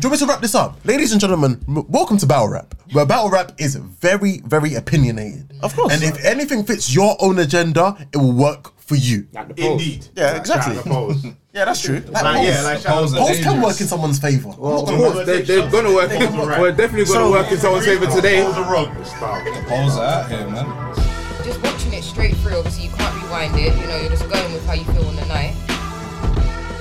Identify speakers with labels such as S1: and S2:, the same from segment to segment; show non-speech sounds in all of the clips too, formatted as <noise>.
S1: Do you want me to wrap this up? Ladies and gentlemen, m- welcome to Battle Rap, where Battle Rap is very, very opinionated.
S2: Of course.
S1: And if anything fits your own agenda, it will work for you.
S3: Like the polls.
S2: Indeed. Yeah,
S3: Like,
S2: exactly.
S3: shout out the polls.
S2: <laughs> Yeah, that's true.
S1: Like,
S3: Like, yeah,
S1: polls-
S3: like shout out the
S1: polls
S3: polls.
S1: can work in someone's favor.
S4: Of course, they, they're gonna work. In, we're definitely gonna work in someone's favor today.
S3: Polls are wrong. Stop.
S5: Balls are out here, man.
S6: just watching it straight through, obviously you can't rewind it, you know, you're just going with how you feel on the night.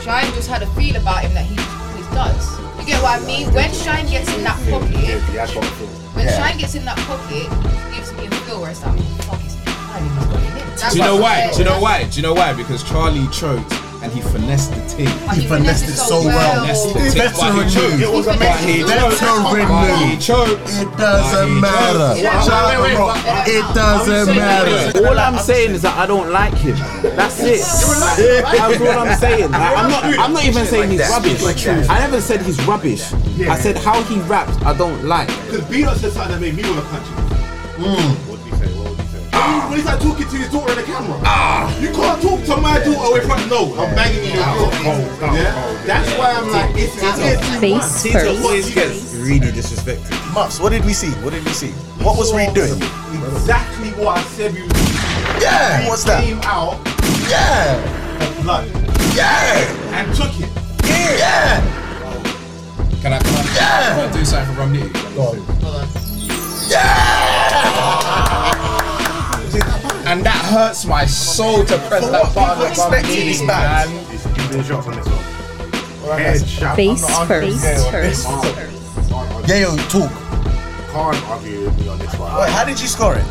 S6: Shine just had a feel about him that he always does. You get what I mean? When Shine gets in that pocket,
S3: Yeah, I got the feel.
S6: when Shine gets in that pocket, it gives me a feel where it's like, "Oh, fuck, it's I think he's got it in. That's
S5: Do you know
S6: what
S5: why?
S6: I'm
S5: Do you know
S6: saying.
S5: why? Do you know why? Because Charlie choked and he finessed the team.
S6: But
S1: He finessed it so well.
S5: Finessed the
S1: It's
S5: ting,
S1: better
S5: but he
S1: than
S5: choked.
S1: you. It
S6: was
S5: But he
S6: amazing.
S5: choked.
S1: Better
S5: But
S1: than
S5: he
S1: you.
S5: choked.
S1: It doesn't matter.
S5: But he
S1: Shout
S5: choked.
S3: Wait, wait,
S1: out
S3: wait,
S1: Rock. It doesn't matter.
S7: All I'm saying is that I don't like him. That's it. That's all I'm saying. Like, I'm not. I'm not even saying he's rubbish. I never said he's rubbish. I said how he raps. I don't like.
S4: Because Beatles said something that made me want to punch him.
S3: What did he say? What did he say?
S4: When he's like talking to his daughter in the camera.
S3: Ah.
S4: You can't talk to my daughter away from no. I'm banging you.
S3: cold,
S4: Yeah. That's why I'm like, it's it's
S8: Face
S4: it's
S8: first.
S4: What
S5: gets really disrespected.
S2: Muffs, what did we see? What did we see? What was Reed doing?
S4: Exactly what I said we would do.
S2: Yeah,
S3: Eh,
S4: He
S2: what's that?
S4: Came out
S2: Yeah,
S4: of blood
S2: yeah,
S4: and took it.
S2: yeah,
S5: Can I? Can I, can I do something for Romney? And that hurts my soul to press that button.
S2: people expected is bad.
S5: man.
S3: He's giving shots on this one. Headshot.
S8: Face
S3: I'm not arguing with you on
S8: first. Face
S3: this one. Can't argue-
S1: Yeah, yo, talk.
S3: Can't argue with me on this one.
S2: Wait, how did you score it?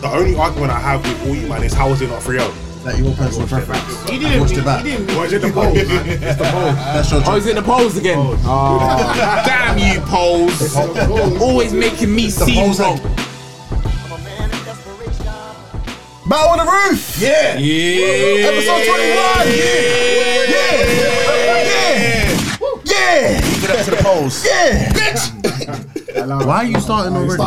S3: The only argument I have with all you man is how was it not 3 0?
S1: That your personal preference.
S3: He
S1: didn't- Watched it back. he
S3: Or is it the polls, man? It's the polls.
S1: That's your
S7: Oh, he's in the polls again. Oh,
S5: Damn you, polls.
S7: always making me seem
S1: polls
S7: wrong.
S1: Bow on the roof.
S2: Yeah.
S5: Yeah.
S1: Episode 21. Yeah. Yeah. Yeah.
S2: Give it up to the polls.
S1: Yeah. Bitch. Why are you starting already?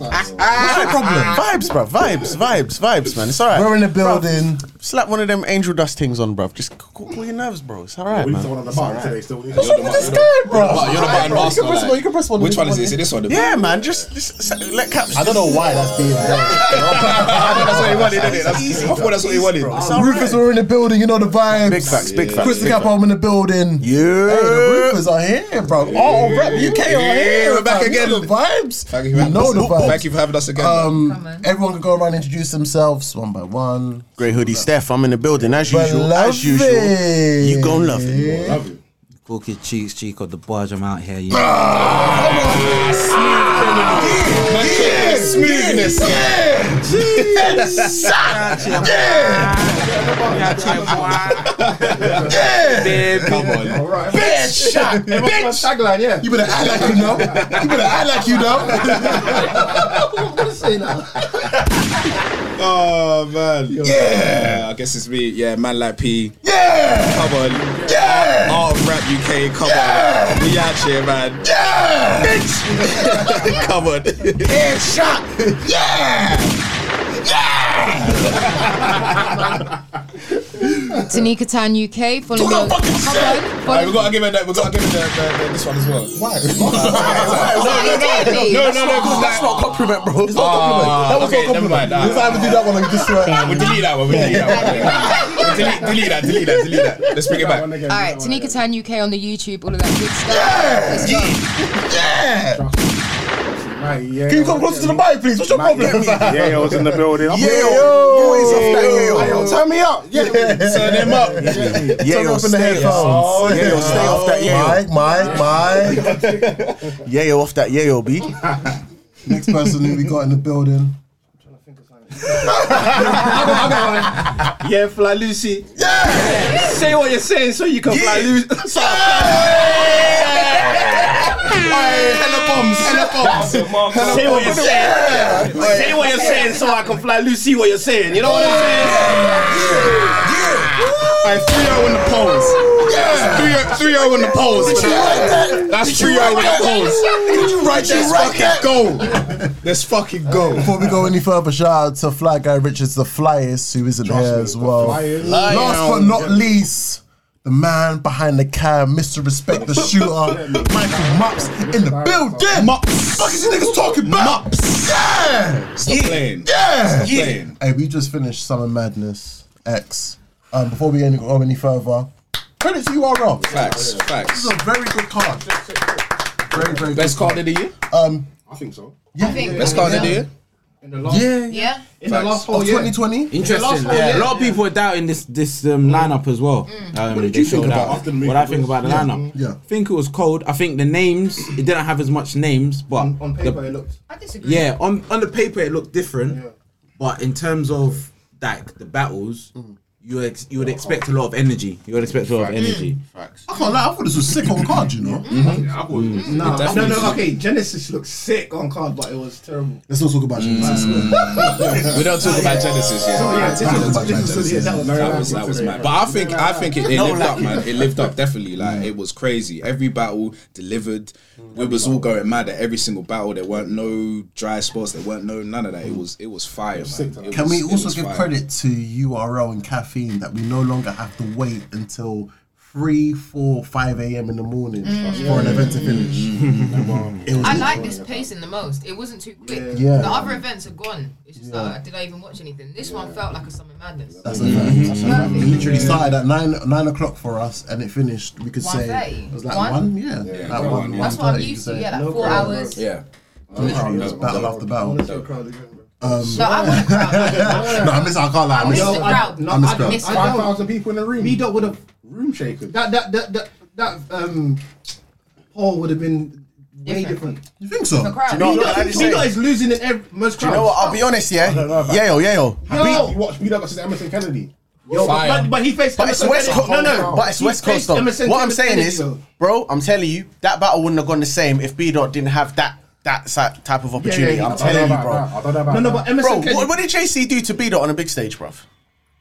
S2: Ah.
S1: What's your problem?
S2: Vibes, bro. Vibes, vibes, vibes, man. It's alright.
S1: We're in the building.
S2: Slap one of them angel dust things on, bruv. Just c- cool, cool your nerves, bro. It's alright,
S3: We need
S2: man.
S3: someone on the bar today still. We need
S1: What's
S3: someone
S1: wrong
S3: on
S1: with
S3: the
S1: this
S3: bar.
S1: guy, bro?
S5: But You're the button master.
S1: You can press
S5: like-
S1: one. You can press one.
S5: Which one is it? Is it this one?
S2: Yeah, man. Just, just s- let caps.
S1: I don't know why that's being
S5: That's what he wanted,
S2: It's
S5: innit? That's-
S2: easy,
S5: I thought that's what he wanted.
S2: It's
S1: done. <laughs>
S2: alright.
S1: Roofers are in the building. You know the vibes.
S2: Big facts, big facts.
S1: Chris
S2: big facts.
S1: Capalm in the building.
S2: Yeah.
S1: Hey, the roofers are here, bro. All rep UK are here.
S5: we're back
S1: fam. You know
S5: again.
S1: The vibes.
S5: Thank you,
S1: you know the vibes.
S5: Thank you for having us again.
S1: Um,
S6: Come on.
S1: everyone can go around and introduce themselves one by one.
S2: Grey hoodie Steph, I'm in the building as
S1: But
S2: usual.
S1: love
S2: As usual.
S1: it.
S2: You gon' love it.
S9: Walk your cheeks, cheek of the barge. I'm out here. You
S5: yeah, smoothness. Come on.
S1: Bitch! Bitch!
S4: Tagline, yeah.
S1: You better act like you know. You better act like you <laughs> know.
S5: Oh man. Yeah. I guess it's me. Yeah, man like P.
S1: Yeah!
S5: Come on.
S1: Yeah!
S5: Art of Rap UK. Come on. We out here, man.
S1: Yeah!
S5: <laughs> Come on.
S1: Headshot! Yeah!
S6: Tanika Tan UK, follow
S1: Do
S6: me
S1: not
S6: on-
S1: fucking
S6: Come
S1: say.
S6: on,
S5: Alright, we
S6: follow-
S5: gotta give it. that- We gotta give it the, the, the, this one as well.
S1: Why?
S6: Exactly.
S5: No, no, no. 'cause
S2: That's
S5: that-
S2: not a compliment, bro.
S1: It's not a compliment. That was
S5: okay,
S1: not a
S5: never
S1: compliment.
S5: mind, nah.
S1: If I ever do that one, I'm just
S5: We
S1: swear.
S5: delete that one. We delete that one. delete, delete that. Delete that. Delete that. Let's bring it back.
S6: All right, Tanika Tan UK on the YouTube, all of that good stuff. Let's
S1: Yeah!
S3: Right, yeah.
S1: Can you come closer to the mic, please? What's your problem?
S3: Yeah, I was in the <laughs> building. I'm
S2: Yeah,
S3: here.
S2: yo. Always off that, yeah, yo.
S1: <laughs> Turn me up! Yeah!
S5: Turn him up.
S2: Yeah,
S1: Turn
S2: yo,
S1: up in the
S2: stay
S1: headphones.
S2: off. Yeah, yo, stay off that, yeah,
S1: Mike, Mike, Mike.
S2: yo. Yeah, yo, off that, yeah, yo, B.
S1: Next person who we got in the building.
S4: Yeah, fly Lucy. Yeah. Say what you're saying so you can fly Lucy. So Say what you're saying. Say what you're saying so I can fly Lucy. What you're saying. You know what I'm saying?
S5: Alright, 3 0 in the polls. Yeah. 3 0 in the polls. That's 3 0 in the polls. Did you write Let's fucking go. Let's fucking go.
S1: Before we go any further, shout out to Fly Guy Richards, the flyest, who isn't here as well. Last but not least, the the man behind the cam, Mr. Respect, the shooter, Michael Mops in the building.
S5: Mops.
S1: Fuck is you niggas talking about? Mops. Yeah.
S5: Stop playing.
S1: Yeah.
S5: Stop playing.
S1: Hey, we just finished Summer Madness X. Um, before we any- go any further, credit to URL.
S5: Facts.
S1: This
S5: Facts.
S1: is a very good card. Very, very
S5: Best
S1: good
S5: card of the year.
S3: I think so.
S6: I think.
S5: Best card of the year.
S3: In the last,
S1: Yeah.
S6: Yeah.
S3: in the last
S1: Of
S3: whole year.
S1: 2020.
S7: Interesting.
S3: one,
S7: Yeah,
S3: yeah.
S7: A lot of people are doubting this this um, lineup as well. Um, what did you think
S3: about after the movie
S7: What I think
S3: was-
S7: about the lineup?
S1: yeah.
S7: I think it was cold. I think the names it didn't have as much names, but
S3: On
S7: the-
S3: paper, it looked.
S6: I disagree.
S7: yeah, on on the paper it looked different, but in terms of like the battles, you ex- you would expect a lot of energy. You would expect a lot of energy.
S5: Facts.
S1: I can't lie, I thought this was sick on card, you know?
S3: Yeah, I thought it was.
S8: No, no,
S5: definitely
S8: no. Okay, Genesis looks sick on card, but it was terrible.
S1: Let's not talk about Genesis.
S5: We don't talk about Genesis yet.
S8: Yeah,
S1: that was about Genesis.
S8: that was
S5: That was that was mad. But I think I think it, it lived up, man. It lived up definitely. Like it was crazy. Every battle delivered. We was all going mad at every single battle. There weren't no dry spots. There weren't no none of that. It was it was fire, man. It
S1: Can
S5: was-
S1: we
S5: it
S1: also
S5: was
S1: give
S5: fire.
S1: credit to URL and caffeine that we no longer have to wait until 3, 4, 5 a.m. in the morning for an event to finish?
S3: Mm.
S1: <laughs> It was
S6: Mm. I like this pacing the most. It wasn't too quick.
S1: Yeah.
S6: The other events are gone. It's just like, did I even watch anything? This one felt like a summer madness.
S1: That's a fact.
S6: Mm-hmm.
S1: That's a fact. It literally started at nine nine o'clock for us, and it finished. We could say
S6: 1:30.
S1: it was like
S6: One?
S1: one, yeah, like
S5: Yeah,
S1: one,
S5: one, yeah.
S6: That's what I'm
S1: 1:30, you
S6: used
S1: could
S6: to.
S1: say.
S6: Yeah, like four hours.
S5: Yeah.
S1: Literally,
S3: Oh,
S1: it was
S5: Dope,
S1: battle
S5: dope.
S1: after battle. Um,
S6: No, I want
S2: <laughs>
S6: to
S1: <laughs>
S6: crowd.
S1: No, I miss. I can't lie. I
S6: I miss
S1: miss.
S6: the crowd.
S8: no,
S1: I miss
S8: I
S1: crowd.
S6: miss the
S8: I
S6: crowd.
S8: don't-
S3: 5,000 people in the room.
S8: Me dot would have
S3: Room shaking.
S8: that that that that that um poll would have been way
S6: Different.
S8: different.
S1: You think so?
S6: The crowd.
S2: know-
S8: Me
S2: No,
S8: dot
S2: I just say-
S8: is losing in every most
S2: You know what?
S8: crowds.
S2: I'll be honest, yeah.
S3: don't know about-
S2: Yayo, yayo.
S3: Beat, you watched Beat Up versus Emerson Kennedy.
S8: Yo,
S5: Fire.
S8: but, but he faced
S2: But it's
S8: Emerson
S2: West Coast.
S8: Kennedy. No, no.
S2: But it's
S8: He
S2: West
S8: faced
S2: Coast though.
S8: Emerson
S2: What I'm saying
S8: Kennedy,
S2: is,
S8: though.
S2: bro, I'm telling you, that battle wouldn't have gone the same if B Dot didn't have that that si- type of opportunity.
S8: yeah,
S2: I'm
S8: I
S3: I
S2: telling
S3: don't know
S2: you,
S3: about
S2: bro.
S3: that. I don't know about
S8: No, no.
S3: that.
S8: But Emerson
S2: Bro,
S8: Kennedy.
S2: what, what did JC do to B Dot on a big stage, bro?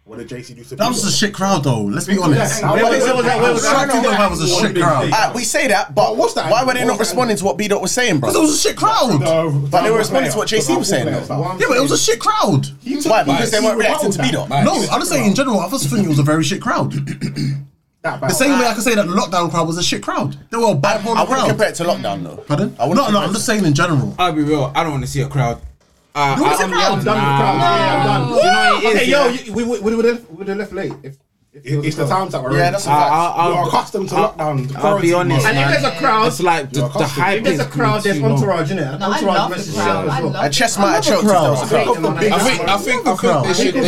S3: What did JC do to
S1: That was a shit crowd, though. Let's be honest.
S3: Where was- where was that? Where was that?
S1: Straight to them, that was a shit crowd.
S2: Uh, we say that, but
S3: What was that?
S2: why were they
S3: What
S2: not
S3: was that?
S2: responding to what B Dot was saying, bro?
S1: It was a shit crowd.
S3: No,
S2: But they were responding to what JC was saying, though.
S1: Yeah, but it was a shit crowd.
S2: Why? Because they weren't
S3: Why
S2: reacting
S3: would
S2: to B Dot.
S5: that?
S1: No, I'm just saying in general. I just think it was a very shit crowd. The same way I could say that the lockdown crowd was a shit crowd. They were a bad
S2: I
S1: ball
S2: wouldn't
S1: crowd.
S2: compare it to lockdown, though.
S1: Pardon? No, no, I'm just saying in general.
S5: Uh,
S7: I'll be real. I don't want to see a crowd. Uh,
S1: You wanna see a crowd?
S7: I'm-
S8: I'm done with the crowds. Yeah, I'm done.
S7: You know what it is,
S8: Okay, yo,
S7: yeah?
S8: you- we we would have would have left late if. if it was
S3: It's
S8: a
S3: the
S8: crowd.
S3: times that we're
S2: Yeah,
S3: in.
S2: that's a
S7: I-
S2: fact.
S7: I- I'll-
S3: You're accustomed to
S7: I'll-
S3: lockdown, to
S7: I'll be
S3: quarantine
S7: honest,
S8: And
S7: man.
S8: if there's a crowd,
S7: It's like the, the hype
S8: if there's
S7: is
S8: a crowd, there's
S7: too long.
S8: entourage in it. An
S6: No, I
S8: entourage
S6: love the
S8: messes shit
S6: crowd.
S8: up
S6: I
S8: as well.
S2: A
S6: love
S2: chest
S6: the crowd.
S2: might have choked if there was a crowd.
S5: I think I think I think they should they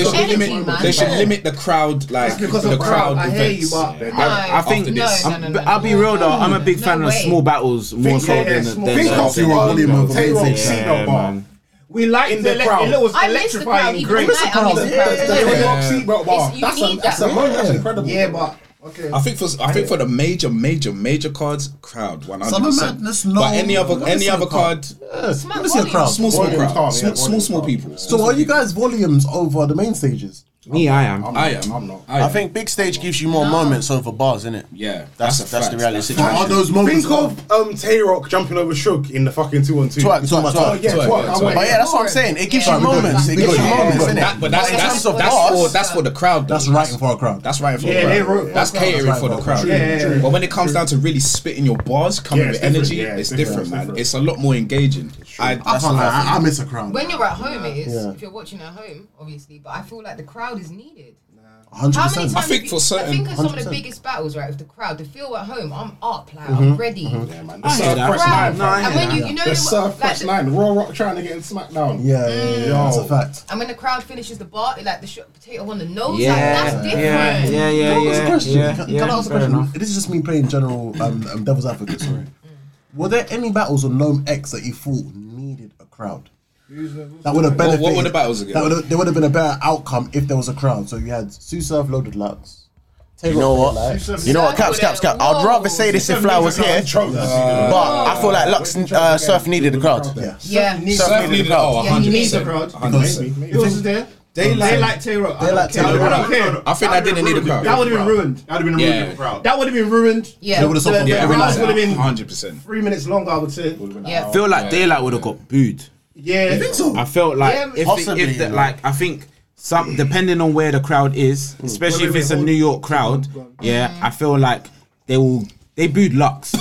S5: should
S6: Energy,
S5: limit
S6: man.
S5: they should limit the crowd like
S8: because
S5: the
S8: of crowd.
S5: crowd
S8: I hear you,
S5: events.
S8: but-
S5: Yeah.
S6: No,
S7: I think
S5: after
S6: no,
S5: this.
S6: No, no, no,
S7: but I'll be real though. I'm a big
S6: No
S7: fan of
S6: way.
S7: small battles more so
S8: yeah,
S7: than
S8: small-
S7: than.
S8: Think
S7: than-
S8: of
S1: you are William over
S3: Taylor
S1: Lindsay.
S3: Seagull
S7: Yeah,
S3: bar.
S7: man.
S8: We liked
S3: In the
S8: the
S3: crowd.
S8: crowd. It was
S6: I miss the crowd.
S8: electrifying
S6: Even
S8: great.
S6: tonight, I miss the crowd.
S3: The Taylor Rock seatbelt bar.
S6: It's-
S3: That's
S6: you
S3: a-
S6: need
S3: That's a
S6: that.
S3: moment. That's incredible.
S8: Yeah, but okay.
S5: I think for I think for the major, major, major cards, crowd one hundred
S1: Summer
S5: percent.
S1: Madness, no.
S5: But any other
S1: Let me see
S5: any
S1: a
S5: other
S1: card.
S5: card,
S1: Let me see a crowd.
S5: small, small
S3: Volume
S5: crowd,
S3: card,
S5: small,
S3: yeah,
S5: small,
S3: volume
S5: small
S3: card.
S5: people.
S1: So are you guys volumes over the main stages?
S7: Me, I am.
S5: I am.
S3: I'm not.
S5: I,
S2: I
S5: am.
S2: think big stage gives you more moments over bars, innit?
S5: Yeah,
S2: That's
S5: that's a
S2: that's the
S5: fact.
S2: reality
S5: That's a
S2: situation.
S1: Are those moments?
S3: Think of um, Tay Rock jumping over Shug in the fucking two on two.
S2: Twerk, twerk,
S3: Oh, yeah,
S2: twerk.
S5: Twerk,
S3: twerk.
S5: yeah,
S3: I
S5: twerk.
S3: went-
S2: But yeah, that's what I'm saying. It gives
S6: Yeah.
S2: you moments. It gives you
S1: Yeah.
S2: moments,
S1: Yeah.
S2: innit?
S5: That, but that's
S2: In
S5: that's
S2: terms of
S5: that's
S2: bars,
S5: for that's for the crowd. though.
S1: That's writing for a crowd.
S5: That's right for
S8: Yeah,
S5: the
S8: they
S5: crowd.
S8: wrote for
S5: that's
S8: the crowd.
S5: catering
S1: That's right
S5: for the
S1: for the
S5: crowd.
S1: crowd.
S8: Yeah, yeah, yeah.
S5: But when it comes down to really spitting your bars, coming
S3: Yeah,
S5: with
S3: it's
S5: energy,
S3: different. Yeah,
S5: it's
S3: it's
S5: different,
S3: different,
S5: man.
S3: different.
S5: It's a lot more engaging. I,
S1: I
S5: that's
S1: can't
S5: what
S1: lie.
S5: I
S1: I, I
S5: think.
S1: miss a crowd.
S6: When you're at home, it is. If you're watching at home, obviously. But I feel like the crowd is needed.
S1: Hundred
S6: How many times?
S1: percent.
S5: I think
S6: have
S5: for
S6: you-
S5: certain-
S6: I think of some of the biggest battles, right, with the crowd. The feel at home, I'm up, like I'm ready.
S3: Yeah, man.
S7: I hear
S3: Surf
S7: that.
S3: Fresh Nine.
S7: Crowd. No, I
S3: fam.
S6: And
S7: hear
S6: when
S7: that.
S6: you, you know,
S3: The
S6: the-
S3: Surf
S6: like,
S3: Fresh
S6: the-
S3: Nine. Raw Rock trying to get in SmackDown.
S1: Yeah, yeah, yeah, that's a fact.
S6: and when the crowd finishes the bar, it, like the shot potato on the nose,
S7: Yeah,
S6: like that's different.
S7: yeah, yeah,
S1: Can I
S7: yeah,
S1: ask a
S7: yeah,
S1: question?
S7: yeah,
S1: can,
S7: yeah,
S1: can I ask a
S7: fair
S1: question?
S7: enough.
S1: This is just me playing general um, um, devil's advocate. Sorry. Were there any battles on Gnome X that you thought needed a crowd? That would have
S5: What-
S1: benefited.
S5: what were the battles again?
S1: That would have, there would have been a better outcome if there was a crowd. So you had Sue Surf loaded Lux.
S2: You know what? You know what? Caps, caps, caps. I'd rather say this if Fly was here, but I feel like Lux uh, Surf needed the crowd.
S1: Yeah.
S6: Yeah.
S8: Needs-
S5: Surf needed it all,
S6: Yeah, he
S5: 100%.
S6: needs
S8: the crowd.
S5: 100%.
S8: Who else is there?
S5: They like-
S8: Tay Rock.
S1: they like Tay Rock.
S8: I don't care.
S5: I think I didn't need a crowd.
S8: That would have been ruined.
S3: That would have been a
S5: Yeah.
S3: really good crowd.
S8: That would have been ruined.
S6: Yeah.
S1: They would have
S8: The,
S1: sold
S8: the
S5: Yeah, I
S8: crowds
S5: realize
S8: would have
S5: that.
S8: been
S5: 100%.
S8: three minutes longer, I would say.
S6: yeah.
S7: I feel like Daylight would have got booed.
S8: Yeah.
S1: I think so.
S7: I felt like
S8: Yeah,
S7: if, the,
S2: possibly,
S7: if the,
S2: yeah.
S7: like I think some depending on where the crowd is, especially if it's a New York crowd, yeah,
S6: Mm.
S7: I feel like they will they
S6: <laughs>
S7: booed Lux. Do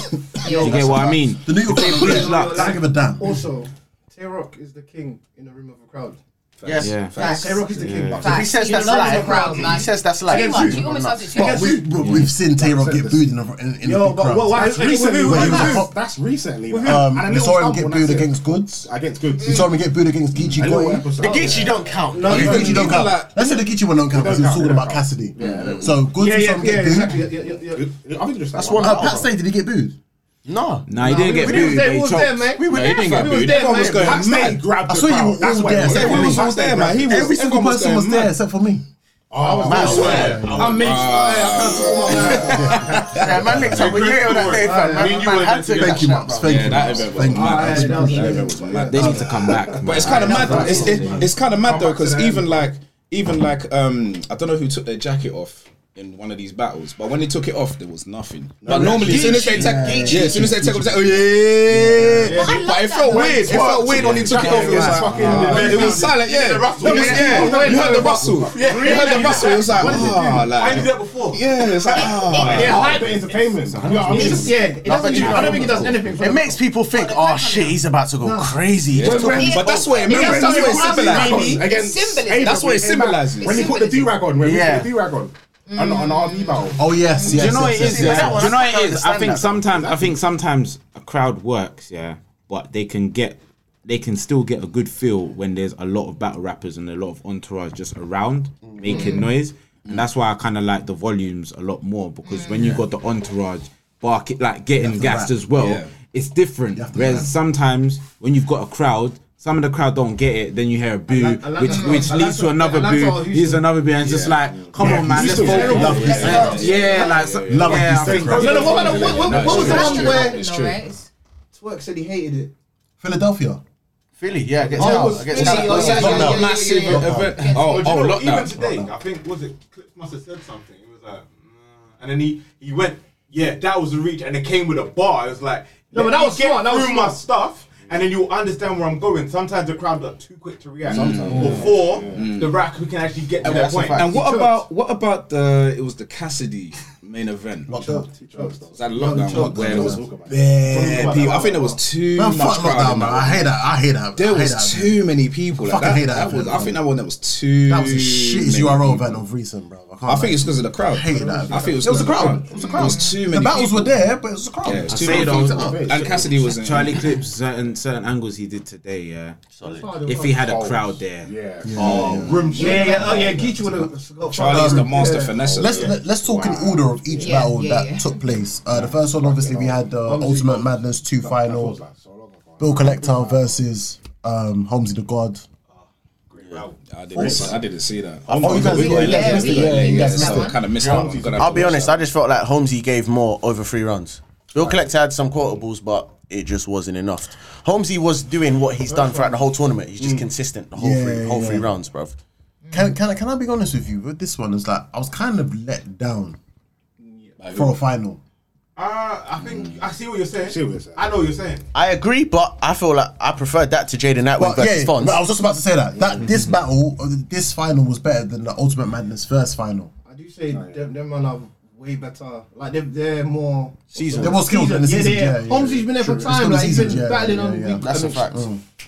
S7: you get what I mean?
S1: The New York
S7: Blues
S1: crowd,
S7: luck.
S1: I don't give a damn.
S8: Also, Tay Rock is the king in the room of a crowd.
S2: Yes.
S7: Yeah.
S6: Facts.
S8: Tay Rock is the king.
S2: So he says
S6: You
S2: that's
S6: love
S2: live.
S6: the crowd,
S2: he
S6: man.
S2: says that's live.
S6: Too much. You almost have to
S1: But
S6: check.
S1: we, but we've seen Tay Rock get booed in a, in, in a
S3: Yo,
S1: big
S3: but
S1: crowd.
S3: what,
S1: Um,
S3: what,
S8: That's recently,
S3: who-
S8: what
S3: who-
S8: you
S3: who-
S8: do.
S3: That's recently. man. And
S1: we
S3: a
S1: saw
S3: little
S1: him get
S3: stumble,
S1: booed
S3: that's it.
S1: against goods.
S3: Against good.
S1: We saw him get booed against Geechee Gotti.
S3: The Gitchy don't count. No,
S1: Okay,
S3: no,
S1: Geechee
S3: no,
S1: don't
S3: no,
S1: count.
S3: like-
S1: Let's say the Geechee one don't count because he was talking about Cassidy. So goods
S3: Yeah,
S1: we saw
S3: yeah,
S1: him
S3: yeah,
S1: get booed.
S3: exactly. yeah, yeah, yeah. I think just that's
S1: Uh, Pat Stay, did he get booed?
S2: No.
S7: Nah, he didn't get
S3: We was
S7: booed.
S3: there,
S7: but
S3: we
S7: he
S3: was
S7: choked.
S3: there, man.
S5: We were there, fam.
S3: We was there,
S5: Everyone was
S3: man.
S5: going
S3: Pat
S5: mad.
S3: Stay grabbed
S1: I
S3: the
S1: saw you
S3: crowd.
S1: were all
S3: That's why
S1: there.
S3: he was
S1: Yeah,
S5: Everyone was there, man. He was
S1: Every single
S5: everyone
S1: person was
S5: going
S1: there
S5: mad.
S1: except for me.
S3: I mean,
S2: Yeah, man linked up with you that day, fam. Man, man had to
S1: Thank you, Maps. Thank you.
S5: That
S1: Maps.
S5: event was
S1: Thank you.
S5: mad.
S8: Alright, that was
S5: That
S8: good.
S5: event was mad.
S7: They need to come back.
S5: But it's kind of mad. though. It's it, it's kind of mad though because even like even like um I don't know who took their jacket off in one of these battles, but when they took it off, there was nothing. But normally, as soon as they take, yeah, as soon as they take, off, it's like, oh yeah.
S6: I
S5: But it
S6: like
S5: felt
S6: that.
S5: weird. It felt weird when he took it off. It was
S3: Yeah.
S5: fucking.
S3: Yeah.
S5: It was silent. Yeah, It was- yeah. You heard the rustle. You heard the rustle. It was like, ah, like
S4: that before.
S5: yeah. It's like ah.
S3: yeah, hype entertainment. You know what I mean?
S8: Yeah, it doesn't do, I don't think it does anything for
S2: It makes people think, oh shit, he's about to go crazy. He just took-
S3: When-
S5: But that's what it means.
S6: Yeah,
S5: That's
S6: something
S5: what it
S6: about
S5: symbolizes.
S6: maybe.
S3: Against
S6: Symbolism.
S3: Abram,
S5: That's what it
S3: when he came back-
S5: symbolizes.
S3: When he put the do rag on, when he
S2: Yeah.
S3: put the do rag on, on on RB battle.
S1: Oh, yes, yes.
S7: Do you know what
S1: yes,
S7: it is?
S1: yes, yes.
S7: Yeah?
S2: yes.
S7: Do you know what
S2: I
S7: it is? I
S2: understand
S7: think
S2: that.
S7: sometimes I think sometimes a crowd works, yeah, but they can get they can still get a good feel when there's a lot of battle rappers and a lot of entourage just around making noise, and that's why I kind of like the volumes a lot more because when you got the entourage bark like getting gassed
S1: rap.
S7: as well,
S5: Yeah.
S7: it's different.
S1: to
S7: Whereas
S1: rap.
S7: sometimes when you've got a crowd. Some of the crowd don't get it, then you hear a boo,
S8: Atlanta- Atlanta-
S7: which which leads to
S8: Atlanta-
S7: another
S8: Atlanta or
S7: boo,
S8: Houston?
S7: leads to another boo, and it's just like, come on, man, let's
S1: Houston.
S7: focus.
S1: Love Houston.
S7: Yeah, yeah, like so,
S1: Love
S7: yeah,
S1: Houston
S7: I think
S1: crowd.
S8: No, no, what, what, what, what, what was the
S6: That's
S8: one
S6: true.
S8: where
S6: No, right? It's-
S8: Twerk said he hated it?
S1: Philadelphia.
S2: Philly, yeah, gets
S8: Oh, it
S2: out.
S8: was
S2: Gets
S8: Philly,
S2: out.
S8: oh, yeah, yeah, yeah, yeah,
S5: Massive
S8: yeah, yeah.
S5: event. Oh,
S10: But
S5: oh,
S10: you know, even
S5: lockdown.
S10: today, I think was it Clips must have said something. It was like, "Mm," and then he he went, yeah, that was the reach, and it came with a bar. It was like,
S8: No, but
S10: let
S8: that
S10: me
S8: was
S10: get
S8: smart, that was
S10: through my stuff, and then you'll understand where I'm going. Sometimes the crowd are too quick to react Mm. before
S8: Mm.
S10: the rap who can actually get to that
S2: that's a
S10: point.
S2: fact.
S5: And what
S10: He
S5: about what about the it was the Cassidy main event? Was
S1: Lockdown.
S5: that lockdown where it was
S1: Yeah.
S5: bare people? I think there was too
S1: Man,
S5: much
S1: fuck
S5: crowd.
S1: lockdown, man.
S5: in that
S1: I
S5: one.
S1: hate that. I hate that. I
S5: There
S1: hate
S5: was
S1: that.
S5: too many people. Like
S1: Fucking
S5: that,
S1: hate that
S5: that was,
S1: event,
S5: I think that one that was too.
S1: That was the shittest
S5: many
S1: URL
S5: people.
S1: event of recent, bro. can't
S5: I think
S1: lie.
S5: it's because of the crowd. I
S1: hate that.
S5: think it was
S1: There was a
S5: 'cause of the
S1: crowd.
S5: crowd.
S1: It was a
S5: There
S1: crowd.
S5: was too
S1: The
S5: many
S1: battles
S5: people.
S1: were there, but it was a crowd.
S5: Yeah, it was
S7: I
S5: too
S7: say
S5: many
S7: it
S5: things
S7: all.
S5: up. And Cassidy was in.
S7: Charlie Clips certain certain angles he did today. Yeah, if he had a crowd there,
S3: Yeah.
S8: Yeah, yeah, oh yeah, Geechee would have.
S5: Charlie's the master finesse.
S1: Let's let, let's talk in order of each
S6: Yeah,
S1: battle
S6: yeah,
S1: that
S6: yeah.
S1: took place. Uh, the first one, obviously, we had uh, Ultimate Madness two final. Bill Collector versus um, Holmesy the God.
S6: Mm.
S5: I didn't, see, I didn't see
S1: Oh,
S5: that.
S2: thought you guys
S5: we
S2: did.
S5: got it late,
S6: Yeah, we-
S5: we got it late,
S6: yeah,
S5: yeah,
S6: we missed
S5: so
S6: that
S5: kind of missed that one.
S2: I'll be honest, I just felt like Holmesy gave more over three runs. Bill Collector had some quotables, but it just wasn't enough. Holmesy was doing what he's done throughout the whole tournament. He's just consistent the whole
S1: Yeah,
S2: three whole
S1: yeah.
S2: three rounds, bruv.
S1: Can, can I- can I be honest with you? With this one, it's like I was kind of let down for a final.
S10: Uh, I think
S8: Mm.
S10: I see what you're saying.
S3: see what you're saying.
S10: I know what you're saying.
S2: I agree, but I feel like I preferred that to Jaden Atwood
S1: But yeah,
S2: versus Fonz.
S1: but I was just about to say that that this battle, uh, this final was better than the Ultimate Madness first final.
S8: I do say them, them man are way better. Like they're, they're more
S2: Seasoned.
S1: They're more skilled than the season. Yeah, yeah,
S8: Holmesy's been there
S1: True.
S8: for
S1: It's
S8: time.
S1: got the
S8: Like he's
S1: seasons,
S8: been
S1: yeah,
S8: battling
S1: yeah,
S8: on
S1: yeah.
S8: big-
S2: That's a
S8: um,
S2: fact.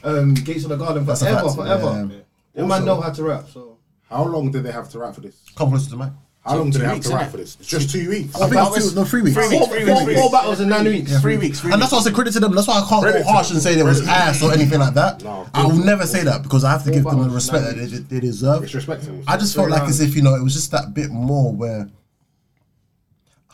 S8: Um, Gates of the Garden
S1: a
S8: forever,
S1: fact,
S8: forever.
S1: yeah.
S8: Them man know how to rap. So
S3: How long did they have to rap for this?
S1: Come closer to the mic.
S3: How long did they have to rap for this? It's just two weeks.
S1: I think it's two, no three weeks.
S8: four, four, four battles in nine weeks.
S2: Three weeks. Three
S1: And that's why I said credit to them. That's why I can't go harsh and say they was ass or anything like that. I will never say that because I have to give them the respect that they, they deserve.
S3: It's respectful.
S1: I just felt like as if you know it was just that bit more where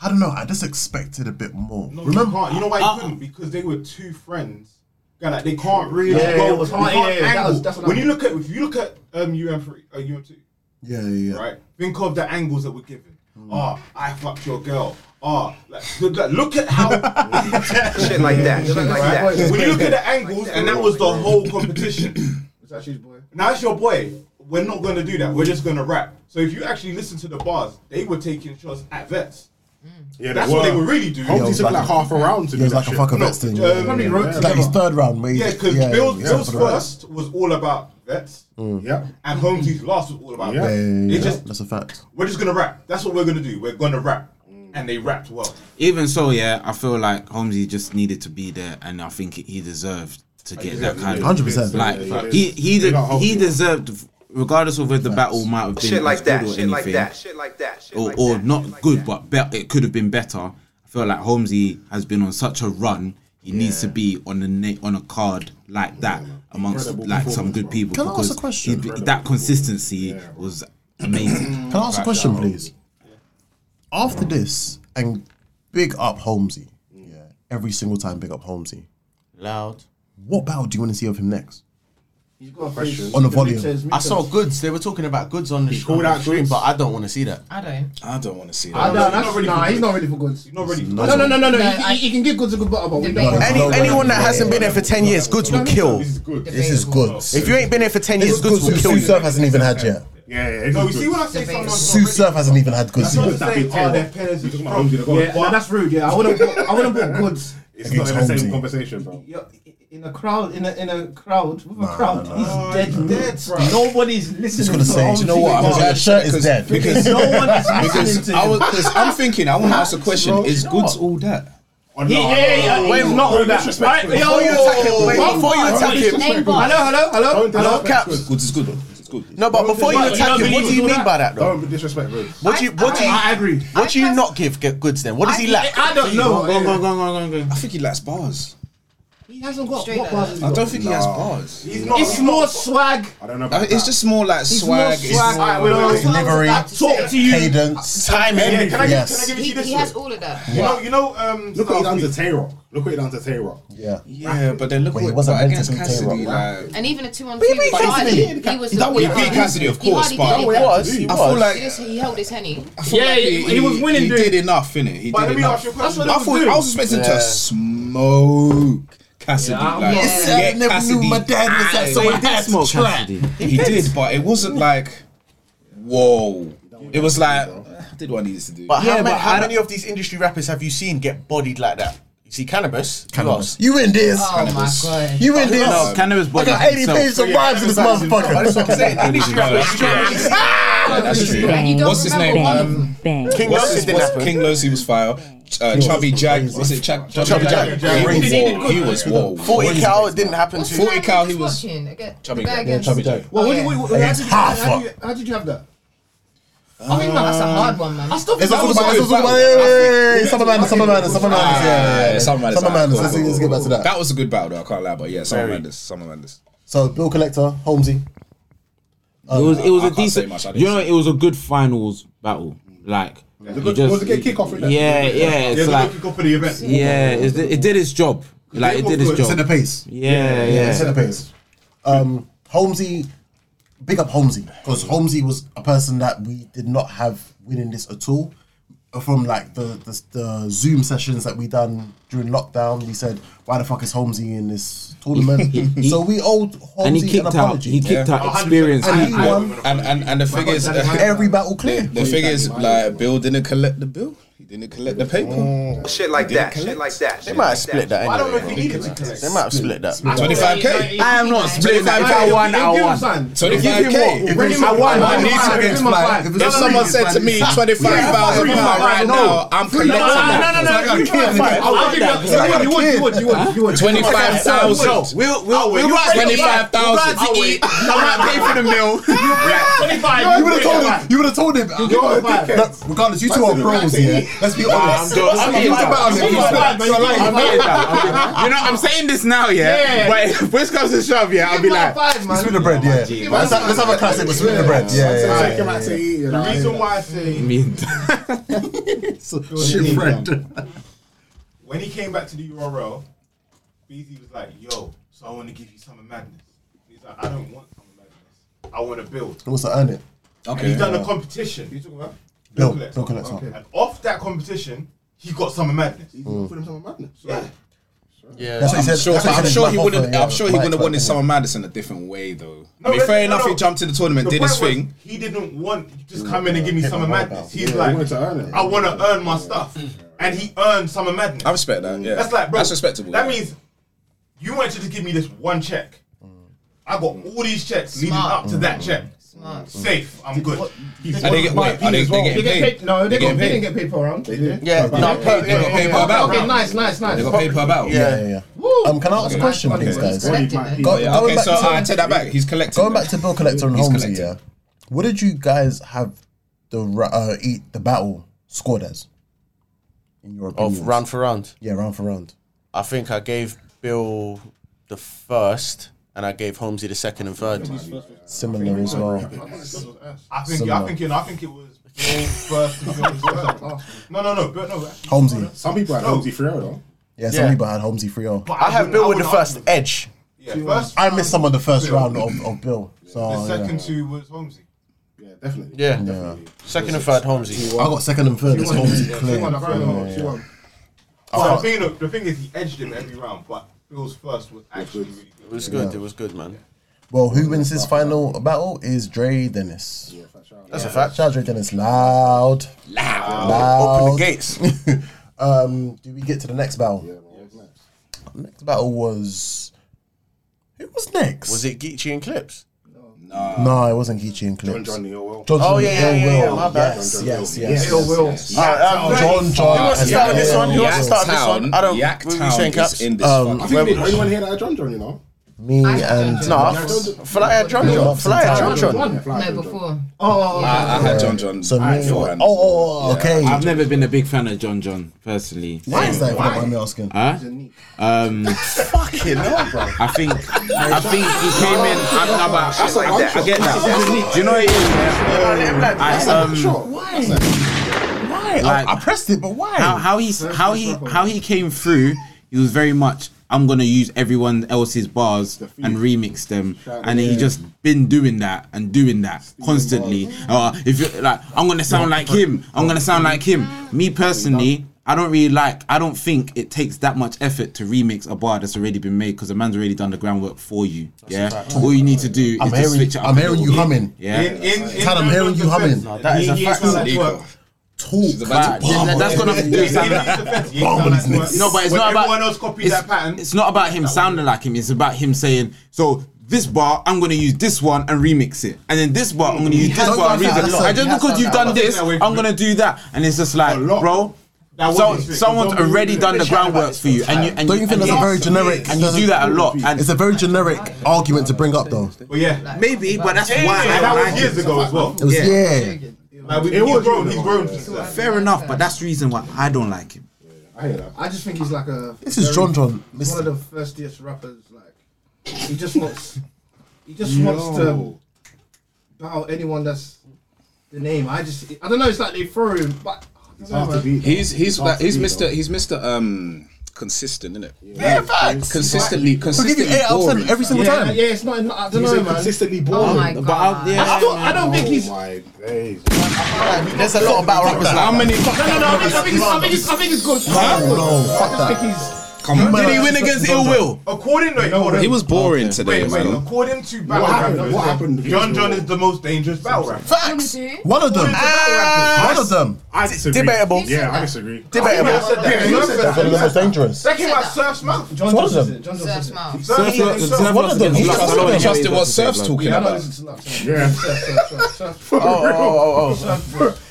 S1: I don't know. I just expected a bit more.
S10: No,
S1: Remember,
S10: you, can't. you know why you couldn't? Because they were two friends. Yeah, like they can't really
S8: Yeah,
S10: go.
S8: it was
S10: they
S8: hard.
S10: can't
S8: Yeah, yeah, that
S10: angle.
S8: was- that's what I
S10: when you
S8: mean.
S10: look at if you look at um UM three uh, UM two,
S1: yeah, yeah, yeah.
S10: right? Think of the angles that were given.
S8: Hmm.
S10: Ah, I fucked your girl. Ah, like, look, like, look at
S8: <laughs>
S10: how <laughs>
S4: Shit like that. Shit like
S8: Right.
S4: that.
S10: when you look at the angles, and that was the whole
S8: <clears throat>
S10: competition.
S8: It's actually his boy.
S10: Now it's your boy. We're not gonna do that. We're just gonna rap. So if you actually listen to the bars, they were taking shots at vets.
S3: Yeah,
S10: That's what they were really doing.
S3: Holmes took like half a round to
S1: It
S3: do
S1: was like
S3: that
S1: a
S3: shit.
S1: fucking vets thing.
S10: uh,
S1: yeah, yeah,
S10: probably
S1: yeah.
S10: wrote
S1: It's like his third round. Where he-
S10: Yeah, because
S1: yeah,
S10: Bill's,
S1: yeah,
S10: Bill's
S1: for the rest.
S10: first was all about vets.
S3: Yeah.
S10: And Holmesy's last was all about
S3: Yeah.
S10: vets. It's just
S1: that's a fact.
S10: we're just gonna rap. That's what we're gonna do. We're gonna rap, and they rapped well.
S7: Even so, yeah, I feel like Holmesy just needed to be there, and I think he deserved to get that kind of
S1: 100%.
S7: like he he
S3: Big up
S7: de- he
S3: Holmesy.
S7: deserved, regardless of whether the battle might have been
S11: Shit like
S7: as
S11: that.
S7: good or
S11: Shit like
S7: anything,
S11: that. Shit like that. Shit
S7: or,
S11: like
S7: or
S11: that,
S7: not
S11: shit like
S7: good,
S11: that.
S7: but be- it could have been better. I feel like Holmesy has been on such a run. He needs to be on the na- on a card like that amongst like some good people.
S1: Can I ask a
S7: because
S1: question?
S7: he'd be- That consistency was <clears throat> amazing.
S1: Can I ask a question, please? After this, and big up Holmesy. Yeah. Every single time, big up Holmesy.
S2: Loud.
S1: What battle do you want to see of him next?
S8: He's got a question.
S1: On the volume.
S2: I saw goods. They were talking about goods on the, sh- on
S3: called
S2: the
S3: out
S2: stream,
S3: goods.
S2: but I don't want to see that.
S6: I don't.
S5: I don't want to see
S8: Ah,
S5: that.
S8: nah, that's, nah, he's not ready for goods. He's
S10: Not really.
S8: No, no, no, no, no.
S6: No,
S8: he,
S6: I-
S8: he can give goods a good butter, but we don't.
S2: Any, anyone that hasn't been there for ten years, goods will kill.
S3: This is good.
S1: This is good.
S2: If you ain't been there for ten years, goods will
S1: Sue
S2: kill
S1: Sue
S2: you.
S1: Surf hasn't even had yet.
S3: Yeah, yeah.
S10: No, you
S3: This
S10: see
S3: is
S10: when
S3: good.
S10: I say
S6: Debatable.
S10: someone's
S1: Sue Surf hasn't even had goods
S10: not
S1: yet.
S3: that
S10: saying
S3: big
S10: oh,
S3: tail.
S10: their parents
S3: You're
S10: is
S3: talking about
S10: strong.
S3: Holmesy, they've got a
S8: Yeah, nah, that's rude. Yeah, I wouldn't. bought- I wouldn't bought goods.
S3: It's not in the
S1: Holmesy.
S3: same conversation, bro.
S8: Yo, in a crowd, in a in a crowd, with a crowd, he's dead, dead. Nobody's
S1: Just
S8: listening.
S1: gonna say, do you know what? <laughs>
S5: Because-
S1: That shirt is dead.
S5: Because
S8: No one <laughs> is listening
S5: because
S8: to
S5: I
S8: him.
S5: was, cause I'm thinking. I want to ask a question. is goods all that?
S3: Oh, no, no, no, no, no, no, disrespectful.
S2: Before you attack him, wait, before you attack him,
S6: Name bar.
S8: Hello, hello.
S3: Don't disrespect Goods.
S5: Goods is good. It's good.
S2: no, but before you
S10: You
S2: attack
S10: don't
S2: him, what do
S10: believe
S2: you
S10: all
S2: mean by that though?
S3: Don't disrespect Goods.
S2: What do you what do you
S8: I agree.
S2: what do you not give get goods then? What does he lack?
S8: I don't know.
S7: Go on, go on, go on, go on, go
S5: I
S7: on.
S5: think he lacks bars.
S8: He hasn't got
S6: Straight
S8: what
S6: up.
S8: bars has he
S5: I
S8: got?
S5: don't think he has bars.
S10: He's not.
S8: It's more swag.
S3: I don't know
S5: I-
S3: about
S5: Uh, It's
S3: that.
S5: just more like swag.
S8: more
S5: it's
S8: swag.
S5: more-
S10: Alright, wait, wait, wait.
S6: That's what I was
S1: Delivery.
S6: about to
S10: Talk
S6: say.
S10: to you.
S1: Cadence.
S10: Yeah, can I give,
S1: Yes.
S10: can I give it to
S6: He,
S10: you this
S6: he
S10: way?
S6: has all of that.
S3: <laughs>
S10: You know, you know, um,
S3: Look what he done
S10: last
S3: to
S10: week-
S3: Tay-Rock. Look what he done to Tay-Rock.
S1: Yeah.
S5: Yeah, but then look
S1: Wait, he
S5: what
S1: wasn't
S5: but
S1: meant to
S5: against
S1: be Tay-Rock,
S5: Cassidy.
S1: right?
S5: Like,
S6: And even a two on two, with
S5: Cassidy.
S6: Hardy, he was.
S5: That way he beat Cassidy, of course,
S6: he
S5: but
S6: hardly did
S2: He
S6: anything.
S2: was, he
S5: I feel
S2: was.
S5: like-
S6: He just- he held his henny.
S5: I feel
S8: Yeah,
S5: like
S8: he- he was winning,
S5: He
S8: dude.
S5: did enough, innit? He
S10: But
S5: did
S10: let me
S5: enough.
S10: ask you a
S8: That's what
S10: question.
S5: I
S8: I was
S5: thought I
S8: doing.
S5: was expecting to smoke Cassidy. like,
S6: Yeah.
S5: get Cassidy.
S1: that, so I had
S7: Smoke Cassidy.
S5: He did, but it wasn't like, whoa. It was like, I did what I needed to do.
S2: But
S7: Yeah,
S2: how, many,
S7: but I
S2: how
S7: don't-
S2: many of these industry rappers have you seen get bodied like that? You see, cannabis. Cannabis.
S1: You in this?
S5: Cannabis.
S1: You in this?
S7: No,
S1: I
S7: cannabis body.
S1: got 80
S7: himself.
S1: pages of rhymes in this
S2: That's what
S1: motherfucker.
S2: I'm saying. <laughs> Industry rappers. you don't really see-
S5: Yeah, that's true.
S6: And you don't
S5: What's his
S6: remember
S5: name?
S6: one of
S5: Um,
S2: King
S5: What's
S2: Nelson
S5: his,
S2: did
S5: what's
S2: that.
S5: King Losey was fire. Uh, Chubby Jag. Was it Chag- Chubby,
S2: Chubby
S5: Jag?
S2: Jag. Yeah,
S5: He, was
S2: he did
S5: whoa. he was whoa.
S2: Forty cow. It didn't happen to.
S5: 40 cow, he was-
S6: Watching. Again,
S5: Chubby
S6: the guy
S5: guy.
S6: against-
S5: Chubby Jag.
S8: Well, what,
S6: Yeah.
S8: what, what, how, did you,
S1: half
S8: how,
S1: up.
S8: did you, how did you have that?
S6: I mean, that's a hard one, man.
S8: I still
S1: It's
S8: think
S1: a
S8: that was
S1: Superman, it's a Superman, yeah, yeah, Summerman, Summerman,
S5: Ah,
S1: Summerman, yeah, yeah.
S5: Summer
S1: Summerman,
S5: Madness. Cool,
S1: let's
S5: cool,
S1: let's get back to that.
S5: That was a good battle, though. I can't lie, but yeah, Summer Madness. Summer Madness.
S1: So, Bill Collector, Holmesy.
S7: It was it was
S5: I
S7: a
S5: can't say
S7: decent.
S5: much, I didn't
S7: you know, it was a good finals battle. Like
S3: was a
S7: you
S3: good- it was a good kickoff, wasn't it?
S7: Yeah, yeah.
S10: Yeah,
S7: It's
S10: the
S7: like
S10: like, for the event.
S7: yeah, it, it did its job. Like it did its
S1: Set the
S7: job.
S1: pace.
S7: Yeah,
S1: Set the
S7: yeah.
S1: pace. Um, Holmesy, big up Holmesy because Holmesy was a person that we did not have winning this at all. From like the, the the Zoom sessions that we done during lockdown, we said, "Why the fuck is Holmesy in this
S7: <laughs>
S1: tournament?" so we owed Holmesy
S7: And he kicked
S1: an
S7: out.
S1: apology.
S7: He kicked out
S10: 100%.
S7: experience.
S1: And he
S7: people.
S1: won
S5: And and, and the thing is, uh,
S1: every battle clear.
S5: the thing is, like, Bill didn't collect the bill. He didn't collect the
S7: Mm.
S5: paper.
S11: Shit like that. Shit like that.
S2: They
S11: shit like
S2: might have split
S10: I
S2: that.
S10: don't know
S2: Anyway.
S10: if he needed to collect.
S2: They might have split that.
S5: Twenty-five k.
S7: I am not splitting that. If Um, I
S8: Hey,
S7: won, I
S8: give him
S7: won.
S8: something.
S5: Twenty-five
S1: If
S5: k.
S1: it's-
S8: him my wine,
S5: I need to
S8: wine, give him my wine.
S5: explain. If someone said to me twenty-five thousand pound right now, I'm collecting that.
S8: I'll give you that. You would, you would, you would, you would.
S5: Twenty-five thousand.
S7: We'll we'll we'll
S5: Twenty-five thousand.
S1: You would have told him. You would have told him. Look, regardless, you two are pros here. Let's be honest.
S7: I'm
S1: Think about it.
S7: You know, I'm saying this now, yeah. But <laughs> if push comes to shove, yeah, I'll be like,
S1: Split the bread, yeah. Let's have, let's have a classic with split the bread. Yeah, yeah, yeah.
S3: Take him out to eat. you know.
S10: The reason why I say
S1: Shit, bread.
S10: when he came back to the URL, BZ was like, "Yo, so I want to give you summer madness." He's like, "I don't want summer madness. I want to build."
S1: What's to earn it?
S10: And he's done a competition. Who you talking about?
S1: Bill,
S10: Collector.
S1: Bill Collector.
S10: And off that competition, he got summer madness.
S3: Put him some madness.
S10: Yeah.
S1: That's what he
S5: I'm
S1: said.
S5: sure,
S1: that's what
S5: I'm
S1: said
S5: sure
S1: in
S5: he
S1: his
S5: would have.
S1: mouth,
S5: I'm sure he
S1: yeah,
S5: would have
S1: Mike's
S5: won in
S1: mouth,
S5: Summer Madness in a different way, though.
S10: No,
S5: I mean,
S10: no,
S5: fair
S10: no,
S5: enough,
S10: no.
S5: he jumped in the tournament,
S10: The
S5: did his
S10: point was,
S5: thing.
S10: He didn't want you just come in and give me summer madness. He's
S3: he
S10: like,
S3: wanted to earn it.
S10: I want to earn my stuff, and he earned summer madness.
S5: I respect that. Yeah,
S10: That's like, bro.
S5: That's respectable.
S10: That
S5: yeah.
S10: means you wanted to give me this one check. I got all these checks leading
S6: Smart.
S10: up to that check.
S6: Smart.
S10: Safe. I'm good.
S5: And they get paid. Are they, they
S8: They
S5: getting
S8: get
S5: paid?
S8: paid. No, they,
S5: They getting
S8: got, they didn't
S5: paid.
S8: get paid per round. They did.
S2: Yeah,
S8: But
S2: no,
S8: they-
S2: paid-
S8: okay,
S2: they got
S5: paid per
S8: okay,
S5: round.
S8: Okay, nice, nice, nice.
S5: They got paid per battle.
S1: Yeah, yeah, yeah.
S8: Woo.
S1: Um, can I ask a question,
S8: Okay.
S1: please, guys?
S6: Collecting it.
S1: Go-
S5: Yeah,
S1: going
S5: okay,
S1: back
S5: so
S1: to-
S5: I take that back. He's collecting.
S1: Going back to Bill Collector and
S5: He's
S1: Holmesy,
S5: collecting.
S1: yeah. What did you guys have the ra- uh, eat the battle scored as? In your opinion,
S2: Of Oh, round for round.
S1: yeah, round for round.
S2: I think I gave Bill the first, and I gave Holmesy the second and third.
S1: Similar as well.
S10: I think. Yeah, I think. You know, I think it was Bill first. and Bill was second. No, no, no. But no. actually,
S1: Holmesy.
S10: Some
S3: Some people had
S10: No.
S3: Holmesy Ferrero though.
S1: Yeah, some
S2: Yeah.
S1: people had Holmesy 3 0.
S10: but
S2: I have
S10: wouldn't-
S2: Bill with the
S10: wouldn't argue
S2: first edge.
S10: Yeah, first.
S1: I missed some of the first
S10: Bill.
S1: round of, of Bill. So
S10: The
S1: yeah.
S10: second two was Holmesy.
S3: Yeah, definitely.
S2: Yeah. Second and third, Holmesy.
S1: I got second and third. It's Holmesy clear.
S10: But the thing, look, the thing is, he edged him every round, but Bill's first was actually really
S2: It
S10: good.
S2: was good. It was good, man.
S1: Well, who wins his final battle is Dre Dennis.
S2: That's a fact.
S1: Shout out Dre Dennis loud. Loud.
S2: Open the <laughs> gates.
S1: Um, do we get to the next battle? Next battle was. Who was next?
S2: Was it Geechee and Clips?
S1: No, it wasn't Geechee and Clips.
S3: John Johnny Orwell.
S1: John
S2: Oh,
S1: John
S2: yeah, yeah,
S1: Ill
S2: yeah,
S1: Will.
S2: yeah, my bad.
S1: Yes,
S3: John
S1: yes,
S3: Ill
S1: yes.
S3: Will.
S1: yes.
S10: Will.
S2: Ah, um,
S1: John John.
S2: You want to
S1: and
S2: start this
S1: Ill
S2: one? You want to
S1: Will.
S2: start this one? I don't. What
S5: Yak
S2: were you
S5: Town
S2: saying,
S5: is
S2: Caps?
S5: in this
S1: Um,
S5: fucking
S3: I think
S5: bitch.
S3: anyone here that had John John, you know?
S1: Me
S6: I-
S1: and.
S2: No, fly at John John. Fly at John John.
S6: No, before.
S8: Oh,
S5: I I had John John.
S1: So me. Oh,
S5: beforehand.
S1: oh, oh, okay.
S7: I've never been a big fan of John John personally.
S1: Why is that? if you don't mind me asking.
S7: Huh? Um, I <laughs> think I think he came in. I'm, no, but I, I, I get that. Do you know what it is? man? I, um,
S1: Why? Why? I, I pressed it, but why?
S7: how, how he how he how he came through. He was very much. I'm gonna use everyone else's bars and remix them, and he just been doing that and doing that constantly. Uh, if you like, I'm gonna sound like him. I'm gonna sound like him. Me personally, I don't really like. I don't think it takes that much effort to remix a bar that's already been made because the man's already done the groundwork for you. Yeah, all you need to do
S1: I'm
S7: is just
S1: hearing,
S7: switch it up.
S1: I'm
S7: a
S1: hearing
S7: little
S1: you
S7: bit.
S1: humming.
S7: Yeah,
S10: In, in, in
S1: Tell him,
S10: John
S1: hearing
S10: John's
S1: you humming.
S10: defense,
S1: No,
S2: that is
S10: he-
S2: a
S10: he ain't
S2: fact.
S10: sound like
S5: Nico.
S10: twerk.
S5: She's
S1: Talk.
S5: about to
S7: But-
S5: bomb.
S7: that's gonna
S10: He
S7: do
S10: ain't sound like
S7: something.
S10: twerk. He ain't
S1: Bomb on
S10: sound like
S1: his
S10: twerk.
S1: niggas.
S7: No, but it's
S10: When
S7: not about
S10: everyone else copied
S7: it's-
S10: that pattern.
S7: It's not about him sounding like him. It's about him saying, "So this bar, I'm going to use this one and remix it, and then this bar, I'm going to use this
S1: has
S7: bar and
S1: done
S7: remix
S1: that
S7: it.
S1: a lot.
S7: And just
S1: He has
S7: because
S1: done
S7: you've
S1: that a
S7: done
S1: lot.
S7: this, I'm going to do that." And it's just like,
S10: lot.
S7: bro,
S10: That was
S7: so,
S10: his thing.
S7: someone's
S10: Don't
S7: already
S10: do
S7: done
S10: that.
S7: the groundwork for you, and you and
S1: Don't you think
S7: and
S1: that's a very generic?
S7: and you do that a lot, and
S1: It's a very generic argument to bring up, though.
S10: But yeah,
S7: maybe, but that's why I
S10: and
S7: don't
S10: that
S7: like
S10: was
S7: it.
S10: years ago as well.
S1: It was yeah.
S10: Like we, he's grown. He's grown. since then.
S7: Fair enough, but that's the reason why I don't like him.
S3: I hear that.
S8: I just think he's like a.
S1: This is John John.
S8: He's one of
S1: Mr.
S8: the thirstiest rappers. Like he just wants, he just wants to bow anyone that's the name. I just, I don't know. It's like they throw him, but I don't know, man.
S5: He's he's like he's Mr. He's Mr. Um consistent, isn't it? Yeah, facts. Consistently,
S1: He'll give you
S5: consistently
S1: eight out of ten
S5: boring.
S1: every single
S8: yeah,
S1: time.
S8: yeah. It's not. I
S3: He's
S8: don't know,
S3: a
S8: man.
S3: consistently
S6: Oh
S3: boring.
S6: my
S7: But I,
S6: god.
S7: yeah,
S8: I don't, I don't think he's.
S3: Oh
S8: No,
S3: my days.
S1: There's a lot of battle rappers.
S5: How many?
S8: no, no. I think, I think, it's, I think, it's, I think it's good.
S1: No, fuck
S8: I just
S1: that.
S8: think he's.
S5: Come on.
S1: Did he win
S7: against Ill Will.
S10: According to
S5: He was boring today.
S10: Wait, wait.
S5: man.
S10: According to battle
S3: happened-
S10: rappers,
S3: what happened to
S10: John
S3: Ill
S10: John
S3: Will?
S10: is the most dangerous battle rapper.
S1: Facts.
S6: Who?
S1: One of them. One of them.
S3: I disagree.
S2: Debatable.
S3: Yeah, I disagree.
S10: Everyone said that. Everyone said
S1: That's
S10: that.
S1: one of the most dangerous.
S10: That came out Surf's mouth.
S8: John
S1: One of
S8: Johnson.
S1: them.
S8: John Johnson.
S6: Surf's mouth.
S10: Surf
S7: Surf-
S10: is himself.
S7: Surf-
S1: One of them.
S7: Surf-
S1: He's
S7: Surf-
S1: just
S5: I
S1: one of
S5: don't
S1: them.
S5: trust what Surf's talking
S8: Yeah, I don't
S5: about.
S8: listen to Lux.
S3: Yeah.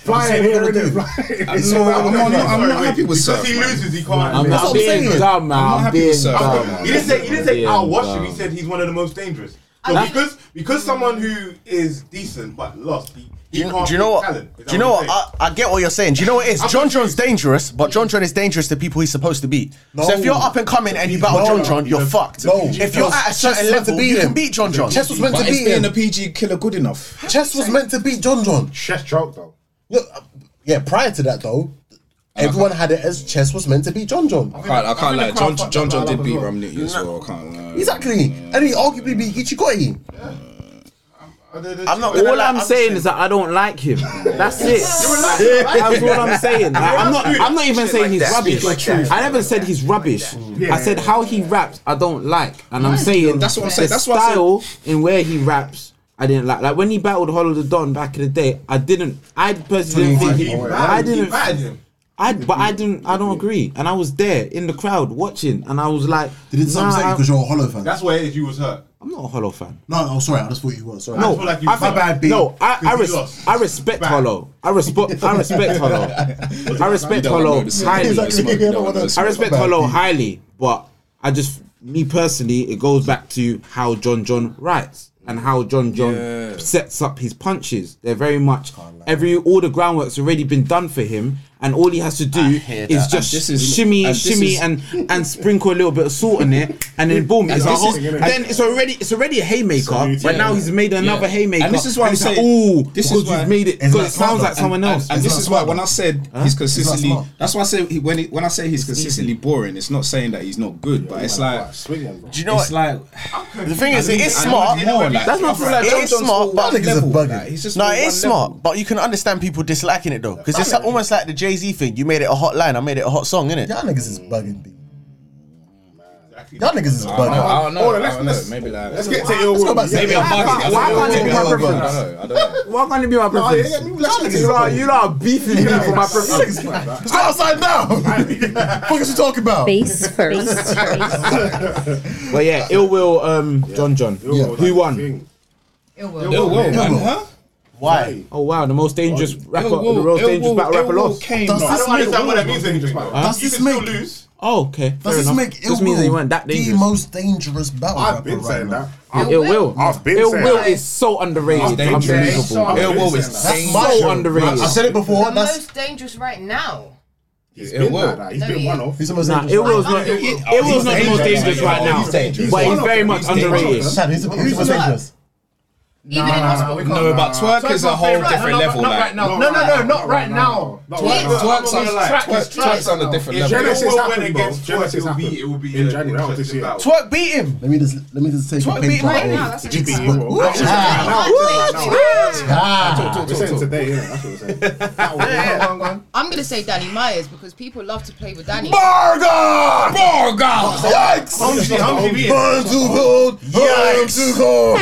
S3: Fly in here
S5: No, I'm
S3: and
S5: not- I'm not- I'm not
S10: Wait,
S5: happy with
S10: because
S5: Surf.
S10: he
S5: man.
S10: loses, he can't.
S7: I'm
S1: That's what
S7: not
S1: I'm
S7: being
S1: saying.
S7: dumb, man.
S5: I'm
S7: I'm
S5: happy with
S7: being
S5: Surf,
S7: dumb.
S5: man.
S10: He didn't say he didn't say "Oh,
S7: Yeah,
S10: I'll watch him. He
S7: wow.
S10: said he's one of the most dangerous. So
S7: That-
S10: because because someone who is decent but lost, he, he
S2: Do you,
S10: can't
S2: do you know
S10: be
S2: what?
S10: talent. Is that
S2: Do you know
S10: what
S2: what? I, I get what you're saying. Do you know what it is? John John's dangerous, but John John is dangerous to people he's supposed to beat. So if you're up and coming and you battle John John, you're fucked.
S1: No.
S2: If you're at a certain level, you can beat John John.
S1: Chess was meant to
S5: But is
S1: beat
S5: being a
S1: him.
S5: PG killer good enough?
S1: Chess was meant to beat John John.
S3: Chess choke though.
S1: Look, uh, yeah. Prior to that, though, everyone had it as Chess was meant to beat John John.
S5: I can't, I can't lie. John John, John did beat
S8: No.
S5: Romney as well. I can't lie.
S1: Exactly, and he arguably beat Ichigoi.
S2: I'm not gonna
S7: All
S2: lie,
S7: I'm saying is that I don't like him. That's it. That's what I'm saying. Like, I'm not. I'm not even saying he's
S11: that.
S7: rubbish.
S11: Speak like that.
S7: I never said he's rubbish. I said how he raps, I don't like, and I'm saying
S5: That's what I'm saying.
S7: The
S5: That's what I'm
S7: style in where he raps. I didn't like like when he battled Hollow the Don back in the day. I didn't. I personally didn't
S10: He
S7: think.
S10: battered-
S7: I
S10: He
S7: didn't.
S10: battered him.
S7: I but I didn't. I don't agree. And I was there in the crowd watching, and I was like,
S1: Did it
S7: nah,
S1: upset you because you're a hollow fan?
S10: That's why it is you was hurt.
S7: I'm not a Hollow fan.
S1: No, oh, sorry, I just thought you were. Sorry,
S7: No,
S1: I feel like you my
S7: think-
S1: bad, B.
S7: no, I, I,
S1: Because you
S7: res-
S1: lost.
S7: I respect Hollow. I respect, I respect Hollow.
S1: <laughs>
S7: I
S5: You
S7: respect
S5: don't wanna
S7: Hollow
S5: know the smoke,
S7: highly.
S5: you don't
S1: Exactly,
S5: wanna know the
S1: yeah,
S5: smoke,
S1: I
S5: you don't wanna know the
S7: I
S5: smoke.
S7: respect Hollow highly, but I just, me personally, it goes back to how John John writes and how John John
S5: Yeah.
S7: sets up his punches. They're very much every all the groundwork's already been done for him, and all he has to do
S2: hear
S7: is
S2: that.
S7: just
S5: And this is-
S7: shimmy,
S5: and this
S7: shimmy,
S5: is-
S7: and and sprinkle a little bit of salt on it, and then boom, it's a
S5: this
S7: whole,
S5: is-
S7: and then it's already it's already a haymaker, but now he's made another
S5: Yeah.
S7: haymaker.
S5: And this is why I'm
S7: it's like,
S5: saying-
S7: ooh,
S5: this is
S7: because
S5: why-
S7: you've made it
S1: It's
S7: because
S1: not
S7: it sounds
S1: smart,
S7: like
S1: and-
S7: someone
S1: and-
S7: else.
S5: And this is why when I said he's consistently,
S1: smart.
S5: that's why I say he, when he, when I say he's consistently boring, it's not saying that he's not good, but it's like,
S2: Do you know what?
S5: it's like
S2: the thing is, it is
S5: I
S2: smart.
S5: need more, like-
S2: That's not
S5: I feel like
S2: It
S5: John
S2: is
S5: John's
S2: smart,
S5: all
S2: but
S5: one
S1: I think it's a
S5: level,
S1: bugger.
S5: like, he's just
S2: No,
S5: all
S2: it
S5: one
S2: is
S5: level.
S2: smart, but you can understand people disliking it though, because it's almost like the Jay Z thing. You made it a hot line, I made it a hot song, innit?
S1: Y'all niggas is bugging, B. Y'all niggas is bugging.
S5: I don't know.
S10: Hold on,
S5: I
S10: let's-
S5: don't know.
S10: let's-
S5: Maybe like
S10: Let's get to your
S1: go
S10: world.
S1: back to
S10: Maybe
S1: your-
S10: I'm bugging.
S7: Why- why
S10: Let's
S7: can't
S10: get
S7: it
S10: to
S7: be
S10: your
S7: my
S10: world.
S5: I
S7: preference?
S5: don't know. I don't know.
S7: Why can't it be my preference?
S10: yeah, yeah, we- let's
S7: you, lot, you lot are beefing me for my
S1: Let's
S7: preference.
S1: go outside now. <laughs> What is you talking about?
S12: Face first.
S7: But yeah, ill will um John John. Who won?
S6: Ill
S5: Ill
S6: will.
S5: Will, man, huh?
S1: Why?
S7: Oh wow, the most dangerous rapper,
S5: Ill Will-
S7: the most
S5: Ill
S7: dangerous
S5: Will-
S7: battle
S5: Ill
S7: rapper
S5: Will
S7: lost.
S5: came-
S1: Does this
S5: No,
S10: I don't
S1: make
S10: understand what that means anything. though.
S1: Does
S10: You
S1: this
S10: can still
S1: make-
S10: lose.
S7: Oh okay, fair
S1: Does this
S7: enough.
S1: make
S7: Just
S1: Ill
S7: means they
S1: Will
S7: weren't that
S1: the
S7: dangerous.
S1: most dangerous battle
S10: I've
S1: rapper
S10: been
S1: right
S10: saying
S1: now?
S10: that.
S7: Ill Will,
S10: I've been
S7: Ill
S10: saying
S7: Will
S10: that.
S7: is so underrated,
S5: Ill Will is
S7: unbelievable.
S5: so- Ill Will is
S1: That's
S5: Ill
S1: my
S7: Will
S1: show.
S7: underrated.
S1: I've said it before.
S6: The
S1: That's
S6: most dangerous right now.
S10: He's
S5: It
S10: been
S5: will.
S10: like that. He's
S6: No,
S10: been
S6: yeah.
S10: one of.
S1: he's the most
S7: Nah,
S1: dangerous.
S7: Ill Will's
S6: I
S7: not.
S6: love Ill
S7: Ill
S6: Will.
S7: Ill Will's not the most
S5: dangerous.
S7: dangerous right now,
S5: He's dangerous.
S7: but he's
S5: One of
S7: very
S5: them.
S7: much
S5: He's dangerous.
S7: underrated.
S1: Sam, he's the he's the most
S6: not.
S1: dangerous.
S6: Even in hospital.
S5: No, but twerk is a whole
S8: Right,
S5: different
S8: no,
S5: level.
S8: Not
S5: Like
S8: right now. No, no, no, not right now.
S10: Not
S8: Twerk-
S10: right now.
S5: twerk's on
S8: Twerk's
S5: like
S8: track is
S5: twerk- twerk's on a
S8: track.
S5: different
S10: If
S5: level.
S10: Genesis
S8: Ill Will
S10: happened,
S8: went
S10: bro.
S8: against
S10: Genesis
S8: Twerk, it will
S10: happened
S8: be- it
S10: in January. That was this year.
S2: Twerk beat him.
S1: Let me just let me just take
S2: Twerk
S1: a big
S2: beat
S1: bite
S2: him.
S1: off
S6: Now, that's
S1: Jimmy's
S6: what
S1: butt.
S10: Well, that's just right now. That's just right
S1: Ah,
S10: now. We're saying today, innit? That's what we're saying.
S6: I'm gonna say Danny Myers because people love to play with Danny.
S1: Burger!
S5: Borga!
S1: Yikes!
S10: Homesy, homesy,
S1: I'm too cold. I'm too cold.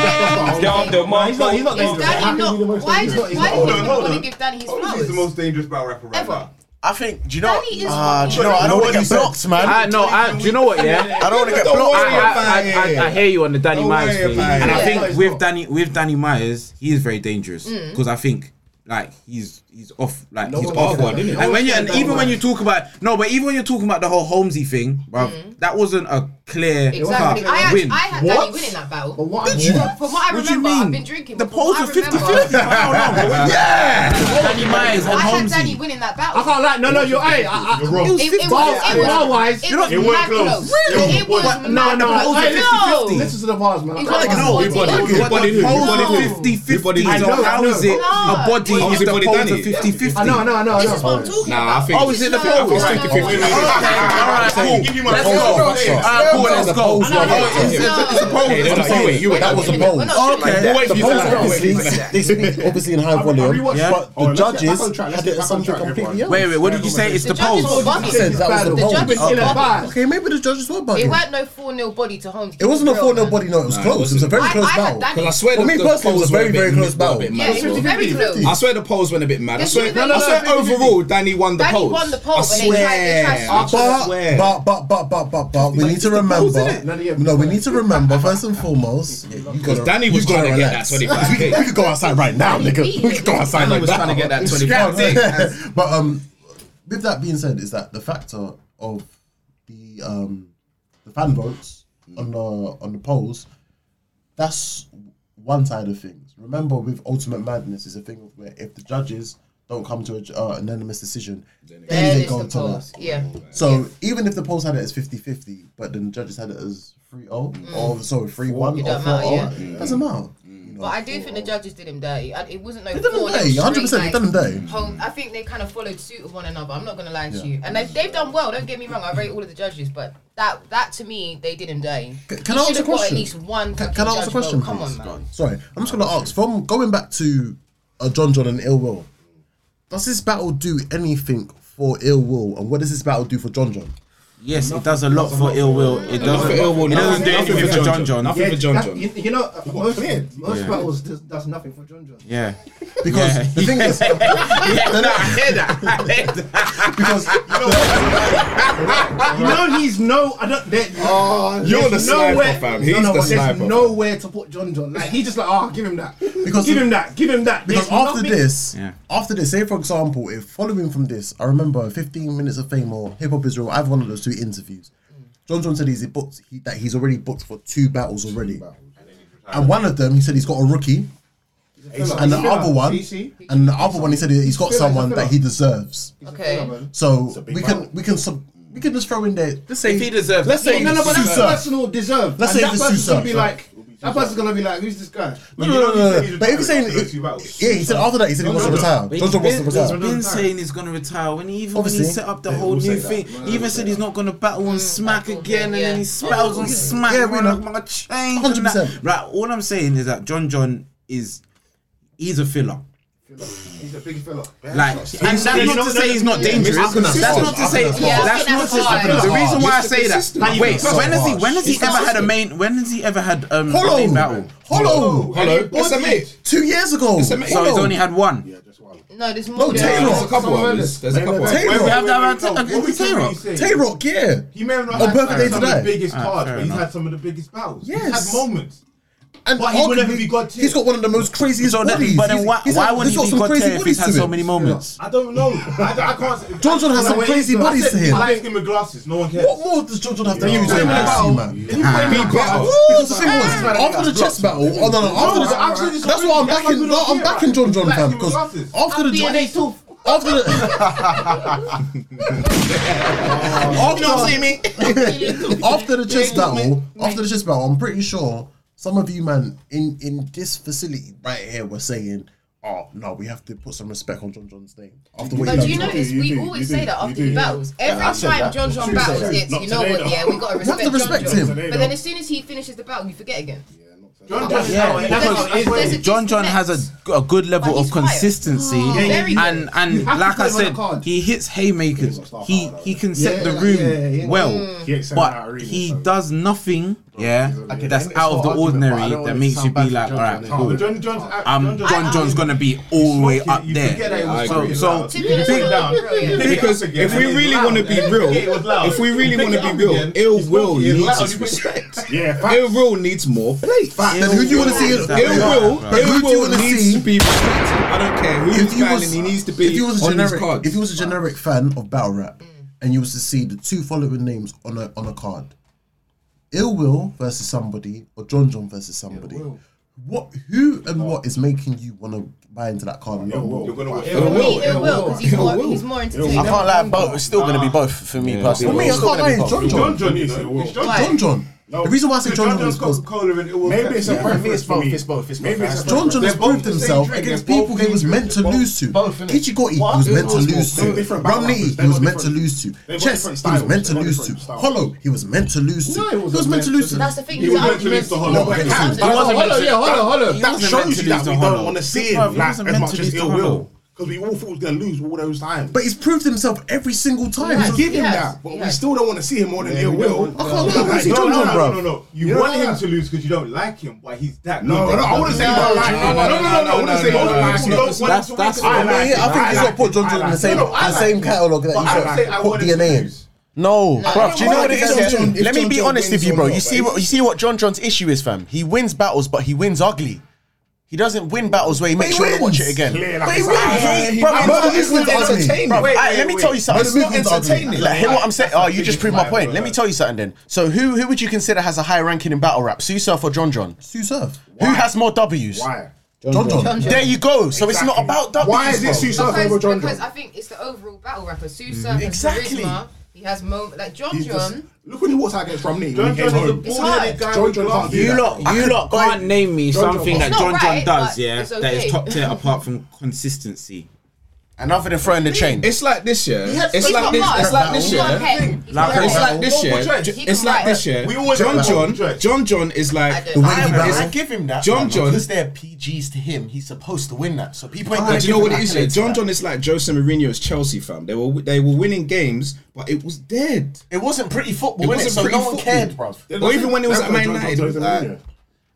S8: He's not. He's not
S6: Is
S8: dangerous.
S6: Danny not? Why? Why do
S10: dangerous.
S6: people
S10: Hold on, hold
S6: want to
S10: on.
S6: give Danny his
S10: He's the
S6: flowers?
S10: most dangerous battle rapper right
S6: Ever.
S10: now.
S2: I think. Do you know?
S6: Danny is
S2: Ah,
S6: not-
S2: do you know? what? I
S1: No,
S2: don't want
S1: what
S2: to
S1: he
S2: get
S1: said.
S2: blocked, man.
S7: I no, I do you know what? Yeah,
S2: I don't want to get
S5: Don't
S2: blocked.
S5: worry
S2: I- I-
S7: I, I, I, I hear you on the Danny
S5: Don't
S7: Myers
S5: worry
S7: thing,
S5: about it.
S7: and I
S6: Yeah.
S7: think
S8: It's
S7: with
S8: not.
S7: Danny with Danny Myers, he is very dangerous
S6: Mm.
S7: because I think like he's he's off like he's
S8: one
S7: off
S8: can-
S7: one,
S8: no
S7: isn't
S8: one
S7: And when you
S8: can
S7: and
S8: Danny
S7: even when you
S8: Myers.
S7: talk about no, but even when you're talking about the whole Holmesy thing, bruv, that wasn't a clear
S6: Mm. Exactly.
S7: cut
S6: I had,
S7: win.
S6: I had Danny winning that battle.
S8: But what?
S6: From what I
S7: What do you
S6: remember, I've
S7: mean?
S6: been drinking.
S7: The
S6: but from
S7: polls
S6: what
S7: were
S6: I
S7: 50
S6: remember,
S7: 50. Yeah! Danny Myers
S6: I
S7: and
S6: had Danny
S7: Holmesy.
S6: winning that
S8: I
S6: battle.
S8: can't lie. No, no, you're right. I-
S10: You're
S8: I-
S10: wrong.
S6: It, it
S8: Bar-
S6: was, it was,
S8: bar wise,
S6: it was
S10: it
S6: mad
S10: weren't
S6: close.
S10: close. Really?
S6: It was
S8: But
S6: mad
S8: no, no,
S6: close.
S8: I-
S6: No.
S8: Listen to the bars, man. I
S6: You can't
S8: can't lie.
S6: No,
S5: No, we bodied him. We bodied him. We bodied him.
S7: 50 50.
S5: I
S7: So
S8: know,
S7: how
S8: I
S7: is it
S6: know.
S7: a body
S6: No.
S7: if the
S5: Obviously,
S7: polls
S5: Danny.
S7: are 50 50?
S8: I know, I know, I know. I
S6: This is what
S8: know.
S6: I'm talking
S5: Nah, I
S6: about.
S5: think-
S7: Oh, is it the
S6: No,
S7: film?
S6: no,
S5: It's
S6: no,
S5: 50-50.
S6: no, no.
S2: Alright,
S10: I can give you my
S2: Let's
S10: poll.
S2: go.
S10: Poll.
S2: Alright, cool, let's go.
S6: No, no, no,
S2: It's- it's-
S6: no.
S2: it's a poll.
S5: Hey, they're
S2: It's a
S5: like, you
S2: poll.
S5: wait, you wait.
S1: That was a poll.
S6: We're not shit like that.
S5: Wait for
S1: The
S5: you
S1: polls
S5: to
S1: are
S5: like
S1: obviously
S5: that.
S1: they speak obviously in high volume,
S8: rewatched that.
S1: but
S10: Oh,
S1: the
S10: let's get back
S1: judges
S10: on track, let's
S1: had
S10: get
S1: it
S10: back
S1: as
S10: on
S1: something
S10: track,
S1: completely
S10: everyone.
S1: else.
S7: Wait, wait, what did you say? It's the
S6: The judges were
S7: polls.
S1: He said
S6: bugging.
S1: that was
S8: The
S1: the
S8: judges
S1: polls.
S8: were
S1: Okay.
S8: bugging.
S1: Okay, maybe the judges were
S6: It
S1: bugging.
S6: weren't no 4 0 body to Holmes.
S1: It wasn't a
S6: Real,
S1: four 0
S6: man.
S1: body. No, it was close. It was a very
S6: I-
S1: close
S6: I had
S1: battle.
S6: that-
S5: Because I swear
S1: For
S5: the-
S1: me
S5: the
S1: personally, it was
S5: polls
S1: a very,
S5: were a
S1: very
S5: bit-
S1: close
S5: were a bit
S1: battle.
S5: mad
S6: Yeah,
S5: as
S6: it was
S5: well.
S6: very close.
S5: I swear the polls went a bit mad. I
S6: Yes,
S5: swear,
S6: you did.
S5: I swear
S6: No, no, no.
S5: overall, Danny won the
S6: Danny
S5: polls.
S6: won the poll,
S5: I
S6: and they
S5: swear.
S6: tried- they tried to
S5: I
S6: switch it.
S1: But,
S5: swear.
S1: but but but but but but we need to remember.
S8: None of you-
S1: No, we need to remember first and foremost. Because
S5: Danny was trying to get that 25
S1: <laughs> We could go outside right now, nigga. We could go outside
S5: Danny
S1: right
S5: was
S1: now.
S5: trying to get that eh?
S1: It's
S5: 25
S1: scrapped.
S5: thing.
S1: <laughs> But um, with that being said, is that the factor of the um the fan votes on the on the polls? That's one side of things. Remember, with Ultimate Madness, is a thing of where if the judges don't come to a uh, unanimous decision, then
S6: There
S1: they
S6: is
S1: go
S6: the
S1: to
S6: poll.
S1: the
S6: Yeah.
S1: so even if the polls had it as 50-50, but then the judges had it as 3-0, or sorry, 3-1
S6: Mm. It
S1: or
S6: don't matter,
S1: 4-0,
S6: yeah. Mm.
S1: doesn't matter. You know,
S6: But I do think the judges did him dirty. I- It wasn't no
S1: They done him
S6: four. They
S1: dirty,
S6: were
S1: 100%,
S6: straight,
S1: they done him
S6: like,
S1: dirty.
S6: home- I think they kind of followed suit of one another. I'm not gonna lie to you. And they've, they've done well. Don't get me wrong. I rate all of the judges, but that that to me, they did him dirty.
S1: can
S6: He
S1: I ask
S6: should've
S1: a
S6: got
S1: question?
S6: At least one.
S1: Can,
S6: fucking
S1: can I ask
S6: judge
S1: a question,
S6: vote. Come
S1: please?
S6: on, man.
S1: Sorry, I'm just going to ask. From going back to uh, John John and Ill Will, does this battle do anything for Ill Will, and what does this battle do for John John?
S7: Yes, it does a lot for ill will.
S5: Nothing
S7: It does
S5: for Ill Will,
S7: It doesn't
S5: nothing-
S7: do
S5: nothing
S7: anything for John John.
S5: Nothing for John
S8: that-
S5: John.
S8: You, you know, uh, most, most
S7: Yeah.
S8: battles does, does nothing for John John.
S7: Yeah.
S1: Because
S7: Yeah.
S1: the thing <laughs>
S6: <laughs>
S1: is, because
S8: You know he's no. I don't. There,
S5: You're
S8: there's
S5: the sniper,
S8: nowhere-
S5: fam.
S8: no,
S5: He's
S8: no,
S5: the
S8: but there's
S5: sniper, fam.
S8: nowhere to put John John. Like he just like, ah, give him that.
S1: Because-
S8: give him that. Give him that.
S1: because
S8: There's
S1: after
S8: nothing-
S1: this,
S7: Yeah.
S1: after this, say for example, if following from this, I remember 15 minutes of fame or hip hop Israel. I have one of those two interviews. John John said he's booked he, that he's already booked for two battles already, and one of them he said he's got a rookie, and the
S8: He's a
S1: other
S8: filler.
S1: one,
S8: See, see?
S1: and the other one he said he's got
S8: He's a filler,
S1: someone
S8: he's a
S1: that he deserves.
S6: Okay.
S1: So we can we can sub, we can just throw in there. Let's say
S4: If he deserves
S1: Let's say
S8: No, no, but that's
S1: Susa.
S8: personal deserve.
S1: Let's
S8: and
S1: say
S8: that
S1: it's
S8: person's gonna
S1: Susa.
S8: be like, that person's gonna be like, who's this guy?
S1: No, no, no, no, no. But if you're saying, yeah, he said after that he said he wants to retire. John John wants to
S7: He's
S1: retire.
S7: been saying he's gonna retire when he even
S1: Obviously.
S7: when he set up the whole new thing. He even said he's not gonna battle on Smack
S6: battle,
S7: again, and
S6: yeah.
S7: then he spells on Smack.
S1: Yeah, we
S7: man,
S1: know.
S7: I'm gonna change.
S1: 100%.
S7: and that. Right. All I'm saying is that John John is he's a filler.
S8: He's a big fella.
S7: Like, and that's not to say he's not dangerous. That's
S1: Arcanas
S7: not
S1: hard.
S7: to say.
S1: Arcanas
S6: hard.
S7: That's
S6: Yeah,
S7: not
S6: Arcanas
S7: to say.
S6: hard.
S7: The reason why I say that.
S5: Consistent.
S7: Wait,
S1: Arcanas
S7: when has he? When has he
S1: hard.
S7: ever had a main? When has he ever had um
S1: Hollow.
S7: main battle?
S1: Hollow.
S5: Hello, that's a mate.
S1: Two years ago.
S5: It's amazing.
S7: So he's
S1: Hollow.
S7: only had one.
S6: No, there's more.
S1: Taylor.
S6: than-
S5: There's a couple of others. There's a couple of
S1: Taylor.
S5: others.
S7: We have to
S10: Wait,
S7: have
S10: wait,
S7: a-
S10: wait,
S7: a
S10: wait, wait,
S7: Taylor.
S10: wait, wait.
S1: Tay Rock, yeah.
S10: He may have not
S1: On
S10: had
S1: birthday
S10: some of the
S1: today.
S10: biggest cards,
S7: fair
S10: but he's
S7: enough.
S10: had some of the biggest battles.
S1: Yes.
S10: He's had moments.
S1: And
S10: But he would never
S1: arguably,
S10: be God tier.
S1: He's got one of the most craziest
S7: So then,
S1: bodies.
S7: but then
S1: He's-
S7: why,
S1: he's
S7: why
S1: had-
S7: wouldn't
S1: he's got
S7: he
S1: some
S7: got
S1: crazy
S7: Tay if
S1: bodies
S7: he's
S1: to
S7: had so
S1: him.
S7: many moments?
S10: I don't know. I, I can't.
S1: Johnson has some crazy bodies to him.
S10: I him with glasses. No one cares.
S1: What more does Johnson have to do to
S8: Wait,
S1: impress you,
S8: wait,
S1: man?
S8: wait, wait, wait,
S5: better.
S8: wait,
S1: Because the thing was, after the chess battle, oh no, no, after the,
S10: I'm saying this
S1: that's
S10: already.
S1: why I'm
S10: That's
S1: backing,
S10: what
S1: no, I'm
S10: we're doing
S1: backing
S10: here,
S1: John John
S10: right?
S1: fam
S10: Black
S1: because
S10: glasses.
S1: after the
S6: being eight tooth.
S1: after the <laughs> after, after the chess battle, after the chess battle, I'm pretty sure some of you man in in this facility right here were saying, "Oh no, we have to put some respect on John John's name." After what he
S6: But
S1: done
S6: do you
S1: to
S6: notice
S1: John.
S6: we always say that after the battles? Every time John John battles, it's you know what? Yeah, we gotta
S1: We have
S6: respect,
S1: to respect
S6: John John.
S1: him.
S6: But then as soon as he finishes the battle, you forget again.
S7: Yeah,
S6: There's a- there's
S7: because
S6: a
S7: John John has a, a good level
S6: But
S7: of
S6: he's quiet.
S7: consistency,
S6: Very good.
S7: and and like
S8: have to put
S7: I
S8: him on the
S7: said,
S8: card.
S7: he hits haymakers. He he can set the
S8: Yeah,
S7: room
S8: yeah, yeah.
S7: well,
S10: He ain't sending out a
S7: but
S10: reading,
S7: he
S10: so.
S7: does nothing. Yeah,
S1: Okay,
S7: that's
S1: then it's
S7: out of the
S1: not argument, but I
S7: ordinary
S1: don't
S7: that
S1: want it
S7: makes
S1: to
S7: you
S1: sound
S7: be
S1: bad
S7: like,
S1: to
S7: all
S1: John
S7: right,
S1: John.
S7: cool.
S10: John John's act-
S7: Um,
S10: John John's
S7: John John's gonna be all the way up there. So so
S5: Because if we really want to be real, if we really want to be real, ill will needs its respect.
S10: Yeah, facts.
S5: Ill will needs more place.
S1: Fact, then who do you want to see? in-
S5: Ill will,
S1: But who
S5: ill
S1: do you
S5: will
S1: wanna
S5: needs
S1: see?
S5: to be respected. I don't care
S1: If
S5: who's
S1: you was-
S5: battling. He needs to be
S1: if you was a
S5: on his
S1: generic,
S5: cards.
S1: if you was a generic fan of battle rap, and you was to see the two following names on a on a card, Ill Will versus somebody or John John versus somebody, what who and what is making you want to buy into that card? and not Will?
S10: You're gonna watch.
S6: For me, it will because he's
S5: It
S6: more
S5: will.
S6: he's more
S2: I
S6: entertaining.
S2: can't lie, both. It's still gonna be both for me personally.
S1: Ah. For me, I
S2: It's still
S1: can't
S2: gonna
S1: lie,
S2: be
S1: it's
S2: both.
S1: John
S10: John
S1: John.
S10: John, you know, it's John John.
S1: John John.
S10: No,
S1: The reason why I say
S10: John
S1: John John
S10: John's
S1: is because
S10: got cola and it will.
S3: Maybe it's a preference
S10: for me.
S2: It's both. It's both.
S10: Maybe it's a
S1: John John
S10: preference.
S1: has proved
S10: They're both the same
S1: himself
S10: drink,
S1: against
S10: they're both
S1: people he
S10: dangerous,
S1: was meant
S10: they're
S1: to
S10: both-
S1: lose to.
S3: both, innit?
S1: Kichigoti he
S3: What?
S1: was
S3: They're
S1: meant to
S3: both
S1: lose to.
S3: different- different battle
S1: Romney
S3: rappers,
S1: he
S3: they're
S1: was
S3: both
S1: meant to
S3: different-
S1: lose to.
S3: they're both
S1: Chess
S10: different
S1: he was
S10: styles,
S1: meant to
S10: they're both
S1: lose to.
S10: different styles.
S1: Hollow he was meant to lose to.
S8: No, he
S1: He
S8: wasn't
S1: was meant to lose to.
S6: That's the thing.
S10: He
S6: it's
S10: was meant to lose
S6: arguments.
S10: to Hollow. That-
S1: No, Hollow,
S10: that-
S1: yeah,
S10: that-
S8: Hold on, yeah, hold on, hold on.
S10: That
S7: wasn't meant
S10: shows you that
S7: to
S10: we
S7: lose to
S10: don't
S7: Hollow.
S10: want to see
S7: Big
S10: him
S7: man, he
S10: like,
S7: wasn't
S10: as
S7: meant
S10: much
S7: to
S10: as
S7: lose to
S10: ill will.
S7: Hollow.
S10: Because we all thought he was going to lose all those times.
S1: But he's proved himself every single time.
S6: Yeah.
S1: So-
S10: give him
S6: Yes.
S10: that, but we
S6: Yes.
S10: still don't want to see him more than ill will.
S1: I can't lie, I wanna see
S10: no,
S1: John
S10: no,
S1: John,
S10: no,
S1: bruv.
S10: no, no, no. You,
S1: You
S10: want
S1: know
S10: him
S1: that?
S10: to lose because you don't like him, but he's that.
S5: No,
S10: good.
S5: no, I
S10: wouldn't say you don't like him. No, no, no, no,
S5: no,
S10: I wouldn't
S5: no,
S10: say
S5: no,
S10: you
S5: no,
S10: don't like him.
S5: no,
S10: Don't
S5: that's-
S10: want him to
S7: that's-
S10: win. I
S1: I,
S10: like him.
S1: think
S10: I
S1: he's
S10: like
S1: got put John John in the same,
S10: No, no, I
S1: the
S10: like
S1: same
S10: him.
S1: catalogue that
S10: But I don't
S1: you
S10: say
S1: should
S10: I
S1: put
S10: wanted to
S1: DNA in.
S10: lose.
S2: No, bruv, do you know
S5: why
S2: what it
S5: if
S2: is?
S5: John John-
S2: Let
S5: if
S2: me
S5: John
S2: be
S5: John
S2: honest with
S5: wins
S2: you,
S5: or
S2: bro.
S5: not,
S2: You
S5: but
S2: see what you see what John John's issue is, fam. He wins battles, but he wins ugly. He doesn't win battles where he makes
S1: he
S2: sure to watch
S1: wins.
S2: it again.
S10: Clear like
S2: But he
S10: a
S2: wins.
S10: sign.
S2: He- bro,
S1: But
S2: it's
S1: the
S2: not- it's
S1: movement
S2: not
S1: doesn't
S2: entertaining.
S1: mean-
S2: Bro,
S1: Wait,
S2: alright, Let me tell you something.
S1: But the movement's entertaining.
S2: Like, hear what I'm saying. Oh, you just proved my point. Let me tell you something then. So who who would you consider has a higher ranking in battle rap? Susurf or John John?
S1: Sue Surf.
S2: Who has more W's?
S10: Why?
S1: John John.
S2: There you go. So it's not about W's.
S10: Why is it
S2: bro.
S10: Sue Surf over
S6: Because,
S10: John
S6: because I
S10: John?
S6: think it's the overall battle rapper. Sue Surf
S2: Exactly.
S6: exactly. charisma. He has moment like John
S10: He's just-
S6: John.
S10: Look when he walks out against Romney. John
S3: John John is a
S10: John
S6: It's
S3: bald-headed
S6: hard.
S3: guy.
S10: John
S3: with
S10: John
S3: glasses.
S10: can't do
S7: You
S10: that.
S7: lot, you lot can't name me
S10: John John-
S7: something that
S6: It's
S7: John
S6: not
S7: John
S6: right,
S7: does,
S6: but
S7: yeah,
S6: it's
S7: that
S6: okay.
S7: is top tier apart from consistency.
S2: And other than throwing the chain,
S5: It's like this year.
S2: He had
S5: It's
S2: faith
S5: like
S2: in
S5: this.
S2: Mark.
S5: It's like this
S2: He
S5: year.
S2: got a pen. He got a
S5: It's
S2: pen.
S5: like this year.
S2: Multiple choice. He
S5: It's
S2: can
S5: like
S2: write.
S5: this year.
S2: We always
S5: John
S2: have
S5: John.
S2: multiple choice.
S5: John John is like
S2: The way he
S5: is-
S2: I give him that.
S5: John John.
S2: Because they're PGs to him, he's supposed to win that. So people ain't
S5: But
S2: going
S5: do you know what it is? Yeah? John John is like Jose Mourinho's Chelsea fam. They were they were winning games, but it was dead.
S2: It wasn't pretty football,
S5: It
S2: innit?
S5: wasn't
S2: So
S5: pretty
S2: no one
S5: football.
S2: cared, bruv.
S5: Or even when it was at Man United. like,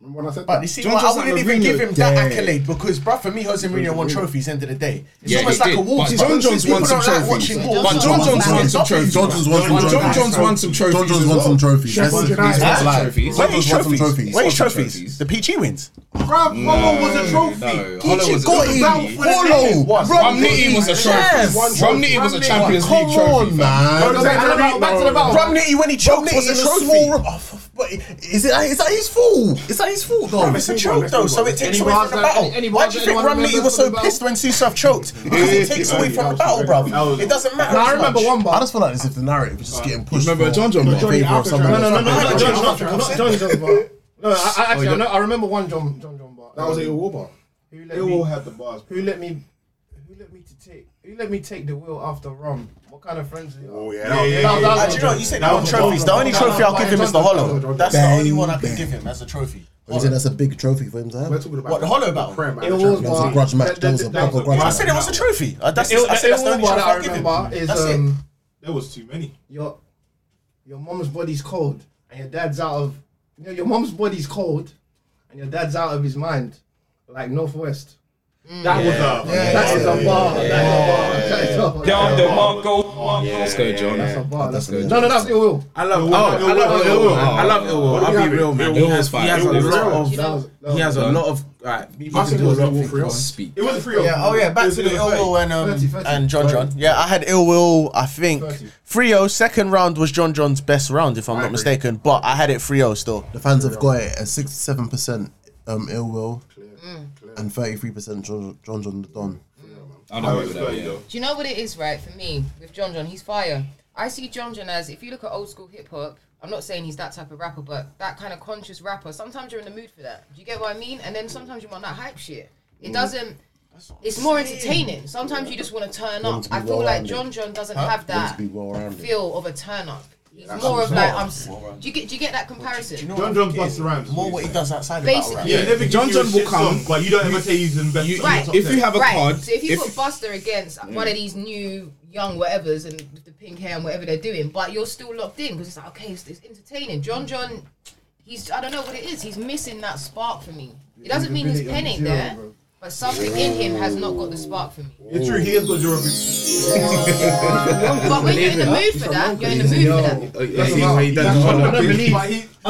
S8: Remember when I said
S2: But
S8: that?
S2: you see,
S5: John
S2: what, I
S5: John's
S2: wouldn't
S5: like
S2: even give
S5: Mourinho.
S2: him that
S5: Yeah.
S2: accolade because, bruv, for me, Jose Mourinho won trophies. End of the day, it's
S5: Yeah,
S2: almost
S5: he
S2: like
S5: did.
S2: a walk.
S5: But John John's won some trophies. But John John's won some trophies. John John's won some
S1: John John's won some trophies. John John's won some trophies. Let's-
S8: Sheffield
S1: let's
S8: United.
S1: not lie.
S5: Trophies.
S1: John
S2: Where's
S1: John's won some trophies.
S2: Where's trophies? The PG wins.
S8: Bruv, Romo was a trophy.
S5: No, Holland was
S1: Gucci
S5: a
S1: Gotti,
S5: trophy.
S1: Polo,
S5: Romney was a trophy. Romney was a Champions League
S1: Come on,
S5: trophy.
S1: man.
S8: Back to the battle, back to the battle.
S2: Romney when he choked was a trophy.
S1: but is it is that his fault? Is that his fault though?
S2: It's a choke though, so it takes
S8: Any
S2: away from
S8: bars
S2: the
S8: that-
S2: battle.
S8: any- any
S2: Why
S8: bars
S2: do you
S8: that
S2: think
S8: anyone
S2: Romney
S8: remembers
S2: was
S8: from
S2: so
S8: the
S2: pissed when Susav choked? Because it takes away from the battle, bruv. It doesn't matter.
S8: Nah, I
S2: as
S8: remember
S2: much.
S8: one
S1: I
S8: bar.
S1: just feel like it's if the narrative is just getting pushed.
S5: Remember
S1: for-
S5: John John?
S1: in favour of someone
S8: No, no, no, no,
S1: else.
S8: no, John, not John, not John, John bar. No, I, I actually, I, know, I remember one John, John, John bar.
S10: That was a war bar. They
S8: Who let
S10: all
S8: me?
S10: had the bars.
S8: Who let me? Who let me to take? Who let me take the wheel after Rom? What kind of friends? Oh
S10: yeah, yeah, yeah, yeah.
S2: Uh, do you know what? you said? one trophies. The only trophy I'll give him is the hollow. That's the only one I can give him as a trophy.
S1: You said that's a big trophy for him to have.
S10: We're talking about
S2: What, the hollow battle?
S10: Prem and
S8: It
S10: the
S8: was
S10: Champions
S1: That was a
S8: Uh,
S1: grudge match.
S8: that-
S1: That was a
S8: that-
S1: proper
S8: that-
S1: grudge
S2: I
S1: match.
S2: said it was a trophy. Uh, That's,
S8: It, it,
S2: I said that's the
S8: all
S2: only
S8: bar
S2: trophy
S8: that I
S2: I'll give
S8: remember
S2: him.
S8: is
S2: That's it.
S8: um,
S10: There was too many.
S8: your your mom's body's cold and your dad's out of you know, your mom's body's cold and your dad's out of his mind, like Northwest. That was a that is a bar. That is a bar. That is a bar.
S5: Let's go,
S8: That's a
S5: John.
S8: bar. That's
S5: That's
S8: good.
S5: good.
S8: No, no, that's ill will.
S7: I love, oh, I love Ill Will. I love Ill Will. I'll be real, man. He has, he has a lot
S8: That was,
S7: of.
S8: that was
S7: He has a
S5: Done.
S7: lot of. Right, he
S10: I
S7: can
S10: said it
S7: do a
S10: was
S7: lot
S10: a
S7: of
S10: war
S7: things.
S10: for us.
S5: Speak.
S10: It was three.
S2: Yeah, oh yeah, back to the ill will and um
S8: 30, 30.
S2: and John John. Yeah, I had ill will. I think 3-0. Second round was John John's best round, if I'm not mistaken. But I had it 3-0 still.
S1: The fans have got it at sixty-seven percent um, ill will and thirty-three percent John John John the Don.
S5: I don't remember that. Yeah.
S6: Do you know what it is, right? For me, with John John, he's fire. I see John John as if you look at old school hip hop. I'm not saying he's that type of rapper, but that kind of conscious rapper. Sometimes you're in the mood for that. Do you get what I mean? And then sometimes you want that hype shit. It doesn't. It's more entertaining. Sometimes you just want to turn up.
S1: to be
S6: I feel like
S1: well-rounded.
S6: John John doesn't have that
S1: be well-rounded.
S6: feel of a turn up. He's more of like I'm. s- Do you get? Do you get that comparison?
S10: John John busts rhymes.
S2: More what he does outside of battle rap.
S6: Basically,
S10: Yeah, never gives
S5: John
S10: you a
S5: John will
S10: shit
S5: come.
S10: song, but you don't ever say he's in best.
S5: you-
S10: top
S6: Right.
S10: ten.
S5: If you have a
S6: right.
S5: card,
S6: So if you
S5: if- Mm.
S6: put Buster against one of these new young whatevers and with the pink hair and whatever they're doing, but you're still locked in because it's like okay, it's, it's entertaining.
S5: Mm.
S6: John John, he's I don't know what it is. He's missing that spark for me. It doesn't mean his pen ain't there, but something in him has not got the spark for me.
S10: It's true. He has got zero. That's
S6: But when you're in the mood for that, you're in the mood for that.
S10: I don't believe. I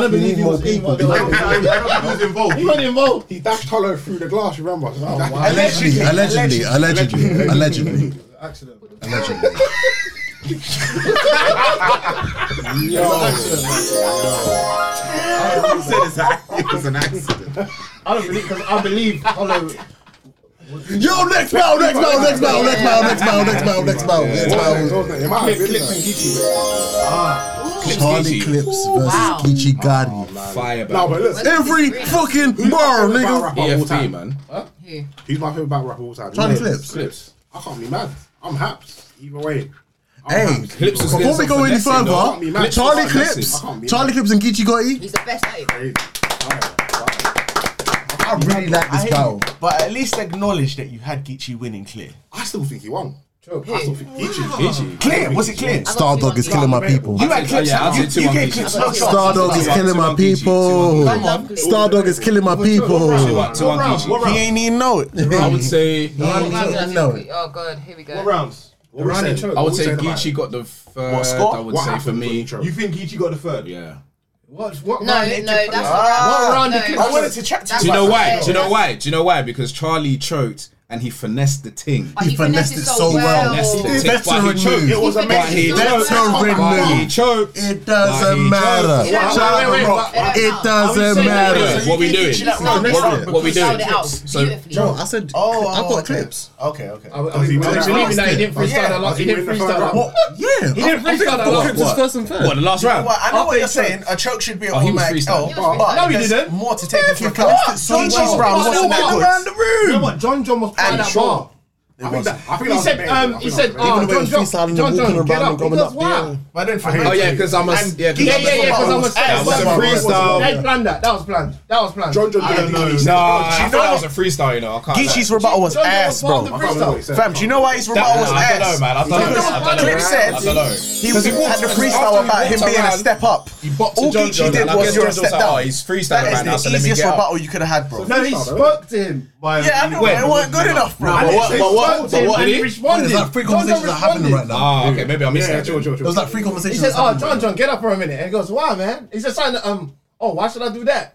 S10: don't believe he was involved. I don't think he was involved.
S8: He wasn't involved.
S10: He dashed Hollow through the glass. Remember?
S1: Allegedly, allegedly, allegedly, allegedly,
S8: Accident.
S1: allegedly.
S7: It's an accident.
S8: I don't believe because I believe Hollow.
S1: Yo, next battle, next battle, next battle, next battle, next battle, next battle, next battle, next battle. Charlie Clips
S6: Wow.
S1: versus Kichi Gadi.
S5: Fire
S10: No, but
S5: battle.
S10: listen.
S1: Every
S6: Who's
S1: Oh, fucking bar, nigga.
S3: E
S5: EFT man.
S6: Here.
S10: He's my favorite battle rapper of all time.
S1: Charlie
S10: You know
S1: Clips.
S10: it. Clips. I can't be mad. I'm haps. Either way. I'm
S1: Hey,
S10: haps.
S5: Clips was
S1: before
S5: doing
S1: we
S5: some
S1: go any
S5: finessing, though.
S10: Can't be
S1: further,
S10: mad.
S1: Charlie
S5: Can't be
S1: Clips,
S10: mad.
S1: Charlie Clips and Kichi Gotti.
S6: He's the best at it.
S10: Hey,
S1: I really like
S2: I
S1: this
S2: hate
S1: battle.
S2: you, But at least acknowledge that you had Geechee winning clear.
S10: I still think he won. I still
S6: Who?
S10: think he should.
S5: Gigi.
S2: Clear? Was it clear?
S1: Stardog is killing my people.
S2: You had clips.
S5: yeah, I'll
S2: you
S5: say two
S2: you
S5: on
S2: gave
S5: Geechee.
S2: clips. No
S1: Stardog is
S2: chance.
S5: Stardog.
S1: killing my people.
S6: I love Clips.
S1: Stardog is killing my people.
S5: What, two on Gigi?
S2: He ain't even know it.
S5: I would say.
S6: Oh,
S1: I
S6: God,
S1: don't know.
S6: oh god, here we go.
S10: What rounds? What
S8: round
S10: saying?
S8: intro.
S5: I would
S10: What
S5: say
S10: we saying about
S5: Geechee
S10: it?
S5: got the third.
S2: What score?
S5: I would
S10: What
S5: say
S10: happened
S5: for
S10: with the
S5: me.
S10: intro? You think Geechee got the third?
S5: Yeah.
S8: What? What?
S6: No, no, that's not.
S2: Ah,
S6: no,
S2: I wanted to chat to
S6: That's
S5: Do you know
S6: what
S5: why?
S6: I'm
S5: Do you know
S6: saying.
S5: why? Do you know why? Because Charlie choked and he finessed the ting.
S6: But
S1: He finessed it so well.
S5: Finessed the ting,
S1: That's
S5: but he
S1: a
S5: choked.
S1: remove. It was
S5: But
S6: amazing.
S5: he
S6: That's
S5: choked.
S1: a
S5: But he
S1: remove.
S5: choked.
S1: It
S5: But
S1: doesn't
S5: he
S1: matter.
S5: chose-
S6: Wait, wait,
S1: Charlie
S6: wait, wait,
S1: Rock,
S6: wait, wait.
S1: It doesn't
S5: Wait,
S1: matter.
S5: What we doing?
S6: No,
S1: Next
S6: no,
S1: bit.
S5: What we
S6: Shout it
S5: doing?
S6: out
S5: So-
S6: beautifully.
S1: said,
S2: Oh, oh, okay.
S1: Okay, okay.
S8: I, I, believe that he didn't freestyle that lot. He didn't freestyle that lot.
S1: Yeah.
S8: He didn't freestyle that lot.
S5: What? What, the last round?
S2: Well, I know
S8: I'll
S2: what
S8: take
S2: you're
S8: choke.
S2: saying. A choke should be an
S5: Oh, he was
S2: automatic L,
S5: freestyling.
S2: but,
S8: No, he
S2: there's
S8: didn't.
S2: more to take into
S1: he
S2: account.
S1: connected so
S2: Geechee's
S1: well.
S2: round
S1: Well, well,
S2: wasn't that
S1: well,
S2: good.
S8: You know what? John John was playing that bar.
S1: It was.
S3: I think
S13: He
S3: that was
S13: said, um,
S3: amazing. I
S13: he
S3: think
S13: said,
S3: that
S8: uh,
S13: oh,
S1: Even the
S3: was amazing.
S1: way
S13: John,
S1: it was freestyling
S13: John,
S1: and
S13: John, John,
S1: walking around
S13: get up,
S1: and going
S13: because
S1: up,
S13: why?
S1: yeah.
S3: But then for
S5: Oh yeah, because I'm a yeah. 'cause
S13: Yeah,
S5: I'm a
S13: yeah, yeah, because I'm a
S3: That
S13: that
S3: was
S13: was
S3: a
S13: freestyle.
S8: They planned that. That was planned. That was planned.
S3: John John
S5: I
S3: did
S5: don't
S3: it,
S5: know.
S3: he
S5: Nah,
S3: said,
S5: I
S3: oh, do you
S5: thought that
S3: know
S5: was a freestyle. You know, I can't. lie.
S2: Geechee's rebuttal was
S13: John, John
S2: ass,
S13: was part of
S2: bro.
S13: the freestyle.
S2: Fam, do you know why his
S5: That-
S2: rebuttal was
S5: I don't know,
S2: ass?
S5: man. I don't know. I don't know.
S2: Clip said
S5: I don't know.
S2: he had the freestyle about him being a step up.
S5: He bopped
S2: All
S5: to John John.
S2: Geechee did
S5: and I
S2: was
S5: guess
S2: you're a
S5: John John's
S2: step
S5: like, oh,
S2: down.
S5: he's freestyling right
S2: That
S5: now,
S2: is
S5: so
S2: the
S5: let me
S2: easiest
S5: get out.
S2: rebuttal you could have had, bro.
S8: No, he spoke to him.
S2: Yeah, I know, but it wasn't good enough, bro.
S8: And
S1: But
S8: he
S1: what-
S8: spoke
S1: but what-
S8: to
S1: but
S8: him
S1: what
S8: and
S1: did
S8: he
S1: he-
S8: responded.
S1: There's like three
S8: John John
S1: conversations that are happening right
S8: responded.
S1: now.
S5: Ah, okay, maybe I missed
S3: Yeah,
S5: that. then.
S3: George, George,
S1: There was
S3: George.
S1: like three
S8: He
S1: conversations.
S8: says,
S1: that
S8: "Oh,
S1: happened
S8: John
S1: right now.
S8: John, get up for a minute." And he goes, "Why, man?" He said something. Um, oh, why should I do that?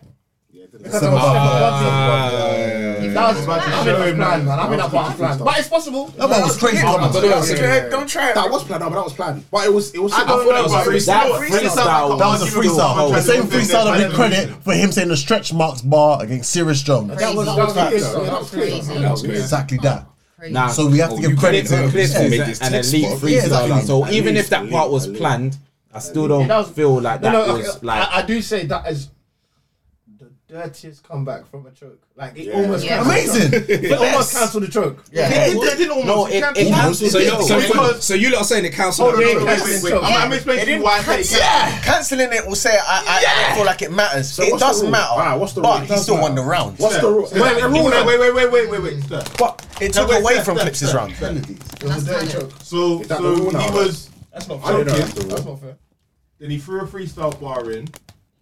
S8: Because I'm a step above
S3: about to show
S8: you. That was I mean, that was
S3: him
S8: planned,
S3: that.
S8: man. I mean, that was planned, but it's possible.
S1: That one was crazy.
S3: I don't know.
S2: Don't try it.
S3: That was planned, no, but that was planned. But it was, it was. I
S8: don't
S3: thought that
S8: know,
S3: was a
S8: bro.
S3: freestyle.
S1: That
S7: That freestyle.
S1: was a
S7: Oh,
S1: freestyle. The same freestyle that we credit for him saying the stretch marks bar against Sirius Jones.
S8: That was that was crazy. That was crazy.
S6: That
S5: was crazy.
S1: Exactly that.
S7: Nah,
S1: So we have to give credit to him.
S7: Clips
S1: Yeah.
S5: made
S7: is
S5: this
S7: an
S5: text
S7: elite
S5: spot.
S1: Yeah, exactly.
S7: freestyler. So even if that part was planned, I still don't
S8: That was-
S7: feel like
S8: No,
S7: that
S8: no,
S7: was
S8: okay,
S7: like.
S8: I, I do say that is the dirtiest comeback from a choke. Like it almost
S6: Yeah.
S1: Amazing.
S8: cancelled- It almost cancelled the choke.
S1: Yeah.
S7: No, it, it, has
S5: So, you- so,
S7: so
S5: you- so you lot are saying it counts?
S3: Hold on, wait,
S8: Yeah.
S3: wait, wait, wait. I'm I'm explaining to you why I said it.
S2: Yeah, cancelling it will say I, I, I don't feel like it matters. it
S3: what's the
S2: doesn't
S3: rule?
S2: matter.
S3: Right, what's the rule?
S2: but
S3: It
S2: he
S3: does
S2: still won
S3: matter.
S2: the round.
S3: Wait, wait, wait, wait, wait, wait, wait, wait, wait.
S2: But it took
S3: wait,
S2: away
S3: Steph,
S2: from
S3: Steph,
S2: Clips'
S3: Steph,
S2: round.
S8: It was a dirty choke.
S3: So,
S5: that the
S3: so
S5: rule
S3: he
S5: now?
S3: was.
S5: That's not
S3: I don't care.
S8: That's not fair.
S3: Then he threw a freestyle bar in.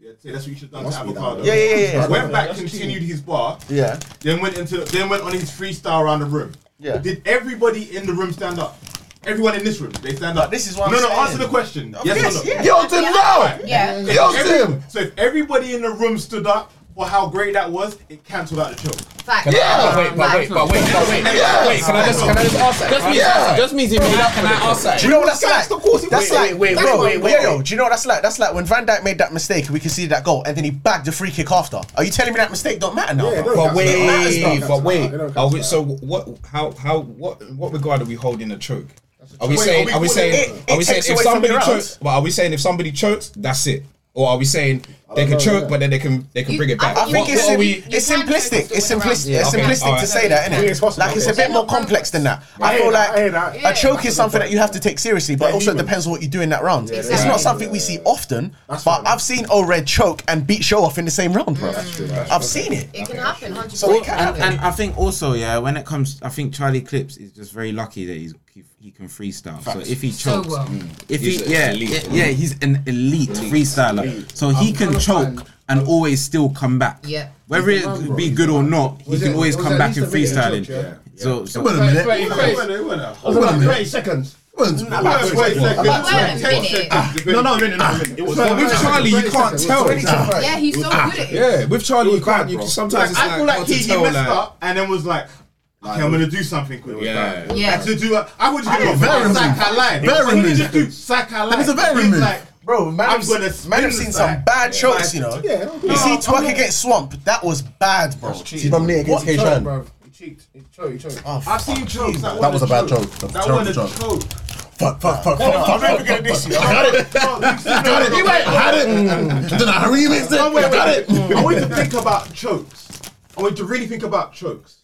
S3: Yeah, say that's what you should have done to
S5: Must be that
S3: avocado.
S5: one. Yeah,
S2: yeah, yeah, yeah.
S3: Went back, continued his bar.
S2: Yeah.
S3: Then went into, then went on his freestyle around the room.
S2: Yeah.
S3: Did everybody in the room stand up? Everyone in this room, they stand up.
S2: this is what I'm
S3: no, no.
S2: saying.
S3: Answer the question. Yes, or no?
S2: yeah.
S6: Jordan, no! Yeah.
S3: If every- So if everybody in the room stood up for how great that was, it cancelled out the choke.
S6: Fact.
S5: But wait, but wait, but wait, but wait, wait. Can I just, can I just ask that? Can I just ask that?
S14: Just means if you
S5: Can I ask that?
S2: Do you know what that's like? That's like, wait,
S5: wait,
S2: bro,
S5: wait,
S2: wait,
S5: wait,
S2: wait, yo, do you know what that's like? That's like when Van Dyke made that mistake, we conceded that goal, and then he bagged the free kick after. Are you telling me that mistake don't matter now? bro?
S5: But wait,
S3: That's
S5: but
S3: not-
S5: wait.
S3: they don't
S5: Are
S3: count
S5: we,
S3: that.
S5: so what? How? How? What? What regard are we holding a choke? Are we
S3: choke.
S5: saying?
S3: Wait,
S5: Are we
S3: are we
S5: saying?
S2: calling it-
S5: Are
S2: it
S5: we saying
S2: takes
S5: if
S2: away from
S5: somebody
S2: the round?
S5: chokes? But are we saying if somebody chokes, that's it? Or are we saying they can choke, but then they can they can
S6: You-
S5: bring it
S6: I
S5: back?
S2: I think
S5: What,
S2: it's,
S5: what are
S2: sim-
S5: we?
S2: it's
S6: You can
S2: simplistic.
S6: take
S2: It's
S6: it away
S2: simplistic.
S6: around.
S2: It's
S5: Yeah, okay,
S2: simplistic to
S5: alright.
S2: say that,
S3: Yeah, it's
S2: innit?
S3: possible.
S2: Like it's a bit more complex than that. I feel
S3: Hey,
S2: like
S3: that-
S2: a choke is something that you have to take seriously, but it also
S3: human.
S2: depends on what you do in that round. It's
S6: Exactly.
S2: not something we see often, but I've seen O-Red choke and beat Show off in the same round, bro. I've seen it.
S6: It can happen, 100%.
S2: So it can
S6: Yeah.
S2: happen.
S7: and, and I think also, yeah, when it comes, I think Charlie Clips is just very lucky that he's, he, he can freestyle. So if he
S6: So
S7: chokes,
S6: well.
S7: if
S5: He's
S7: he,
S5: a-
S7: yeah,
S5: elite.
S7: yeah, yeah, he's an elite, freestyler. So he can choke and always still come back.
S6: Yeah.
S7: Whether it be good or not, he
S8: Was
S7: can
S8: it-
S7: always
S8: was
S7: come
S8: it
S7: back
S8: at
S7: in
S8: least a
S7: freestyling.
S8: minute choke, yeah?
S7: So, so
S1: Wait a minute. Wait,
S8: Wait, wait, wait.
S3: Wait, wait, wait, wait.
S8: It was about 30 seconds.
S1: wait,
S3: Wait,
S1: wait.
S3: second.
S6: But wait a
S3: Ten
S6: minute.
S3: seconds.
S8: No, no, no, no. It was
S5: But with Charlie, you can't tell.
S6: Yeah, he's so good at it.
S5: Yeah, with Charlie, you can't. You sometimes it's
S3: I feel
S5: like
S3: like
S5: hard
S3: he,
S5: to
S3: he
S5: tell.
S3: messed
S5: Like,
S3: up and then was like, okay, I'm gonna do something quick. with
S5: Yeah.
S3: that.
S6: Yeah.
S3: And to do, a- I would just give
S1: didn't
S3: him a
S1: veteran
S3: sack
S1: move.
S3: line.
S1: Veteran
S3: He didn't
S1: move.
S3: just do sack line.
S1: That was a veteran
S3: He's
S1: move.
S3: like,
S2: Bro, man,
S3: I'm
S2: have-
S3: gonna
S2: man have
S3: spin
S2: seen
S3: this
S2: some
S3: guy.
S2: bad chokes, you know.
S3: Yeah, don't do
S2: you see
S3: that.
S2: twerk against Swamp, that was bad, bro.
S1: From there against
S8: He choked,
S1: K-Shan.
S8: bro. He cheated. He choked. He choked.
S2: Oh,
S3: I've seen jokes that
S1: That was a bad joke. That was a
S3: That was a
S1: terrible joke.
S3: joke.
S1: Fuck, fuck, fuck, fuck, fuck.
S2: never gonna diss you.
S1: I got it. I got it. I had it. Mm. Then I remixed it.
S3: No, wait,
S1: I got
S3: wait,
S1: it.
S3: wait. I want you to think about chokes. I want you to really think about chokes.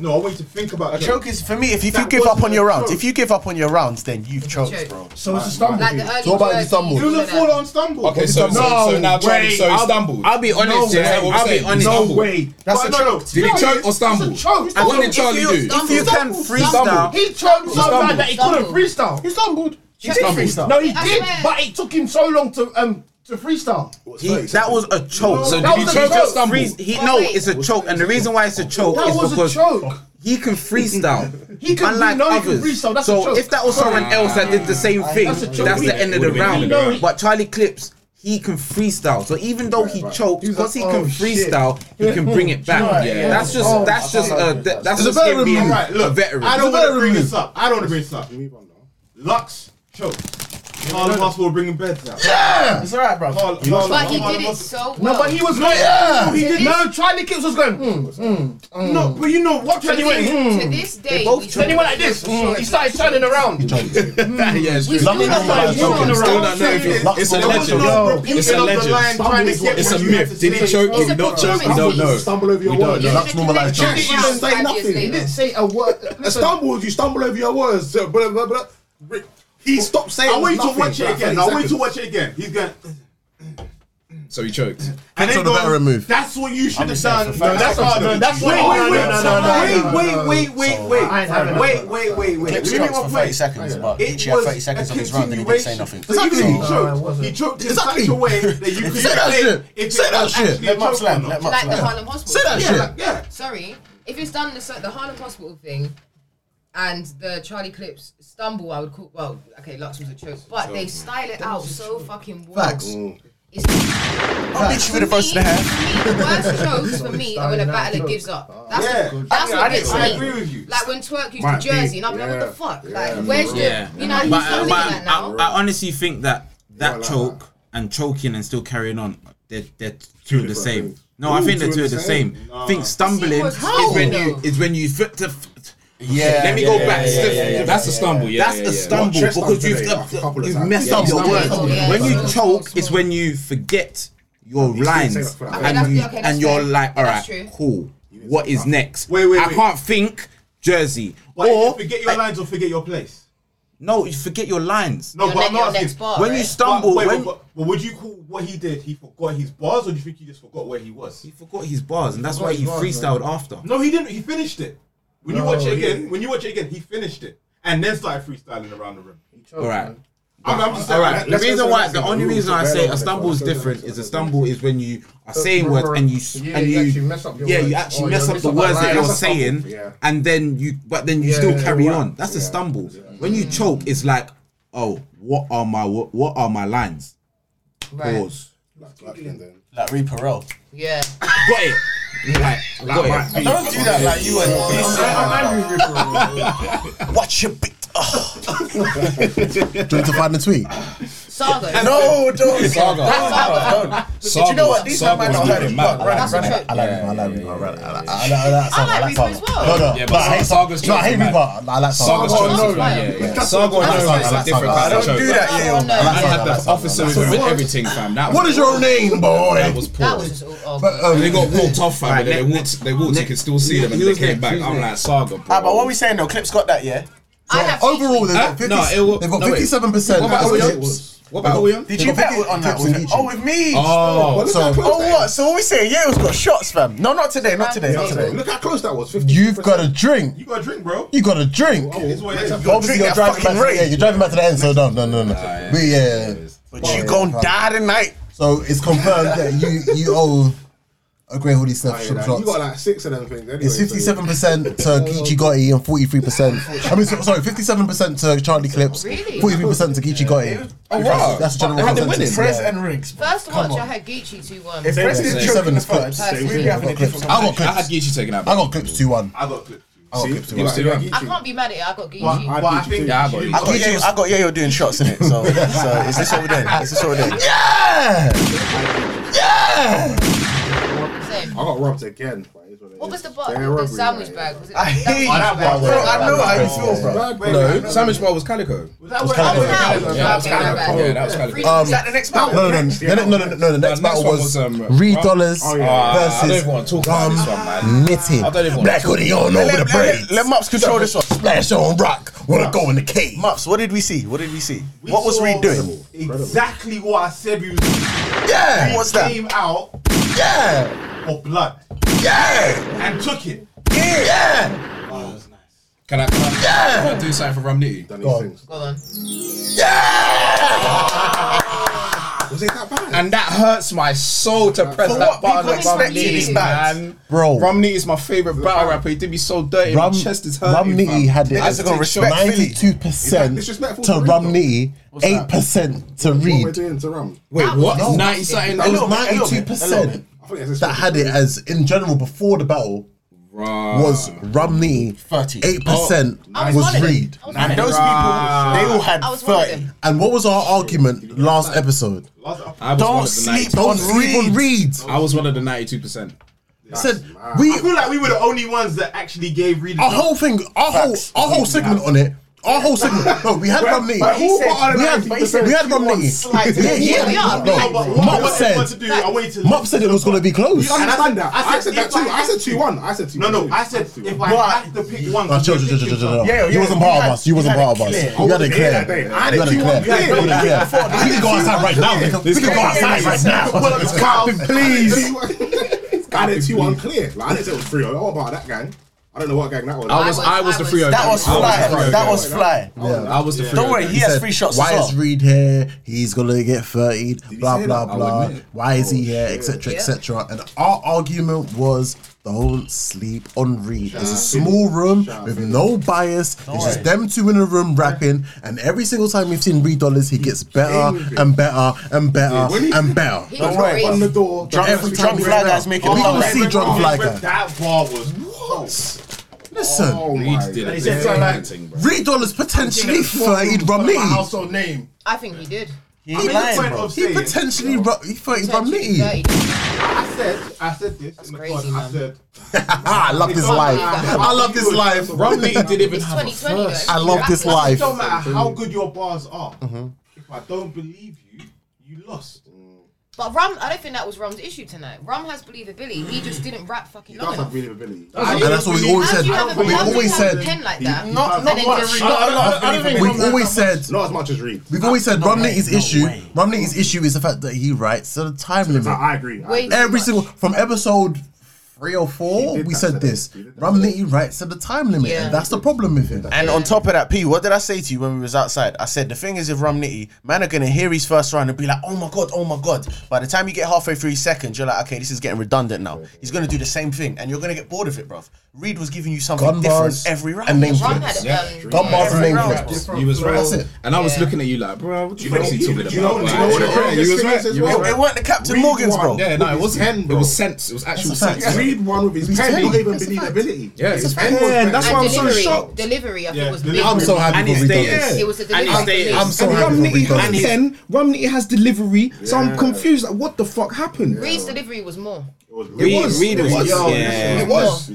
S3: No, I want you to think about
S2: A
S3: jokes.
S2: choke is for me. If, if you
S3: That
S2: give up on
S3: wasn't
S2: your
S3: a
S2: rounds,
S3: choke.
S2: if you give up on your rounds, then you've choked,
S6: Choke.
S2: bro.
S8: So it's a stumble.
S6: Like the early
S1: So what about
S6: jerky,
S1: the stumble?
S3: It was a
S6: like that.
S3: full on stumble.
S5: okay, so, so, so now Charlie, so he stumbled.
S14: I'll be honest,
S5: No
S14: yeah.
S5: way.
S14: I'll be
S5: No
S14: honest.
S5: way.
S3: That's a choke.
S5: Did he choke or stumble? What did Charlie
S6: If you
S5: do?
S6: stumble-
S7: you can freestyle,
S8: He uh, choked so bad that he couldn't
S6: Stumbled.
S8: freestyle.
S1: He stumbled. He did freestyle.
S8: No, he
S6: I
S8: did,
S6: swear.
S8: but it took him so long to um to freestyle.
S7: he, that was a choke.
S5: So
S8: That
S5: did he
S8: was a
S5: choke or
S8: choke.
S5: stumble?
S7: Freeze- he, no,
S6: wait.
S7: it's a choke, and the reason why it's a choke
S8: That
S7: is
S8: was a
S7: because
S8: choke.
S7: he can freestyle.
S8: <laughs> He can-
S7: unlike
S8: we know he can
S7: others.
S8: freestyle, that's a
S7: so
S8: choke.
S7: if that was someone else that did the same thing,
S8: That's
S7: that's,
S8: a joke. We-
S7: the end of the
S5: would've been the
S7: round.
S5: end of the round.
S7: But Charlie Clips, he can freestyle. So even though he choked,
S8: He was
S7: once
S8: like,
S7: he can
S8: oh, shit.
S7: freestyle, he can bring it back.
S5: Yeah.
S7: That's just
S8: Oh,
S7: that's just uh, th-
S1: It's
S7: that's
S1: a
S7: just him
S1: veteran,
S7: being
S1: all
S3: Right,
S7: a
S3: look,
S7: veteran.
S3: I
S1: It's a
S3: don't want to
S1: veteran
S3: bring
S1: move.
S3: this up. I don't want to bring this up. Lux choke.
S10: Carl Russell were bringing beds out.
S1: Yeah, it's
S10: alright, bro. Carl,
S1: He
S10: Carl,
S1: was-
S6: But he
S10: Carl
S6: did it
S10: Russell-
S6: so well.
S8: No, but he was not.
S1: Yeah.
S8: He did. No, Charlie Kicks was going. Mm, mm, mm.
S10: No, but you know what?
S6: To this, to this day, we
S8: So then he went like this. Mm. He started turning around.
S5: yeah, it's true.
S1: London
S5: Still
S1: Eye was joking.
S5: don't know if it's-
S1: Luxor
S5: it's a
S1: was
S5: legend.
S1: joking.
S5: No, It's a
S10: Middle of the line,
S5: legend.
S10: trying to get
S5: It's a
S10: what you have
S5: myth.
S10: to
S5: Did he
S10: say.
S5: choke
S6: It's
S5: you?
S6: a
S5: Not choke? We
S6: performance.
S5: don't know.
S10: Stumble over your
S5: We don't
S10: words.
S5: know.
S1: That's normalised
S8: He
S1: joking.
S8: didn't
S10: Say
S6: Five
S10: nothing.
S6: years
S8: He
S6: later.
S8: didn't say a word.
S10: I stumbled. You stumble over your words. uh, Blah blah blah. Rick, He stopped saying.
S3: I want you to
S10: nothing
S3: watch
S10: for
S3: it
S10: like
S3: again.
S10: 30
S3: I want you to
S10: seconds.
S3: watch it again. He's going.
S5: So he choked.
S3: And
S1: on the
S3: going,
S1: better move.
S3: That's what you should have done.
S8: That's all. no, That's
S3: Wait,
S8: all-
S3: wait,
S8: no,
S3: wait,
S8: no, no, no, no, no.
S1: no, no.
S12: wait, wait, wait, wait,
S8: I ain't having
S12: wait,
S8: it.
S12: wait, wait, wait, wait.
S2: Clips
S12: Give me
S2: dropped
S12: one
S2: for 30
S12: point.
S2: seconds, but
S12: It
S2: each had
S12: was
S2: 30 seconds
S12: a
S2: of his round and he didn't say nothing.
S3: So even if he
S1: Exactly.
S8: No, it
S3: choked,
S8: wasn't.
S3: he choked in
S1: Exactly.
S3: such a way that you
S1: Say
S3: could
S1: that
S3: say
S1: shit.
S3: if
S1: Say
S3: it
S1: that
S3: was
S1: shit.
S3: actually a
S2: Let Mark
S3: choke or
S2: slam.
S3: not.
S2: Let Mark
S6: Like the
S2: slam.
S6: Harlem Hospital.
S1: Say that
S6: thing.
S1: shit.
S3: Yeah.
S6: Sorry, if it's done the, the Harlem Hospital thing and the Charlie Clips stumble, I would call. Well, okay, Lux was a choke, but they style it out so fucking well.
S1: Facts.
S6: It's
S2: I'll beat you with a verse and a half.
S6: for me, the worst jokes for me are when a battler gives up. That's
S3: Yeah.
S6: what, that's what gets me.
S3: I agree with you.
S6: Like when Twerk used to Jersey, and I'm like, what the fuck? Like, where's the,
S7: Yeah.
S6: you know, he's
S7: But,
S6: not
S7: uh,
S6: doing
S7: but
S6: that
S7: I,
S6: now.
S7: I honestly think that that choke and choking and still carrying on, they're, they're two of the same. No, I think they're two of the same. I think
S6: See,
S7: stumbling
S6: what's
S7: is
S6: how,
S7: when you
S6: though?
S7: is when you flip to. f-
S2: Yeah.
S7: Let me
S2: yeah,
S7: go
S2: yeah,
S7: back.
S2: yeah,
S7: Stiff-
S2: yeah, yeah.
S5: That's the stumble. Yeah,
S7: That's
S5: yeah,
S7: the
S5: yeah.
S7: stumble
S10: Chest
S7: because
S10: stumble
S7: you've,
S10: today, a couple of
S7: you've
S10: times.
S7: messed up your
S2: Stumble.
S7: words.
S6: Yeah,
S7: when you
S6: stumble.
S7: choke, it's when you forget your lines
S10: saying that for that.
S6: Okay, that's-
S7: and, you,
S6: okay, that's
S7: and you're
S6: fair.
S7: like, all right,
S6: That's true.
S7: cool. What is next?
S3: Wait, wait,
S7: I
S3: wait.
S7: can't think. Jersey
S3: Like,
S7: or
S3: forget your lines or forget your place.
S7: no, you forget your lines.
S3: No,
S6: Your
S3: but
S6: ne-
S3: I'm not
S6: your next
S3: asking.
S6: bar,
S7: when you
S6: right?
S7: stumble,
S3: but, wait,
S7: when
S3: but, but, but would you call what he did? He forgot his bars, or do you think he just forgot where he was?
S7: He forgot his bars, and that's why he
S8: his bars,
S7: freestyled after.
S3: No, he didn't. He finished it. When you
S8: No,
S3: watch it
S8: he-
S3: again, when you watch it again, he finished it and then started freestyling around the room.
S7: All right.
S3: I'm, I'm just saying.
S7: All right. The
S10: let's go
S7: reason
S10: to
S7: why,
S10: the
S7: the only
S10: rules
S7: reason
S10: are
S7: I
S10: better
S7: say
S10: on
S7: a
S10: this
S7: stumble
S10: one. Let's
S7: is
S10: go to
S7: different
S10: the
S7: is a
S10: rules.
S7: stumble is when you are saying words and you s-
S8: Yeah,
S7: and
S8: you
S7: you
S8: actually mess up your
S7: yeah you
S8: words.
S7: actually
S8: Or
S7: mess
S8: you
S7: up
S8: mess
S7: the
S8: up a
S7: words that
S8: line.
S7: you're
S8: That's a stumble,
S7: saying,
S10: yeah.
S7: and then you but then you
S8: Yeah,
S7: still
S8: yeah,
S7: carry
S8: you're right.
S7: on. That's a stumble. When you choke, it's like, oh, what are my what, what are my lines?
S6: Right.
S7: Pause.
S2: Like Reaper Roll.
S6: Yeah.
S7: Got it. Like, got it.
S2: Don't do that like you
S5: <laughs>
S2: were. Watch your bit.
S1: Do you want to find the tweet?
S6: Saga.
S2: No, don't. Saga.
S6: Saga.
S2: Do you know what? These
S5: Saga
S2: man might not
S5: was
S2: heard it.
S5: moving
S2: Run,
S5: mad.
S2: run,
S6: That's
S2: run
S6: a
S2: it.
S6: choke.
S1: I like Reaper. I like Reaper. I like- I like- I like- I like Saga. I like
S6: Reaper as
S1: Saga.
S6: well.
S1: No, no.
S5: Yeah, but
S1: But I hate
S5: Saga's
S1: No, I hate
S5: choking, man.
S1: Reaper. I like Saga.
S5: Saga
S1: Saga.
S5: on
S6: no.
S5: yeah, yeah, yeah. Saga on
S1: That's
S5: no is a
S1: like
S5: different
S1: Saga.
S5: kind of
S2: Don't
S5: choke.
S2: do that,
S6: Oh,
S2: yo.
S1: I
S6: no.
S5: I
S1: like
S5: had
S1: Saga.
S5: that officer with him and everything, fam. That
S1: What
S5: was-
S1: is your name,
S5: That
S1: boy?
S5: was
S6: That
S5: poor.
S6: was just all. Oh,
S1: But, um,
S5: And they got walked off, fam.
S7: Right,
S5: and then
S7: next-
S5: they walked. They walked. You
S7: next-
S5: could still see them, and they
S7: who's
S5: came
S7: next?
S5: back.
S7: Who's
S5: I'm like
S7: next?
S5: Saga,
S2: Ah, but what
S5: bro.
S2: we saying though? Clips got that, yeah.
S6: I have
S1: Overall, they've
S5: Huh?
S1: got 50,
S5: No, it wa-
S1: they've got
S5: no, wait.
S1: 57%.
S5: What about
S1: That's
S5: Williams? What about Williams?
S2: Did you bet on that?
S1: Clips
S2: Was
S1: on
S2: it?
S1: YouTube.
S2: Oh, with me.
S5: Oh,
S1: So,
S2: Oh what? So what we saying? Yeah, it was got shots, fam. No, not today. Not today. Not today.
S10: Look how close that was. 50.
S1: you've got a drink.
S3: You got a drink, bro.
S1: You got a drink.
S3: It's what it is.
S1: But obviously,
S2: drink
S1: you're
S2: that
S1: driving back.
S2: fucking
S1: To, yeah,
S2: rate.
S1: you're driving back to the end. So no, no, no, no. But yeah,
S2: But you gon' die tonight.
S1: so it's confirmed that you you owe a great hoodie stuff.
S10: You
S1: ship shots.
S10: got like six of them things. Anyway,
S1: It's
S10: so-
S1: fifty-seven percent to Geechee Gotti and forty-three percent. I mean, so- sorry, fifty-seven percent to Charlie Clips,
S6: Really?
S1: forty-three percent to Geechee Gotti.
S2: Oh wow.
S1: That's the general consensus.
S2: Press
S1: yeah.
S2: and rings.
S6: First watch, I had Gucci 2 1.
S2: If Press did choke in the first,
S6: Same.
S2: we'd be having a different
S1: I got
S5: I had
S1: Clips.
S5: Geechee taken out.
S1: I got Clips two-one.
S3: I got clipped. too.
S1: I got Clips
S5: You
S1: two-one.
S5: got two, right?
S6: I can't be mad at it. I got Gucci.
S10: I
S3: But I
S10: beat you
S3: think
S10: too.
S5: Yeah, I got
S3: you-
S5: you.
S2: I got Yayo, I got Yayo doing shots in it. So, so is this what we're doing? Is this what we're doing?
S1: Yeah.
S6: Same.
S10: I got robbed again. but it's it
S6: What
S10: is.
S6: was the bar?
S10: They're
S6: The
S10: robbery,
S6: sandwich
S10: right?
S6: bag. Was it?
S2: I hate you,
S3: Oh, that
S2: bro.
S3: was-
S2: Bro, I know how you
S1: was-
S2: feel, bro.
S5: No, sandwich bar was Calico.
S3: Was that where
S1: kind
S3: I
S1: of-
S3: was at?
S6: Yeah,
S5: Yeah, that was
S6: okay, my
S5: Calico.
S6: bad.
S5: Yeah, that was Calico.
S6: Freedom.
S2: Is that the next battle?
S1: No, no, no, no, no, no, no, no. The next
S5: next
S1: battle
S5: one
S1: was
S5: was, um,
S1: Reed
S5: Ra-
S1: Dollars
S10: Oh, yeah.
S5: Uh, I don't
S1: versus
S5: even want to talk about this one, man.
S1: Knitting.
S5: I don't even wanna
S1: Black hoodie on over
S2: Let,
S1: the
S2: let, let,
S1: braids.
S2: let Mups control this one.
S1: Splash on rock. Wanna go in the cave?
S2: Mups, what did we see? What did we see?
S3: We
S2: what was
S3: saw
S2: Reed doing?
S3: Exactly what I said we was doing.
S1: Yeah.
S2: What's that?
S3: Came out
S1: Yeah.
S3: for blood
S1: Yeah.
S3: and took it.
S1: Yeah.
S5: Can I? Can I, can I do something for Ramniti?
S10: Done these things.
S6: Go on.
S10: Was it that bad?
S5: And that hurts my soul to press
S2: For
S5: that
S2: what?
S5: button
S2: People
S5: on
S2: expect you
S5: Romney,
S2: these bands.
S5: man.
S1: Bro.
S5: Romney is my favorite battle rapper. He did me so dirty.
S1: Rum,
S5: my chest is hurting.
S1: Rumney
S5: fam.
S1: had it.
S2: Niggas are gonna respect Philly.
S1: Ninety-two
S10: that
S1: percent
S10: disrespectful
S1: to
S10: to Reed,
S1: Rumney, eight percent to
S10: what we're
S1: Reed. It
S10: doing to Rum?
S5: Wait,
S1: No.
S5: what? Ninety something.
S1: was
S5: That was
S1: ninety-two percent
S10: I think it's
S1: that had it as in general before the battle.
S5: Bruh.
S1: was Romney.
S2: 30.
S1: Eight percent
S6: I was one
S1: was
S6: of them.
S1: Reed.
S6: I was one
S1: And
S6: of
S1: those people,
S5: Bruh.
S1: they all had
S6: I was one of
S1: thirty.
S6: them.
S1: And what was our argument last episode?
S5: I was one
S2: Don't
S5: of the
S2: sleep
S5: 90
S1: Don't
S2: on
S1: sleep on
S2: Reed.
S1: Reeds.
S5: I was one of the ninety-two percent.
S1: I said we
S10: I feel like we were the only ones that actually gave Reed.
S1: our whole thing, our whole our whole segment on it. Our whole segment. No, we had Romney.
S10: but he
S1: We
S10: said-
S1: had- we
S10: but he
S1: had
S10: said
S1: we had
S10: you want
S1: Romney.
S10: slight-
S1: Yeah,
S6: Yeah, we
S1: yeah. No,
S6: are. No, but
S10: what I wanted
S1: Mop
S10: to
S1: said
S10: do, I waited. till-
S1: Mop said it was going to be close.
S10: You understand that?
S4: I said that too. I said 2 1. I said 2
S10: No, no. I said
S5: <laughs>
S10: if I had to pick one,
S1: No, chill, chill, chill, chill, chill, chill. You wasn't part of us. You wasn't part of us. You had it clear. You had it clear. You had it clear. We can go outside right now. nigga. We can go outside right now.
S10: It's Calvin,
S4: Please. I did 2 1 clear. Like, I didn't say it was 3 0. Oh, about that gang. I don't know what gang that was.
S5: I was, I was the free.
S2: That was fly. That was fly.
S5: I was the free.
S2: Don't worry, he has three shots.
S1: Why
S2: as
S1: is
S2: well.
S1: Reed here? He's gonna get 30, blah
S5: say
S1: blah
S5: that? I
S1: blah.
S5: wouldn't. Oh,
S1: Why is he here? Etc.
S6: Yeah.
S1: etc. And our argument was don't sleep on Reed. It's a small room with no bias. It's just them two in a room rapping, and every single time we've seen Reed Dollars, he gets better and better and better and better.
S6: He
S2: Don't
S6: was
S2: worry.
S6: crazy.
S4: on the door.
S2: Drunk,
S1: Every time
S2: drunk
S1: we
S2: fly
S1: went
S2: guys
S1: out,
S2: making
S1: we
S2: love.
S1: will see drunk fly guy.
S10: that bar was what?
S1: Listen,
S5: Reed did
S8: He
S5: it.
S8: said something like,
S1: Reed Dollars potentially 30 Ramee.
S8: Household name.
S6: I think he did.
S2: He
S10: I made the
S2: lying,
S10: point
S2: bro.
S10: of
S1: He
S10: saying,
S1: potentially ru- he 30 Ramee.
S6: Dirty.
S10: I said, I said this in the
S6: crazy,
S10: pod. I
S6: man.
S10: said,
S1: Ah, I love this life. I love this life.
S5: Romney didn't even
S6: It's
S5: have a
S6: 2020.
S5: first.
S6: though.
S1: I love this
S6: That's-
S1: life.
S10: it don't matter how good your bars are. If I don't believe you, you lost.
S6: But Rum, I don't think that was Rum's issue tonight. Rum has believability. He just didn't rap fucking long
S4: That's a
S6: enough.
S4: believability.
S1: And that's what we
S10: How
S1: always
S6: How
S1: said.
S6: do you have a,
S1: We
S6: how do you
S1: always
S6: have a
S1: said.
S6: pen like that?
S10: Not-
S6: and
S10: not
S6: then
S10: much.
S6: just-
S10: Not- I don't- I don't think
S1: We've always said.
S4: Not as much as Reed.
S1: We've always said Romney's
S2: way, no
S1: issue.
S2: way.
S1: Romney's issue is the fact that he writes to the time
S4: So
S1: limit.
S4: I agree. I
S6: Wait.
S4: agree.
S1: Every
S6: Too
S1: single from episode three or four,
S4: did
S1: we
S4: that,
S1: said
S4: didn't
S1: this.
S4: he? He did that.
S1: Romney writes to the time limit,
S6: Yeah.
S1: and that's the problem with him.
S2: And on top of that, P, what did I say to you when we was outside? I said the thing is with Rum Nitty, man are gonna hear his first round and be like, oh my god, oh my god. By the time you get halfway through his second, you're like, okay, this is getting redundant now. He's gonna do the same thing, and you're gonna get bored of it, bruv. Reed was giving you something
S1: Gun
S2: different
S1: bars
S2: every round.
S1: and name
S6: Rum
S1: flips.
S6: had um,
S1: Gun bars and
S6: every
S1: name
S6: round.
S1: flips.
S5: You was right.
S1: That's it.
S5: And I was
S6: Yeah.
S5: looking at you like, bro, what you
S10: know-
S5: crazy
S10: you-
S5: talking about?
S10: you know- you know
S5: Like,
S10: what the
S5: yeah,
S10: craziest
S5: you was
S4: thing
S5: right,
S4: is as
S5: you was
S4: well?
S5: right.
S2: It weren't the Captain
S4: Reed
S2: Morgans,
S4: won.
S2: bro.
S5: Yeah, no, it was
S4: pen,
S5: It was sense. It was actual
S1: That's a fact.
S5: sense.
S4: Reed won with his pen.
S1: pen.
S4: Not even
S1: That's a fact.
S4: believability.
S5: Yeah,
S4: his
S5: it's
S4: pen was pen. That's
S6: And
S4: why I'm so
S6: delivery,
S4: shocked.
S6: delivery, I
S10: Yeah,
S6: think was
S10: delivery.
S6: big.
S1: I'm so happy for
S5: it's
S1: Reed
S5: dated.
S1: Dollars.
S6: It was the
S5: And
S6: delivery.
S5: it's dated.
S1: I'm so
S5: And
S1: happy for Reed Dollars.
S5: pen. Romney has delivery. So I'm confused. Like, what the fuck happened?
S6: Reed's delivery was more.
S7: Reed, Reed was.
S5: Yo,
S7: yeah.
S5: It was.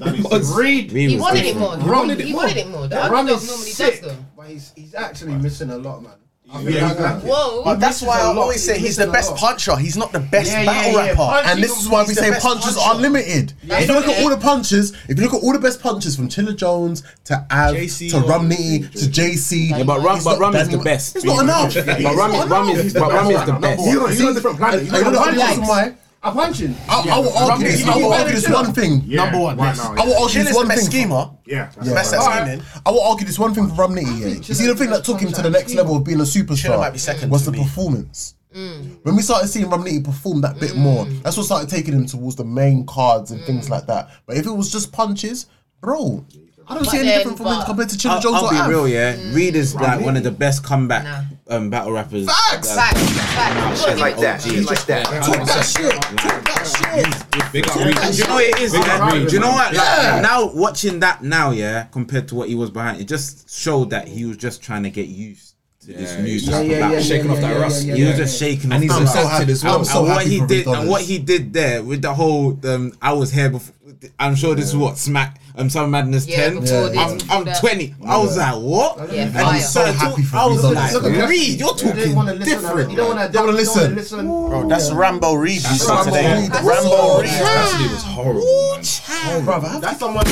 S8: Reed.
S7: Reed
S6: He
S7: was
S6: wanted it
S7: different.
S6: more. He wanted it more. He wanted it more. The underdog
S8: Rum is
S6: normally does
S8: sick,
S6: though.
S8: but he's he's actually missing a lot, man. I feel
S10: Yeah,
S8: like
S10: he's
S8: I-
S10: lacking.
S2: But
S6: Whoa.
S2: that's
S8: misses
S2: why
S8: a
S2: I
S8: lot.
S2: always say
S8: He
S2: he's
S8: misses
S2: the
S8: a
S2: best
S8: lot.
S2: puncher. He's not the best
S8: Yeah, yeah,
S2: battle
S8: yeah.
S2: rapper.
S8: Punch-
S1: And this is why we
S2: He's the
S1: say
S2: best
S1: punches
S2: puncher.
S1: are limited. If you look at all the punches, if you look at all the best punches from Chilla Jones to Av
S5: JC
S1: to
S5: or-
S1: Romney to JC,
S7: Yeah, but Rum,
S1: it's
S7: but
S1: not-
S7: Rum is
S1: that's
S7: the
S1: not-
S7: best.
S1: It's not enough.
S7: But Rum, is- Rum is, but Rum is the best.
S4: You're on a different planet.
S1: I don't know the reason why.
S8: I'm punching.
S1: I, I will argue this. I will argue this one thing.
S4: Yeah,
S2: Number one.
S4: Right
S2: yes.
S4: now,
S1: I will argue
S2: Chill
S1: this
S2: is the
S1: one
S2: best
S1: thing.
S2: schemer.
S4: yeah.
S2: The best at scheming.
S1: I will argue this one thing for Romney. Yeah. You see the thing that took him to the next level of being a superstar
S2: Chilla might be second
S1: was
S2: to
S1: the
S2: me.
S1: performance.
S6: Mm.
S1: When we started seeing Romney perform that bit more, that's what started taking him towards the main cards and
S6: Mm.
S1: things like that. But if it was just punches, bro, I don't see any
S6: then-
S1: different from him
S6: but-
S1: compared to Chilla
S7: I'll,
S1: Jones
S7: I'll
S1: or
S7: be
S1: Av.
S7: real, yeah. Reed is like one of the best comeback
S6: Mm. Nah.
S7: um, battle rappers.
S1: Facts!
S7: Like,
S6: Facts. Facts. You gotta
S11: Shit like
S6: give it
S11: that.
S6: to him.
S11: Shit like that.
S1: Talk that shit. Talk that shit.
S5: Big up Reed.
S7: Do you know what it is? yeah?
S4: Reed.
S7: Do you know what? Like,
S1: Yeah.
S7: Now watching that now, yeah, compared to what he was behind, it just showed that he was just trying to get used to this new
S5: he's
S7: type of battle.
S5: shaking off that rust.
S7: He was just shaking.
S5: And he's
S7: off.
S1: I'm so
S5: accepted
S1: happy-
S5: as well.
S1: I'm so
S7: and what
S1: happy
S7: he
S1: for
S7: did
S1: Reed
S7: and what
S1: Dollars.
S7: he did there with the whole um, I was here before. I'm sure this is what smack um Summer Madness
S6: Yeah,
S7: ten.
S6: before this,
S7: I'm,
S6: before
S7: I'm
S6: that.
S7: 20. I was like, what?
S6: Yeah,
S7: and
S6: fire.
S7: he started
S1: So happy
S7: talking-
S1: for
S7: I was
S1: Reed
S7: like,
S1: Dollars.
S7: Reed, you're
S8: You don't
S7: talking
S8: want to listen.
S7: different.
S8: You don't want to.
S1: Don't wanna listen.
S2: Bro, that's Rambo Reed. you saw
S1: Rambo
S2: today.
S1: Reed. That's
S2: Rambo
S1: all.
S2: Reed.
S5: That dude was horrible. man.
S10: That's someone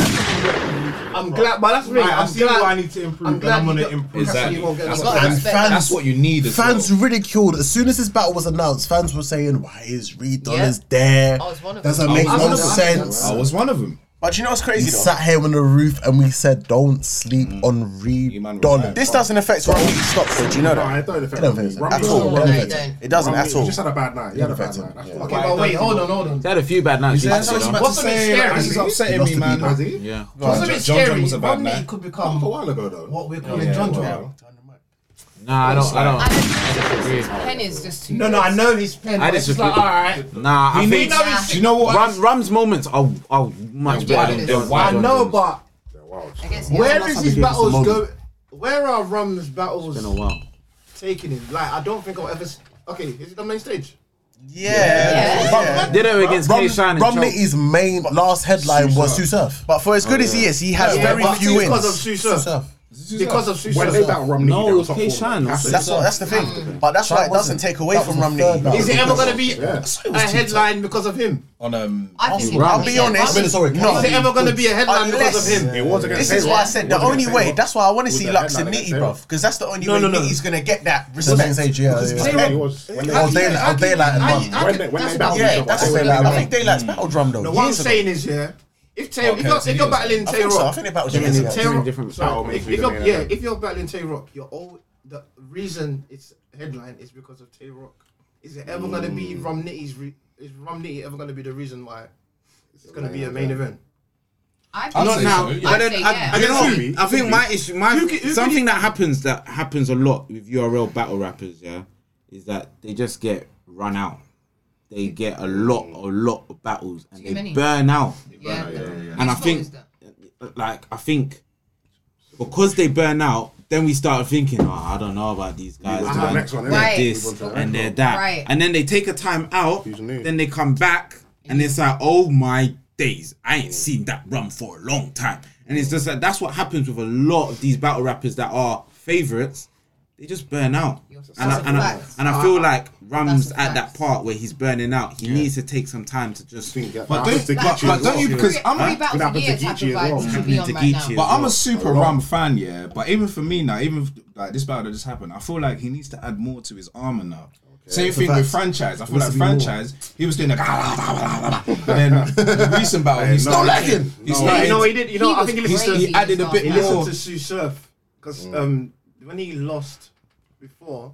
S10: that
S8: I'm glad, but that's really.
S10: Right,
S8: I'm
S10: I've seen
S8: glad.
S10: what I need to improve,
S8: I'm
S10: and
S8: glad
S10: I'm gonna
S8: you don't-
S10: improve.
S5: Exactly.
S8: You won't get
S5: That's
S8: it.
S6: You gotta
S1: And
S6: respect
S1: fans-
S6: that.
S5: That's what you need. as well.
S1: Fans ridiculed as soon as this battle was announced. Fans were saying, "Why is Reed Dollars there?
S6: I was Oh, one of
S1: Doesn't
S6: them.
S1: make
S5: I
S1: no
S5: was-
S1: sense."
S5: I was one of them.
S2: But you know what's
S1: We
S2: crazy though?
S1: sat here on the roof and we said, "Don't sleep on Reed
S5: man were
S1: Dollars."
S5: right.
S2: This doesn't affect Rum Nitty's stock, though. Do you know
S4: No,
S2: that?
S4: it don't affect
S1: I don't think so.
S4: Romney.
S2: At all.
S6: No, you
S1: Perfect.
S6: don't.
S2: It doesn't
S4: Romney,
S2: at
S4: He
S2: all.
S4: just had a bad night. He had a bad night. That's
S8: Okay,
S4: why.
S8: but wait, hold on, hold on.
S7: They had a few bad nights.
S5: That's
S7: actually,
S5: what
S7: though.
S5: I'm about
S8: What's
S5: to
S8: a bit
S5: say.
S8: scary?
S5: This is upsetting
S1: Lost
S5: me,
S1: to
S5: man.
S1: Beat.
S4: Has he?
S7: Yeah.
S8: What's a bit
S5: John John
S8: scary?
S5: was a bad
S8: Romney
S5: night.
S8: could
S4: A
S8: become
S4: while ago though.
S8: what we're calling John John.
S7: Nah, I don't. I don't. I disagree.
S6: Pen is just too.
S8: No, no, I know his pen.
S7: I
S8: but it's
S7: disagree.
S8: like, all right.
S7: Nah, I
S8: You
S7: think.
S8: need know his- Do you know what? I-
S7: Ram, Ram's moments are are much better than
S6: They're
S7: John.
S8: I know,
S7: Johnson's.
S8: but
S6: I guess he
S8: where
S6: has
S8: is
S6: enough-
S8: his
S1: gave us a
S8: battles go?
S1: moment.
S8: Where are Rum's battles
S7: Been a while.
S8: taking him? Like, I don't think I'll ever. s- Okay, is it the main stage?
S2: Yeah.
S6: Yeah.
S7: Did it against K. Shine and Choke.
S1: Romney's main last headline was Sue Surf.
S2: But for as good as he is, he has
S8: Yeah,
S2: very
S8: but
S2: few
S8: because of
S2: wins.
S8: Sue
S1: Sue
S8: Surf.
S1: Surf.
S8: Because of Sue
S10: When they
S8: Surf.
S10: battle Romney,
S7: No,
S10: they
S7: it was
S10: top
S7: K.
S10: four.
S7: Shine. also.
S2: That's what, that's the thing. But that's why it doesn't take away from Romney.
S8: Is it ever gonna be
S10: Yeah.
S8: a headline because of him?
S5: on um.
S6: I think it
S2: I'll
S6: was,
S2: be
S6: yeah.
S2: honest.
S6: Rumney-
S1: Minnesota
S2: No.
S8: Is it ever gonna be a headline because of
S2: Unless-
S8: him?
S10: It was against
S2: This is
S10: Taylor.
S2: why I said the
S10: It was
S2: only
S10: against
S2: way.
S10: Taylor.
S2: That's why I want to see
S10: the
S2: Lux
S10: headline
S2: and
S10: against
S2: Nitty,
S10: Taylor.
S2: bruv, because that's the only
S8: No,
S2: way
S8: no, no.
S2: Nitty's gonna get that
S1: Same
S2: respect.
S1: age, yeah. yeah, yeah.
S10: It was- when they-
S1: Or Daylight, or Daylight and Mum.
S8: I-
S10: When they- when they battle each
S2: Yeah,
S10: other,
S2: that's
S10: they
S2: the
S10: were
S2: thing.
S10: like,
S2: I think Daylight's battle drum though.
S8: No, what I'm
S2: years ago.
S8: saying is, yeah, if Taylor, if,
S5: Okay,
S8: you're,
S5: so
S8: if you're
S5: years.
S8: battling
S2: I think
S8: Taylor,
S2: so. I think they battled years ago.
S8: Taylor,
S7: different-
S8: so
S10: Sorry,
S8: if,
S10: maybe
S8: you're,
S10: they're
S8: yeah,
S10: not.
S8: if you're battling Tay Rock, you're all the reason it's headline is because of Tay Rock. Is it ever gonna be Rum Nitty's? Re- is Rum Nitty ever gonna be the reason why it's gonna be a main event?
S6: I think
S5: Not
S6: so.
S5: now.
S6: I'd
S7: But then
S6: say
S7: I,
S6: yeah.
S7: I, don't know,
S10: Maybe.
S7: I think my issue, my
S8: Who ca- who
S7: something
S8: can-
S7: that happens that happens a lot with URL battle rappers, yeah, is that they just get run out. They get a lot, a lot of battles, and they
S6: many.
S7: burn out.
S6: Yeah.
S7: And I
S6: Whose fault
S7: think,
S6: is that?
S7: like, I think because they burn out, then we start thinking, oh, I don't know about these guys.
S10: to the
S7: man.
S10: next one,
S7: They're
S6: innit?
S7: this
S10: Right.
S7: and they're that.
S6: Right.
S7: And then they take a time out,
S10: Who's new?
S7: then they come back, and it's like, oh my days, I ain't seen that run for a long time. And it's just like, that's what happens with a lot of these battle rappers that are favorites. They just burn out. And I,
S6: That's a
S7: and, I,
S6: fact.
S7: and I feel like Ram's
S6: a
S7: at that
S6: fact.
S7: part where he's burning out. He needs to take some time to just
S10: think that
S5: But
S10: happens
S5: don't,
S10: to
S5: but,
S10: Geechee
S5: but
S10: as
S5: don't you
S10: well.
S5: because
S6: Three-
S5: I'm
S6: three
S10: It
S6: battles
S10: happened
S6: a year
S10: to
S6: type of
S10: Geechee as
S6: vibe
S10: well.
S6: you should
S7: Happened
S6: be
S7: to
S6: on right
S7: Geechee.
S6: now.
S5: But I'm a super Ram fan, yeah. But even for me now, even if, like this battle that just happened, I feel like he needs to add more to his armor now. Same thing with franchise. I feel like franchise, he was doing <laughs> like, but
S8: <laughs>
S5: then the recent battle, he's
S10: no,
S5: not
S10: no.
S5: lacking. He's
S10: No.
S8: You know
S5: not.
S8: what he did? You know, I think he
S5: He's,
S8: listened.
S5: he added a bit
S8: He listened
S5: more.
S8: to Sue Surf because um, when he lost before,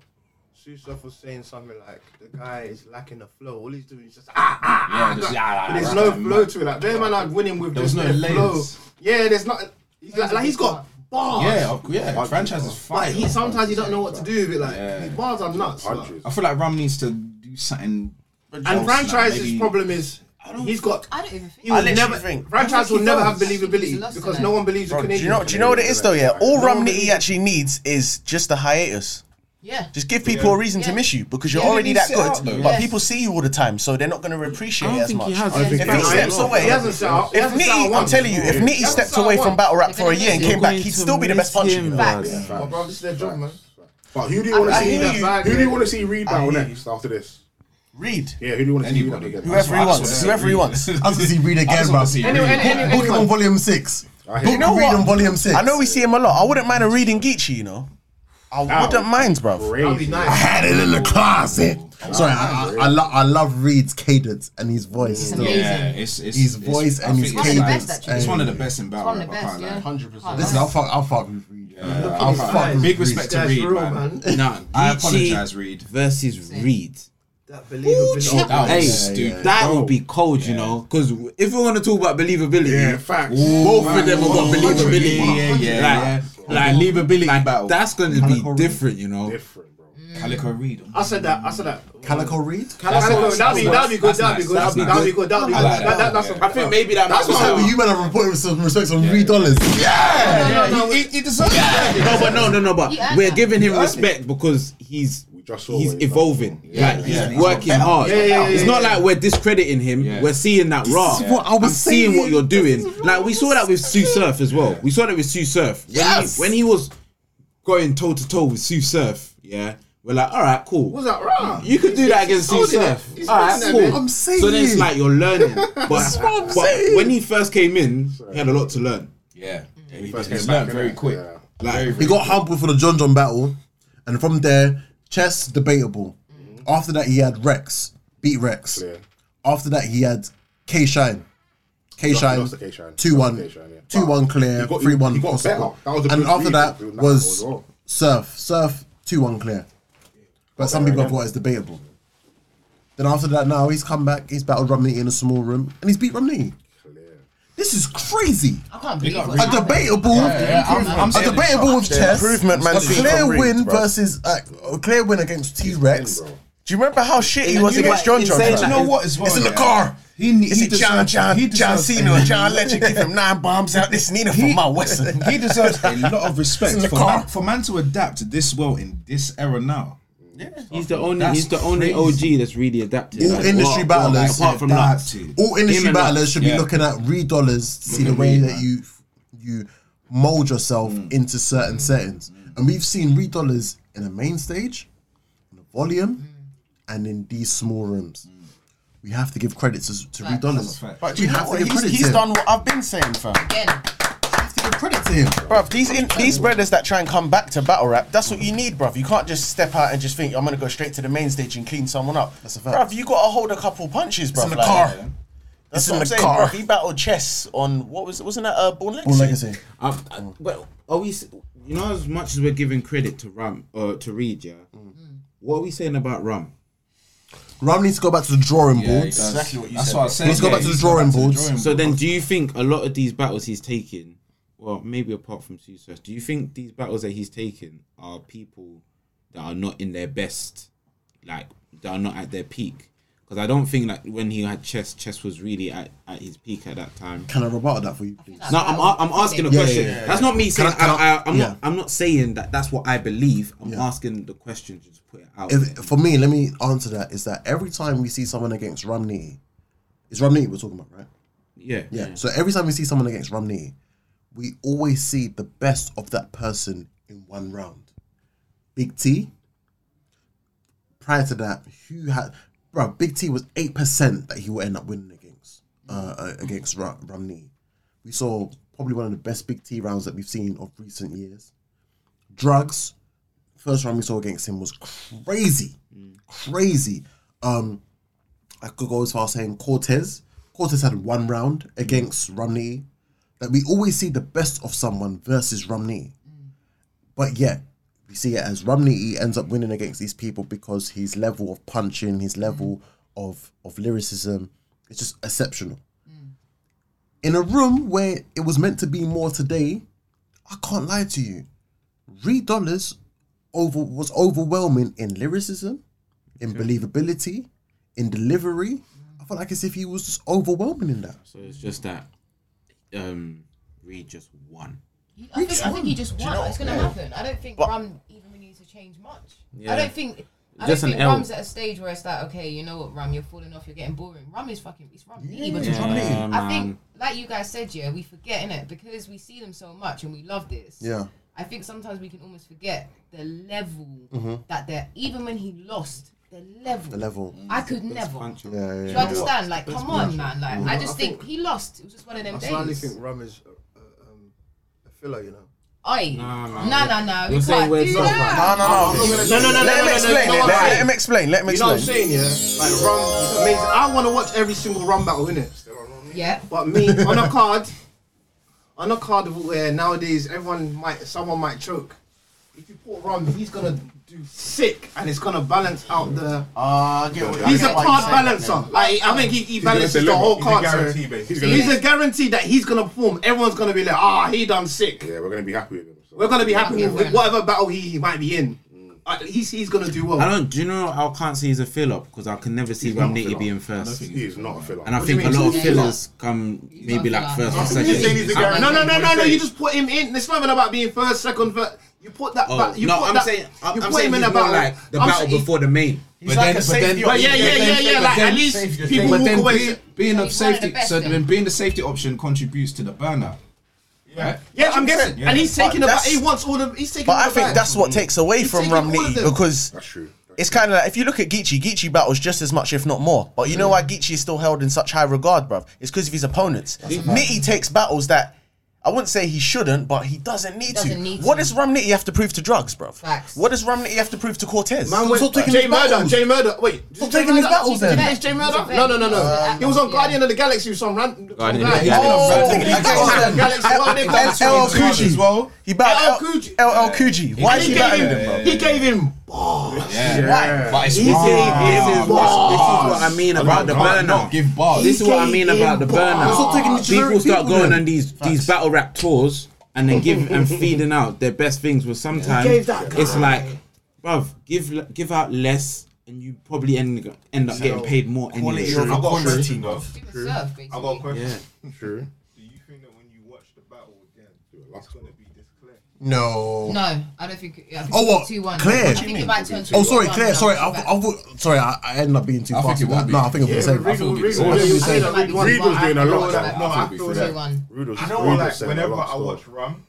S8: Sue Surf was saying something like, "The guy is lacking the flow. All he's doing is just ah ah ah."
S5: just,
S8: Like,
S5: "Ah, ah,
S8: but
S5: ah,"
S8: there's
S5: right,
S8: no
S5: right,
S8: flow
S5: right.
S8: to it. Like, them man are winning with
S5: There was
S8: just
S5: no
S8: their flow.
S5: layers.
S8: Yeah, there's not. He's like, like he's got bars.
S5: Yeah, of- yeah. Franchise is
S8: But
S5: fire.
S8: he, sometimes you don't know what to do with it. Like his bars are nuts. like.
S5: I feel like Ram needs to do something.
S8: And franchise's
S5: maybe-
S8: problem is he's got.
S6: I don't even think.
S8: He will
S2: literally
S8: never,
S2: think-
S8: franchise will never have believability
S6: He's lost
S8: because
S6: tonight.
S8: no one believes the
S2: Bro, do
S8: Canadian.
S2: you know? Do you know what it is though? Yeah, all
S8: No,
S2: Rum
S8: but-
S2: Nitty actually needs is just a hiatus.
S6: Yeah.
S2: Just give people a reason to
S6: Yeah.
S2: miss you because you're
S6: Yeah,
S2: already
S5: he
S2: that
S5: sit
S2: good.
S5: out, though.
S2: but
S6: Yes.
S2: people see you all the time, so they're not going to appreciate it as much.
S6: don't
S2: If
S6: think
S2: he
S6: has.
S2: steps away,
S8: He hasn't shut up. He
S2: if
S8: hasn't shut up
S2: Nitty, I'm
S8: once.
S2: telling you, if Nitty
S8: Yeah.
S2: stepped away from battle rap for a year and came back, he'd still be the best puncher. you know?
S6: Facts.
S8: Oh, bro, this is their job, man.
S10: But who do you want to
S8: I
S10: see?
S8: hear you.
S10: Who do you want to see rebound next after this?
S2: Read.
S10: Yeah, who do you want to see rebound
S5: Anybody.
S10: again?
S2: Whoever he
S5: I just
S2: wants,
S5: wanna
S2: whoever he wants.
S1: I was to see Read again, bro.
S5: see
S8: Anyway,
S5: Reed.
S8: anyway,
S1: Book
S8: anyway.
S1: on volume six. Book
S10: hear you.
S1: Read
S10: You know
S1: on
S2: what?
S1: volume six.
S2: I know we see him a lot. I wouldn't mind a reading Geechee, you know. I wouldn't mind, bro.
S8: That'd be
S10: Crazy.
S1: I
S8: nice.
S1: had it in the closet. Sorry, I, I, I, lo- I love Reed's cadence and his voice. still.
S6: amazing.
S5: Yeah, it's, it's
S1: His
S5: it's-
S1: voice
S5: I
S1: and
S5: think
S1: his
S5: it's
S6: cadence
S5: like-
S6: It's one of the best,
S5: It's
S1: actually.
S5: one of the best in battle.
S6: One of the
S5: rap, I
S6: best,
S5: can't lie.
S6: yeah. Hundred percent.
S1: Listen, I'll fuck, I'll fuck with Reed. I'll fuck
S8: Look at his
S1: with
S8: eyes.
S5: Big
S1: Reed.
S5: respect to
S8: That's
S5: Reed,
S8: real,
S5: man.
S8: man.
S7: No,
S5: I
S7: Geechee
S5: apologize, Reed.
S7: Versus Reed.
S8: That believability.
S5: That
S7: Hey,
S5: was stupid.
S7: that would be cold, you know. Because if we want to talk about believability, both of them have got believability.
S5: Yeah, yeah, yeah.
S7: Like, like
S5: Believability
S7: like,
S5: battle.
S7: That's going to be different, you know.
S10: Different, bro.
S5: Calico Reed.
S8: I said that. I said that.
S1: Calico Reed?
S8: Calico, that'd be that'd be good.
S5: That's
S8: That'd be
S5: nice, that's
S8: good. That'd be
S5: nice.
S8: that'd be good. That'd be
S5: I
S8: good.
S5: like
S8: That-
S5: that,
S8: that- That's
S5: yeah.
S8: a-
S7: I think maybe that
S1: That's
S7: might
S1: what's
S7: be-
S1: happening. You better report with some respect on Reed dollars.
S5: Yeah,
S8: No, no, no.
S5: he, he deserves that.
S7: No, but no, no, no. But
S6: He earned
S7: we're
S6: that.
S7: giving him respect because he's
S10: just saw
S7: he's
S10: what he's done.
S7: evolving. like he's
S5: yeah, he's got
S7: working
S5: better.
S7: hard.
S8: Yeah, yeah, yeah,
S7: it's not
S8: yeah.
S7: like we're discrediting him.
S5: Yeah.
S7: We're seeing that raw.
S1: is what I was
S7: I'm seeing what
S1: saying.
S7: you're doing. Like we saw that with Sue Surf as well. We saw that with Sue Surf.
S1: Yes.
S7: When he, when he was going toe to toe with Sue Surf, yeah, we're like, all right, cool.
S8: Was that wrong?
S7: You could do that against Sue
S8: holding it.
S7: Surf.
S8: He's
S7: All right,
S8: holding it,
S7: cool.
S8: man.
S1: I'm saying.
S7: So then it's like you're learning. But, but when he first came in, he had a lot to learn.
S5: Yeah, yeah he
S10: first
S5: he's
S10: came back,
S5: learned very
S10: innit?
S5: quick.
S10: Yeah.
S7: Like,
S5: Very,
S1: He
S5: very
S1: got humbled for the John John battle, and from there, chess debatable. After that, he had Rex beat Rex.
S10: Mm. Clear.
S1: After that, he had K Shine. K
S10: He
S1: Shine
S10: lost to K-Shine.
S1: two
S10: He
S1: one
S10: lost to K-Shine, yeah.
S1: two one clear
S10: He got-
S1: three one.
S10: he got
S1: possible.
S10: better. That was a
S1: and
S10: good
S1: after
S10: read
S1: that
S10: from that
S1: was
S10: as well.
S1: Surf Surf two one clear. But some people have thought it's debatable. Then after that, now he's come back. He's battled Romney in a small room, and he's beat Romney.
S10: Clear.
S1: This This is crazy.
S6: I can't believe
S1: A debatable, a debatable with chess.
S2: Improvement, man,
S1: A
S2: speak
S1: clear
S2: from rigged,
S1: win
S2: bro.
S1: versus uh, a clear win against T Rex.
S2: Do you remember how shit he
S1: And
S2: was
S1: you
S2: against
S1: like
S2: John John?
S1: insane-
S2: bro?
S1: You know what as well,
S2: It's in the
S1: yeah?
S2: car.
S1: He ne-
S2: It's
S1: he
S2: a John
S1: deserves-
S2: John
S1: he
S2: John
S1: deserves
S2: Cena,
S1: a-
S2: John Legend. Give <laughs> him nine bombs out. This Nina from my Western.
S5: He deserves a lot of
S1: It's in
S5: respect
S1: the
S5: for
S1: car.
S5: man, for man to adapt to this well in this era now.
S7: He's the only.
S5: That's
S7: he's the only
S5: crazy.
S7: OG that's really adapted.
S1: All
S7: Like,
S1: industry
S7: what-
S1: battlers,
S7: apart from that,
S5: Adapted.
S1: all industry
S7: Him and
S1: battlers
S7: that.
S1: should
S5: Yeah.
S1: be looking at re dollars to see the way that you you mold yourself
S2: Mm.
S1: into certain settings. And we've seen re dollars in the main stage, in the volume,
S2: Mm.
S1: and in these small rooms. We have to give credit to, to re dollars.
S2: But
S1: We
S2: you know
S1: have to
S2: what?
S1: give
S2: He's,
S1: credit to
S2: he's
S1: him.
S2: done what I've been saying, fam.
S6: Again,
S1: We have to give credit to him.
S2: Bruv, these in, these brothers that try and come back to battle rap, that's what you need, bruv. You can't just step out and just think I'm gonna go straight to the main stage and clean someone up.
S1: That's a fact.
S2: Bruv, you gotta hold a couple punches, bruv.
S1: in the
S2: like-
S1: car.
S2: That's
S1: It's in
S2: what I'm
S1: the
S2: saying,
S1: car.
S2: bruv. He battled chess on what was wasn't that uh, Born Legacy?
S1: Born Legacy.
S7: Um, uh, well, are we? s- You know, as much as we're giving credit to Ram or to Reed, yeah. What are we saying about Ram?
S1: Ram needs to go back to the drawing boards.
S5: exactly what you That's what I was saying.
S1: Let's go
S5: yeah,
S1: back to the
S5: he's
S1: drawing
S5: to the
S1: boards.
S5: drawing
S7: So then, do you think a lot of these battles he's taking, well, maybe apart from Success, do you think these battles that he's taking are people that are not in their best, like that are not at their peak? Because I don't think that when he had Chess, Chess was really at, at his peak at that time.
S1: Can I rebut that for you, please?
S7: No, I'm, a- I'm asking a
S1: Yeah,
S7: question.
S1: yeah, yeah,
S7: That's not me saying.
S1: I- can I-
S7: I, I, I'm
S1: yeah.
S7: not. I'm not saying that. That's what I believe. I'm asking the question. Just put it out.
S1: if,
S7: there.
S1: for me, let me answer that. Is that every time we see someone against Romney, is Romney we're talking about, right?
S7: yeah.
S1: Yeah. So every time we see someone against Romney, we always see the best of that person in one round. Big T. Prior to that, who had bro? Big T was eight percent that he will end up winning against uh, uh, against Ru- Romney. We saw probably one of the best Big T rounds that we've seen of recent years. Drugs. First round we saw against him was crazy, crazy. Um, I could go as far as saying Cortez. Cortez had one round against Romney. That we always see the best of someone versus Romney. But yet, we see it as Romney he ends up winning against these people because his level of punching, his level of, of lyricism, it's just exceptional. In a room where it was meant to be more today, I can't lie to you. Reed Dollars over was overwhelming in lyricism, in believability, in delivery. I felt like as if he was just overwhelming in that.
S7: So it's just that. Um, Reed just won.
S6: I think, I think he just won. It's gonna happen. I don't think Rum even really needs to change much. I don't think. I
S7: Just
S6: don't
S7: an
S6: think
S7: L.
S6: Rum's at a stage where it's like, okay, you know what, Rum, you're falling off, you're getting boring. Rum is fucking, it's Rum. Yeah,
S7: Yeah,
S6: I think,
S7: man.
S6: like you guys said, yeah, we forget it because we see them so much and we love this.
S1: Yeah.
S6: I think sometimes we can almost forget the level that they're even when he lost the level.
S1: The level.
S6: I could never.
S7: Puncture.
S1: Yeah,
S6: Do
S1: yeah.
S6: you understand? Like, come on, man. Like, I just think, he lost. It was just one of them
S8: I slightly
S6: days.
S8: think Rum is uh, uh, um, a filler, you know.
S6: Oi,
S7: Nah,
S6: no,
S7: man.
S6: no, no.
S7: You're
S6: We
S7: saying
S6: can't
S7: we're
S6: do
S7: soft,
S6: that.
S2: No, no, no.
S8: No, no, no,
S2: Let him explain it. Let him explain. Let him
S8: You know what I'm
S2: explain.
S8: saying, yeah? Like, Rum is amazing. I want to watch every single Rum battle, innit?
S6: Yeah.
S8: But me on a card, on a card where nowadays everyone might, someone might choke. If you put Rum, he's gonna do sick, and it's gonna balance out the.
S2: Ah, I get what- I
S8: He's a
S2: get what
S8: card
S2: you're saying.
S8: balancer. Like I think he, he balances the
S10: deliver.
S8: whole
S10: He's a
S8: card. so
S10: guarantee, basically. He's
S8: He's,
S10: gonna-
S8: a guarantee that he's gonna perform. Everyone's gonna be like, ah, he done sick.
S10: Yeah, we're gonna be happy with him. So.
S8: We're gonna be happy
S6: Yeah,
S8: with
S6: fair
S8: whatever battle he, he might be in. Uh, he's he's gonna do well.
S7: Mm. I don't. Do you know? I can't say he's a fill up because I can never see
S10: not a
S7: Ram Nitty
S10: fill-up.
S7: being first.
S10: He is not a filler.
S7: And I
S8: do you
S7: think a
S8: mean?
S7: lot of
S8: He's
S6: not a
S7: fillers come maybe
S6: not a
S7: like
S6: fill-up.
S7: first or
S10: You're saying
S7: second.
S10: he's a
S6: I-
S10: guarantee.
S8: No, no, no,
S10: What
S8: no,
S10: you
S8: no.
S10: saying?
S8: You just put him in. It's nothing about being first, second, third. You put that.
S7: Oh,
S8: bat- you
S7: no,
S8: put
S7: I'm
S8: that,
S7: saying I'm,
S8: you
S7: I'm
S8: put
S7: saying
S8: him in
S7: he's
S8: a
S7: more
S8: battle.
S7: like the
S8: I'm
S7: battle
S8: saying he-
S7: before the main.
S2: He's like a safety
S8: But yeah,
S2: option.
S8: yeah, yeah, yeah. Like at least
S10: safety-
S8: people
S5: But
S8: walk
S5: then
S8: away.
S5: being, being
S6: He's
S5: of
S6: one of the
S5: safety,
S6: best
S5: so
S6: then.
S5: then being the safety option contributes to the burnout. Right?
S8: Yeah, I'm guessing.
S5: Yeah.
S8: And he's taking
S2: But
S8: about.
S2: that's-
S8: He wants all the. He's taking.
S2: But
S8: all
S2: I
S8: the
S2: think
S8: bags.
S2: that's what takes away from
S8: taking all
S2: Ram
S8: of
S2: Nitty
S8: them.
S2: because
S10: That's true.
S2: it's kind of like if you look at Geechee, Geechee battles just as much, if not more. But you know why Geechee is still held in such high regard, bruv? It's because of his opponents. Nitty takes battles that I wouldn't say he shouldn't, but he doesn't need to.
S6: Doesn't need
S2: What
S6: to.
S2: does Ram Nitty have to prove to drugs, bruv?
S6: Facts.
S2: What does Ram Nitty have to prove to Cortez?
S8: Man went
S1: Stop taking
S8: Jay
S1: his
S8: Murdoch.
S1: battles.
S8: Jay Murdoch. Wait,
S1: Stop taking his battles
S8: Did you
S1: then.
S8: finish Jay
S6: He's a
S8: Murdoch?
S6: vet.
S8: No, no, no,
S6: He's a
S8: no.
S6: vet.
S8: He was on
S6: Yeah.
S8: Guardian of the Galaxy with some random
S7: Guardian
S8: some
S7: of the
S8: guy.
S7: Galaxy.
S8: Oh,
S2: Oh,
S8: Guardian of the
S2: okay.
S8: Galaxy. What they call it?
S2: LL
S5: He's hard
S2: Coogee.
S5: as well.
S2: He battled
S8: LL
S2: LL LL
S8: Coogee.
S2: Coogee. Why
S8: And
S2: is
S8: he
S2: he
S8: gave
S2: battling him,
S8: him. He gave him.
S5: Yeah.
S2: Why?
S5: But it's
S7: This is, this is what, this is what I mean about the burnout.
S5: give bars.
S7: This is what I mean about the
S1: Stop taking the
S7: burnout.
S1: generic
S7: People start
S1: people
S7: going
S1: then.
S7: on these these battle rap tours and then give and feeding out their best things. With sometimes
S8: gave that
S7: it's like, bruv, give le- give out less and you probably end end up getting paid more anyway.
S2: Quality over
S10: I've got a
S2: quantity.
S10: question, though.
S6: She was served,
S10: I've got a
S6: basically.
S10: question.
S4: True.
S10: Do you think that when you watch the battle again, it's going to be this clear?
S1: No.
S6: No, I don't think. I think
S1: Oh, what?
S6: Two one.
S1: Claire?
S6: I think it might turn.
S1: Oh, sorry,
S6: 2-1,
S1: Claire.
S6: but
S1: Sorry, I,
S6: I'll
S1: I,
S6: go
S1: would- sorry, I, I ended up being too
S5: I think
S1: fast.
S5: it
S1: with that.
S5: will be.
S1: No, I think it'll be the same.
S5: I feel it's-
S6: back. I think it might be
S4: Reed was
S6: 2-1.
S4: doing a
S6: I
S4: lot
S6: feel
S4: of
S6: like-
S4: that.
S6: No,
S5: I
S6: I
S5: think
S6: feel
S5: we said
S6: two one.
S4: Rudos,
S10: I know, like, whenever I watch Rum,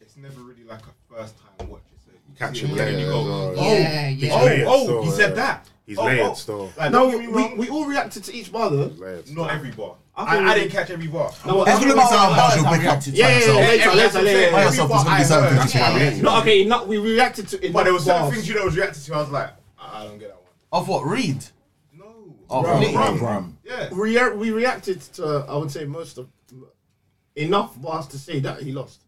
S10: it's never really like a first time watch. It's like, you
S4: Catch
S10: see
S4: him
S10: it and
S4: later.
S10: you
S4: as
S10: go,
S4: well.
S6: Yeah,
S4: He's
S6: yeah.
S4: layered
S10: Oh, oh,
S4: still,
S10: he
S4: yeah.
S10: said that.
S4: He's
S10: oh,
S4: layered
S10: oh.
S4: still.
S10: Like,
S8: No,
S10: don't
S8: we,
S10: get me wrong,
S8: we, we all reacted to each bar though.
S4: He's layered still.
S10: not every bar.
S8: I
S10: I,
S8: think
S10: I
S8: we-
S10: didn't catch every bar.
S8: No,
S1: It's gonna be sound bad. You'll bring up to
S8: Yeah, yeah, yeah,
S1: yourself.
S8: later, later, later.
S1: By yourself, it's gonna be
S10: Every
S1: something.
S10: bar I
S1: That's what I
S6: heard.
S1: mean.
S8: No, okay, not we reacted to it.
S10: But there were certain
S8: bars.
S10: things you know was reacted to. I was like, I I don't get that one.
S2: Of what? Reed?
S10: No.
S2: Oh,
S10: Rum,
S2: really?
S10: rum.
S5: Rum.
S10: Yeah.
S8: we re- we reacted to I would say most of enough bars to say that he lost.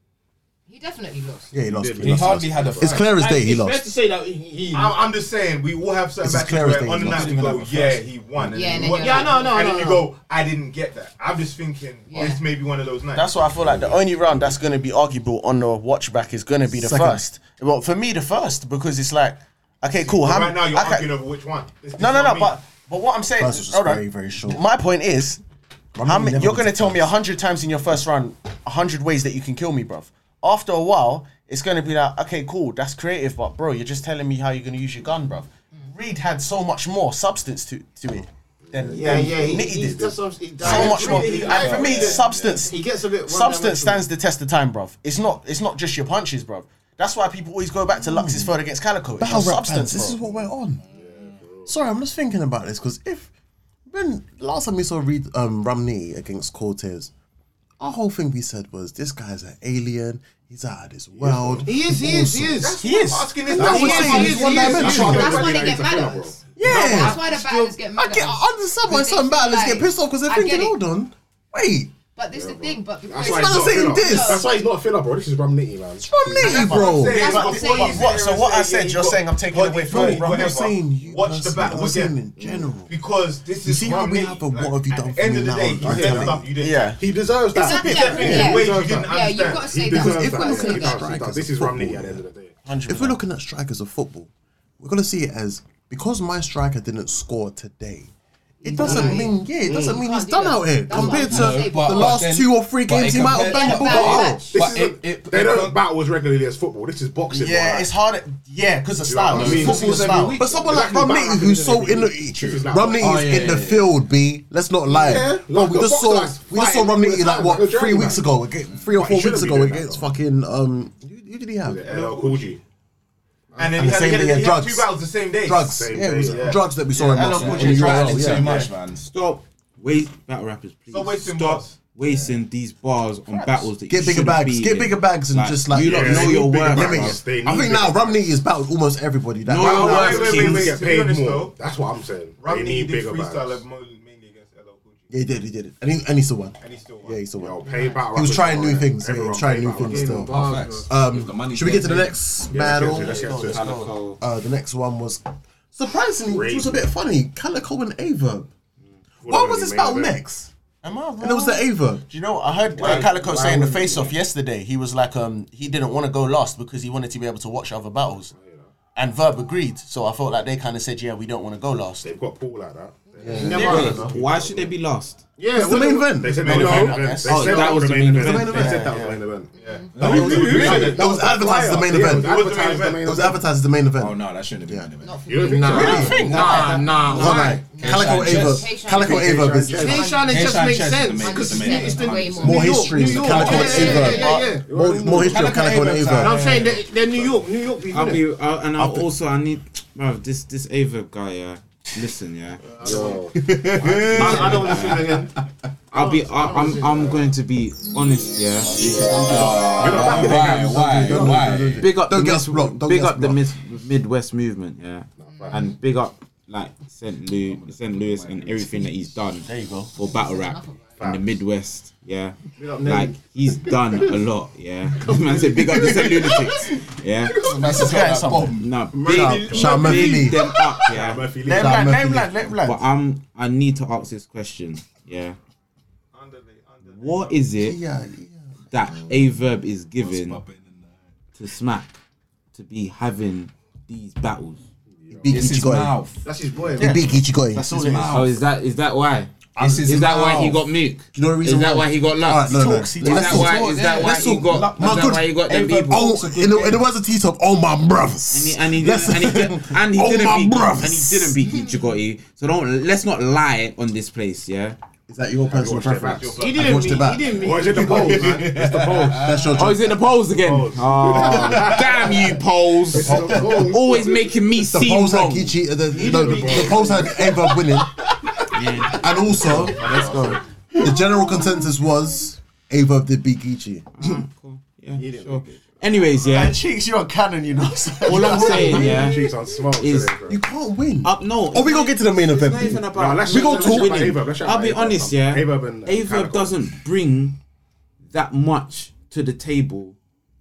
S6: He definitely lost.
S1: Yeah, he lost.
S5: He hardly had a.
S1: It's
S5: fight.
S1: clear as
S8: Like,
S1: day he
S8: it's fair to
S1: lost.
S8: say that he. he
S10: I'm, I'm just saying, we all have certain
S1: It's as
S10: matches
S1: clear as
S10: where
S1: day
S10: on the
S1: he's
S10: night
S5: lost.
S10: we go,
S5: Even at the
S10: yeah,
S5: first.
S10: he won.
S6: Yeah,
S10: and
S6: and
S10: then
S6: then
S10: you
S6: you're
S10: watch
S6: like-
S10: it,
S8: Yeah, no, no,
S10: And
S8: no,
S10: then you
S8: no.
S10: go, I didn't get that. I'm just thinking,
S6: Yeah.
S10: this may be one of those nights.
S2: That's why I feel like the only round that's going to be arguable on the watch back is going to be the
S1: Second.
S2: first. Well, for me, the first because it's like, okay, cool.
S10: But
S2: how-
S10: right now, you're
S2: I can-
S10: arguing over which one. This- this
S2: No, no,
S10: one
S2: no.
S10: me.
S2: But but what I'm saying,
S1: First was just
S2: hold on.
S1: very, very short.
S2: My point is, how
S1: Ronaldo
S2: many,
S1: never
S2: you're
S1: wins
S2: gonna
S1: the
S2: tell me a
S1: first.
S2: hundred times in your first round, a hundred ways that you can kill me, bruv. After a while, it's gonna be like, okay, cool, that's creative, but bro, you're just telling me how you're gonna use your gun, bruv. Reed had so much more substance to to it than
S8: yeah,
S2: than
S8: yeah, he,
S2: Nitty
S8: he,
S2: did.
S8: that's what I'm- he
S2: so much more.
S8: He-
S2: And for me, substance.
S8: He gets a bit one-dimensional.
S2: Substance stands the test of time, bruv. It's not. It's not just your punches, bruv. That's why people always go back to Lux's third against Calico. It's
S1: Battle
S2: your
S1: rap bands.
S2: substance,
S1: This
S2: bruv.
S1: is what we're on. Sorry, I'm just thinking about this because if when last time we saw Reed um, Romney against Cortez, our whole thing we said was this guy's an alien. He's out of this world.
S8: He is, he is, he is.
S10: He is. Asking this now.
S1: That's what I'm saying, he's one dimensional.
S6: That's why they get mad at us.
S1: Yeah.
S6: That's why the battlers get
S1: I
S6: mad
S1: get
S6: at
S1: I
S6: us.
S1: understand why
S6: Because
S1: some
S6: they feel
S1: battlers get
S6: like-
S1: pissed off because they're
S6: I
S1: thinking,
S6: get it.
S1: hold on, wait,
S6: But this is the thing. But because
S4: That's why
S1: not
S4: he's
S1: the
S4: not a
S1: same
S4: filler.
S1: disc.
S4: That's why he's not a filler, bro. This is Rum Nitty, man.
S1: from me, bro.
S10: Saying, but
S6: That's what I'm
S10: before
S6: saying.
S10: you
S2: What-
S10: say
S2: so what I
S10: anything,
S2: said,
S10: you
S2: you're
S10: got-
S2: saying I'm taking
S10: but
S2: away
S10: you
S2: from
S10: don't
S2: it, bro.
S1: I'm
S10: remember.
S1: not saying you
S10: Watch the
S1: personally,
S10: battle
S1: I'm saying
S10: again.
S1: in general.
S10: Because this
S1: You
S10: is
S1: see how
S10: Rum
S1: we
S10: Nitty.
S1: have a what have you
S10: At
S1: done
S10: the
S1: for
S10: end
S1: me
S10: of the
S1: now?
S10: day,
S1: I
S10: you
S1: hear
S10: said
S1: that.
S10: stuff you didn't
S2: Yeah.
S4: He deserves that.
S6: Exactly. Yeah,
S10: Definitely
S6: yeah.
S10: ways you
S6: yeah.
S10: didn't
S6: Yeah, you've got to
S10: understand.
S6: say
S4: He
S6: that.
S4: deserves
S6: You've
S4: that.
S6: got to say
S4: He
S6: that.
S4: does, he does. This is Rum Nitty at the end of the day.
S1: If we're looking at strikers of football, we're gonna see it as because my striker didn't score today. It doesn't
S6: Right.
S1: mean yeah, it doesn't mean
S6: Can't
S1: he's
S6: do
S1: done
S6: that.
S1: out here
S6: That's
S1: compared
S6: what
S1: to
S6: I'm saying.
S1: the
S5: but
S1: last
S5: then-
S1: two or three
S5: but
S1: games
S5: it
S1: he might have Oh,
S5: compared-
S1: banged the
S6: Yeah,
S1: ball
S6: bad
S1: out.
S6: match.
S5: But it, it,
S4: They
S5: it
S4: don't
S5: can't-
S4: battle as regularly as football. This is boxing.
S2: Yeah,
S4: bro.
S2: it's hard. Yeah, because of style.
S4: I mean,
S2: Football's
S4: this is every
S2: style.
S4: week.
S1: But someone like
S4: Exactly,
S1: Romney,
S4: but
S1: who's so in the
S4: This is like-
S1: Romney
S5: Oh,
S1: is
S5: yeah,
S1: in the
S5: yeah, yeah.
S1: field, B. Let's not lie.
S4: Yeah,
S1: Bro,
S4: like
S1: we
S4: a
S1: just
S4: boxer
S1: saw
S4: that's
S1: we just saw
S4: fighting
S1: Romney
S4: all the
S1: like
S4: time,
S1: what
S4: like a
S1: three
S4: journeyman.
S1: weeks ago, aga- three or
S4: But he
S1: four weeks
S4: shouldn't be
S1: ago
S4: doing that,
S1: against
S4: though.
S1: fucking um. Who who did he have?
S4: LL Cool G.
S10: And then he
S1: And the
S10: had,
S1: same
S10: he had,
S1: thing,
S10: he had two
S1: yeah, drugs.
S10: battles the same day.
S1: Drugs.
S4: Same
S1: Yeah, it was
S4: day, yeah.
S1: drugs that we saw in
S2: and of
S1: Moscow.
S2: course
S1: And
S2: you
S1: you
S2: tried
S1: added
S5: It's
S1: to
S5: too
S1: it.
S5: much, man.
S7: Stop waste battle rappers, please.
S10: Stop wasting
S7: Stop
S10: bars.
S7: wasting these bars on battles that
S1: Get
S7: you
S1: bigger
S7: shouldn't
S1: bags.
S7: be
S1: Get
S7: in.
S1: bigger bags and just like
S7: you
S1: Yeah,
S7: lot
S1: they
S7: know
S1: need
S7: your
S4: bigger
S7: worth.
S4: bags.
S1: Limit
S7: bro.
S4: Yes. They
S1: it. I
S4: need
S1: think
S4: it.
S1: now Romney is battled almost everybody. That
S3: Oh,
S7: No,
S1: Right
S4: Rum
S1: now,
S4: Nitty
S10: wait, wait,
S4: needs
S10: wait,
S4: to
S10: wait,
S4: get
S10: to be
S4: paid
S10: honest,
S4: more.
S10: though,
S4: That's what I'm saying. They
S10: Romney
S4: need
S10: did
S4: bigger
S10: freestyle
S4: bags.
S10: mo- mainly against LL Cool G.
S1: yeah, he did, he did it, and he and he still won.
S10: And he still won.
S1: Yeah, he still
S4: Yo,
S1: won.
S4: pay battle
S1: He was
S4: rappers,
S1: trying new
S4: bro.
S1: things. Yeah, he
S4: Everyone
S1: was trying
S4: pay
S1: new
S4: battle
S1: things
S4: rappers.
S1: still.
S5: Facts. If the
S1: Um,
S5: money's
S1: should we get to the
S5: there, Oh,
S1: next
S4: Yeah, let's get
S1: battle?
S4: to it, let's get to it.
S5: Calico.
S1: Uh, the next one was surprisingly, which was a bit funny. Calico and
S4: Mm.
S1: Ava. Why
S4: Well,
S1: was this
S4: we
S1: battle
S4: made it.
S1: next?
S2: Am I wrong?
S1: And it was the Ava.
S2: Do you know? I heard uh, Calico saying the face off yesterday. He was like, um, he didn't want to go last because he wanted to be able to watch other battles. And Verb agreed, so I felt like they kind of said, "Yeah, we don't want to go last."
S4: They've got Paul like that.
S8: Never.
S7: Why should they be last?
S8: Yeah,
S1: It's the
S8: when-
S1: main event.
S4: They said
S1: No,
S4: main
S1: no.
S4: event. They
S7: Oh,
S4: said
S7: that
S4: that
S7: was
S4: was
S7: the
S4: the main
S7: main
S4: event.
S1: event.
S4: They said that was the main event.
S1: It was advertised as the main
S4: Yeah,
S1: event.
S4: It was advertised as the main event.
S1: It was advertised as the main
S5: Oh
S1: event.
S5: no, that shouldn't have been.
S6: Not for
S4: You don't
S6: me.
S4: think so?
S1: Really?
S8: Nah, nah. Why?
S1: Calico
S5: Keyshawn
S1: Ava.
S6: Chess.
S1: Calico Ava
S6: Keyshawn
S1: is
S8: Hey, Sean,
S5: Keyshawn
S8: it just makes
S5: Chess is the
S8: sense.
S5: main-
S8: because
S5: the
S8: it's
S5: main
S8: it's the
S6: event.
S8: New
S1: more
S8: York,
S1: history
S8: New
S1: of
S8: York.
S1: Calico
S8: Yeah,
S1: and
S8: yeah, yeah, yeah,
S1: Ava.
S8: yeah.
S1: More, more history of Calico and
S5: Calico and
S8: No, I'm
S1: Ava.
S8: saying they're, they're New York. New York people.
S7: I'll
S8: innit?
S7: be, I'll, and I'll also I need, bro, this this Ava guy. Yeah, listen, yeah.
S4: Yo.
S8: Man, I don't want to see them again.
S7: I'll be, I, I'm, I'm going to be honest, yeah.
S5: Why? Why? Why?
S7: Big up,
S1: Don't
S7: the
S1: get
S7: mis-
S1: us blocked, don't
S7: big
S1: get us
S7: up the
S1: blocked.
S7: mis- Midwest movement, yeah, and big up like St. Louis, St. Louis, and everything that he's done. There you go for battle rap. in the Midwest. Yeah,
S8: Big up Nelly.
S7: like he's done a lot. Yeah, man said big up the said lunatics. Yeah, no, big,
S1: Shout out Murphy
S7: big
S1: Lee.
S7: them up. Yeah,
S2: Let
S1: Shout out Murphy
S2: him land, let him
S1: Lee.
S2: land, let him land.
S7: but I'm I need to ask this question. Yeah, what is it
S1: Yeah,
S7: that a verb is given to smack to be having these battles?
S1: big
S5: It's his
S1: Ichigo.
S5: mouth.
S8: That's his boy.
S1: Big Ichigo.
S5: That's all it is.
S7: Oh, is that is that why?
S5: It's his
S7: Is that why he
S5: mouth.
S7: got Mook?
S1: you know the reason
S7: Is that
S1: why?
S7: why he got
S1: Alright,
S7: Lux?
S1: no, no.
S7: Is that why? Is that why
S1: Let's
S7: he
S1: talk.
S7: got?
S1: My
S7: Is that
S1: good-
S7: why he got them people?
S1: Oh, in the, in the words of T-Top, oh my
S7: And
S1: brothers.
S7: he, and he didn't, and he, did, and
S1: <laughs>
S7: he
S1: Oh,
S7: didn't
S1: my
S7: beat,
S1: brothers.
S7: and he didn't
S1: <laughs>
S7: beat Ichigotti. So don't let's not lie on this place, yeah.
S1: Is that your personal preference?
S4: He
S1: I
S4: didn't
S1: watched
S4: mean.
S1: it back.
S4: He didn't mean.
S10: Or is it the
S1: <laughs>
S10: polls, man? It's the polls.
S1: That's your
S7: Oh,
S1: choice.
S7: he's in the polls again. Oh,
S1: <laughs>
S7: damn you polls! Always making me
S1: The
S7: seem
S1: polls had
S7: wrong.
S1: Kichi, the, the, no, the, the <laughs> polls had Ava winning, and also <laughs> let's go. The general consensus was Ava did beat Geechee.
S7: Yeah, sure. Anyways, yeah.
S2: And Cheeks, you're a cannon, you know. <laughs> so-
S7: All I'm saying, yeah,
S10: Cheeks on smoke.
S7: is
S1: You can't win.
S7: up. No,
S1: oh, we gonna get to the main event.
S7: It's not even
S1: please.
S7: about.
S10: let's-
S7: we
S10: We
S7: go
S10: gonna
S7: to
S10: talk
S7: winning.
S10: about Averb, let's talk
S7: I'll
S10: about
S7: be
S10: Averb.
S7: honest, yeah.
S10: Averb and, uh,
S7: Averb
S10: Kaneko.
S7: doesn't bring that much to the table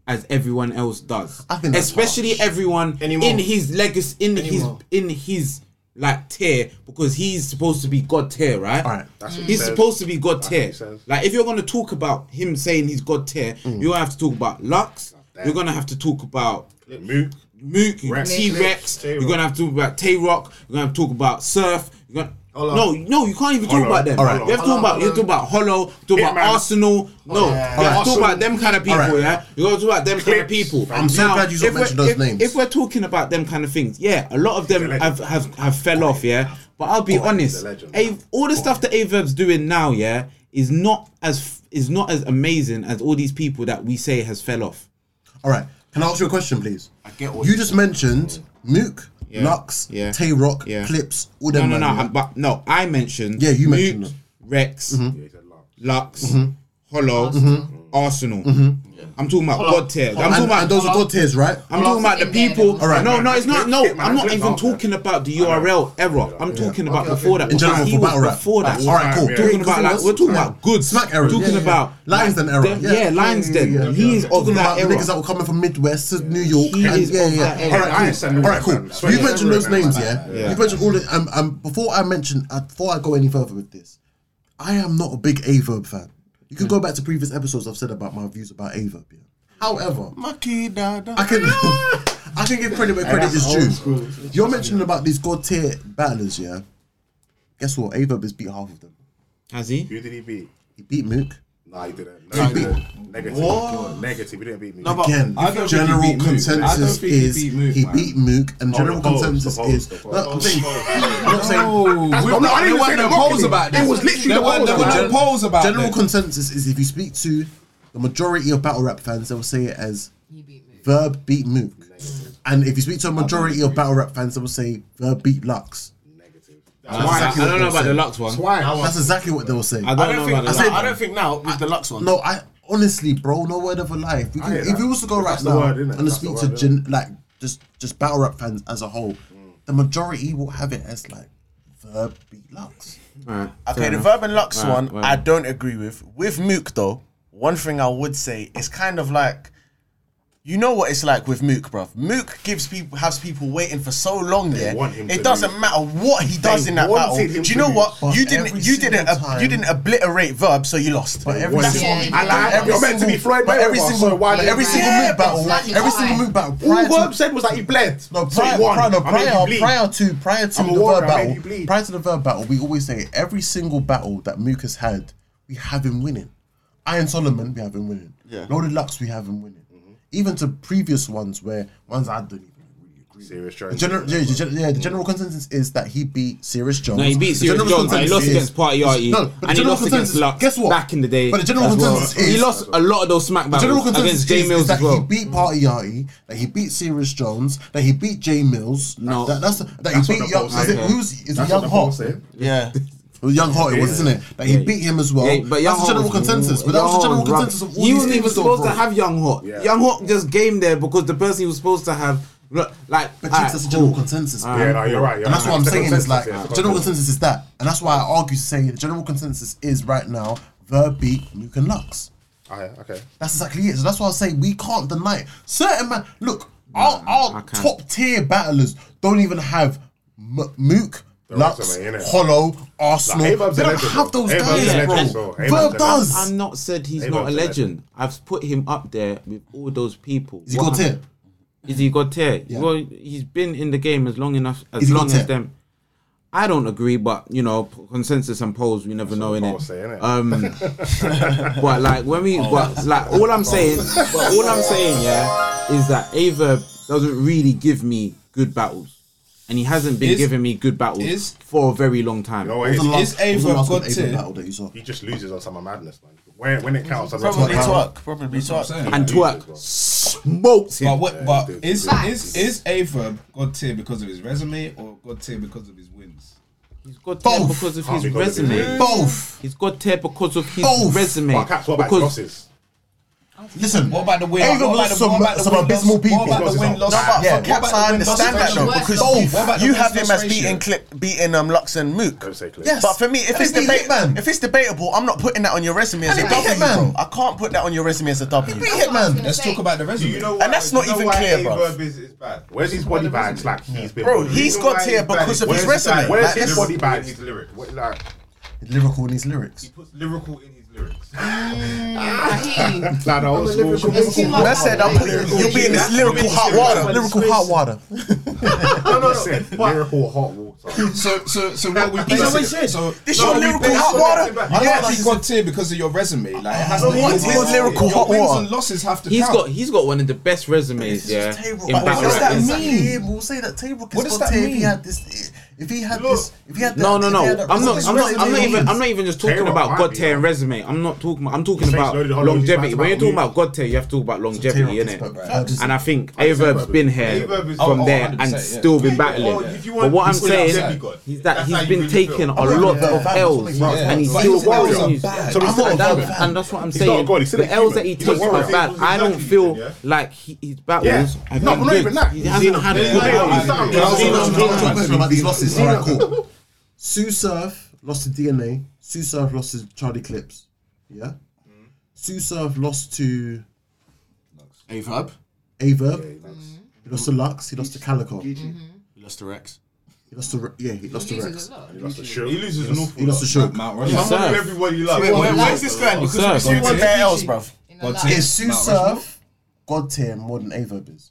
S7: as everyone else does.
S1: I think that's
S7: especially everyone
S4: Anymore.
S7: in his legacy, in his in his like tier, because he's supposed to be God tier, right?
S1: Alright,
S10: that's what he
S7: he's
S10: says.
S7: supposed to be God tier.
S10: he says.
S7: Like if you're gonna talk about him saying he's God tier,
S1: Mm.
S7: you're gonna have to talk about Lux. You're gonna have to talk about
S10: Moot.
S7: Mook,
S10: Rex.
S7: T Rex. You're
S10: Tay-Rock.
S7: gonna have to talk about Tay Rock. You're gonna have to talk about Surf. You're gonna
S8: Hollow.
S7: no, no, you can't even talk
S10: Hollow.
S7: about them.
S10: Alright.
S7: You have to talk about you have to talk about Hollow. Talk about
S10: Hitman.
S7: Arsenal. No, you have to talk
S10: Arsenal.
S7: about them kind of people.
S1: Alright.
S7: Yeah, you got to talk about them kind of people.
S1: I'm so glad you not
S7: if we're-
S1: mentioned those
S7: if-
S1: names.
S7: If we're talking about them kind of things, yeah, a lot of them have have, have fell off. Yeah, but I'll be honest, a, all the stuff that Averb's doing now, yeah, is not as is not as amazing as all these people that we say has fell off.
S1: All right, can I ask you a question, please? I
S7: get what
S1: you just mentioned Mook, Lux,
S7: Yeah.
S1: Tay Rock,
S7: Yeah.
S1: Clips, all
S7: No,
S1: them.
S7: no, no.
S1: man,
S7: I- But no, I mentioned.
S1: Yeah, you
S7: Nuke,
S1: mentioned Mm-hmm. them.
S7: Rex, Lux,
S1: Mm-hmm.
S7: Hollow, Arsenal. I'm talking about God tier. I'm
S1: And,
S7: talking about
S1: and those are good tiers, right?
S7: I'm talking about the
S6: in there,
S7: people.
S6: then. Alright,
S7: no,
S1: alright.
S7: no, it's not. No,
S10: Hitman,
S7: I'm not
S10: Hitman.
S7: even talking about the URL error. I'm talking about before that.
S1: In general,
S7: because
S1: for
S7: he was
S1: battle rap.
S7: before that.
S1: All right, cool.
S7: Talking about like we're talking about good
S1: Smack errors.
S7: Talking
S1: Yeah, yeah.
S7: about
S1: Lions
S7: like,
S1: Den era.
S7: them-
S1: Yeah.
S7: Yeah, Lions Den.
S1: Yeah, yeah,
S7: He is of
S1: talking
S7: that
S1: about
S7: era.
S1: niggas that were coming from Midwest to New York.
S7: He
S1: and
S7: is
S1: yeah,
S7: of
S1: yeah.
S7: that era.
S1: All right,
S10: I understand
S1: cool. All right,
S10: what you're
S1: cool.
S10: saying.
S1: you mentioned those names, yeah.
S7: Yeah.
S1: You mentioned all the. Um, um, before I mention, uh, before I go any further with this, I am not a big Averb fan. You can go back to previous episodes. I've said about my views about Averb. Yeah. However, I can <laughs> I can give credit where credit is due. You're mentioning about these god tier battlers, yeah. Guess what? Averb has beat half of them.
S7: Has he?
S10: Who did he beat?
S1: He beat Mook.
S10: Nah, he didn't. No, he didn't. Negative. Negative. He didn't beat me.
S5: No, but
S1: Again,
S5: I don't
S1: general
S5: think he beat Mook. I don't
S1: consensus
S5: think he
S1: is
S5: beat Mook,
S1: he
S5: man.
S1: beat Mook, and general
S10: the polls,
S1: consensus
S10: the polls,
S1: is.
S10: the polls.
S1: No, I'm saying, I'm not saying-
S5: We're not- There weren't no polls about this.
S10: It was literally
S5: There
S10: the
S5: weren't
S10: polls
S5: there
S10: about
S5: were no
S10: it.
S5: polls about
S1: general
S5: this.
S1: consensus is if you speak to the majority of battle rap fans, they'll say it as
S6: He beat me.
S1: Verb beat Mook,
S10: Mm.
S1: and if you speak to a majority of battle rap fans, they will say Verb beat Lux.
S7: I
S1: exactly what
S7: don't know
S1: they'll
S7: about
S1: say.
S7: the Lux one.
S10: Oh,
S1: That's exactly what they will say.
S7: I
S2: I don't
S7: don't know
S2: think.
S7: about the Lux.
S2: I don't think now with the Lux one.
S1: No, I honestly, bro, no word of a lie. If we, can,
S10: hear
S1: if
S10: that.
S1: we was to go right
S10: That's the
S1: now
S10: word,
S1: and
S10: innit? Mm.
S1: to
S10: That's
S1: speak
S10: the
S1: to
S10: word,
S1: gen, like just just battle rap fans as a whole, the majority will have it as like verb beat lux.
S7: Alright, fair
S2: Okay, the
S7: enough.
S2: Verb and Lux
S7: Right,
S2: one,
S7: right.
S2: I don't agree with. With Mook, though, one thing I would say is kind of like, you know what it's like with Mook, bruv. Mook gives people, has people waiting for so long. Yeah,
S10: want him
S2: it
S10: to
S2: doesn't
S10: lose.
S2: matter what he does in that
S10: wanted
S2: battle.
S10: him
S2: Do you
S10: to
S2: know
S10: lose.
S2: what?
S1: But
S2: you
S1: every
S2: didn't, you
S1: single
S2: didn't, ab- you
S1: time-
S2: didn't obliterate Verb, so you lost.
S1: But every
S2: That's
S1: single-
S2: what
S6: I lied.
S2: every
S10: You're meant to be
S2: single-
S10: Floyd
S1: But every
S10: Mayweather,
S1: single,
S10: so why
S1: but
S10: did
S1: every
S10: you-
S1: single
S6: Yeah,
S1: moot battle,
S6: but
S1: every
S6: why?
S1: single moot battle prior
S10: All
S1: to
S10: Verb said was that he bled.
S1: No,
S10: So
S1: prior,
S10: he won.
S1: prior, no,
S10: I made
S1: prior,
S10: you bleed.
S1: prior to prior to
S10: I'm a
S1: the
S10: warrior,
S1: verb
S10: I made you
S1: battle.
S10: bleed.
S1: Prior to the verb battle, we always say every single battle that Mook has had, we have him winning. Iron Solomon, we have him winning. Yeah. Loaded Lux, we have him winning.
S10: Mm-hmm.
S1: Even to previous ones where ones I don't even really agree. with.
S10: Serious
S1: The
S10: tragedy.
S1: general, yeah, the gen- yeah, the general consensus is that he beat Serious Jones.
S7: No, he beat
S1: The
S7: Serious
S1: general
S7: Jones. but He
S1: consensus
S7: lost
S1: is-
S7: against Party
S1: No, but the
S7: and he
S1: general
S7: lost against
S1: consensus.
S7: Lux.
S1: Guess what?
S7: Back in the day,
S1: But the general
S7: as well.
S1: consensus
S7: he
S1: is-
S7: lost a lot of those smack
S1: The general
S7: battles
S1: consensus
S7: against J
S1: is,
S7: Mills
S1: is that
S7: as well.
S1: he beat Party Yachty, that he beat Serious Jones, that he beat J Mills.
S7: No.
S1: that, that's the, that he beat
S10: what the
S1: Young.
S10: polls
S1: Is
S10: say.
S1: it, who's is it
S10: That's what
S1: Young
S10: the polls
S1: Hot?
S10: say.
S1: <laughs>
S2: Yeah,
S1: It was Young Hot, it was, isn't it? That he beat him as well.
S7: Yeah, but
S1: that's the
S7: Young Hot
S1: general
S7: was-
S1: consensus. But that was the
S7: Young
S1: general
S7: Hot was
S1: consensus of all
S7: He
S1: these
S7: wasn't even
S1: things, though,
S7: supposed to
S1: bro.
S7: have Young Hot.
S10: Yeah.
S7: Young Hot just game there because the person he was supposed to have Look, like,
S1: But
S7: alright,
S1: chicks, that's a general
S7: cool.
S1: consensus. bro.
S7: Alright,
S10: Yeah, no, you're right, you're
S1: and that's
S10: right.
S1: what I'm
S10: It's a
S1: saying is like
S10: consensus, yeah, it's a
S1: general
S10: consensus.
S1: consensus is that, and that's why I argue to say the general consensus is right now Verbeek, Nuke and Lux.
S10: Oh, yeah, okay.
S1: That's exactly it. So that's why I say we can't deny it. Certain man, look, our,
S7: I
S1: our
S7: can't.
S1: top tier battlers don't even have M- Mook, Lux,
S10: somebody in it.
S1: Hollow, Arsenal.
S10: Like,
S1: they
S10: Avab's
S1: don't
S10: a legend,
S1: have
S10: though.
S1: those
S10: Avab's
S1: guys,
S10: a legend,
S1: bro.
S10: though. Avab's a
S1: Verb does.
S7: I'm not said he's
S10: Hey,
S7: not a
S10: Bob's a
S7: legend. I've put him up there with all those people.
S1: Is he got tier?
S7: Is he got tier?
S1: Yeah.
S7: Well, he's been in the game as long enough
S1: Is
S7: as
S1: he
S7: long
S1: got tier?
S7: as them. I don't agree, but you know, p- consensus and polls, we never know in
S10: polls say, innit?
S7: it.
S10: <laughs>
S7: Um, but like when we,
S1: Oh,
S7: but like all I'm saying, but all I'm saying, yeah, is that Ava doesn't really give me good battles, and he hasn't been
S5: Is-
S7: giving me good battles
S5: is-
S7: for a very long time.
S10: You know what
S1: What
S10: it
S1: was
S10: is?
S1: the
S5: Is
S1: last- what was the
S5: Avab
S1: last
S5: got
S1: good Avab
S5: tier?
S1: battle that you saw?
S10: He just loses on Summer Madness, man. When, when it counts, that's
S2: Probably
S10: what
S2: twerk. Probably twerk.
S5: saying.
S7: and
S10: Yeah, he is
S7: twerk
S10: as well.
S7: smokes
S5: But
S7: him.
S5: what? But
S10: dude,
S5: is
S6: dude.
S5: is is Averb God tier because of his resume or God tier because of his wins?
S7: He's got tear
S1: Both.
S7: because of
S10: Can't
S7: his
S10: be bothered with
S7: resume.
S10: it.
S1: Both.
S7: He's got tear because of his
S1: Both.
S7: resume.
S10: But Caps, what about
S7: because
S10: losses?
S1: Listen,
S5: What about the win?
S1: Avab
S5: what about
S1: lost
S5: the,
S1: some,
S5: what about the
S1: some
S5: win
S1: abysmal
S5: loss?
S1: people.
S5: What about
S10: Losses
S5: the
S10: are bad.
S5: win loss?
S10: No, but
S2: Yeah,
S5: What about
S2: Caps,
S5: the
S2: I
S5: win-loss
S2: understand that
S5: differential?
S2: though
S6: Worst
S2: because
S6: of
S2: you,
S6: both. What
S5: about the
S2: you have him as
S5: difference
S2: beating
S5: ratio?
S2: clip, beating um Lux and Mook.
S10: Don't say clip.
S1: Yes.
S2: But for me, if
S1: And
S2: it's
S1: they beat
S2: debate,
S1: Hitman.
S2: if it's debatable, I'm not putting that on your resume as
S1: And
S2: a
S1: they beat
S2: W, bro.
S1: Hitman.
S2: I can't put that on your resume as a W.
S1: beat Hitman.
S5: Let's talk about the resume.
S10: Do you know
S2: And that's not
S10: you know
S2: even
S10: why
S2: clear,
S10: Averb
S2: bruv.
S10: Is, is bad. Where's his body bags? Like he's been.
S2: Bro,
S10: bullied.
S2: he's
S10: You know
S2: got
S10: why
S2: here
S10: he's bad?
S2: because of
S10: Where's
S2: his
S10: bag?
S2: resume.
S10: Where's
S2: Like,
S10: his
S2: this-
S10: body bags? His lyrics. What, like,
S1: lyrical in his lyrics.
S10: he puts lyrical in his lyrics.
S6: I hear you.
S10: Like the old school.
S6: There's too much.
S2: Man said, I'm putting, you'll be in this lyrical hot water.
S1: Lyrical hot water.
S10: No, no, no. Lyrical hot water.
S5: So so so what we
S10: He's
S5: base it? So
S2: This
S5: so
S2: your
S5: we
S2: lyrical
S5: base
S2: hot
S5: it-
S2: water?
S5: You
S2: I
S5: can't
S2: like
S5: be
S2: this.
S5: God tier because of your resume. Like it has
S2: No,
S5: to
S2: what
S5: be
S2: is
S5: your
S2: his
S5: wins.
S2: lyrical
S5: Your
S2: hot
S5: wins
S2: water?
S5: and losses have to
S7: He's
S5: count.
S7: got he's got one of the best resumes, yeah. In
S1: But what
S7: battle
S1: does
S7: rap.
S1: that
S2: Exactly.
S1: mean? We'll say that Table
S5: What
S1: Kiss
S5: does
S1: got
S5: that
S1: tier if he
S5: mean?
S1: had this. If he had this, if he had that.
S7: No, no,
S1: if
S7: no.
S1: he had that-
S7: I'm not.
S1: this
S7: I'm not. I'm not
S1: resume
S7: even.
S1: means-
S7: I'm not even just talking
S10: Taylor
S7: about
S10: might
S7: God
S10: be
S7: tier and
S10: on.
S7: resume. I'm not talking. I'm talking
S10: He's
S7: about
S10: loaded on all these
S7: longevity.
S10: facts
S7: When you're
S10: about
S7: talking
S10: me.
S7: about God tier, you have to talk about longevity,
S1: Taylor Kiss,
S7: innit?
S1: but- but just-
S7: And I think Averb's been here
S10: Avab is-
S7: from
S5: Oh,
S7: there
S5: 100%,
S7: and
S5: yeah.
S7: still been
S10: Oh,
S7: battling.
S10: if you
S7: But
S10: want-
S7: what I'm
S10: you put it out there,
S7: saying
S10: God.
S7: is that
S10: That's
S7: he's
S10: how you
S7: been
S10: really feel.
S7: taking a
S10: I'm
S1: not
S7: lot
S1: even a
S7: of
S1: fan.
S7: L's
S1: Right.
S7: and he
S5: But
S7: still
S5: his L's are
S7: continues.
S5: bad.
S7: So
S10: So he's
S7: and
S10: not a
S7: that-
S10: fan.
S7: and that's what I'm
S10: He's not
S7: saying.
S10: a God, he's still
S7: The
S10: a
S7: L's
S10: human.
S7: that he
S10: He's a
S7: takes are
S10: warrior.
S7: bad.
S10: He's
S7: I don't
S10: exactly
S7: feel
S10: human, yeah.
S7: like he- his
S10: Yeah.
S7: battles have
S10: No,
S7: been
S10: but not even that.
S7: good. He hasn't had a good
S10: Yeah, he's
S7: battle.
S10: done.
S1: I'm
S10: He's done.
S1: not talking about these losses. Alright, cool. Sue Surf lost to DNA. Sue Surf lost to Charlie Clips. Yeah. Sue Surf lost to
S2: Avab,
S1: Averb. He lost to Lux. He lost to Calico. He
S2: he lost to Rex.
S1: lost to Re- yeah. He lost to Rex.
S10: He lost the shoe. He loses an
S1: He
S10: awful
S1: lost
S10: lot.
S1: to Shook.
S5: Mount
S10: I'm
S5: Rushmore.
S10: not
S7: Surf.
S10: with everybody you love.
S2: Wait, where,
S10: Where
S2: where's
S10: is
S2: this
S10: this
S2: going?
S10: guy?
S2: Because
S7: Surf.
S2: we're two bare L's, bro.
S5: God tier.
S1: Is Sue
S5: Mount Rushmore.
S1: Surf God tier more than Averb is?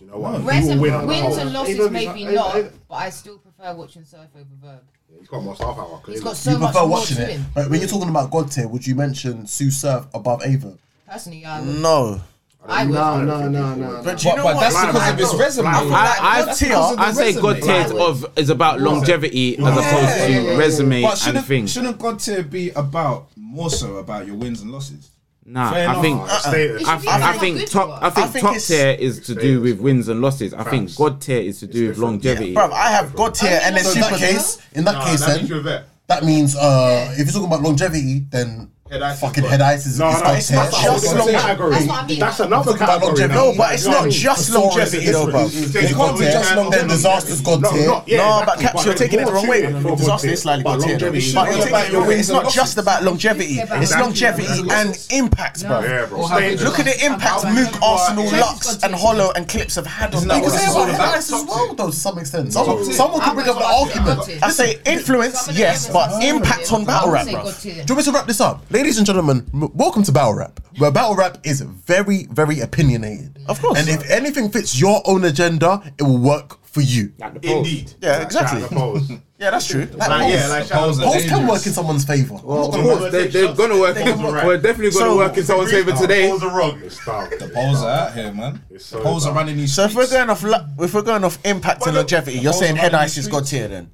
S10: You know what?
S6: Where's
S10: He will
S6: and
S10: win on the
S6: wins
S10: whole.
S6: and
S8: Ava
S6: losses,
S8: is-
S6: maybe
S8: Ava-
S6: not,
S8: Ava-
S6: but I still prefer watching Surf over Verb.
S10: He's got more staff hour.
S6: He's
S10: clearly.
S6: got
S1: Do
S6: so
S1: you
S6: much
S1: prefer
S6: more
S1: watching
S6: to
S1: it?
S6: him.
S1: But when you're talking about God tier, would you mention Sue Surf above Averb?
S6: Personally, I would.
S2: No.
S6: I would.
S8: No, no, no, no. no.
S2: But you
S5: But,
S2: know
S5: but
S2: what?
S5: that's because of his resume.
S7: I, I,
S2: That's because of
S7: I say
S5: the
S7: God
S5: resume.
S7: tier is of is about longevity as opposed to resume
S5: But
S7: and
S5: shouldn't,
S7: things.
S5: shouldn't God tier be about more so about your wins and losses?
S7: Nah,
S5: Fair
S7: I
S5: enough.
S7: think
S10: Status.
S7: I,
S6: It's
S7: I, I
S6: not
S7: think
S6: good
S7: top.
S6: for
S7: I
S6: us.
S7: think,
S2: I think
S7: top
S2: it's-
S7: tier is to do with wins and losses. I think
S10: Facts.
S7: God tier is to do with
S10: different.
S7: longevity.
S2: Bro, I have God tier and then
S1: So in
S2: super
S1: that
S2: tier.
S1: case, in that case,
S10: that means you're a
S1: then
S10: vet.
S1: that means uh, if you're talking about longevity, then
S10: Head ice is
S1: fucking
S10: good.
S1: head ice is,
S10: No,
S1: is
S10: no,
S1: God
S10: it's
S1: tier.
S10: not
S2: just
S10: just
S2: long-
S10: category.
S6: That's what I mean.
S10: That's another
S1: Talking about
S10: category.
S1: longevity.
S10: now.
S1: No,
S2: but it's
S10: You know
S2: not
S10: what I mean?
S2: just
S10: The longevity
S2: longevity though,
S10: is-
S2: bro.
S10: is- is-
S1: It's
S10: is-
S1: God tier,
S10: is-
S1: then
S10: longevity.
S1: disaster's God
S10: No,
S1: tier.
S10: not- yeah,
S2: no, but
S10: exactly.
S2: Caps, you're
S10: there's
S2: taking it the
S10: more
S2: wrong
S10: to
S2: way.
S10: and more
S2: Disaster
S10: to it.
S2: is slightly
S10: But
S2: God tier. But
S10: longevity is
S2: you're
S10: not
S2: taking it
S10: about
S2: the wrong way.
S5: wins
S2: It's
S5: and
S2: not just
S5: losses.
S2: about longevity. It's
S10: Exactly.
S2: longevity
S10: Exactly.
S2: and impact, bro.
S10: Yeah, bro.
S5: Or how
S10: Status.
S5: they
S2: Look at the impact
S5: How
S2: Mook,
S5: bad
S2: Arsenal,
S5: you are.
S2: Lux, and Hollow and Clips have had on
S5: Isn't that
S1: You can
S2: that.
S1: say
S5: It's
S1: about
S5: all
S1: head
S5: about
S1: ice as well, though, to some extent. Someone,
S5: tier.
S1: someone could bring up an argument.
S6: Yeah.
S2: I say influence,
S6: Some of the
S2: yes,
S6: elements
S2: but
S6: are
S2: impact
S6: positive.
S2: on battle
S6: I would
S2: rap,
S6: say
S2: bro.
S6: God tier.
S1: Do you want me to wrap this up? Ladies and gentlemen, m- welcome to Battle Rap, where Battle Rap is very, very opinionated.
S2: Of course.
S1: And if anything fits your own agenda, it will work for you.
S10: Indeed.
S2: Yeah, exactly.
S10: Shout out to Pose.
S2: Yeah, that's true.
S1: Like,
S10: Like, yeah,
S1: polls-
S10: like shout out to
S1: polls can work in someone's favour. I'm not gonna lie.
S7: they, they're gonna work.
S10: They're gonna work.
S7: We're definitely gonna
S2: So-
S7: work in someone's favor today.
S10: Pose are wrong. It's down.
S5: The polls are out here, man.
S10: It's so
S5: The polls are
S10: bad.
S5: running these
S2: So if we're
S5: streets.
S2: going off, lu- if we're going off impact and longevity, you're saying head ice is God tier then?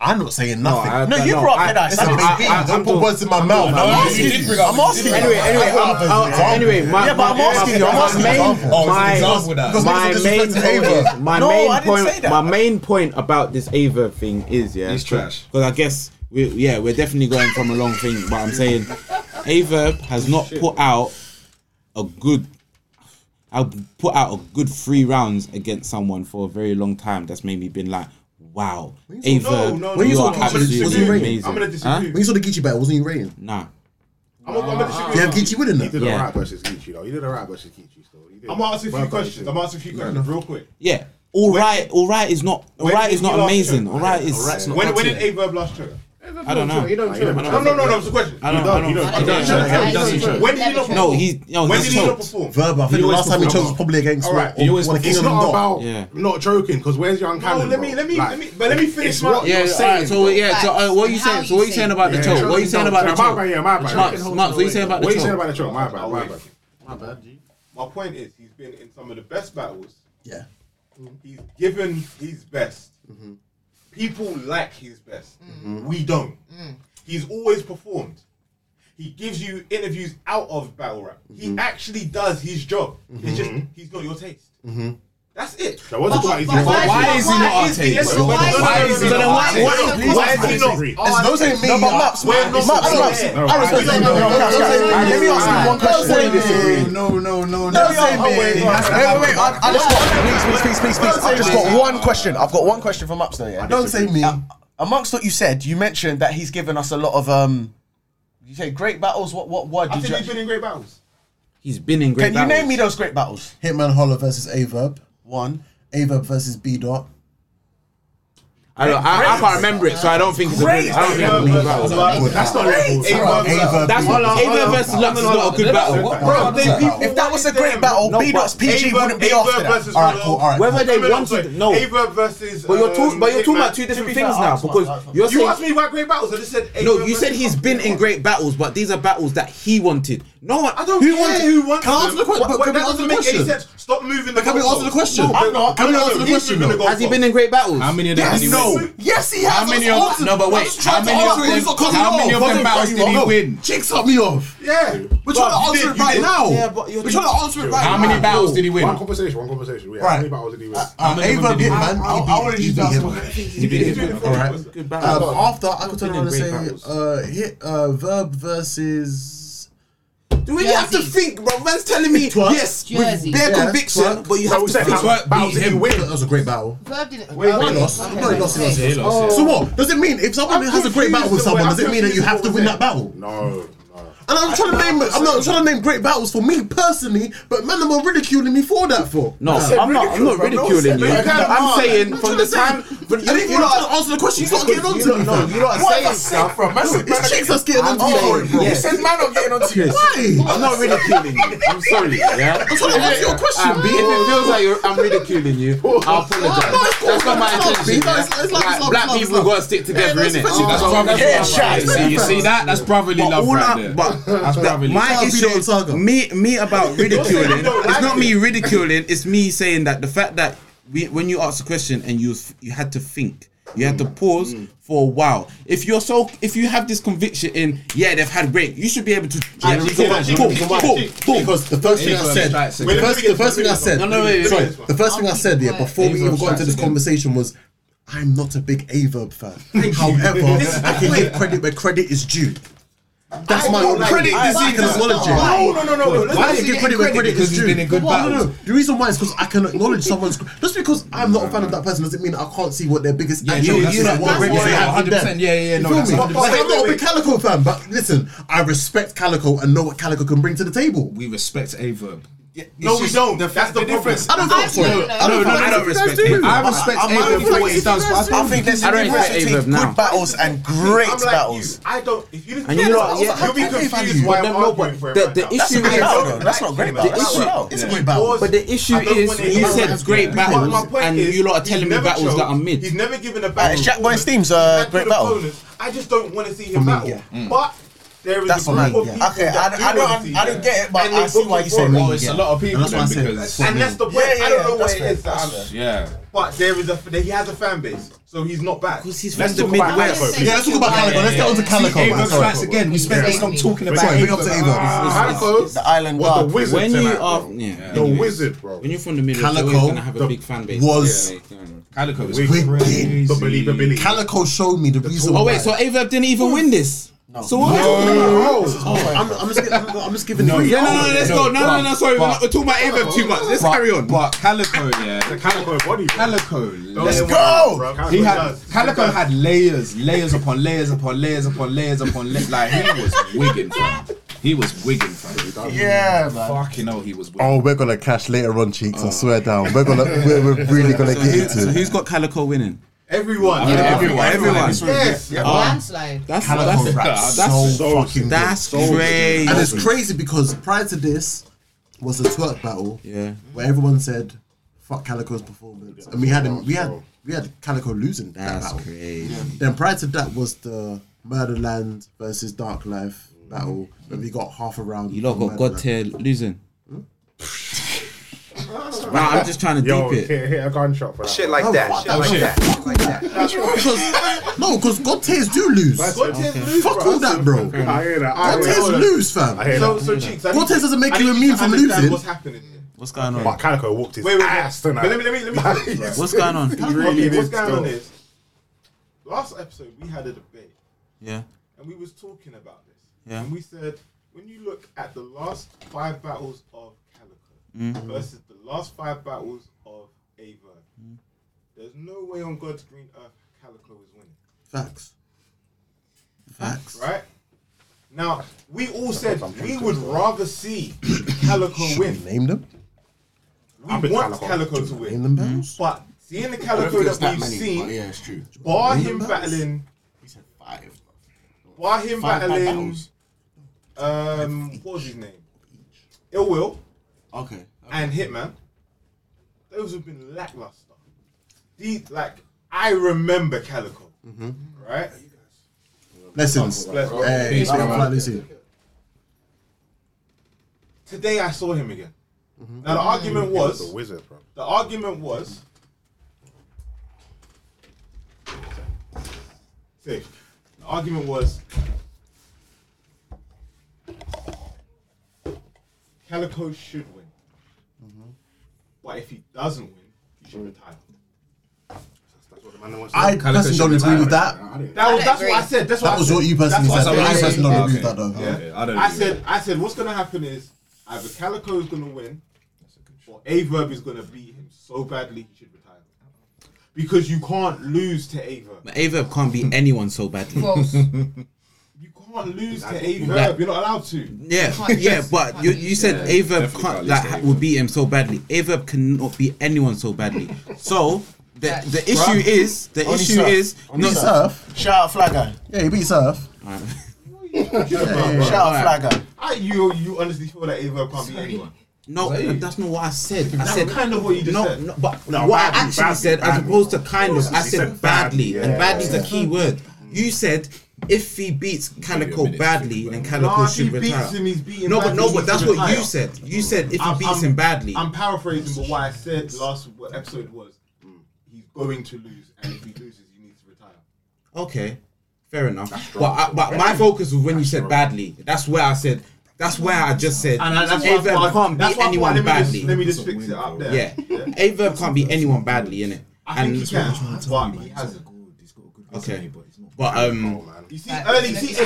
S1: I'm not saying nothing.
S7: I-
S2: No,
S7: I-
S2: you brought up
S7: I-
S2: head ice.
S1: It's a big
S7: I-
S1: thing.
S7: I- I'm
S1: Don't put
S7: doing-
S1: words in my mouth.
S5: No,
S1: I'm
S5: you did bring up-
S2: I'm asking.
S7: Anyway, anyway,
S1: I got
S7: I'm,
S1: others as
S7: i Uh, anyway, my,
S2: Yeah, but I'm
S7: my-
S2: asking you, I'm
S7: my
S2: asking
S7: main,
S2: you.
S5: Oh, it's an
S7: my-
S5: example with that.
S1: Because
S7: my
S1: niggas are
S7: main
S1: disrespecting Ava.
S7: point, my
S2: No,
S7: main
S2: I didn't
S7: point,
S2: say that.
S7: my main point about this Ava thing is yeah,
S5: He's trash.
S7: Because I guess we, yeah, we're definitely going from a long thing, but I'm saying Ava has not put out a good. I'll uh, put out a good three rounds against someone for a very long time. That's maybe been like, wow, Ava,
S1: no, no, no,
S7: you
S1: no,
S7: are
S1: no, I'm gonna
S7: absolutely
S1: disagree.
S7: amazing.
S1: I'm gonna
S7: Huh?
S1: When you saw the Geechee battle, wasn't he rating?
S7: Nah.
S10: I'm gonna- I'm gonna disagree
S1: You have
S10: with you.
S1: Geechee winning
S10: He
S1: that.
S10: did
S7: Yeah.
S10: alright versus Geechee though. He did alright versus Geechee still. He did.
S3: I'm gonna ask you a few
S10: Well done,
S3: questions.
S10: too.
S3: I'm gonna ask you a few questions real quick.
S7: Yeah. All right, all right is not all
S3: When
S7: right
S3: did
S7: is
S3: he
S7: not
S3: last
S7: amazing.
S3: choke?
S7: All right is
S10: Alright is not-
S3: When when did Averb last choke?
S7: I don't know.
S8: He don't
S7: I
S8: choke.
S7: don't
S3: No,
S7: know.
S3: no, no, no. It's a question.
S7: I don't- I don't- I
S10: don't choke. He doesn't choke.
S3: When did he not
S7: No,
S3: perform?
S7: he no
S3: When
S7: he's
S3: did he not
S7: choked.
S3: perform?
S1: Verba, I think the last time he chose was probably against
S10: All right.
S1: one,
S10: He always
S1: one of King
S10: It's
S1: of
S10: not
S1: the North.
S10: about
S7: Yeah.
S10: not joking because where's your
S3: No,
S10: cannon?
S3: let me, let me, let me, but let me finish
S10: it's
S3: my.
S10: what-
S3: Yeah.
S10: Yeah.
S7: Yeah,
S10: You're
S7: all right,
S10: saying,
S7: so yeah, so uh, what are you
S6: Facts. How
S7: saying? So what are you saying about the
S6: Yeah,
S7: choke? What are you saying about the
S10: My bad,
S7: choke?
S10: yeah, my bad.
S7: Marks, Marks, what are you saying about
S10: What
S7: the
S10: you saying
S7: choke?
S10: about the choke? My bad, my bad.
S3: My point is, he's been in some of the best battles.
S1: Yeah.
S3: He's given his best.
S7: Mm-hmm.
S3: People like his best. We don't.
S7: Mm.
S3: He's always performed. He gives you interviews out of battle rap.
S7: Mm-hmm.
S3: He actually does his job. It's just he's not your taste.
S7: Mm-hmm.
S3: That's it.
S10: So what's the point?
S6: But
S7: Why is he not our tape?
S3: Yes, but
S6: why-
S3: why is he
S6: so
S3: not
S6: then
S3: our
S6: why-
S3: tape?
S6: why-
S3: Why is he not?
S1: It's those ain't me.
S2: No, but
S1: uh,
S2: Maps,
S1: we're
S3: Maps,
S1: not-
S3: Maps,
S1: Maps.
S3: Maps.
S1: I respect
S3: No,
S1: you.
S3: no, no,
S1: Don't
S3: no,
S1: say
S3: no,
S1: me.
S3: no,
S2: Let me ask you one question.
S1: Don't say me.
S5: No, no, no,
S1: Don't
S5: no.
S1: say me.
S2: Wait, wait, wait. I, I just got, please, please, please, please, please. I've just got one question. I've got one question from Ups though, yeah?
S1: Don't say me.
S2: Uh, amongst what you said, you mentioned that he's given us a lot of, um, you say great battles? What, what, what
S3: I
S2: did
S3: think he's
S2: you...
S3: been in great battles.
S7: He's been in great
S2: Can you
S7: battles.
S2: name me those great battles?
S1: Hitman Holler versus Averb.
S2: One.
S1: Averb versus B Dot.
S7: I don't. I, I can't remember it, so I don't think it's a
S2: Great.
S7: great. I don't think it's a
S3: Averb
S7: good battle.
S10: That's not level.
S1: Averb. Averb.
S7: That's
S1: B-Dot.
S7: what Ava versus Lux is not a good battle.
S1: Bro,
S3: they people-
S2: If that was a great
S3: Them.
S2: battle,
S7: No,
S2: B Dot's
S7: but-
S2: PG wouldn't be
S3: Averb
S2: after that.
S3: versus
S1: All right,
S3: Hollow.
S1: cool. All right.
S7: Whether they
S3: No, no, no, sorry.
S7: wanted no,
S3: Averb versus.
S7: but you're talking.
S3: um,
S7: But you're talking about
S3: Hitman.
S7: two different
S3: To be
S7: things
S3: fair,
S7: now
S3: Arsenal.
S7: because you're
S3: You
S7: saying
S3: asked me about great battles. I just said. Averb
S7: No, you
S3: versus
S7: said he's been in great battles, but these are battles that he wanted. No one.
S3: I don't
S7: who
S3: care
S7: wanted-
S3: who wants
S7: Can I answer
S3: them.
S7: the question?
S3: What-
S7: But
S3: what-
S7: can we
S3: that
S7: answer
S3: doesn't
S7: the
S3: make any
S7: question?
S3: sense. Stop moving the
S1: Can we
S3: goalpost.
S1: answer the question?
S3: No,
S1: I'm
S3: no,
S1: not. Can we
S3: no,
S1: answer
S3: no,
S1: the
S3: he's
S1: question,
S3: moving
S1: though?
S3: the
S7: Has he
S3: goalpost.
S7: been in great battles?
S5: How many of them did he
S1: No.
S5: win?
S1: Yes, he has.
S5: How many of no? But wait, how many of them? How many of them battles did he win?
S1: Chicks up me off.
S3: Yeah.
S1: We're trying to answer it right now.
S7: Yeah, but you're
S1: We're trying to answer it right now.
S5: How many battles did he win?
S10: One conversation, one conversation. Yeah,
S1: Right.
S10: How many battles did he win?
S1: Uh,
S5: many of them
S1: Averb
S5: did he
S1: Hitman.
S5: win?
S1: he beat- he beat him.
S7: He beat him.
S1: All right.
S7: Good
S1: Um,
S7: battle.
S1: after I could turn around and
S7: Great
S1: say,
S7: battles.
S1: uh, hit uh, verb versus.
S7: Do we have to think, bro? Man's telling me
S1: Twerk.
S7: yes
S6: Jersey.
S7: with bare
S1: Yeah,
S7: conviction,
S1: twerk.
S7: but you
S10: So
S7: have
S10: we
S7: to
S10: said
S7: think.
S10: how many battles did he win?
S1: That was a great battle.
S6: Verb didn't.
S3: Wait,
S1: They
S3: wait.
S1: Oh, lost.
S6: Okay,
S1: No, they lost. They
S6: wait.
S1: lost.
S5: He lost,
S1: So what? Does it mean if someone
S3: I'm
S1: has a great
S3: confused
S1: battle with
S3: with what-
S1: someone, does
S3: I'm
S1: it mean that you
S3: confused
S1: have to
S3: with
S1: win
S3: what
S1: that battle?
S10: No, no.
S1: And I'm trying to name. I'm not trying to name great battles for me personally, but man, them are ridiculing me for that. For
S7: No, I'm not. I'm not ridiculing you. I'm saying from the time.
S1: But you, you, not trying to answer the question. You're not getting onto it.
S7: No, you lot are saying stuff.
S1: It's chicks that's getting onto
S7: saying,
S1: it, bro.
S7: yeah.
S1: said man not getting onto it. Why?
S7: I'm not ridiculing you. I'm sorry. Yeah.
S1: I'm trying to answer your question,
S7: Um, if it feels like you're, I'm ridiculing you, I apologize. That's not my intention.
S1: No, it's-
S7: yeah?
S1: it's like- it's like-
S7: Like, black
S1: it's like-
S7: people gotta stick together,
S1: Yeah, that's-
S7: innit?
S1: that's-
S7: That's
S5: That's
S7: what I'm
S5: brotherly love.
S7: that's what I'm
S5: right there.
S7: saying.
S5: You see that? That's brotherly love
S7: all
S5: right
S7: I-
S5: there.
S7: but
S5: That's brotherly love.
S7: my
S1: Can't be
S7: issue,
S1: Don Saga.
S7: me, me about ridiculing.
S3: you don't
S7: it's
S3: like
S7: not
S3: it.
S7: me ridiculing. It's me saying that the fact that we, when you asked a question and you was- you had to think, you had to pause for a while. If you're so, if you have this conviction in, yeah, they've had great, you should be able to. Yeah,
S5: you
S7: you
S5: can-
S7: can-
S5: you
S7: boom,
S5: can-
S7: boom, boom.
S1: Because the first thing I
S5: Averb
S1: said,
S5: strikes
S1: the
S5: again.
S1: first, the first thing I said,
S7: No, no, wait, wait,
S1: sorry,
S7: wait.
S1: the first thing I said, yeah, before we
S5: Averb
S1: even got into
S5: strikes
S1: this
S5: again.
S1: conversation was, I'm not a big Averb fan. However, I can give credit where credit is due. That's my own credit.
S5: this
S1: I can
S5: either.
S1: acknowledge it.
S3: No, no, no, no, no.
S1: Why
S3: Let's
S1: do you give credit where credit
S5: Because
S1: is
S5: he's
S1: due?
S5: been in good
S1: No, no, no.
S5: battles.
S1: The reason why is because I can acknowledge someone's. Just because I'm not a fan of that person doesn't mean I can't see what their biggest.
S5: Yeah,
S1: actual
S5: no,
S1: issues
S5: that's-
S1: and what
S5: that's
S1: greatness
S5: why-
S1: they have in them.
S5: 100%, yeah, yeah, yeah,
S1: You
S5: no,
S1: feel
S5: that's
S1: me?
S5: 100%.
S1: Like, I'm not a
S3: Wait,
S1: big Calico fan, but listen, I respect Calico and know what Calico can bring to the table.
S5: We respect Averb.
S3: No, we don't. That's the problem.
S1: I don't
S6: I
S1: feel sorry.
S6: don't know.
S1: I don't
S5: No, no,
S1: feel
S5: I
S1: like
S5: don't respect him. I respect
S1: I- I might
S5: Averb
S1: feel
S5: for
S1: like
S5: what he
S1: it's
S5: does, but I
S1: disrespectful.
S5: think
S2: There's a
S7: I don't
S2: difference
S7: expect
S2: between
S7: Averb now.
S2: good battles and great
S3: I'm like you.
S2: battles.
S3: I don't. If you listen
S7: And
S3: to
S7: you
S3: me,
S7: know what, yeah,
S3: you'll be
S1: I- I can't
S3: confused
S1: value
S3: why
S7: it.
S3: I'm
S7: But no,
S3: arguing
S7: but
S3: for it
S7: the-
S3: right
S7: the
S3: now.
S7: issue
S3: That's
S7: is-
S3: a great
S2: No,
S3: battle.
S2: that's not great battles.
S1: It's
S2: That's
S1: a-
S2: not battle.
S1: It's a great battle.
S7: But the issue
S3: I don't
S7: is,
S3: want it.
S7: you
S3: I
S7: said
S3: don't
S7: great
S3: want it.
S7: battles,
S3: My point
S7: and
S3: is,
S7: you lot are
S3: he's
S7: telling me
S3: never
S7: battles
S3: choked.
S7: that are mid.
S3: He's never given a
S2: Uh,
S3: battle.
S2: it's Jack Boy
S3: He's
S2: Steam's,
S3: had
S2: uh,
S3: good
S2: great battle.
S3: opponents. I just don't want to see him battle. But there is
S2: That's
S3: a
S2: what I mean.
S3: group of
S2: yeah.
S3: people
S2: Okay, I,
S3: that
S2: don't- I
S3: do want to
S2: don't,
S3: see
S2: I don't
S3: that.
S2: get it, but
S3: And they
S2: I see
S3: book
S2: why
S3: it
S2: you
S3: for
S2: say
S3: it.
S2: me.
S5: Oh, it's a lot of people
S1: That's what I
S5: then
S1: said.
S5: because
S3: And that's the point.
S2: Yeah, yeah, yeah,
S3: I don't
S2: that's
S3: know what it
S2: fair,
S3: is. that
S2: that's
S3: I'm-
S2: fair.
S5: yeah.
S3: But there is a he has a fan base, so he's not bad.
S7: Because he's
S5: Let's
S7: from the
S5: talk about
S7: Midwest.
S5: Averb.
S1: Yeah, let's talk about Calico. Let's get on to Calico. man.
S5: Averb
S1: Sorry.
S5: strikes again. We spent this long talking about
S1: Sorry, big up to
S5: Averb.
S1: Averb.
S10: Calico
S2: The island
S10: was the
S2: guard.
S10: wizard
S7: When you
S10: tonight,
S7: are,
S10: bro.
S7: yeah,
S10: The
S7: anyways.
S10: wizard, bro.
S7: When you're from the middle,
S1: Calico
S7: you're always gonna have a
S1: the-
S7: big fan base.
S1: was-
S5: Calico was
S1: Wicked.
S5: crazy.
S10: The believability.
S1: Calico showed me the reason
S7: Oh
S1: why.
S7: wait, so Averb didn't even win this. So what? No.
S1: I'm, I'm, just, giving- I'm, I'm just giving Oh,
S5: No,
S1: the
S5: yeah,
S7: No, no, let's go. No, no, no, sorry. We're not we're talking about AVEB too much. Let's carry on.
S5: But Calico, yeah.
S10: Calico body.
S5: Calico,
S1: Let's
S5: let's
S1: go.
S10: Calico
S5: He had
S10: does.
S5: Calico had layers, layers upon layers upon layers upon layers upon layers. Like he was wigging, fam. He was wigging, fam.
S1: Yeah, man.
S5: Fucking hell, he was wigging.
S1: Oh, we're gonna cash later on, cheeks. I swear down. We're gonna, we're, we're really gonna get
S7: Who- So
S1: into it.
S7: who's got Calico winning?
S10: Everyone.
S5: everyone, everyone.
S10: Yes.
S6: Landslide.
S7: That's
S1: Calico
S7: that's,
S1: rap
S7: that's,
S1: so fucking good.
S7: that's crazy.
S1: And it's crazy because prior to this was the twerk battle,
S7: Yeah.
S1: where everyone said "fuck Calico's performance," and we had him, we had we had Calico losing that
S7: That's
S1: battle.
S7: crazy.
S1: Then prior to that was the Murderland versus Dark Life battle, and we got half a round.
S7: You lot
S1: for
S7: got God
S1: Murderland.
S7: tier losing.
S1: Hmm?
S7: nah, I'm just trying to
S10: Yo,
S7: deep it.
S10: hit, hit a gunshot for that.
S11: Shit
S1: Oh,
S11: like that. Shit like that. Shit like that.
S1: because no, because God tiers do lose. Fuck all that, bro. God
S10: I hear that. I hear
S1: tiers
S10: that.
S1: lose, fam.
S10: I hear
S3: So,
S10: that.
S3: so cheeks. I
S1: God
S3: need-
S1: tiers doesn't make
S3: I
S1: you
S3: need
S1: immune
S3: to
S1: from
S3: understand
S1: losing.
S3: What's happening? here.
S7: What's going on?
S10: But Calico whooped his
S3: Wait, wait,
S10: ass
S3: wait.
S10: tonight.
S3: Let me, let me, let me.
S7: What's going on?
S3: Okay, what's
S10: needs
S3: going
S10: to
S3: on
S10: go.
S3: is last episode we had a debate
S7: Yeah.
S3: and we was talking about this.
S7: Yeah.
S3: And we said when you look at the last five battles of Calico
S1: Mm-hmm.
S3: versus the last five battles of Ava,
S1: Mm-hmm.
S3: there's no way on God's green earth Calico is winning.
S1: Facts. Facts.
S3: Right? Now, we all said we would rather see Calico win.
S1: Name them.
S3: We want Calico to
S1: Name
S3: win.
S1: them battles.
S3: But seeing the
S10: I don't
S3: Calico
S10: think it's
S3: that
S10: that
S3: we've
S10: many, but
S3: seen,
S10: Yeah, it's true.
S3: bar him battling
S10: He said five.
S3: Bar him
S10: Five bad
S3: battling.
S10: battles.
S3: Um, what was his name? Ill Will
S10: Okay.
S3: and Hitman. Those have been lackluster. These, like, I remember Calico,
S10: Mm-hmm.
S3: right?
S1: Lessons.
S3: Bless God.
S1: Hey, it's been quite Lucy.
S3: Today I saw him again.
S6: Mm-hmm.
S3: Now the argument
S10: The
S3: was,
S10: wizard, bro.
S3: the argument was, safe. The argument was, Calico should win.
S6: Mm-hmm.
S3: But if he doesn't win, he should retire.
S10: That's what the man wants to
S1: I
S10: do.
S1: personally don't agree with that.
S3: That was,
S6: I
S3: that's
S6: agree.
S3: what I said. That's what
S1: That
S3: I
S1: was
S3: said.
S1: what you personally
S3: That's
S1: said.
S3: I
S1: I
S3: said.
S1: personally
S5: Okay.
S1: don't agree with that though.
S5: Okay, I don't
S3: I
S5: agree with
S3: said, I said, what's gonna happen is either Calico is gonna win, or Averb is gonna beat him so badly he should retire. Because you can't lose to Averb.
S7: But Averb can't beat anyone
S6: <laughs>
S7: so badly.
S1: <laughs>
S6: False.
S3: You can't lose to Averb. You're not allowed to.
S7: Yeah,
S6: Can't
S7: yeah,
S6: lose.
S7: but
S6: Can't
S7: you,
S6: lose.
S7: you said
S5: Yeah,
S7: Averb
S5: definitely
S7: can't
S5: can't
S7: like
S5: lose to
S7: will
S5: Aveb.
S7: beat him so badly. Averb cannot beat anyone so badly. So the the issue is the
S1: Only
S7: issue
S1: Surf.
S7: is
S1: Only
S7: no.
S1: Surf.
S2: Shout out Fly Guy.
S1: Yeah, he beat Surf.
S2: Shout out Fly Guy.
S3: I, you, you honestly feel that Averb can't beat anyone.
S7: No, that's not what I said. I
S3: That's
S7: said
S3: kind of what you just
S7: no,
S3: said.
S7: no, but what
S10: badly,
S7: I actually
S10: badly,
S7: said, as
S10: badly.
S7: opposed to kind of, I
S10: She
S7: said,
S10: said
S7: badly,
S10: badly,
S7: and
S10: yeah,
S7: badly's
S10: yeah.
S7: a key word. You said if he beats Calico
S5: minute to
S7: badly,
S5: think
S7: then
S5: about
S7: Calico
S3: Nah, if he
S7: should
S3: beats
S7: retire.
S3: him, he's beating
S7: no, but
S3: badly,
S7: no,
S3: he
S7: but that's
S3: should
S7: what you
S3: retire.
S7: said. You said if
S3: I'm-
S7: he beats
S3: I'm-
S7: him badly.
S3: I'm paraphrasing, but what I said last what episode was he's going to lose, and if he loses, he needs to retire.
S7: Okay, fair enough. But, I, but my focus was when you said badly. That's where I said. That's where I just said.
S3: And I- that's
S7: Averb
S3: why I
S7: can't
S3: that's
S7: beat
S3: why I thought,
S7: anyone
S3: let me just-
S7: badly.
S3: Let me just fix it up there.
S7: yeah, <laughs> Averb can't beat anyone badly, innit?
S3: I think he can, but he
S11: He's
S3: hasn't.
S11: got good. He's got a good.
S7: Okay,
S11: but he's not.
S7: but um.
S3: You see, early, you see, you see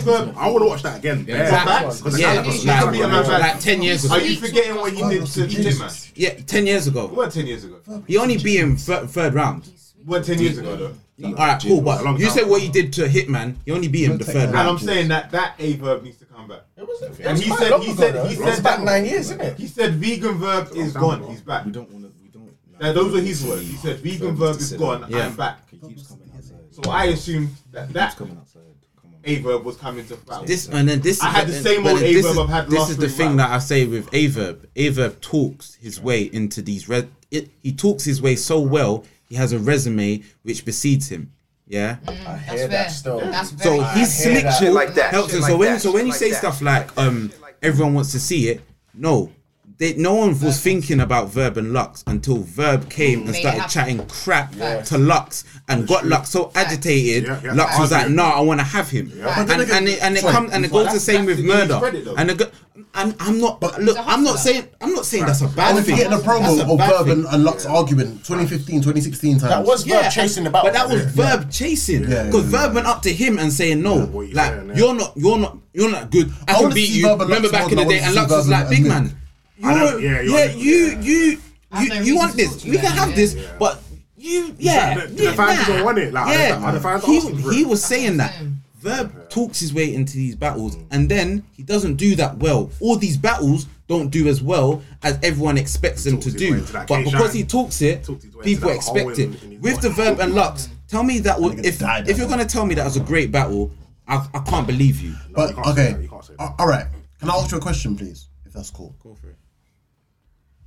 S3: Averb.
S10: I want to watch that again.
S7: Back-
S10: Yeah. Because
S7: yeah,
S10: Calico's
S7: like,
S10: literally a man
S7: like
S10: back.
S7: ten years ago.
S3: Are you forgetting what you did to Hitman?
S7: yeah, ten years
S3: It
S7: ago.
S3: weren't 10 years ago. It
S7: He only beat him thir- third round.
S3: weren't 10 years ago, though.
S7: All right, cool.
S10: a long
S7: But you
S10: time.
S7: said what he did to Hitman. He only beat him the third
S3: And I'm
S7: round.
S3: saying that that Averb needs to come back.
S10: It
S3: And
S10: was
S3: he
S10: quite
S3: said,
S10: long
S3: he
S10: ago,
S3: said,
S10: though.
S3: he
S10: It was
S3: said
S10: back
S3: that
S10: nine years, isn't it?
S3: He said vegan verb is gone. He's back.
S11: We don't want to. We don't.
S3: Now, those are his words. He said vegan verb is gone.
S7: Yeah.
S3: I'm back.
S11: He keeps coming outside.
S3: So I assumed that
S11: He keeps
S3: that
S11: coming outside. Come on.
S3: Averb was coming to battle.
S7: This and then this.
S3: I
S7: is
S3: had the same
S7: but
S3: old
S7: this
S3: Averb
S7: is-
S3: I've had
S7: This
S3: last
S7: is the
S3: three
S7: thing
S3: rounds.
S7: that I say with Averb. Averb talks his way into these red. It, he talks his way so well. He has a resume which precedes him. Yeah.
S10: I
S6: That's
S10: hear
S6: fair.
S10: that still.
S6: That's very
S7: So
S6: fair.
S7: his slick
S10: that.
S7: talk
S11: Shit like that,
S7: helps
S11: shit
S7: him.
S11: like
S7: so when
S11: that,
S7: so when
S11: shit
S7: you
S11: like
S7: say
S11: that.
S7: stuff like um
S11: Shit like that.
S7: everyone wants to see it, no. They, no one was thinking about Verb and Lux until Verb came and
S6: Made it
S7: started
S6: happen.
S7: chatting crap
S6: Yeah.
S7: to Lux and got Lux so agitated.
S10: Yeah, yeah.
S7: Lux was like,
S10: Arguing.
S7: "Nah, I want to have him,"
S6: But
S7: and,
S1: then
S7: and
S1: again-
S7: it, and it
S1: Sorry,
S7: comes and it goes the
S3: that's- that's
S7: same with
S3: the thing,
S7: murder.
S3: he's spread it though.
S7: And it go- And I'm not. But look, I'm not saying. I'm not saying that's a bad
S1: And if
S7: thing.
S1: you get the
S7: That's
S1: promo
S7: a
S1: of
S7: bad
S1: Bourbon
S7: thing.
S1: and Lux arguing 2015, 2016 times.
S2: That was
S7: Yeah,
S2: Verb chasing
S7: and-
S2: the battle.
S7: But that was Verb chasing. Because
S1: Yeah,
S7: Verb went up to him and saying no.
S4: you
S7: like
S4: saying, yeah.
S7: you're not you're not you're not good. I,
S1: I
S7: can
S1: wanna
S7: beat
S1: see
S7: you.
S1: Verb and
S7: Remember
S1: Lux
S7: back in
S1: more
S7: the
S1: than
S7: day
S1: I
S7: and
S1: wanna
S7: Lux
S1: see
S7: was
S1: Verb
S7: like
S1: and-
S7: big
S1: and
S7: man.
S4: I
S7: You're,
S4: don't-
S7: yeah,
S4: yeah, you're-
S7: you
S4: yeah.
S7: you
S6: I've
S7: you
S6: no
S7: you want
S6: reason to
S7: this.
S6: talk to
S7: We
S6: you
S7: can
S6: like
S7: have
S6: that,
S7: this,
S6: yeah.
S7: but you yeah.
S4: the- the
S7: yeah,
S4: fans
S7: nah.
S4: don't want it, like,
S7: yeah,
S4: the- the fans
S7: he,
S4: asking for
S7: he
S4: it.
S7: was saying that.
S6: Same.
S7: Verb talks his way into these battles, and then he doesn't do that well. All these battles don't do as well as everyone expects them
S4: Talks
S7: to
S4: his way
S7: do.
S4: into that
S7: But
S4: cage,
S7: because
S4: right?
S7: he talks it,
S4: Talked his way into
S7: people
S4: that
S2: oh,
S7: expect
S4: hole
S7: it.
S4: in- in his
S7: With the
S4: body.
S7: Verb and Lux, tell me that would, if
S1: died
S7: if
S1: that
S7: you're gonna tell me that was a great battle, I, I can't believe you.
S1: But
S4: you can't say
S1: okay,
S4: that, you can't say that.
S1: A- all right. Can I ask you a question, please? If that's cool. Go for it.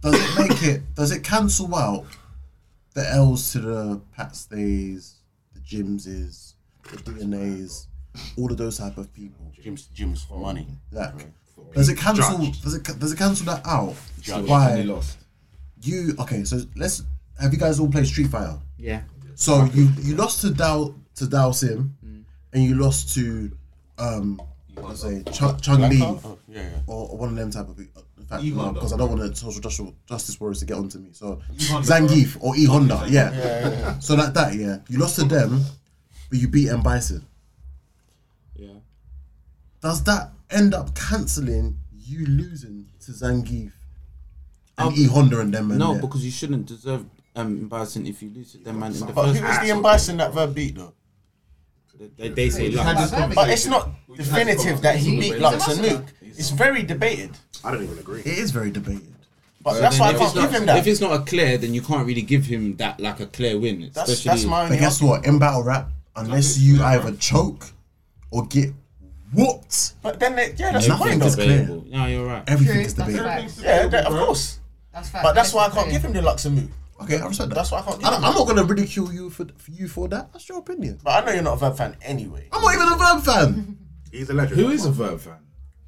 S1: Does it make it? Does it cancel out the L's to the Pat Stays, the Jimses, the DNAs, all of those type of people?
S2: Jim's, Jim's for money.
S1: Like, does it cancel? Does it? Does it cancel that out? Why
S5: lost.
S1: you? Okay, so let's. Have you guys all played Street Fighter?
S7: Yeah.
S1: So you you lost to Dow to Dow Sim,
S7: Mm.
S1: and you lost to um let's say Chung Chung Lee
S2: yeah, yeah.
S1: or or one of them type of people. In fact,
S3: E. Honda.
S1: because I don't want the social justice, justice warriors to get onto me. So Zangief or E Honda, yeah. So like that, yeah. You lost to them, but you beat M Bison.
S7: Yeah.
S1: Does that end up cancelling you losing to Zangief and E Honda and them? And
S7: No,
S1: there?
S7: because you shouldn't deserve um, embarrassing if you lose to them man in the
S2: But
S7: first.
S2: who was the embarrassing that Verb beat though?
S7: They, they say
S6: had
S7: Lux.
S6: this conversation.
S2: But it's not definitive that he
S6: He's
S2: beat
S6: a
S2: Lux and
S6: muscle.
S2: Luke. It's very debated.
S4: I don't even agree.
S1: it is very debated.
S2: But that's why I can't give him that.
S7: If it's not a clear, then you can't really give him that like a clear win.
S2: That's,
S7: Especially
S2: that's my
S1: But
S2: only
S1: guess what? In battle rap, unless you either choke or get whooped,
S2: But then, they, yeah, that's
S1: Nothing
S2: fine
S1: is
S2: though.
S1: clear.
S7: debatable. No, you're right.
S1: everything
S6: True,
S1: is
S6: that's
S1: debated.
S6: fact.
S2: Yeah, that- of course.
S6: That's fact.
S2: But that's why I can't give him the Lux and Luke.
S1: Okay, I respect that.
S2: That's why I can't give
S1: I,
S2: him
S1: I'm not gonna ridicule you for, for you for that. That's your opinion.
S2: But I know you're not a Verb fan anyway.
S1: I'm not even a Verb fan.
S4: He's a legend.
S5: Who is a verb fan?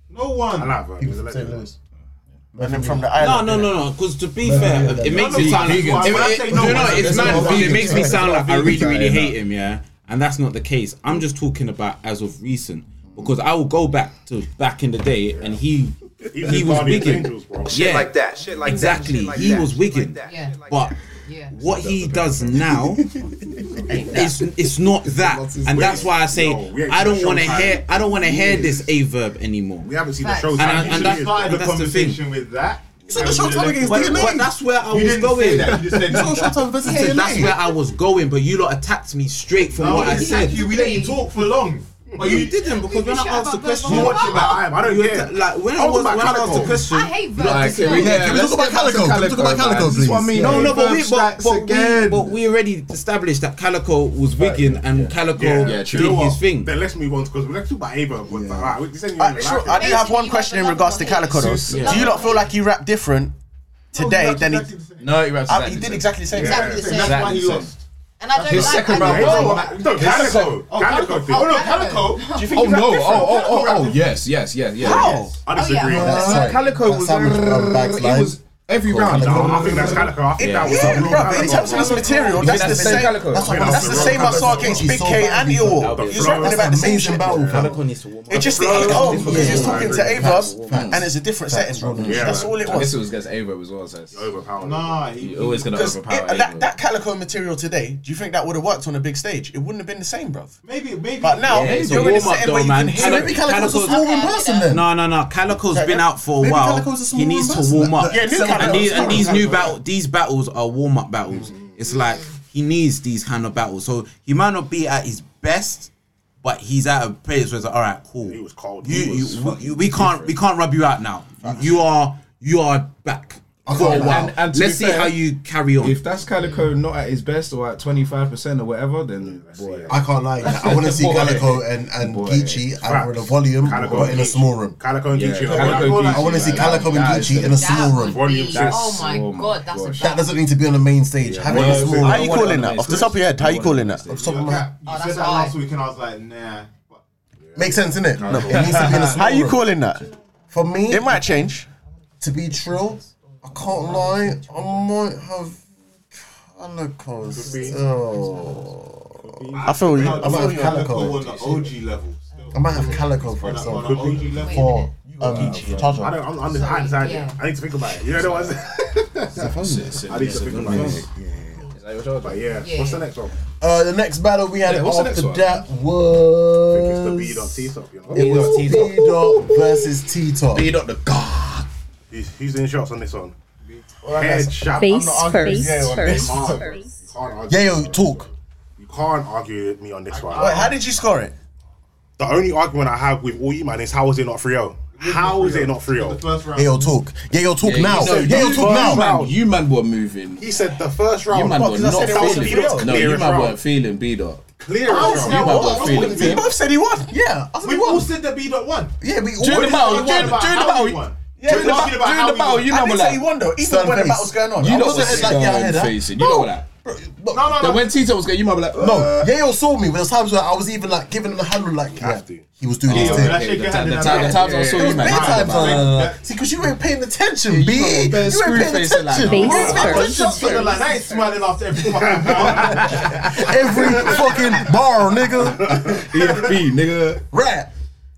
S3: No one.
S4: I like Verb. He's a
S1: St.
S4: legend.
S1: Louis.
S2: And then from the
S7: No,
S2: island.
S7: no, no, no. Because to be fair, it makes me sound. Like,
S5: Vegan.
S7: it-
S5: When
S3: I
S7: it-
S3: say
S7: do you
S3: no,
S7: know,
S3: I say
S7: it's
S5: there's
S7: mad
S5: no
S7: because it
S5: vegan.
S7: makes me sound like I
S5: Vegan
S7: really, really
S5: diet,
S7: hate
S5: no.
S7: him. Yeah, and that's not the case. I'm just talking about as of recent because I will go back to back in the day, and he
S4: He's
S7: he was
S4: Guardian
S7: wicked.
S4: Angels, bro.
S7: Yeah,
S12: like that. Shit like
S7: exactly.
S12: that. shit like
S7: he
S12: that,
S7: was
S12: shit like
S7: wicked,
S12: that,
S6: Yeah.
S12: shit like
S7: but.
S12: that.
S6: Yeah.
S7: What he does now is it's not that, and that's why I say
S4: No, we ain't
S7: I don't
S4: seen
S7: want to
S4: Showtime
S7: hear I don't want to hear this a verb anymore.
S4: We haven't seen
S6: Facts.
S4: the show.
S6: And
S4: time.
S7: I- and that's-
S4: Usually
S12: Started the
S7: That's the
S12: conversation with that.
S1: So the show's time against
S7: But, but
S1: DNA.
S7: that's where I
S12: You
S7: was
S12: didn't say
S7: going.
S12: that. You just said
S1: So short time versus
S7: I said that's where
S1: DNA.
S7: I was going, but you lot attacked me straight from
S12: No,
S7: what I
S12: we
S7: said.
S12: you. We let you talk for long. But
S7: You
S12: you
S7: didn't because when I asked the question,
S4: You watch it, man. I am. I don't
S7: Hmm. you
S4: care.
S7: atta- like when I
S4: Talk
S7: was
S4: about
S7: when I asked the
S4: Calico.
S7: question.
S6: I hate Verb.
S11: Like,
S6: as well.
S11: yeah,
S1: can we
S11: let's
S1: talk about
S11: get back to
S1: Calico? Can we talk about
S11: man.
S1: Calico,
S11: This is what I
S1: please?
S11: mean.
S7: No, no, but we,
S11: Verb
S7: but,
S11: strikes
S7: but, we,
S11: again.
S7: but we already established that Calico was wigging and Calico
S5: Yeah, true.
S7: did
S4: You know
S7: his
S4: what?
S7: thing.
S4: Then let's move on because we're talk about Ava. But like, we- this ain't
S2: I,
S4: even
S2: it's
S4: like
S2: true, I do have one question in regards to Calico though. Do you not feel like he rapped different today
S3: Oh,
S2: than he,
S5: No, he raps
S2: uh, he did exactly the same?
S6: Exactly the same.
S5: Exactly.
S3: Why he
S5: Same.
S3: lost?
S6: And I don't
S5: His
S6: like Oh,
S5: second
S6: I
S5: round
S6: don't
S5: was
S6: like-
S4: No, no, Calico. Calico thing.
S6: oh,
S4: Oh,
S6: no,
S4: no,
S6: Calico.
S3: Calico. Do you think
S5: Oh
S3: he's like
S5: no! Oh
S3: different?
S5: oh oh oh! Yes yes yes yeah.
S2: How?
S3: Oh,
S4: I
S7: Oh,
S4: disagree.
S6: yeah.
S7: Uh,
S1: That's right.
S5: Calico
S1: That
S5: was,
S1: sandwich from Bags
S5: it
S1: Line.
S5: was every round.
S4: No, I think that's Calico. I think
S7: Yeah.
S4: that was
S2: Yeah,
S4: a real
S2: bruv, in terms of his
S4: Calico.
S2: material, that's, the same.
S1: That's what
S4: Yeah,
S2: That's the
S4: that's
S2: same I
S4: Calico.
S2: saw against Big K and Earwolf. He was rapping about the same shit.
S1: battle. fam.
S7: needs to warm
S2: It just didn't hit home because he was
S1: Yeah.
S2: talking to
S1: Facts,
S2: Averb
S1: facts.
S2: and it's a different
S1: Facts,
S2: setting, bro.
S1: bro.
S4: Yeah,
S2: That's
S4: man.
S2: all it
S5: I guess
S2: was.
S5: it was against Ava as well. So it's
S4: Overpowered.
S3: Nah, he,
S5: you're always gonna
S2: Because
S5: overpower
S2: it- that,
S5: Ava.
S2: that Calico material today, do you think that would have worked on a big stage? It wouldn't have been the same, bruv.
S3: maybe, maybe.
S2: But now,
S7: Yeah, it's a
S2: you're in a
S7: warm-up
S2: setting
S7: though,
S2: where you
S7: man.
S2: can hear
S7: Calico-
S2: every
S1: Maybe Calico's a
S7: Calico's-
S1: small one person then.
S7: No, no, no. Calico's
S2: Yeah,
S7: been
S2: yeah.
S7: out for a
S1: Maybe
S7: while.
S1: Calico's a small
S7: He needs
S1: person
S7: to warm
S1: that-
S7: up.
S1: Yeah,
S2: new
S7: and
S2: Calico's
S7: these, and
S2: small.
S7: these new battle, these battles are warm up battles. It's like he needs these kind of battles. So he might not be at his best, but he's at a place where it's like, all right, cool.
S4: He was cold.
S7: You,
S4: He was
S7: you, we- you- we can't, we can't rub you out now. You are, you are back for a
S1: can't-
S7: while.
S5: and- and to
S7: Let's
S5: be
S7: see
S5: fair,
S7: how you carry on.
S5: If that's Calico not at his best or at twenty five percent or whatever, then boy,
S1: I can't lie. yeah. I want to see
S5: Boy.
S1: Calico and and
S5: Boy.
S1: Geechee either in a
S4: Facts.
S1: volume
S4: Calico
S1: or in a
S4: and
S1: small room.
S4: Calico and Geechee.
S5: Calico
S1: I want to see
S5: Like,
S1: Calico and
S5: that is
S1: Geechee
S5: the-
S1: in a
S6: That
S1: small
S6: would
S1: room.
S4: Volume
S6: be-
S4: six.
S6: Oh my
S5: Oh my
S6: god, that's a
S5: gosh.
S1: That
S6: bad.
S1: doesn't need to be on the main stage. Have it in a
S5: Yeah.
S1: small
S5: Yeah.
S1: room.
S2: How
S5: I
S2: you
S5: want
S2: calling
S5: it
S2: that?
S5: on
S2: Off the
S5: this
S2: top of your head, how you
S5: list. I want
S2: calling
S5: it on
S2: that?
S5: this
S2: Off the
S5: list.
S2: top of my head.
S3: you
S6: Oh, that's
S3: said that
S6: why.
S3: last week, and I was like, nah. But
S1: Makes sense, innit? It needs to be in a small
S2: How you
S1: room.
S2: calling that?
S1: For me,
S2: It might change.
S1: to be true, I can't lie. I might have Calico still.
S2: I feel you.
S3: I
S1: might
S3: might
S1: have
S3: have Calico
S1: Calico.
S3: on the OG level. Still.
S1: I might have Calico for
S3: On the- on
S1: example.
S3: the OG level.
S1: For you um, Charger.
S15: I don't, I'm, I'm just hot inside.
S1: Yeah.
S15: I need to think about it. You know what I'm <laughs>
S1: saying?
S15: I need to think about it. But yeah.
S1: Yeah.
S15: what's the next one?
S1: Uh, the next battle we had
S15: Yeah, what's the next
S1: after
S15: one?
S1: that was.
S15: I think it's the B dot T top. You know?
S1: It was B dot versus T top.
S15: B dot the god. Who's, who's in shots on this one? Head shot.
S1: Face
S15: I'm not arguing.
S1: first.
S15: Yeah, on this
S1: <laughs> Face
S15: one.
S1: first.
S15: You can't argue.
S1: Yeah, yo, talk.
S15: You can't argue with me on this one.
S2: Wait, how did you score it?
S15: The only argument I have with all you man is how is it not oh. 3-0? How is it not 3-0?
S1: Yeah, yo, talk. Yeah, yo, talk now.
S5: you know,
S1: yeah, yo,
S5: you
S1: talk
S5: man-
S1: now.
S5: You man were moving.
S15: He said the first
S5: You
S15: round.
S5: man
S15: Fuck,
S5: were
S15: 'cause I said
S5: not
S15: it was
S5: feeling.
S15: B dot
S5: No,
S15: clear
S5: you
S15: as
S5: man
S15: round.
S5: weren't feeling B dot.
S15: Clear as round.
S5: You man
S3: oh.
S5: weren't feeling
S2: We
S5: B
S2: both said he won.
S1: Yeah, I said
S3: we all said that B dot one.
S1: Yeah, we
S5: During the battle,
S3: What
S5: during,
S3: about
S5: during the
S3: how
S5: battle,
S3: he won?
S5: during the, ba-
S3: Yeah, about
S5: during
S3: how
S5: the
S3: he
S5: battle,
S3: won.
S5: you
S3: I
S5: man were
S2: didn't
S5: like,
S2: say he won though, even
S5: Stern
S2: when the
S5: face.
S2: battle's going on. I
S5: You know
S2: wasn't
S5: what's
S2: like, yeah, I heard that.
S5: facing. You know what that.
S1: No,
S5: no, Then when Tito was going, you might be like,
S1: No, yeah, yo saw me. There was times where I was even like giving him the handle, like yeah, he was doing
S5: Oh,
S1: his
S5: okay,
S1: thing.
S5: okay, the time- the time- the times I saw
S1: There
S5: you,
S1: was
S5: man,
S1: bare
S5: you
S1: times,
S5: man.
S1: no, no, no, no. See, because you ain't paying attention, B. You ain't
S5: bare screw
S1: paying
S5: face, like,
S1: attention.
S5: no.
S1: You ain't
S5: Face
S1: paying
S5: first.
S1: attention.
S3: Like, I ain't smiling after every fucking
S15: oh.
S1: Every fucking bar,
S5: <laughs>
S1: nigga.
S5: B, nigga.
S1: Rap.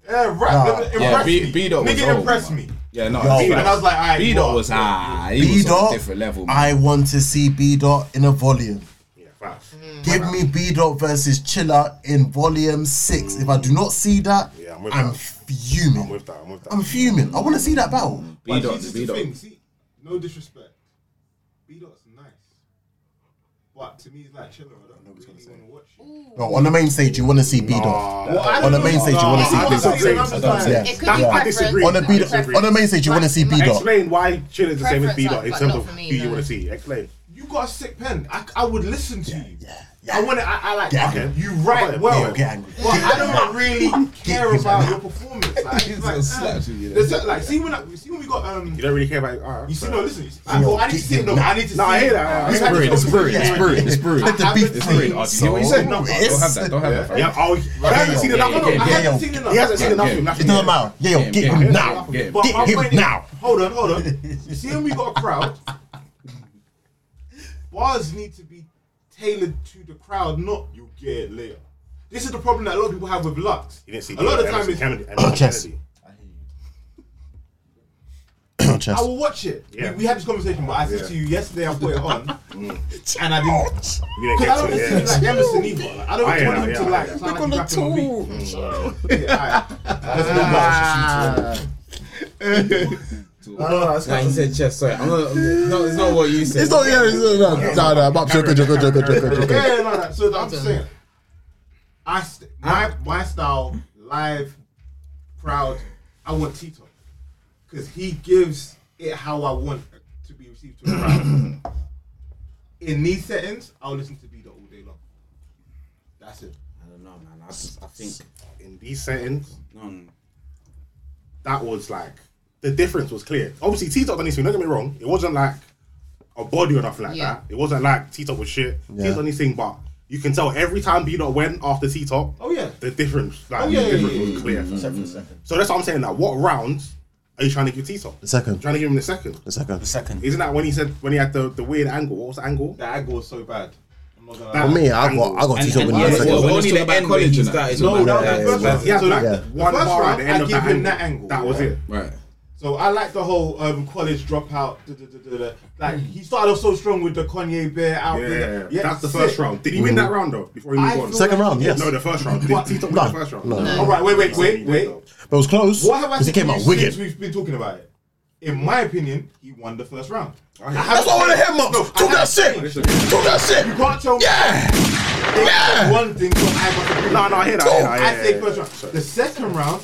S3: Yeah, rap.
S15: <laughs>
S1: Nah.
S3: Impress
S5: Yeah, B,
S3: me.
S5: B dot was
S3: Nigga
S5: old,
S3: impressed
S5: man.
S3: me.
S5: Yeah, no,
S1: Yo,
S5: I think
S1: and I
S3: was like, aight,
S5: B dot
S3: what?
S5: was ah, he
S1: B
S5: was on a
S1: dot.
S5: different level. Man.
S1: I want to see B dot in a volume.
S3: Mm.
S5: Mm.
S1: Give me B dot versus Chiller in volume six. If I do not see that,
S15: Yeah, I'm with
S1: I'm
S15: that.
S1: fuming.
S15: I'm with that. I'm with that.
S1: I'm fuming. I want to see that battle.
S5: B
S3: But
S5: dot,
S3: this is
S5: B
S3: the
S5: dot.
S3: thing, See, no disrespect. B dot's nice, but to me, it's like chiller. I don't really want to watch. it.
S1: No, on the main stage, you want to see B dot.
S3: Well, I
S1: on the
S3: don't
S1: main
S3: know.
S1: stage, you want to
S3: No, I
S1: see
S3: don't
S1: B
S3: think
S1: dot.
S3: so. I don't think so.
S1: Yeah.
S3: It could be I- I
S1: Yeah.
S3: disagree.
S1: On the
S3: I
S1: B
S3: disagree.
S1: dot. On the main stage, you want to see B dot.
S15: Explain why chill is the same as B dot
S3: Preference,
S15: in
S3: but
S15: terms
S3: not
S15: of
S3: for
S15: who
S3: me,
S15: you
S3: no.
S15: want to see. Explain.
S3: You got a sick pen. I, I would listen to you. I want to. I, I like
S15: Get
S3: okay.
S15: angry.
S3: you write well,
S15: Get angry.
S3: but
S15: <laughs>
S3: I don't really care about your performance. Like, it's like, uh,
S15: slaps you, you know.
S3: there's a- like see when I, see when we got um.
S15: You don't really care about. All right,
S3: You see,
S15: fair.
S3: no, listen. you see- I, oh, I need to see it. No, I need to
S15: No,
S3: see
S15: I hear
S3: it.
S15: that.
S3: It's brewing, it's brewing, it's brewing, it's brewing. Let the beat breathe.
S5: Archie. Hear what he said?
S15: No,
S5: Don't have that, don't have that, fam.
S15: Yeah, oh, I haven't seen enough. of him. I haven't seen enough. He hasn't seen enough. of him, that's
S1: It doesn't matter. Yeah, yo, get him now. Get
S3: But my
S1: him
S3: point is-
S1: now.
S3: Hold on, hold on.
S15: <laughs>
S3: You see, when we got a crowd, bars need to be tailored to the crowd, not you'll get it later. This is the problem that a lot of people have with Lux.
S15: You didn't see
S3: a lot of the
S15: Kennedy,
S3: time
S15: Kennedy,
S3: it's
S15: and
S1: Chess.
S15: Kennedy.
S3: I
S1: Chess.
S3: will watch it. We-
S15: Yeah.
S3: We, had this conversation, but I said
S15: Yeah.
S3: to you yesterday, I put it on, and I didn't.
S15: You didn't
S3: Because I
S15: get
S3: don't
S15: to
S3: want
S15: it.
S3: to
S15: yeah.
S3: see like Emerson either. Like, I don't
S15: I hear
S3: want
S15: that,
S3: him to
S15: yeah, I
S3: like.
S15: hear
S3: sound
S15: that.
S3: like he's rapping on me. Yeah, alright. That's not much.
S16: No, no, that's not. He said chest. Sorry, I'm not. I'm not- It's not what you said.
S1: It's not. Yeah, it's not. No, no, no. I'm up. Joker, joker, joker, joker,
S3: Yeah,
S1: joker.
S3: yeah, no, no. So I'm just saying, I st- my my style live, proud. I want Tito because he gives it how I want to be received to a crowd. In these settings, I'll listen to B Dot all day long. That's it.
S7: I don't know, man. I, just, I think
S15: in these settings,
S3: Mm.
S7: no,
S15: that was like the difference was clear. Obviously, T Top done his thing. Don't get me wrong. It wasn't like a body or nothing like
S3: Yeah.
S15: that. It wasn't like T Top was shit.
S1: Yeah.
S15: T Top done his thing, but you can tell every time B Dot went after T Top.
S3: Oh yeah.
S15: The difference, like
S3: Oh, yeah,
S15: the
S3: yeah,
S15: difference
S3: yeah,
S15: was
S3: yeah.
S15: clear.
S2: Except for the second.
S15: So that's what I'm saying. Like, what rounds are you trying to give T Top?
S1: The second.
S15: Trying to give him the second.
S1: The second.
S2: The second.
S15: Isn't that when he said when he had the, the weird angle? What was the angle?
S3: The angle was so bad. I'm not gonna
S15: That
S1: For me, I
S15: angle.
S1: got, I got
S16: And-
S1: Tito
S16: and
S1: winning the
S16: only-
S1: second.
S16: well,
S1: round.
S16: only the end where he started.
S3: No, that was the
S16: Yeah,
S3: first
S16: yeah,
S3: one.
S15: Yeah, so like
S1: Yeah.
S15: one
S3: The first
S15: bar at
S3: round,
S15: the end
S3: I
S15: of
S3: give
S15: that
S3: him
S15: angle.
S3: that angle.
S15: That was it.
S5: Right.
S3: So I like the whole um, college dropout. Da, da, da, da, da. Like he started off so strong with the Kanye Bear out
S15: Yeah,
S3: there.
S15: that's the
S3: sick.
S15: first round. Did he win that round though? Before he
S3: I
S15: moved on,
S3: feel Second like-
S1: round, yes.
S15: No, the first round. Did
S3: What?
S15: T top win
S1: No,
S15: the first round?
S1: no, no.
S3: All right, wait, wait, wait, wait.
S1: But it was close.
S3: What have I
S1: Because
S3: said
S1: it came
S3: to
S1: out
S3: you since
S1: wicked.
S3: we've been talking about it? In my opinion, he won the first round.
S1: That's why I want to hear him up.
S3: No, I
S1: Talk that
S3: haven't
S1: shit.
S3: changed.
S1: Talk that shit.
S3: You can't tell me they said one thing. So I must agree.
S15: No, no, I hear that. I hear that, yeah,
S3: I say
S15: yeah,
S3: first
S15: yeah.
S3: round. The second round,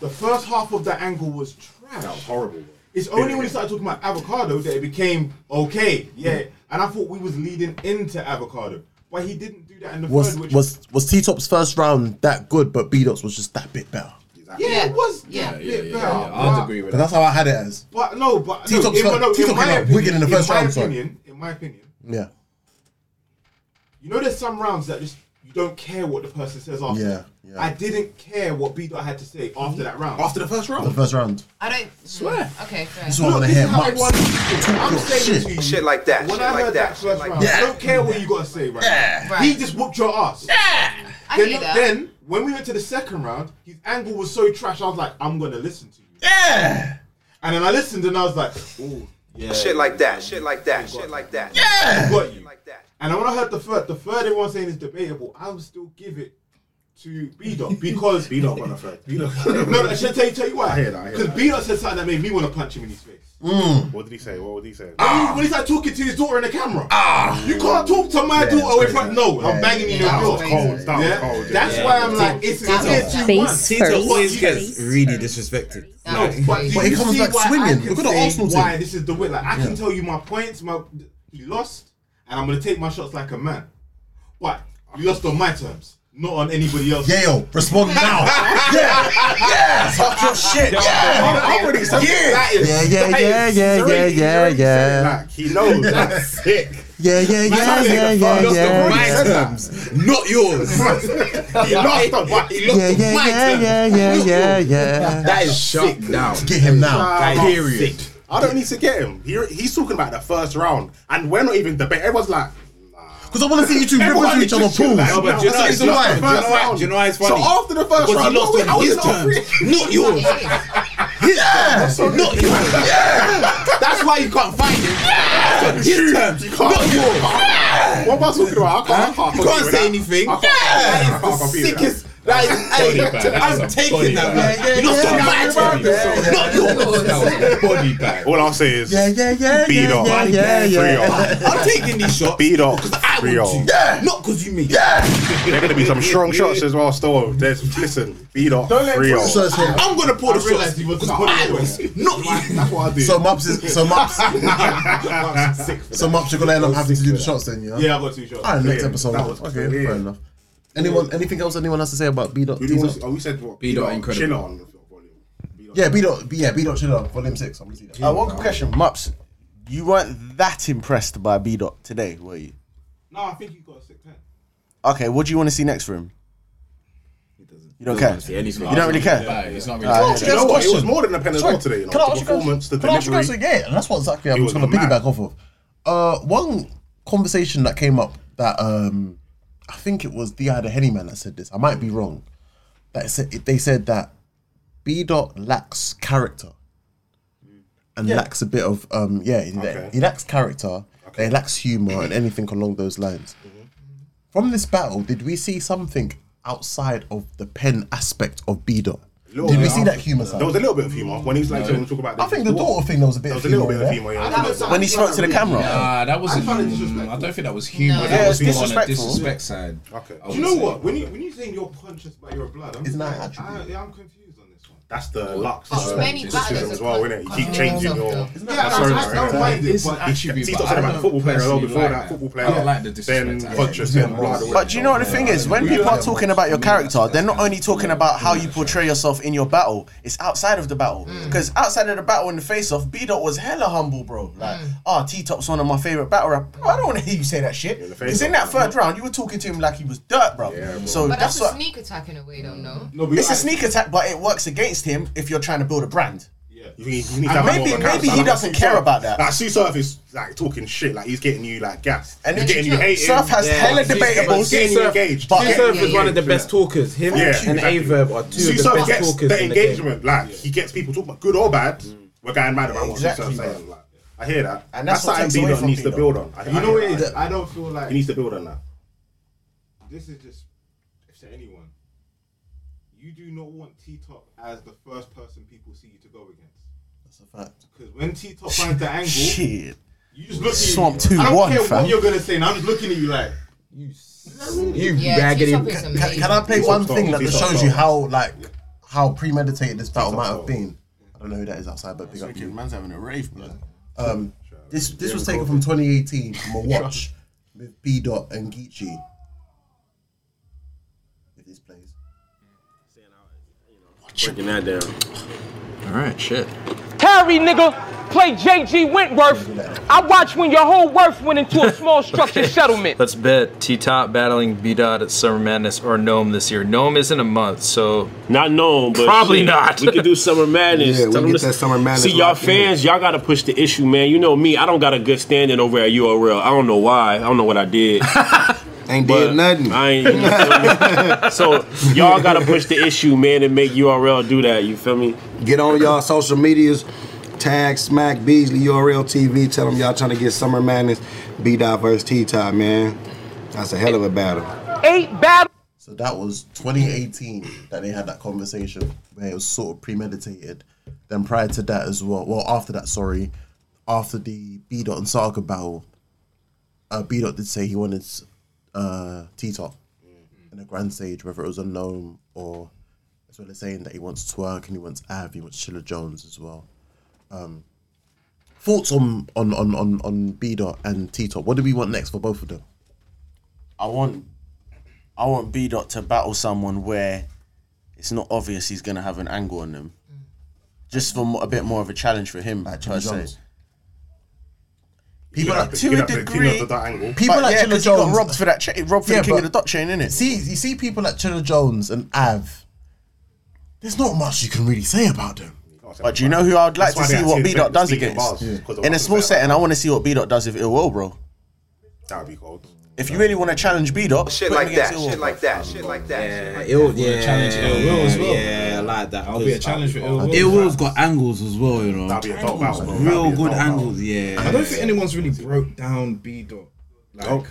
S3: the first half of that angle was trash.
S15: That was horrible.
S3: It's only when we started talking about avocado that it became okay. Yeah, and I thought we was leading into avocado, but he didn't do that in the
S1: Was
S3: third. Which
S1: was was T Top's first round that good? But B Dot's was just that bit better.
S3: yeah, it was
S5: Yeah,
S3: yeah, that
S5: yeah,
S3: bit
S5: yeah.
S3: better.
S5: yeah. I'd
S3: but-
S5: agree with
S1: But
S5: that.
S1: that's how I had it as.
S3: But no, but no,
S1: T-Top's
S3: in,
S1: fir-
S3: no, in
S1: T-Top
S3: my
S1: came out
S3: opinion,
S1: wicked in the first
S3: my
S1: round, sorry.
S3: opinion, in my opinion,
S1: Yeah.
S3: you know, there's some rounds that just you don't care what the person says after.
S1: Yeah, yeah.
S3: I didn't care what B dot had to say after that round.
S15: After the first round.
S1: The first round.
S6: I don't swear. Okay, fair.
S1: This is what I want to
S3: this
S1: hear.
S3: is how I
S1: Max.
S3: want it.
S1: Talk
S3: I'm
S1: your
S3: saying to
S1: shit.
S3: you,
S12: Shit like that.
S3: When
S12: Shit
S3: I
S12: like
S3: heard that
S12: that. Shit
S3: first
S12: like
S3: round,
S12: that.
S3: I don't care what you gotta say right now.
S6: Right.
S3: He just whooped your ass.
S6: I
S3: Then,
S6: hear that.
S3: then when we went to the second round, his angle was so trash. I was like, I'm gonna listen to you. Yeah. And then I listened and I was like, oh, ooh. Yeah.
S17: Shit like that. Shit like that. Shit like that.
S3: Yeah. Got you. Like that. And when I heard the third, the third everyone saying is debatable, I would still give it to B Dot because
S15: B Dot won the third.
S3: B Dot. no, no, should I tell you, tell you why?
S15: I hear that, I hear
S3: Because
S15: that.
S3: B Dot said something that made me want to punch him in his face.
S15: Mm. What did he say? What would he say?
S3: When he- When he's like talking to his daughter in the camera, ah, you can't talk to my daughter in front. No, I'm banging you in
S15: That
S3: your
S15: was cold. That was
S3: Yeah.
S15: cold.
S3: That's why I'm like, it's it's here to one.
S16: always gets really disrespected.
S3: No, but, do
S16: But he
S3: you
S16: comes
S3: see
S16: back
S3: why
S16: swinging.
S3: I can
S16: Look at the
S3: say
S16: Arsenal team.
S3: Why this is the win? Like I can tell you my points. My he lost, and I'm gonna take my shots like a man. But you lost on my terms, not on anybody else.
S1: Yale, respond <laughs> now.
S3: yeah, yeah, talk your shit. Yeah,
S1: I'm
S3: already
S1: Yeah. Yeah, yeah, yeah, yeah, yeah, yeah, yeah.
S15: He knows. That's sick.
S1: Yeah, yeah, yeah,
S15: Man,
S1: yeah,
S15: he
S1: yeah,
S15: lost
S1: yeah.
S15: on my
S1: yeah.
S15: terms, not yours. he lost on my. He lost
S1: Yeah,
S15: on
S1: yeah,
S15: my
S1: yeah,
S15: terms.
S1: yeah, yeah,
S15: Not
S1: yeah,
S15: yours.
S1: yeah.
S15: That is shut
S1: down. Get him now. Period.
S15: I don't need to get him. He, he's talking about the first round, and we're not even debating. Everyone's like,
S1: Because I want to see you two rip into each other pools.
S16: No, but do you know it's why? Do you know why- do you know why it's
S15: So
S16: funny?
S15: after the first
S16: Because
S15: round,
S16: he lost
S15: no,
S16: on
S15: we-
S16: his
S15: I was in
S16: terms, not yours. His terms, not yours. That's why you can't find him. It's on his terms, not yours.
S15: What am I talking about? I can't, I can't,
S16: You can't say anything. Yeah, that is the sickest. That is, hey,
S15: bag. That
S16: I'm
S15: is a
S16: taking
S15: body
S16: that.
S15: bag.
S16: man. You're not my terms, not yours.
S15: body bag. All I'll say is,
S1: Yeah, yeah, yeah,
S15: beat
S1: yeah,
S15: up.
S1: yeah, yeah, <laughs> yeah.
S15: Free up.
S16: I'm taking these shots.
S15: Beat up. Free up.
S16: Yeah, not because you me.
S15: They're gonna be some strong shots as well. Still, there's listen, beat up.
S16: Don't let
S15: Free up.
S1: So, so,
S16: I'm gonna pull the shots.
S15: That's what I do.
S1: so Mops is so Mops. so Mops, you're gonna end up having to do the shots then, yeah?
S3: Yeah, I got two shots.
S1: Alright, next
S3: Yeah,
S1: episode.
S3: that was
S1: Okay,
S3: clear.
S1: fair enough. Anyone, anything else anyone has to say about B dot?
S15: We,
S1: T
S15: do-
S1: dot?
S15: oh, we said what?
S5: B dot incredible.
S15: Chill on.
S1: Yeah, B dot, B- yeah, B dot chill out, volume six. I'm gonna see that.
S2: Uh, one quick question, Mups. You weren't that impressed by B Dot today, were you?
S3: No, I think you got a sick pen.
S2: Okay, what do you want to see next for him? You don't care.
S7: see anything.
S2: You don't really care.
S5: It's
S2: Alright,
S5: not
S1: Can I ask you
S2: okay.
S15: You
S1: guys
S15: know
S1: a
S15: what? It
S1: question?
S15: was more than a pen as
S1: Sorry,
S15: well today, you know,
S1: can I
S15: the
S1: ask you guys-
S15: performance, the
S1: can I ask you guys-
S15: delivery.
S1: Yeah, and that's what exactly I
S15: He
S1: was
S15: was
S1: going to
S15: mad.
S1: piggyback off of. Uh, one conversation that came up that um, I think it was the had a Henny man that said this. I might be wrong. That said, they said that B dot lacks character and lacks a bit of um, yeah, he,
S15: Okay.
S1: he lacks character. He lacks humor and anything along those lines.
S15: Mm-hmm.
S1: From this battle, did we see something outside of the pen aspect of B dot?
S15: Little
S1: Did we
S15: bit.
S1: see that humor side?
S15: There was a little bit of humor when he was like telling him to talk about.
S1: I think the daughter thing there was a bit
S15: There
S1: of
S15: was a little
S1: humor. in
S15: bit of
S1: there.
S15: humor. yeah.
S2: When he spoke to the camera.
S5: Nah, that wasn't.
S3: I
S5: I,
S3: found it disrespectful.
S5: don't think that was humor.
S3: No.
S5: That
S2: Yeah,
S5: was
S2: it's
S5: more on the
S2: disrespectful.
S5: disrespect side.
S15: Okay.
S5: I
S3: Do
S5: would
S3: you know
S5: say.
S3: what? When you when you saying you're conscious but you're a blood, I'm
S1: It's not
S3: like,
S1: attribute.
S3: I, yeah, I'm confused on this one.
S15: That's the Lux
S6: But many
S15: system
S6: battles
S15: as
S6: are
S15: well,
S6: con-
S15: innit? You keep
S6: confused
S15: changing
S6: of
S15: your.
S6: them.
S3: Yeah,
S15: I'm
S3: I-
S15: sorry,
S3: I- I
S15: sorry,
S3: don't
S15: sorry.
S3: mind it,
S15: It's
S3: but-
S15: attribute.
S5: But
S15: He's talking
S5: I
S15: about
S5: don't
S15: football player as well
S5: personally
S15: before
S5: like
S15: that.
S5: that.
S15: Football
S5: I don't
S15: player.
S5: like the
S15: Then
S5: disrespect.
S15: conscious, then blood.
S2: But do you know what the thing is? When people are talking about your character, they're not only talking about how you portray yourself in your battle, it's outside of the battle.
S15: Hmm.
S2: Because outside of the battle in the face off, B Dot was hella humble, bro. Like,
S15: Hmm.
S2: ah, T Top's one of my favorite battle rap. Bro, I don't want to hear you say that shit.
S15: the
S2: Because in that third round, you were talking to him like he was dirt, bro. So
S6: But
S2: that's,
S6: that's a
S2: what.
S6: sneak attack in a way, though, no?
S3: No, but
S2: It's a
S3: I-
S2: sneak attack, but it works against him if you're trying to build a brand.
S15: You need, you need
S2: And
S15: to have
S2: maybe-
S15: more of a
S2: maybe
S15: character.
S2: he
S15: Like,
S2: doesn't
S15: Sue
S2: care
S15: Surf-
S2: about that.
S15: Like Sue Surf is like talking shit. Like he's getting you like gas.
S2: And
S15: he's
S2: then
S15: getting you
S2: Surf-
S15: hating.
S2: Surf has hella
S15: He's
S2: debatables.
S15: Getting you
S16: Surf-
S15: engaged.
S2: but-
S15: Getting
S16: Surf
S15: you
S16: is one of the
S15: engaged,
S16: best
S15: innit?
S16: talkers. Him
S15: Yeah,
S16: and
S15: exactly.
S16: Averb are two
S15: Sue
S16: of the
S15: Surf
S16: best
S15: gets
S16: talkers
S15: the
S16: in the game. Mm.
S15: engagement. Like he gets people talking, good or bad. We're going mad about what Sue Surf's
S2: Exactly,
S15: saying. Like, I hear that.
S2: And
S15: that's
S2: that's what
S15: something
S2: takes away
S15: B-Dot
S2: from
S15: needs to
S2: B-Dot.
S15: build on. I- I
S3: You know what
S15: hear
S3: it is?
S15: that.
S3: I don't feel
S15: He
S3: like
S15: needs to build on that.
S3: this is just if to anyone. You do not want T Top as the first person people see you to go against.
S1: That's a fact.
S3: Because when T Top finds the angle,
S2: Shit.
S3: you just look at
S2: Swamp
S3: you. I don't
S2: 2-1,
S3: care
S2: fam.
S3: what you're gonna say, and I'm just looking at you like
S16: You
S6: Yeah,
S16: raggedy.
S6: T-Top is
S1: Can,
S6: amazing.
S1: can I play
S15: Please
S1: one
S15: stop,
S1: thing that
S15: please
S1: just
S15: stop,
S1: shows you
S15: stop.
S1: how like how premeditated this battle might
S15: stop.
S1: have been? I don't know who that is outside, but big up you.
S2: man's having a rave, blood.
S1: Um, this this was taken from 2018 from a watch with B Dot and Geechee. If this plays,
S4: Breaking that down.
S5: All right, shit.
S18: Terry, nigga, play JG Wentworth. I watched when your whole worth went into a small
S19: <laughs>
S18: structured settlement.
S20: Let's bet T Top battling B Dot at Summer Madness or Gnome this year. Gnome is in a month, so
S4: Not known, but
S20: Probably
S4: shit,
S20: not.
S4: We could do summer madness.
S21: Yeah, we
S4: Tell them
S21: get
S4: this-
S21: that Summer Madness
S4: See, y'all
S21: locked in.
S4: fans, y'all gotta push the
S5: <laughs>
S4: issue, man. You know me. I don't got a good standing over at URL. I don't know why. I don't know what I did.
S19: Ain't
S17: But
S19: did nothing.
S17: I ain't, you feel <laughs> me? so y'all gotta push the issue, man, and make URL do that. You feel me?
S19: Get on y'all social medias. Tag Smack Beasley URL TV. Tell them y'all trying to get Summer Madness B Dot versus T Top, man. That's a hell of a battle.
S22: Eight battles.
S1: So that was 2018 that they had that conversation where it was sort of premeditated. Then prior to that as well, well after that, sorry, after the B dot and Saga battle, uh, B dot did say he wanted uh, T top in a grand stage, whether it was unknown or as well as saying that he wants twerk and he wants Av, he wants Chilla Jones as well. Um, thoughts on on on on on B dot and T top? What do we want next for both of them?
S2: I want I want B dot to battle someone where it's not obvious he's gonna have an angle on them. Just for mo- a bit more of a challenge for him per se. People
S1: Yeah,
S2: like
S1: but
S2: to
S1: you
S2: a
S1: have to- you
S2: degree.
S1: have to that angle.
S2: People
S1: But
S2: like
S1: yeah,
S2: Chilla
S1: 'cause he
S2: Jones
S1: got
S2: robbed for that. Cha- he robbed for
S1: Yeah,
S2: the king of
S1: but-
S2: the dot chain, innit?
S1: See, you see people like Chilla Jones and Av. There's not much you can really say about them.
S2: But do you know who I'd
S1: That's
S2: like to
S1: why they
S2: see
S1: had
S2: what
S1: two
S2: B dot
S1: defenders
S2: does
S1: beating
S2: against?
S1: bars, 'cause
S2: In a small setting, I want to see what B dot does with Ill Will, bro.
S3: That'd be cold.
S2: If you really want to challenge B dot,
S23: Shit like that. Shit like that. Shit like that. shit like that.
S7: yeah,
S23: challenge
S7: yeah,
S23: Ill Will as well.
S7: Yeah, I like that.
S23: That'll be a challenge for Ill Will.
S7: Ill Will's got angles as well, you know.
S3: That'll be a dope
S7: Angles,
S3: battle, bro. That'll
S7: Real
S3: be a
S7: good
S3: dope
S7: angles, yeah.
S5: I don't think anyone's really broke down B dot like proper.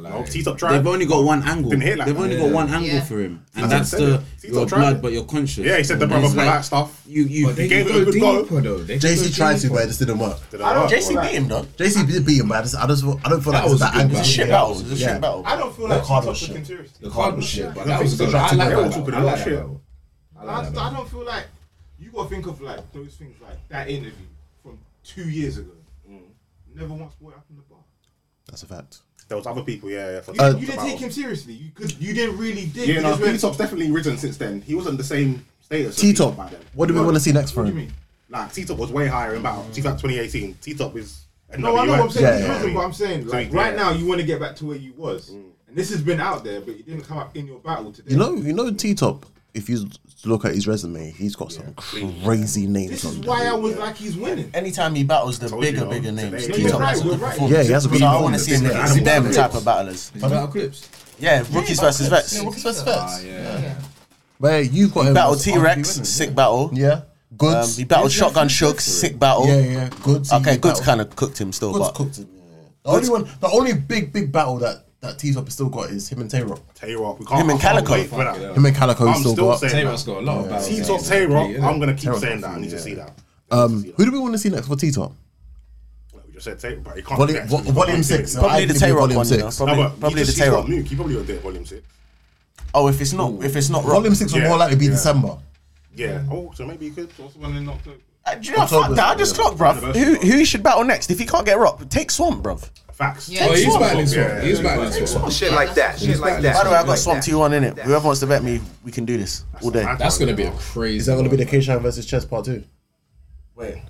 S5: Like
S7: They've only got one angle.
S5: Didn't hear that.
S7: They've only
S5: Yeah.
S7: got one angle
S5: Yeah.
S7: for him,
S5: That's
S7: and that's
S5: what I'm saying.
S7: the
S5: He's
S7: your
S5: not trying.
S7: blood, but you're conscious.
S5: Yeah, he said the
S7: And
S5: brother
S7: it's
S5: for that
S1: stuff.
S7: You you
S5: But they gave it a good go. They
S1: JC tried to, but it just didn't work.
S2: I don't- JC beat him, though.
S1: JC did beat him, but I just, I just, I don't feel like
S2: That
S1: it's
S2: was a
S1: that
S2: good
S1: angle.
S2: battle. It was a shit
S1: Yeah.
S2: battle. It was a shit
S1: Yeah.
S2: battle.
S1: I
S2: don't feel
S1: The
S2: like
S1: card
S2: Tito
S1: was
S2: took
S1: shit.
S2: him seriously.
S1: The card was shit, but
S3: I
S1: that
S3: think
S1: was a
S3: so.
S1: good
S3: I
S1: battle.
S3: like
S1: Yeah.
S3: that talking a lot of shit.
S8: I, just- I don't feel like you gotta think of like those things like that interview from two years ago. Never once brought it up in the bar.
S1: That's a fact.
S3: There was other people, yeah. yeah for
S8: You, you
S1: Uh,
S8: didn't take him seriously. You could. You didn't really dig.
S3: Yeah,
S8: You
S3: no,
S8: just went-
S3: T Top's definitely risen since then. He wasn't the same status. as
S1: T-Top,
S3: back then.
S1: what do we
S3: No.
S1: want to see next for him?
S3: Like T Top was way higher in battle. T Top 2018. T Top is.
S8: No, I know what I'm saying. he's
S3: Yeah.
S8: risen, but I'm saying
S3: So,
S8: like
S3: yeah.
S8: right now you want to get back to where you was,
S1: Mm.
S8: and this has been out there, but you didn't come up in your battle today.
S1: You know, you know, T Top. If you look at his resume, he's got some crazy names
S8: This
S1: on
S8: is
S1: there.
S8: why I was like he's winning.
S2: Anytime he battles the bigger, bigger names,
S8: Today.
S2: Tito has
S8: We're right,
S2: a
S8: we're
S2: good
S8: right.
S2: performance.
S1: Yeah, he has a good
S2: So I want to
S1: performance.
S2: see him
S1: Yeah.
S2: against
S1: Yeah.
S2: them
S1: Clips.
S2: type of battlers.
S1: Battle Clips?
S2: Yeah, rookies versus vets. Ah,
S1: Yeah,
S2: rookies versus vets.
S1: Where you've got him
S2: Battle
S1: as
S2: T Rex,
S1: arguably winning.
S2: sick battle.
S1: Yeah. Goods.
S2: Um, he battled
S1: Yeah,
S2: Shotgun
S1: yeah,
S2: Shook, sick battle.
S1: Yeah, yeah, Goods, he
S2: Okay, Goods
S1: battled-
S2: kind of cooked him still,
S1: Goods
S2: but
S1: cooked him. The only one, the only big, big battle that that T Top has still got is him and Tay Rock.
S3: Tay Rock, we
S1: Him and Calico. Him and Calico he's still got.
S3: T Top Tay Rock. I'm gonna keep
S1: Tay Rock.
S3: saying that. I need to see that.
S1: Um, who do we want to see next for T Top?
S3: We just said Tay Rock, but he can't.
S1: Volume-
S3: be next
S1: vo-
S3: because he's
S1: volume
S3: not
S1: six.
S3: doing it.
S1: Probably I the think Tay it'd be Rock volume one, you six. know,
S3: No,
S1: probably-
S3: but he
S1: probably
S3: just-
S1: the
S3: he's
S1: Tay
S3: got
S1: Rock.
S3: Nuke, He probably will do it volume six.
S2: oh, if it's not, if it's not rock,
S1: Volume six will more likely be December.
S3: Yeah. Oh, so maybe you could. What's the one in October?
S2: Uh, do you know, fuck
S1: October's
S2: that. I just
S1: the
S2: clocked, bruv.
S1: anniversary,
S2: Who who he should battle next? If he can't get rock, take Swamp, bruv.
S3: Facts.
S2: Yeah. Oh, he's battling Swamp. He's battling
S3: Swamp.
S23: Shit like that. Shit like that.
S2: By the way, I got
S23: Like
S2: Swamp
S23: that.
S2: T one in it. Whoever wants to bet me, we can do this all day.
S1: That's gonna
S5: be a crazy.
S1: Is that going to be the K Shine versus Chess Part Two?
S2: Wait.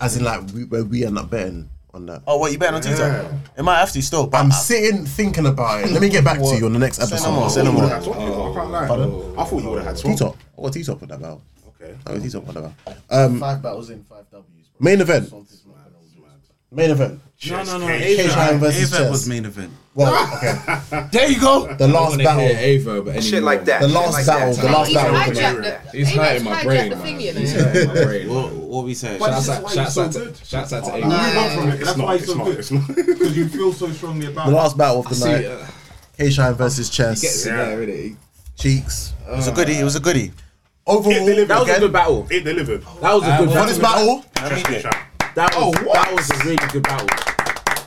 S1: As in, like, we, where we end up betting on that.
S2: Oh, what you betting on Tito?
S1: Yeah.
S2: It might have to still. But
S1: I'm sitting thinking about it. Let me get back to you on the next episode.
S2: Send them on, send them on.
S3: I can't lie.
S1: Pardon?
S3: I thought you would have had
S1: T
S3: Swamp.
S1: Top. I got T Top on that battle.
S3: Okay.
S1: I got T Top on that battle. Um,
S24: five battles in, five W's.
S1: main event. Main event.
S7: No, no, no.
S1: K
S7: Ava
S1: Shine versus
S7: Ava
S1: Chess.
S7: was main event.
S1: Well,
S2: <laughs>
S1: okay.
S2: there you go.
S1: The last
S5: wanna
S1: battle.
S5: hear Ava, but Shit anymore. like that,
S1: The
S5: shit
S1: last
S5: like
S1: battle.
S5: that.
S1: The last
S5: He's
S1: battle.
S5: hijacked
S1: Canelo.
S5: the- He's Ava's hiding my hijacked brain, the man. thing, you know. He's hiding my brain,
S7: What, what we say?
S5: But this is why you're so good. Oh,
S8: You move on from it. That's why it's so good.
S3: <laughs>
S8: Because you feel so strongly about
S1: The last battle of
S8: I
S1: the
S5: uh,
S8: see
S1: night.
S8: it.
S1: K Shine versus Chess.
S5: gets it there, really.
S1: Cheeks.
S2: It was a goodie. It was a goodie.
S1: Overall,
S2: that was a good
S6: battle.
S3: It delivered.
S6: That was a good
S1: For this battle,
S6: That was that was a really good battle.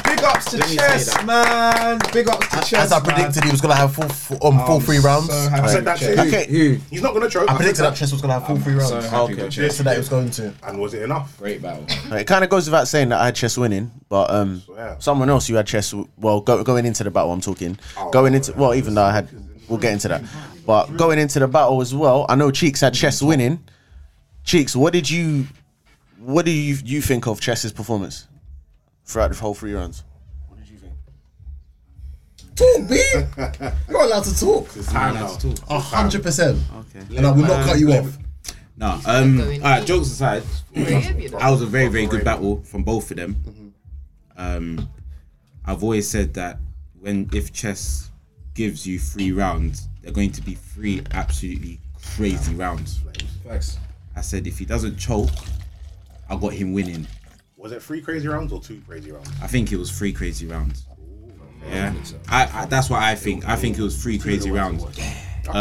S24: Big ups to
S6: Let me say
S24: chess,
S6: that.
S24: man. Big ups to chess.
S1: as I predicted, he was gonna have full, full um, full three rounds.
S3: I said that too.
S1: Okay.
S3: He's not gonna choke.
S1: I predicted that Chess was gonna have full three rounds.
S3: so happy with Chess.
S1: So that he was going to.
S3: And was it enough?
S5: Great battle.
S2: It kind of goes without saying that I had chess winning, but um, someone else who had chess, well, go, going into the battle, I'm talking, going into, well, even though I had, we'll get into that, but going into the battle as well, I know Cheeks had chess winning. Cheeks, what did you, what do you you think of Chess's performance throughout the whole three rounds?
S1: Talk, B. You're allowed to talk. A hundred percent.
S6: Okay.
S1: And I will not cut you off.
S6: No, um, all right, jokes aside, <laughs> that was a very,
S5: Mm-hmm.
S6: very good battle from both of them. Um, I've always said that
S7: when if chess gives you three rounds, they're going to be three absolutely crazy rounds.
S5: Facts.
S7: I said if he doesn't choke, I got him winning.
S15: Was it three crazy rounds or two crazy rounds?
S7: I think it was three crazy rounds. yeah, I, I that's what I think. I think it was three crazy rounds. Um,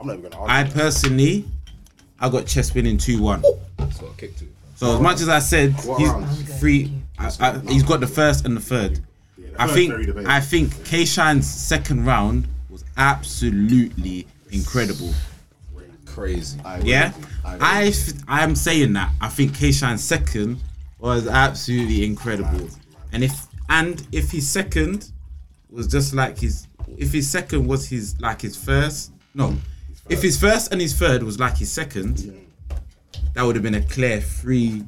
S15: I'm not even gonna
S7: I personally, I got chess winning two one.
S5: So I kicked it.
S7: So as much as I said,
S5: What round?
S7: he's three. I, I, he's got the first and the third. I
S5: first
S7: think.
S5: very debatable.
S7: I think Kayshan's second round was absolutely incredible.
S5: Crazy.
S3: Mm.
S7: Yeah, I f- I'm saying that. I think Kayshan's second was absolutely incredible, and if and if his second was just like his, if his second was his like his first, no, if his first and his third was like his second, that would have been a clear free,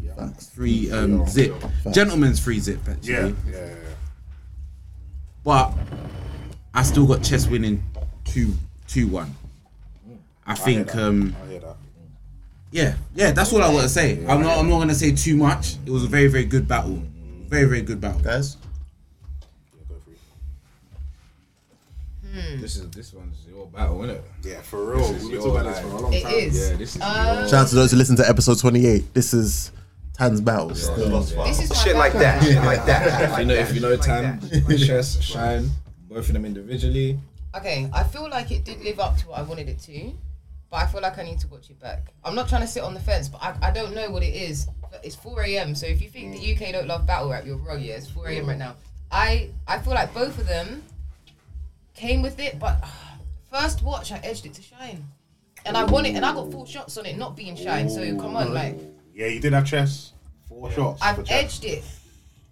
S7: free um, zip, gentleman's free zip actually.
S15: Yeah, yeah, yeah,
S7: But I still got chess winning two two one. I think um yeah yeah that's all I want to say. I'm not I'm not gonna say too much. It was a very very good battle, very very good battle, guys.
S5: This is this one's your battle, isn't it?
S15: Yeah, for real. We've been talking about this for a long
S5: It
S15: time.
S5: is. Yeah, this is
S1: Shout out to those who listen to episode 28. This is Tan's Battles.
S17: Shit like that. Shit like that.
S5: if you know, if you know, Tan, <laughs> Chess, Shine, both of them individually.
S6: Okay, I feel like it did live up to what I wanted it to, but I feel like I need to watch it back. I'm not trying to sit on the fence, but I, I don't know what it is. But It's 4 a.m., so if you think the UK don't love battle rap, you're wrong. Yeah, it's 4 a.m. right now. I I feel like both of them came with it, but ah, first watch I edged it to Shine, and I won it, and I got four shots on it, not being Shine. So come on, like
S15: Yeah, you did have chess. Four shots.
S6: I've edged it.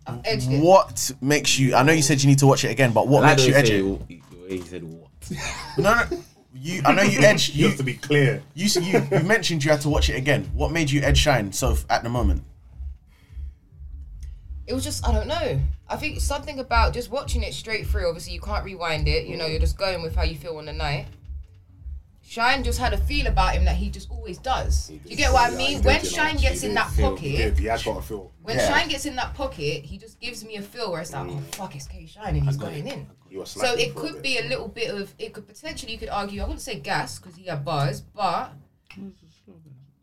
S6: I've edged it.
S2: What makes you? I know you said you need to watch it again, but what
S7: I like
S2: makes
S7: the
S2: you
S7: way
S2: edge it?
S7: you He said what?
S2: No, no. You, I know you edged. You,
S15: have to be clear.
S2: You, s- you you mentioned you had to watch it again. What made you edge shine so f- at the moment?
S6: it was just I don't know. I think something about just watching it straight through. Obviously, you can't rewind it. You know, you're just going with how you feel on the night. Shine just had a feel about him that he just always does. You get what I mean? When Shine gets in that pocket,
S15: Yeah, I got a feel.
S6: when Shine gets in that pocket, he just gives me a feel where it's like, oh fuck, it's K Shine, and he's going in.
S15: You were
S6: So
S15: slacking
S6: it
S15: for a
S6: could
S15: bit.
S6: be a little bit of it could potentially you could argue I wouldn't say gas because he had bars, but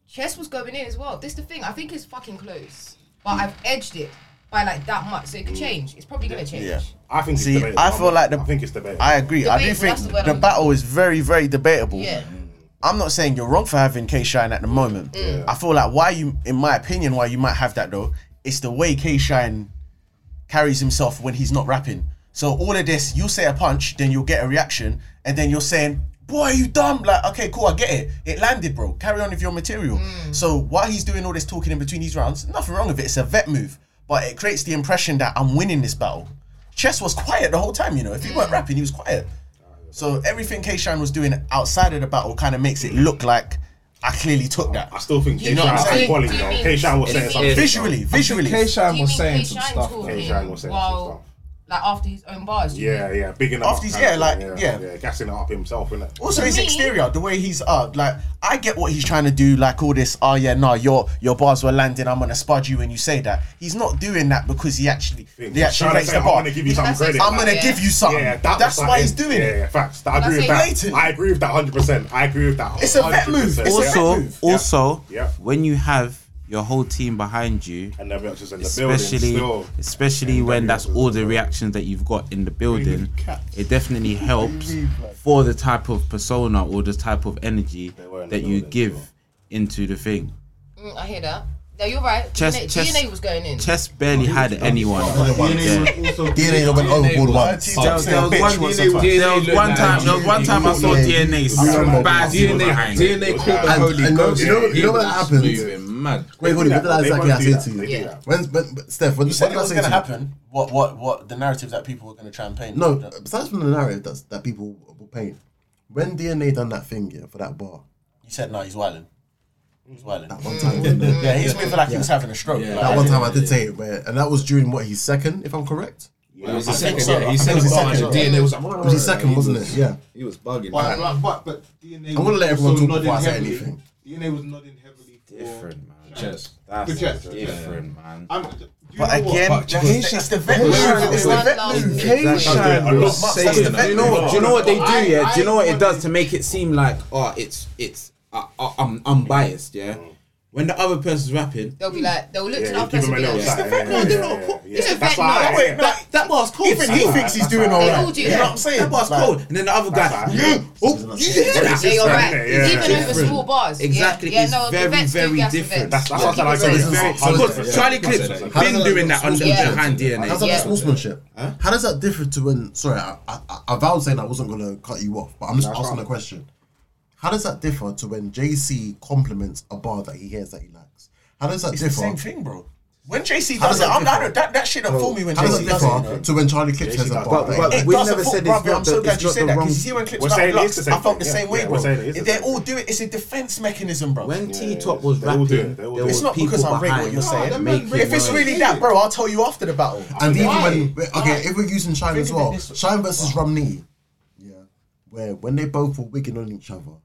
S6: chess was going in as well. This the thing I think it's fucking close, but I've edged it by like that much, so it could change. It's probably gonna change.
S15: I think.
S2: See,
S15: it's
S2: I feel like the. I
S15: think it's debatable.
S2: I agree. I do
S6: Debatable,
S2: think
S6: that's the word
S2: the
S6: I'm-
S2: battle is very, very debatable.
S6: Yeah.
S2: I'm not saying you're wrong for having K Shine at the moment.
S6: Mm.
S2: I feel like why you, in my opinion, why you might have that though, it's the way K Shine carries himself when he's not rapping. So all of this, you'll say a punch, then you'll get a reaction, and then you're saying, "Boy, are you dumb!" Like, okay, cool, I get it. It landed, bro. Carry on with your material.
S6: Mm.
S2: So while he's doing all this talking in between these rounds, nothing wrong with it. It's a vet move, but it creates the impression that I'm winning this battle. Chess was quiet the whole time, you know. If he weren't rapping, he was quiet. So everything K Shine was doing outside of the battle kind of makes it look like I clearly took that. I
S15: still think K-Shine had quality, though. K-Shine was saying something. I
S2: Visually,
S15: think
S2: visually.
S15: K-Shine
S6: Do you mean K-Shine talking
S15: K-Shine was saying some
S6: while- Like after his own bars. do you
S15: Yeah,
S6: mean?
S15: yeah, big enough.
S2: After he's- yeah, like, yeah.
S15: gassing it up himself, innit?
S2: Also, his exterior, the way he's up, like I get what he's trying to do, like all this. Oh yeah, nah, your your bars were landing. I'm gonna spud you when you say that. He's not doing that because he actually he
S15: He's
S2: actually
S15: trying to
S2: makes
S15: say,
S2: the
S15: I'm
S2: bar.
S15: gonna give you some credit.
S2: I'm gonna give you something.
S15: Yeah, that was
S2: That's why he's
S15: something.
S2: doing
S15: yeah,
S2: it.
S15: Yeah, facts. I
S2: That's
S15: agree with
S2: it.
S15: that.
S2: Blatant.
S15: I agree with that 100. percent I agree with that.
S2: It's a vet move.
S15: 100%.
S7: also, also,
S15: Yeah.
S7: when you have your whole team behind you,
S15: and everyone else is in the building
S7: especially,
S15: still.
S7: especially when that's all the reactions that you've got in the building, it definitely helps for the type of persona or the type of energy that you give into the thing.
S6: Mm, I hear that. No, you're right.
S7: Chess-
S6: DNA,
S7: chess-
S6: DNA was going in.
S7: Chess barely had anyone. Yeah.
S1: DNA went overboard once.
S7: There was there was one there was one time, there was one time I saw DNA so bad.
S1: And- and you know- You know, you know what happened?
S5: Mad.
S1: Wait, hold on. What did I
S2: They
S1: exactly
S2: won't do
S1: I say
S2: that.
S1: to
S2: They do
S1: you?
S2: that.
S1: When, when, but Steph, when
S2: you
S1: you
S2: said
S1: said
S2: it
S1: I
S2: was
S1: say
S2: going
S1: to
S2: to
S1: you?
S2: happen. What what what the narrative that people were going to try and paint?
S1: No, besides from the narrative that's, that people will paint, when DNA done that thing yeah, for that bar,
S2: you said no, he's wilding. He's wilding. That
S1: one time, didn't it?
S2: Yeah, he's moving like he was
S1: Yeah.
S2: having a stroke. Like,
S1: that one time I did say it, where, and that was during what his second, if I'm correct.
S5: It was
S1: I
S5: his
S1: think
S5: second,
S1: so.
S5: yeah.
S1: I
S5: He
S1: think
S5: said
S1: it was his
S5: second.
S1: second.
S5: DNA was like,
S1: It was his second,
S5: he
S1: wasn't
S5: was-
S1: it? Yeah.
S5: He was bugging.
S1: But-
S5: man.
S1: but- I'm gonna let everyone talk before I say anything.
S3: DNA was nodding heavily
S7: different, man.
S5: Chess.
S7: That's
S25: Good chess,
S7: different, man.
S25: I'm,
S2: But again, it's, it's the vet
S7: K-Shine.
S2: move. It's the vet move.
S7: K-Shine
S2: It's
S7: was
S2: the vet move.
S7: saying- You know what- do you know what they do? Yeah, do you know what it does to make it seem like oh, it's it's uh, uh, um, unbiased. Yeah, when the other person's rapping,
S6: They'll be like, they'll
S26: Yeah,
S6: look to
S26: you
S6: the other
S26: give
S6: person.
S26: him a
S6: and
S26: little
S6: be like,
S26: something, yeah, yeah, yeah, yeah.
S6: It's a
S26: That's
S6: vet
S26: why-
S6: note.
S26: wait,
S7: that that bar's cold.
S2: Even he
S7: son.
S2: thinks he's doing
S6: They
S2: alright.
S6: all do
S2: You know
S6: that.
S2: what I'm saying?
S7: That bar's
S2: Like,
S7: cold, and then the other guy, yeah, oh, you hear that?
S6: Yeah, you're right.
S26: Yeah, yeah,
S6: Even
S26: yeah.
S6: over small bars.
S7: Exactly,
S6: Yeah, yeah
S7: it's
S6: no, the
S7: very,
S6: vets do
S7: very
S6: gas
S7: different.
S6: events.
S26: That's that's
S6: Yeah,
S26: what I like.
S6: keep it real.
S26: saying.
S7: So look,
S26: 100%.
S7: Charlie Clips
S1: How does
S7: been doing that under
S1: sportsmanship
S6: Yeah.
S7: behind
S1: differ? How does that
S6: Yeah.
S7: DNA.
S1: look sportsmanship? How does that differ to when? Sorry, I, I, I- I vowed saying I wasn't gonna cut you off, but I'm just asking a question. How does that differ to when JC compliments a bar that he hears that he likes? How does that
S2: It's the
S1: differ?
S2: same thing, bro. When JC
S1: How
S2: does
S1: does
S2: it,
S1: that
S2: I'm
S1: differ?
S2: not that that shit don't fool me when
S1: How does
S2: JC
S1: it
S2: does it. you
S1: differ
S2: know?
S1: to when Charlie Clips hears a
S26: does,
S1: bar?
S26: but-
S1: that he-
S2: It
S27: We've
S2: doesn't
S27: never
S2: fuck-
S27: said it's
S2: bruv,
S27: not
S2: I'm so
S27: the-
S2: glad
S27: it's
S2: you
S27: not
S2: said
S27: the
S2: that
S27: wrong-
S2: because you see when clips
S26: We're
S2: about
S26: saying it
S2: blocks,
S26: is the same
S2: I felt the
S26: thing,
S2: same
S26: yeah.
S2: way,
S26: We're
S2: bro.
S26: saying it is the
S2: They
S26: same
S2: all do it. It's a defense mechanism, bro.
S7: When T Top was
S26: They all do it,
S7: rapping,
S26: they
S7: there
S26: all
S7: were
S26: do it.
S2: it's not because
S7: people
S2: I'm reading what
S7: behind
S2: you're saying.
S7: making
S2: if it's
S7: noise.
S2: really that, bro, I'll tell you after the battle.
S1: And even
S6: Why?
S1: when okay, if we're using Shine as
S2: Thinking
S1: well,
S2: this-
S1: Shine versus Romney, yeah, where when they both were wigging on each other,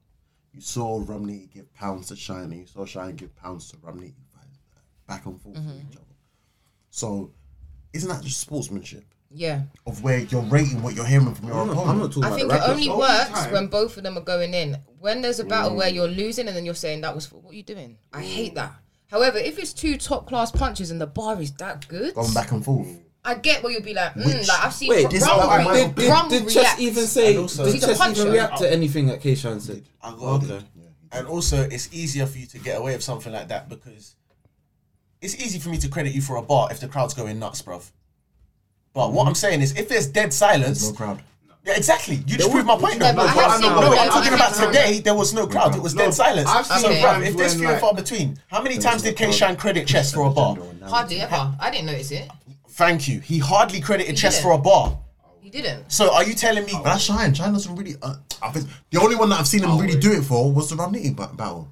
S1: you saw Romney give pounds to Shine, and you saw Shine give pounds to Romney, uh, back and forth
S6: Mm-hmm.
S1: with each other. So, isn't that just sportsmanship
S6: Yeah.
S1: of where you're rating what you're hearing from your
S7: I'm not,
S1: opponent?
S7: I'm not talking
S6: I
S7: about
S6: think
S7: the
S6: it
S7: rappers.
S6: only works when both of them are going in. When there's a battle where you're losing and then you're saying that was what are you doing? I hate that. However, if it's two top class punches and the bar is that good,
S1: Going back and forth.
S6: I get where you'll be like, mm,
S1: Which-
S6: like I've seen
S7: Wait,
S6: Wait,
S7: did,
S1: is how I
S6: Rum,
S1: might
S6: re-
S1: have
S7: did, did,
S6: Rum
S7: did
S6: react.
S7: Chess even say?
S2: also-
S7: did
S6: He's a
S7: Chess even
S6: puncher.
S7: react to anything that Keishan said?
S2: I got it. And also, it's easier for you to get away with something like that because it's easy for me to credit you for a bar if the crowd's going nuts, bruv. But what I'm saying is, if there's dead silence,
S1: No crowd.
S2: Yeah, exactly. You just proved my point. though.
S6: No, but I have seen
S2: no,
S6: crowds.
S2: I'm talking
S6: I
S2: about
S6: have seen
S2: today. There was no crowd. It was dead silence.
S8: I've seen
S2: so,
S6: Okay.
S2: bruv,
S8: times
S2: if there's
S8: when,
S2: few and
S8: like-
S2: far between, how many times did K Shine credit Chess for a bar?
S6: Hardly ever. I didn't notice it.
S2: Thank you. He hardly credited
S6: He
S2: Chess
S6: didn't.
S2: for a bar.
S6: He didn't.
S2: So, are you telling me?
S1: But that's Shine. Shine doesn't really. Uh, I think the only one that I've seen him really do it for was the Romney ba- battle.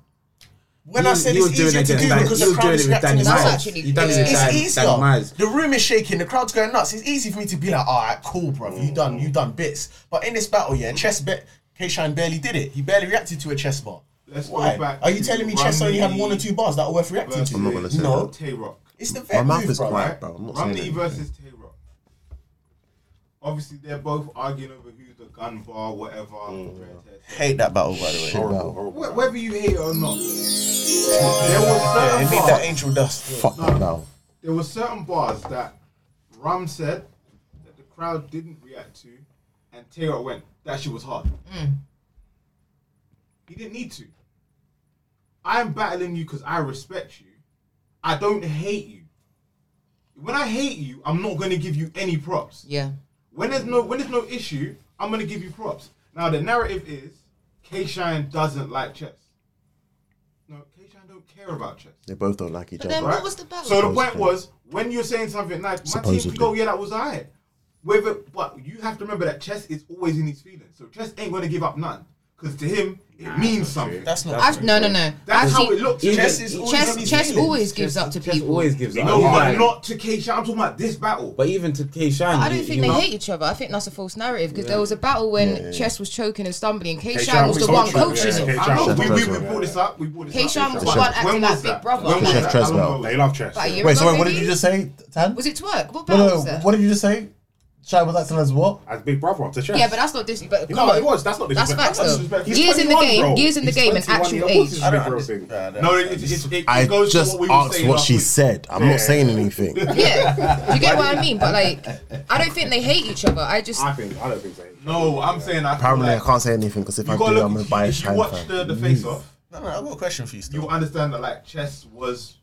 S2: When I said
S7: He was
S2: it's easier to
S7: against
S2: do
S7: Dan-
S2: because
S7: he
S2: the
S7: was doing
S2: crowd
S7: it
S2: is
S7: with
S2: reacting
S7: Danny
S2: as
S6: That's
S2: well.
S6: actually
S7: He done it with
S6: good.
S2: It's
S7: Dan-
S2: easier.
S7: Danny Myers.
S2: The room is shaking, the crowd's going nuts. It's easy for me to be like, all right, cool, bro. You done, you done bits. But in this battle, yeah, Chess bet K-Shine barely did it. He barely reacted to a chess bar.
S3: Let's go
S2: Why?
S3: back
S2: Are you
S3: to
S2: telling me Chess only had one or two bars that were worth reacting to?
S3: I'm not gonna
S1: say
S2: No,
S3: Tay Rock.
S2: it's the vet
S1: My mouth
S2: move,
S1: is
S2: bro,
S1: quiet,
S2: right?
S1: bro. I'm not saying
S3: Romney
S1: anything.
S3: versus Tay Rock. Obviously, they're both arguing over who's the gun bar, whatever.
S2: Hate that battle, by the way.
S1: Horrible,
S3: Wh- Whether you hate it or not, there were certain
S2: It need that
S3: bars,
S2: angel dust.
S1: Fuck that battle.
S3: there were certain bars that Ram said that the crowd didn't react to, and Tay Rock went. That shit was hard. He didn't need to. I'm battling you because I respect you. I don't hate you. When I hate you, I'm not gonna give you any props.
S6: Yeah.
S3: When there's no when there's no issue, I'm gonna give you props. Now the narrative is K Shine doesn't like chess. No, K Shine don't care about chess.
S1: They both don't like each
S6: But
S1: other.
S6: then
S3: Right.
S6: what was the battle?
S3: So the point was when you're saying something like my team
S1: Supposedly.
S3: could go, yeah, that was alright. Whether but you have to remember that chess is always in his feelings. So chess ain't gonna give up none. Because to him, it means something.
S2: That's not.
S6: I've, no, no, no.
S3: That's
S6: I've
S3: how
S6: seen-
S3: it looks.
S7: Even-
S3: Chess
S2: Chess
S3: is
S2: is
S6: Chess, chess always gives up to
S7: Chess
S6: people.
S7: always gives up.
S3: no,
S7: He's
S3: but
S7: like-
S3: not to K Shine. I'm talking about this battle.
S7: But even to Keishan,
S6: I don't think they hate each other. I think that's a false narrative because there was a battle when Chess was choking and stumbling. K Shine was the one coaching him.
S3: I know, we, we, we
S26: Yeah.
S3: brought this up. We brought this
S6: K
S3: up.
S6: Shine was the one
S3: When
S6: acting
S3: was that?
S6: like Big Brother.
S3: When was
S1: Chef
S3: that?
S1: Tress
S3: How long
S1: battle.
S3: ago?
S26: They love chess.
S6: About a year
S1: Wait,
S6: ago,
S1: so wait, what did
S6: maybe?
S1: you just say, Tan?
S6: Was it twerk? What
S1: No,
S6: battle was
S1: no,
S6: that?
S1: what did you just say? Shine was acting as what?
S26: As big brother to chess.
S6: Yeah, but that's not this. But
S26: You
S6: come
S26: know what
S6: on.
S26: it was? That's not
S6: That's
S26: disrespect.
S6: facts
S26: That's
S6: though.
S26: disrespect.
S6: Years in the
S26: 21,
S6: game,
S26: bro.
S6: years in the
S26: He's
S6: game, and
S26: 21
S6: actual
S26: year old.
S6: age.
S26: What's this big bro
S2: understand.
S26: thing?
S3: No, it, it, it, it,
S1: I
S3: it goes
S1: just
S3: to what we were
S1: asked
S3: saying
S1: what
S3: last
S1: she
S3: week.
S1: said. I'm not saying anything.
S6: Yeah, do you get what I mean? But like, I don't think they hate each other. I just
S26: I think I don't think so.
S3: No, I'm saying I
S1: Apparently, I
S3: feel like
S1: can't say anything because if I
S3: You
S1: do,
S3: gotta
S1: I'm
S3: look.
S1: gonna
S3: If
S1: buy
S3: you,
S1: a
S3: if you
S1: Shine
S3: watch the,
S1: fan.
S3: the face off,
S2: No, no, I've got a question for you
S3: you will
S2: still.
S3: understand that like chess was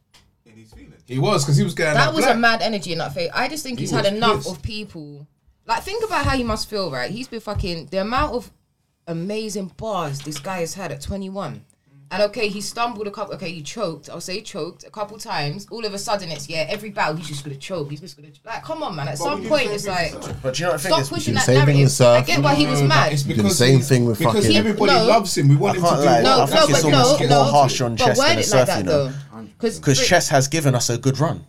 S3: in his feelings.
S5: He was because he was getting
S6: that
S5: that
S6: was
S5: black.
S6: a mad energy in that fight. I just think he's had
S5: was
S6: enough
S5: pissed.
S6: of people. Like, think about how he must feel, right? He's been fucking the amount of amazing bars this guy has had at 21. And okay, he stumbled a couple. Okay, he choked. I'll say he choked a couple times. All of a sudden, it's yeah. Every battle, he's just gonna choke. He's just gonna like, come on, man. At some
S3: we do
S6: point,
S3: the
S6: it's
S3: same
S6: like
S3: thing
S2: But you know what I
S6: stop
S2: think? is-
S6: pushing that
S1: saving
S6: narrative. I
S1: yourself.
S6: get why he was mad.
S5: It's
S1: the
S5: because
S1: same
S5: he's-
S1: thing with
S5: because
S1: fucking-
S5: everybody
S6: No.
S5: loves him. We want
S2: I
S5: him to
S2: can't
S5: do
S2: lie.
S5: well.
S6: No,
S2: I think
S6: no,
S2: it's
S6: but
S2: almost
S6: no,
S2: more
S6: no.
S2: harsh on
S6: But
S2: chess
S6: word
S2: than a
S6: it like
S2: surf, you
S6: that
S2: know.
S6: though, because
S2: Because chess has given us a good run.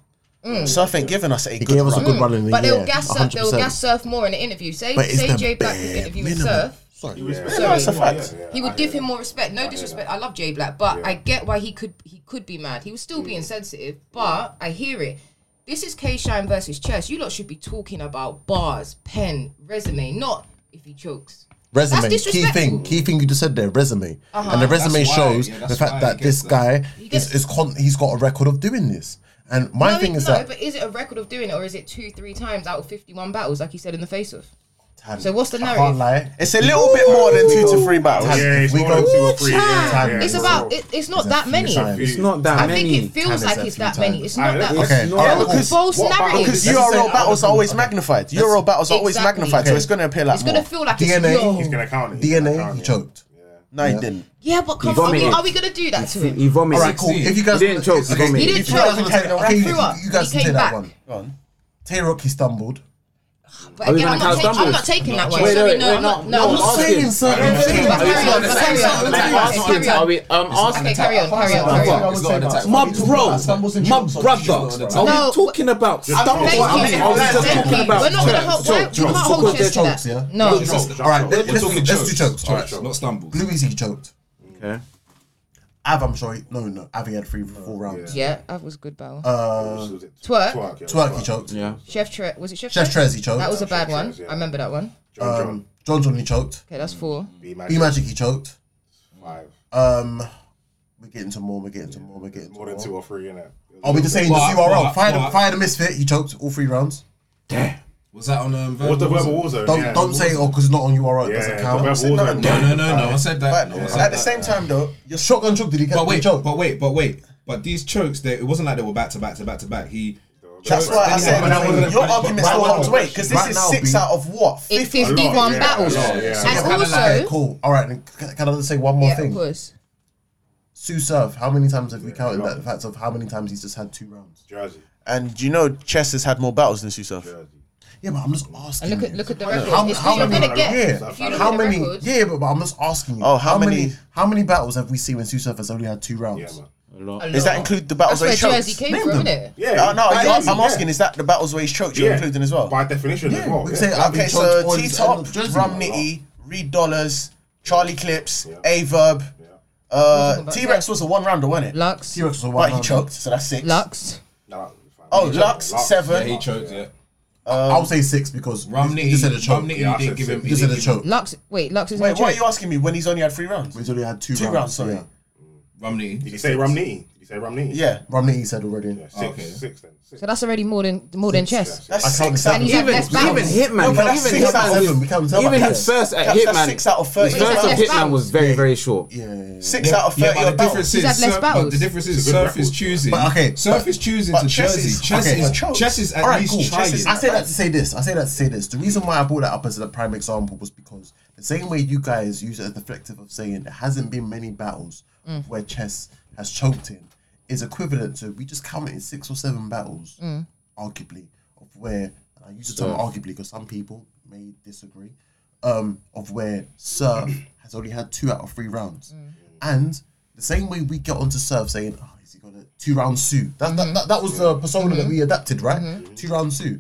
S6: Mm.
S2: Surf ain't given us a
S1: He
S2: good
S1: gave
S2: run.
S1: us a good run in the
S6: But
S1: year.
S6: they'll gas, Surf, they'll
S1: 100%.
S6: gas Surf more in the interview. Say,
S1: But it's
S6: say
S1: the
S6: Jay Black was
S1: bare
S6: interviewing
S1: minimum.
S6: Surf.
S1: Sorry.
S3: You respect
S1: Yeah, that's a
S3: him more,
S1: fact.
S3: yeah, yeah.
S6: He would give him more respect. No disrespect. I love Jay Black, but I get why he could he could be mad. He was still being sensitive, but I hear it. This is K Shine versus Chess. You lot should be talking about bars, pen, resume, not if he chokes.
S1: Resume,
S6: That's
S1: key thing,
S6: disrespectful.
S1: key thing you just said there. Resume,
S6: Uh-huh.
S1: and the resume
S6: That's why-
S1: shows
S6: yeah,
S1: the
S6: that's
S1: fact
S6: why
S1: that
S6: he gets
S1: this guy is, is con- he's got a record of doing this. And my
S6: no,
S1: thing
S6: it-
S1: is
S6: no,
S1: that
S6: but is it a record of doing it, or is it two, three times out of fifty-one battles, like you said in the face-off?
S1: Tan,
S6: So what's the
S1: I
S6: narrative?
S1: can't lie.
S2: It's a little bit more than two to three battles.
S1: Tan,
S2: Yeah, it's
S1: we
S2: more
S1: go
S2: than two or
S1: Tan,
S2: three, yeah.
S1: Tan,
S2: Yeah.
S6: It's
S1: Tan,
S6: about. It, it's not that many.
S1: It's
S7: not that
S6: I
S7: many.
S6: think it feels like it's that many. It's not that.
S1: Okay,
S6: It's
S1: all right,
S6: a
S1: cool.
S6: false narrative.
S2: Because URL battles are always magnified. URL battles are always
S6: Exactly.
S2: magnified, so it's going to appear like
S6: It's
S2: more.
S6: gonna feel like it's
S1: DNA,
S6: yo.
S1: he's
S15: gonna count it.
S1: DNA, he choked.
S2: No, he didn't.
S6: Yeah, but come
S7: He
S6: on, are we,
S7: vomited.
S6: are we gonna do that to him?
S7: He vomited.
S1: All right, cool. If you guys
S7: he didn't choke, he
S1: okay,
S7: vomited.
S6: He didn't
S1: if you guys
S6: choke.
S1: wanna take that,
S6: He
S1: okay,
S6: threw up.
S1: you guys
S6: He
S1: can
S6: came
S1: take that
S6: back.
S1: one. Tay Rocky stumbled.
S6: But
S7: Are we
S6: again, I'm
S7: gonna
S6: not,
S7: count
S6: taking- I'm
S7: numbers?
S6: not taking that one.
S7: Wait,
S6: Sorry,
S7: wait,
S6: no,
S7: wait,
S6: I'm not.
S7: no,
S6: No,
S7: no,
S6: I'm
S7: I'm
S1: Saying
S7: asking.
S1: certain
S6: Okay,
S1: things.
S6: carry on,
S1: It's
S6: carry
S1: not
S6: on,
S1: an attack.
S6: carry
S1: It's
S6: on. Carry
S1: not
S6: on.
S1: an
S7: Are we, um, asking.
S6: Okay, carry on, carry on, carry on.
S1: It's not an attack.
S7: My bro,
S1: Stumbles and
S7: my
S1: chokes on
S7: brother.
S1: chokes,
S7: Are we
S1: bro.
S6: No,
S7: talking about
S6: Thank
S7: stumble?
S6: you.
S7: I mean, are we just
S6: Thank
S7: talking
S6: you.
S7: about
S6: We're not gonna hold. Why, we can't hold
S1: Chokes,
S6: chest to
S1: chokes,
S6: that.
S1: yeah?
S6: No.
S1: All right, let- let's
S5: talking
S1: let's do
S5: chokes.
S1: chokes. All right,
S5: Chokes, not stumbles.
S1: Louis choked.
S7: Okay.
S1: Av, I'm sure. he- No, no. Av, he had three, four rounds.
S6: Yeah, that was good battle.
S1: Uh,
S6: Twerk.
S1: Twerk, he choked.
S7: Yeah.
S6: Chef Tre was it Chef?
S1: Chef
S6: Tre?
S1: Trez, he choked.
S6: That was a bad one. I remember that one.
S1: Um, John John, he choked.
S6: Okay, that's four.
S15: B
S1: B Magic, he choked.
S15: Five.
S1: Um, we're getting to more. We're getting to more. We're getting to
S15: More than two or three, innit?
S1: Are we just saying
S5: Well,
S1: just URL?
S5: well,
S1: Fire the
S5: well,
S1: fire the misfit. He choked all three rounds.
S5: Was that on um,
S15: What's the
S5: Verbal
S15: verbal
S5: Warzone?
S15: war zone?
S1: Don't
S15: yeah.
S1: don't say oh because it's not on URL. It
S15: Yeah,
S1: doesn't
S15: the
S1: count.
S15: verbal war zone.
S5: No, no, no, no. I said that.
S2: But
S5: no, I said
S2: at the
S5: that.
S2: same time, though, you're
S1: Shotgun choke. Did he get?
S5: But
S1: he
S5: wait,
S1: choked.
S5: but wait, but wait. But these chokes, they, it wasn't like they were back to back to back to back. He.
S2: That's
S5: choked,
S2: why
S5: then
S2: I
S5: he had-
S2: said your argument still
S1: now,
S2: holds weight because this
S1: right
S2: is
S1: now,
S2: six
S1: B.
S2: out of what
S6: It's
S2: fifty.
S6: fifty-one
S15: yeah,
S6: battles,
S15: yeah,
S6: and
S15: yeah. So
S1: It's kinda like-
S6: also.
S1: cool. All right. then Can, can I just say one more
S6: Yeah, of
S1: thing?
S6: course.
S1: Sue Surf, how many times have we counted that? The fact of how many times he's just had two rounds.
S15: Jersey.
S2: And you know, Chess has had more battles than Susaf.
S1: Yeah, but I'm just asking.
S6: And look at
S1: you.
S6: look at the record.
S1: How,
S6: It's
S1: how
S6: what you're
S1: many?
S6: gonna get.
S1: yeah.
S6: If you look
S1: how
S6: at the
S1: many?
S6: record-
S1: Yeah, but, but I'm just asking you.
S2: Oh, how many-
S1: How many battles have we seen when Sue Surf has only had two rounds?
S2: Does that include the battles
S6: That's
S2: where
S6: where
S2: he
S6: Jersey
S2: choked?
S6: came from, isn't it?
S15: Yeah.
S2: No, no,
S15: by
S2: you- I'm
S15: definition,
S2: asking, is that the battles where he's choked you're
S15: Yeah.
S2: including as well?
S15: By definition as well.
S1: we
S15: yeah.
S1: say I've been
S2: Okay,
S1: choked
S2: so
S1: on-
S2: T Top,
S1: on Jersey.
S2: Rum Nitty, Reed Dollars, Charlie Clips, A Verb. Uh, T Rex was a one rounder, wasn't it?
S6: Lux.
S1: T-Rex was a
S2: But he
S1: one-rounder.
S2: choked, so that's six.
S6: Lux.
S15: No, fine.
S2: Oh, Lux,
S5: Yeah,
S2: seven.
S5: he choked. Yeah.
S2: Oh.
S1: I'll say six because
S5: Romney.
S1: he just said a choke.
S5: Romney,
S15: Yeah, I
S5: he
S15: said
S5: didn't give him.
S15: six.
S1: He
S5: he
S1: just said
S5: didn't
S1: a
S5: give him-
S1: choke.
S6: Lux. Wait, Lux is
S2: Wait,
S6: in
S2: why are
S6: a
S2: you asking me when he's only had three rounds?
S1: He's only had two,
S2: Two rounds, sorry.
S1: Yeah.
S5: Romney.
S15: Did you say Romney? Did you say Romney?
S2: Yeah,
S1: Romney, he said already.
S15: Six,
S5: Okay.
S15: six then. Six.
S6: So that's already more than more than chess.
S2: that's
S1: I can't
S2: six
S1: decide.
S2: out
S6: And
S2: of
S6: he's had
S7: Even,
S6: less
S7: even
S6: battles.
S7: Hitman,
S2: No, but
S7: bro,
S2: that's
S7: even
S2: six out of
S7: Hitman,
S1: seven. We can't tell
S7: even
S1: about
S7: his
S1: that.
S7: first at
S2: That's- that's
S7: Hitman,
S2: six out of
S7: his
S2: 30.
S7: first at
S6: That's
S7: Hitman
S6: about-
S7: was very, very short.
S1: Yeah, yeah, yeah.
S2: Six out of
S5: Yeah,
S2: thirty.
S5: but
S2: are
S5: the
S2: battles.
S5: difference
S6: He's had
S5: is,
S6: less
S5: Surf- but
S6: battles.
S5: the difference is,
S15: It's a good
S5: Surf is
S15: record.
S5: choosing.
S1: But, okay,
S5: Surf
S1: but-
S5: is choosing
S2: but
S5: to
S2: Chess
S5: Jersey.
S2: is-
S5: Chess
S2: okay,
S5: is
S2: but chokes.
S5: Chess is at
S1: Alright,
S5: least
S1: cool.
S5: trying.
S1: I say that to say this. I say that to say this. The reason why I brought that up as a prime example was because the same way you guys use it as deflective of saying there hasn't been many battles where chess has choked him is equivalent to we just counted six or seven battles, arguably, of where and I use the term arguably because some people may disagree, um, of where Sir has only had two out of three rounds. And the same way we get onto serve saying, oh, is he got a two round Sue? That, that, that, that was the persona that we adapted, right? Two round Sue.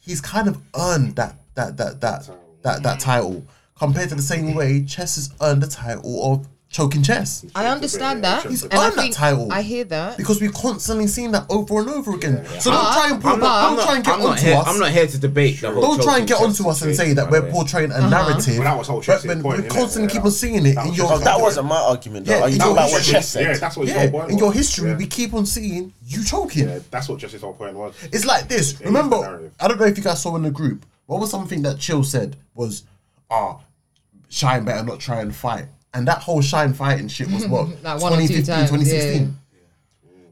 S1: He's kind of earned that that that that that that title compared to the same way chess has earned the title of choking chess.
S6: I understand that,
S1: He's
S6: and I
S1: earned that
S6: think
S1: title.
S6: I hear that.
S1: Because we've constantly seen that over and over again. So don't
S6: But-
S1: try and pull,
S6: I'm not-
S1: don't
S6: I'm
S1: try and get
S7: I'm not
S1: onto
S7: here.
S1: us.
S7: I'm not here to debate. The whole
S1: Don't try and
S7: Chelsea
S1: get onto
S7: Chelsea
S1: us and say
S7: situation,
S1: that
S7: by
S1: we're
S7: the way.
S1: portraying a narrative.
S15: Well, that was whole
S1: but
S15: Chelsea's
S1: when
S15: point,
S1: we
S15: innit?
S1: constantly
S15: Yeah,
S1: keep
S15: that
S1: on
S15: was-
S1: seeing it
S15: that
S1: in
S15: was
S1: your.
S15: Chelsea.
S2: Oh, that wasn't my argument though.
S1: Yeah,
S2: Are you
S1: in your
S2: talking about what
S1: history-
S2: Chess said?
S15: Yeah, that's what his
S1: Yeah,
S15: whole point
S1: in your
S15: was.
S1: history,
S15: Yeah.
S1: we keep on seeing you choking.
S15: Yeah, that's what Jesse's whole point was.
S1: It's like this.
S15: Yeah, it's the
S1: Remember,
S15: narrative.
S1: I don't know if you guys saw in the group. What was something that Chill said was, "Ah, Shine better not try and fight." And that whole Shine fighting shit was what
S6: <laughs> Like one or two times,
S1: 2016.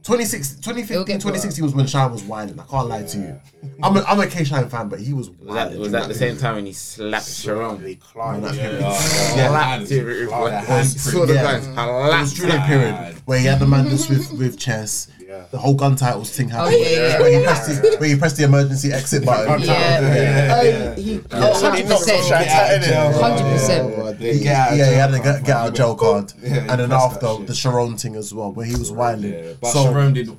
S1: 26 2015,
S6: It'll get
S1: 2016 was when Shine was wilding. I can't lie to you. I'm a, I'm a K Shine fan, but he was
S7: Was that,
S1: wilding.
S7: was that the same time when he slapped Sharon?
S15: They climbed.
S7: Slapped it. Saw the guys.
S1: It was during that period where he had the man just
S7: <laughs>
S1: with, with chess.
S15: Yeah.
S1: The whole gun titles thing happened.
S6: Oh, yeah, yeah,
S1: where, he pressed the, where he pressed the emergency
S7: <laughs>
S1: exit button.
S6: Yeah,
S15: yeah.
S2: Oh,
S6: hundred percent, hundred percent.
S1: He- yeah, he had a get, get out of jail card. and then after the Sharon thing as well, where he was wilding.
S5: Yeah, but
S1: so,
S5: Sharon did.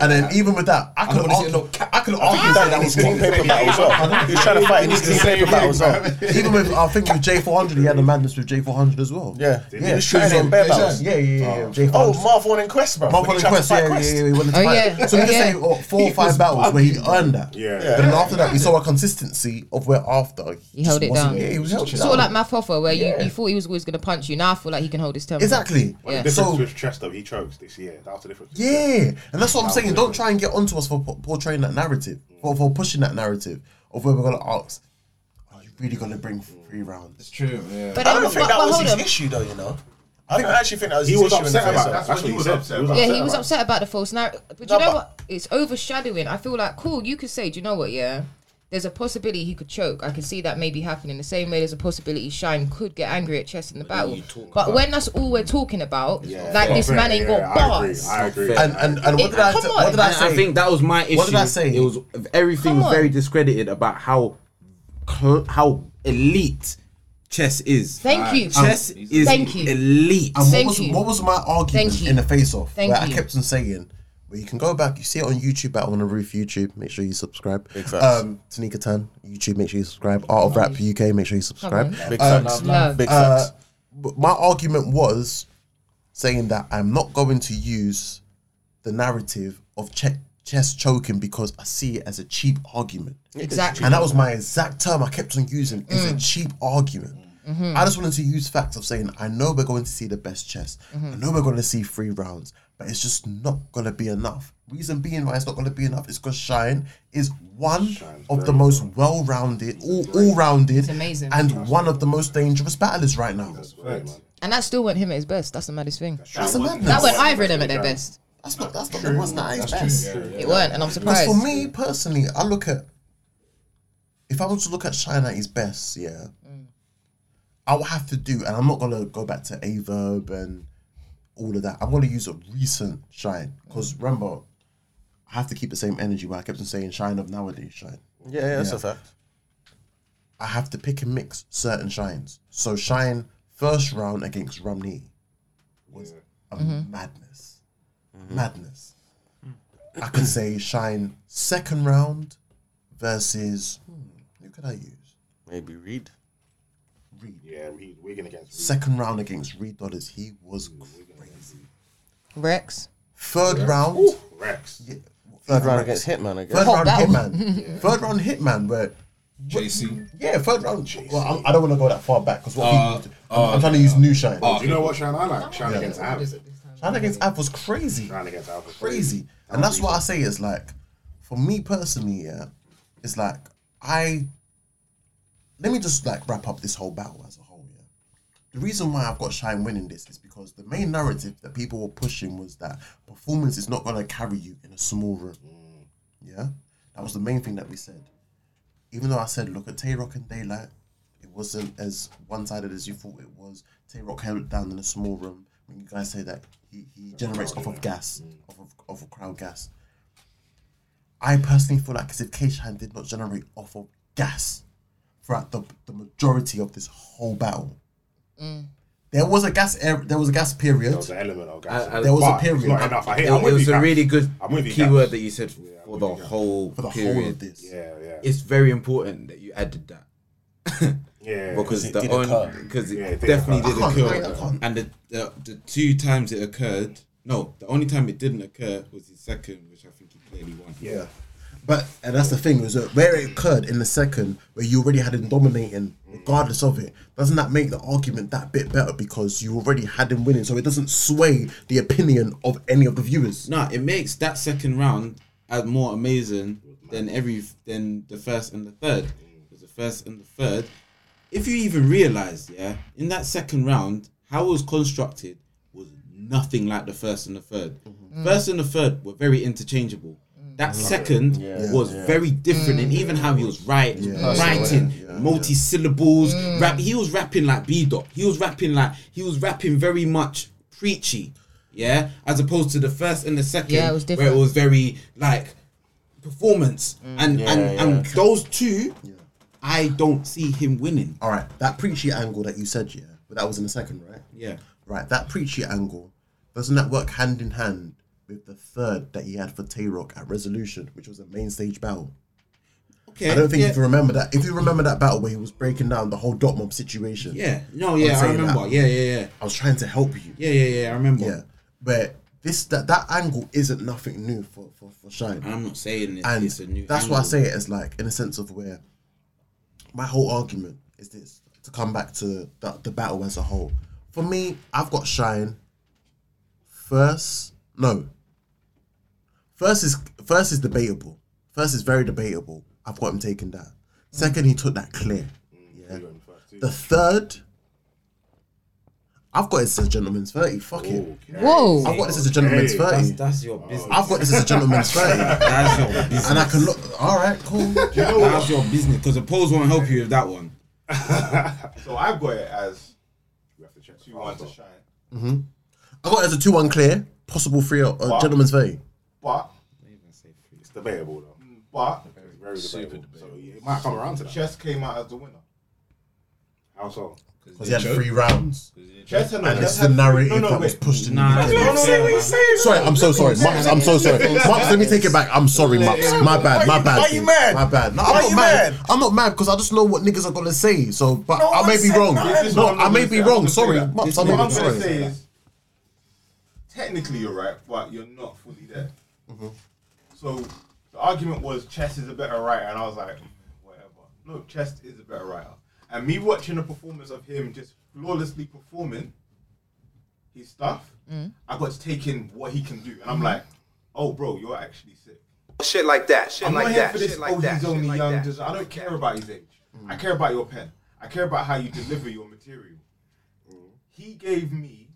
S1: And then even with that, I
S16: I'm
S1: could
S16: gonna say,
S1: argue,
S16: look,
S1: I could argue
S16: Ah!
S1: that that was King Paper Battle as well.
S2: He was trying to fight in his King Paper Battle as well.
S1: Even with I think with J four hundred, he had a madness with J four hundred as well.
S2: Yeah. He
S1: yeah,
S2: was trying
S1: so-
S2: in bare battles.
S1: Yeah, yeah, yeah. yeah. J400.
S2: Oh, Marvel and Quest, bro.
S1: Marvel and
S2: He tried to
S1: Quest,
S2: fight
S1: yeah, yeah, yeah, he wanted to
S2: Oh,
S1: fight.
S2: yeah,
S1: So we can
S2: yeah.
S1: say oh, four or
S2: He was
S1: five battles where he
S2: bugging, bro.
S1: earned that.
S2: Yeah.
S1: But then after that, we saw a consistency of where after
S6: He
S1: just
S6: held it down.
S1: wasn't- Yeah, he was held it
S6: Sort of like
S1: down.
S6: Math Hoffa, where
S1: Yeah.
S6: you, you thought he was always going to punch you. Now I feel like he can hold his temper.
S1: Exactly.
S6: Yeah.
S15: The difference
S1: So-
S15: with Chester, he chokes this year. That was the difference.
S1: Yeah, and that's what I'm
S15: That
S1: saying.
S15: was
S1: Don't try and get onto us for po- portraying that narrative, for, for pushing that narrative of where we're gonna ask. Are you really gonna bring three rounds? It's
S16: true. Yeah.
S2: But I don't think that was his issue, though. You know, I don't actually think that was
S15: He
S2: his
S15: was
S2: issue. in the
S15: upset
S2: first
S15: about that.
S2: place.
S15: That's what he was upset about.
S6: Yeah, he was upset about the false narrative. But you know what? It's overshadowing. I feel like, cool, you could say, do you know what, yeah? There's a possibility he could choke. I can see that maybe happening. The same way there's a possibility Shine could get angry at Chess in the battle. But
S1: about-
S6: when that's all we're talking about,
S1: Yeah.
S6: like
S1: Yeah.
S6: this man ain't
S1: Yeah,
S6: got
S1: I agree,
S6: bars.
S1: I agree. And- and- and what did I-
S6: come
S1: what
S6: on.
S1: did I say?
S7: I think that was my issue.
S1: What did I say?
S7: It was everything
S6: Come
S7: was very
S6: on.
S7: discredited about how cl- how elite chess is.
S6: Thank you.
S7: Chess
S6: Um,
S7: is
S6: Thank you.
S7: elite.
S1: And what
S6: Thank
S1: was,
S6: you.
S1: what was my argument
S6: Thank you.
S1: in the face off?
S6: Thank
S1: Where I
S6: you.
S1: kept on saying, well, you can go back, you see it on YouTube, Battle on the Roof YouTube, make sure you subscribe.
S2: Big facts.
S1: Um, Tanika Tan, YouTube, make sure you subscribe. Art of Rap UK, make sure you subscribe.
S2: Come on. Big
S1: Um,
S2: facts. Love. Big
S1: uh,
S2: facts.
S1: but my argument was saying that I'm not going to use the narrative of che- chess choking because I see it as a cheap argument.
S6: Exactly.
S1: And that was my exact term I kept on using is a cheap argument.
S6: Mhm.
S1: I just wanted to use facts of saying I know we're going to see the best chess. I
S6: Mhm.
S1: know we're going to see three rounds, but it's just not going to be enough. Reason being why it's not going to be enough is because Shine is one of the most well-rounded, all all-rounded,
S6: amazing.
S1: and one of the most dangerous battlers right now.
S6: And that still went him at his best. That's the maddest thing.
S1: That's the madness.
S6: That went either of them at their best.
S1: That's not. That's not. It was not his best.
S6: It weren't, and I'm
S1: Because
S6: surprised.
S1: for me personally, I look at if I was to look at Shine at his best, yeah, I would have to do, and I'm not gonna go back to Averb and all of that. I'm gonna use a recent Shine because remember, I have to keep the same energy. Where I kept on saying Shine of nowadays, Shine.
S2: Yeah, yeah, that's a fact.
S1: I have to pick and mix certain shines. So shine first round against Romney was a
S6: Mhm.
S1: madness,
S5: Mm-hmm.
S1: madness. I could say shine second round versus hmm, who could I use?
S2: Maybe Reed.
S1: Reed.
S15: Yeah, Reed. Wigan against Reed.
S1: Second round against Reed Dollars, he was crazy.
S6: Rex.
S1: Third
S6: Rex?
S1: round,
S6: Ooh,
S15: Rex.
S1: Yeah,
S2: Third round against Hitman, I guess.
S1: Third
S2: Oh,
S1: round
S2: that
S5: <laughs>
S1: Hitman. Third round Hitman, where.
S5: JC.
S1: Yeah, third round. Well, I'm, I don't want to go that far back because what he-
S5: Uh,
S1: I'm, I'm
S5: uh,
S1: trying to use new shine.
S15: you know what shine I like? Shine against Ab.
S1: Shine against Ab was crazy. Shine
S15: against Ab was
S1: crazy. And that's what I say is like, for me personally, yeah, it's like, I. Let me just like wrap up this whole battle as a whole, yeah. The reason why I've got Shine winning this is because the main narrative that people were pushing was that performance is not going to carry you in a small room. Yeah? That was the main thing that we said. Even though I said, look at Tay Rock and Daylight, it wasn't as one sided as you thought it was. Tay Rock held it down in a small room. When you guys say that, he, he generates off of gas, off, of, off of crowd gas. I personally feel like as if K Shine did not generate off of gas throughout the, the majority of this whole battle.
S6: Mm.
S1: There was a gas. Er- there was a gas period. There was
S15: an element of
S1: gas. there was a period.
S7: It, it was a really good keyword that you said for the whole
S1: For the whole
S7: period.
S1: of this.
S15: Yeah, yeah.
S7: It's very important that you added that.
S15: Yeah,
S7: because
S15: it
S7: the
S15: did
S7: on
S15: occur.
S7: because it
S15: Yeah, it did
S7: definitely
S15: occur.
S7: did
S15: I can't-
S7: occur,
S15: I can't-
S7: and the, the the two times it occurred, no, the only time it didn't occur was his second, which I think he clearly won.
S1: Yeah. But and that's the thing is that where it occurred in the second, where you already had him dominating, regardless of it, doesn't that make the argument that bit better because you already had him winning, so it doesn't sway the opinion of any of the viewers.
S7: No, it makes that second round as more amazing than every than the first and the third.
S15: Mm.
S7: Because the first and the third, if you even realize, yeah, in that second round, how it was constructed was nothing like the first and the 3rd
S16: Mm.
S7: First and the third were very interchangeable. That
S16: Mhm.
S7: second
S16: Yeah.
S7: was
S16: Yeah.
S7: very different, and
S16: Mm.
S7: even how he was right,
S16: Yeah.
S7: writing,
S16: Yeah.
S7: multi syllables,
S16: Mm.
S7: rap. He was rapping like B dot. He was rapping like he was rapping very much preachy, yeah, as opposed to the first and the second,
S16: Yeah, it was
S7: where
S16: different.
S7: it was very like performance, and
S16: Yeah,
S7: and and
S16: yeah.
S7: those two, I don't see him winning.
S1: All right, that preachy angle that you said, yeah, but that was in the second, right?
S7: Yeah.
S1: Right, that preachy angle doesn't that work hand in hand with the third that he had for Tay Rock at Resolution, which was a main stage battle.
S9: Okay,
S1: I don't think
S9: yeah.
S1: you can remember that. If you remember that battle where he was breaking down the whole dot mob situation.
S9: Yeah. No,
S1: I'm
S9: yeah, I
S1: saying
S9: remember. Yeah, yeah, yeah.
S1: I was trying to help you.
S9: Yeah, yeah, yeah. I remember.
S1: Yeah. But this that that angle isn't nothing new for for, for Shine.
S9: And I'm not saying it,
S1: And
S9: Mm. it's a new.
S1: that's why I
S9: angle.
S1: say it as like in a sense of where my whole argument is this to come back to the, the battle as a whole. For me, I've got Shine first. No, first is first is debatable. First is very debatable. I've got him taken down. Second, he took that clear. Yeah. The third, I've got this as a gentleman's thirty. Fuck it.
S6: Whoa.
S1: I've got this as a gentleman's
S9: That's,
S1: thirty.
S9: that's your business.
S7: Oh,
S1: I've got this as a gentleman's thirty.
S2: <laughs>
S9: That's your business.
S1: And I can look. All right, cool.
S9: That's your business because the polls won't help you with that one.
S3: So I've got it as you have to check. You want to shine,
S1: hmm I got it as a two-one clear, possible three or uh, gentleman's thirty.
S3: but
S15: It's debatable though.
S3: but
S15: It's very debatable. So yeah, it might come around to that.
S3: Chess came out as the winner.
S15: How so?
S1: Because he had three rounds.
S3: Chess and
S1: And
S3: Chess
S1: it's the
S3: had-
S1: narrative
S3: no, no,
S1: that
S3: wait.
S1: was pushed in.
S9: Nah,
S1: the beginning.
S9: that's not fair, man.
S1: Sorry, I'm so sorry. Mups, I'm so sorry. Mups, let me take it back. I'm sorry, Mups. My bad, my bad.
S2: Why you
S1: dude.
S2: mad?
S1: My bad. No,
S2: Why
S1: I'm not
S2: you
S1: mad.
S2: mad?
S1: I'm not mad because I just know what niggas are going to say. So, but
S2: No
S1: I
S2: one
S1: may be
S2: said
S1: wrong.
S2: nothing.
S1: No, I may be wrong. Sorry,
S3: What
S1: Mups,
S3: I'm
S1: I'm
S3: gonna
S1: not
S3: say
S1: sorry.
S3: is, technically you're right, but you're not fully there.
S1: Mm-hmm.
S3: So the argument was Chess is a better writer, and I was like, "Mm, whatever. No, Chess is a better writer. And me watching the performance of him just flawlessly performing his stuff, I got to take in what he can do, and
S1: Mm-hmm.
S3: I'm like, oh, bro, you're actually sick.
S17: Shit like that. Shit
S3: I'm
S17: like
S3: not here
S17: that.
S3: for this.
S17: shit like
S3: oh,
S17: that.
S3: he's
S17: shit
S3: only
S17: like
S3: young.
S17: that. Mm.
S3: just- I don't care about his age. I care about your pen. I care about how you deliver your material.
S17: Mm.
S3: He gave me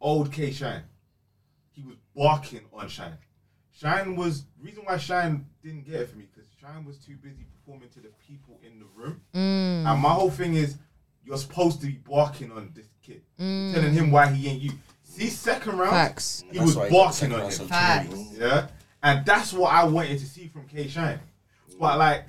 S3: old K Shine. He was barking on Shine. Shine was reason why Shine didn't get it for me because Shine was too busy performing to the people in the room.
S6: Mm.
S3: And my whole thing is, you're supposed to be barking on this kid,
S6: Mm.
S3: telling him why he ain't you. See, second round,
S6: Facts.
S3: he
S6: That's
S3: was
S6: why he got
S3: barking
S6: second
S3: on
S6: round
S3: him.
S6: some Facts.
S3: Yeah, and that's what I wanted to see from K Shine. But like,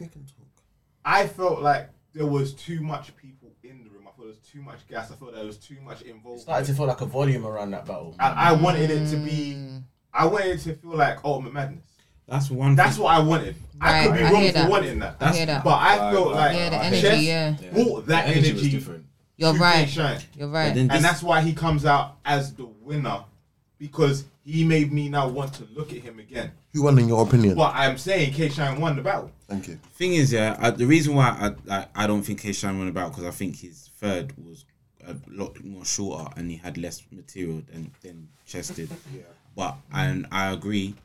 S3: I felt like there was too much people in the room. I felt there was too much gas. I felt there was too much involvement.
S2: Started to feel like a volume around that battle.
S3: and I wanted it to be.
S6: Mm.
S3: I wanted it to feel like Ultimate Madness.
S9: That's one.
S3: That's what I wanted. I could
S6: Right,
S3: be
S6: I
S3: wrong
S6: hear
S3: for
S6: that.
S3: wanting that.
S6: I hear that.
S3: But I
S6: Right,
S3: felt
S6: right,
S3: like
S6: Yeah, the energy,
S3: Chess
S6: yeah.
S3: brought that
S6: The energy
S3: energy.
S6: was different. You're
S3: to
S6: right.
S3: Jay Shine.
S6: You're right. But then
S3: And
S6: this-
S3: that's why he comes out as the winner because he made me now want to look at him again.
S1: Who won in your opinion?
S3: But I'm saying K Shine won the battle.
S1: Thank you.
S7: Thing is, yeah, I, the reason why I like, I don't think Keishan won about because I think his third was a lot more shorter and he had less material than than Chess did. yeah. But and I agree,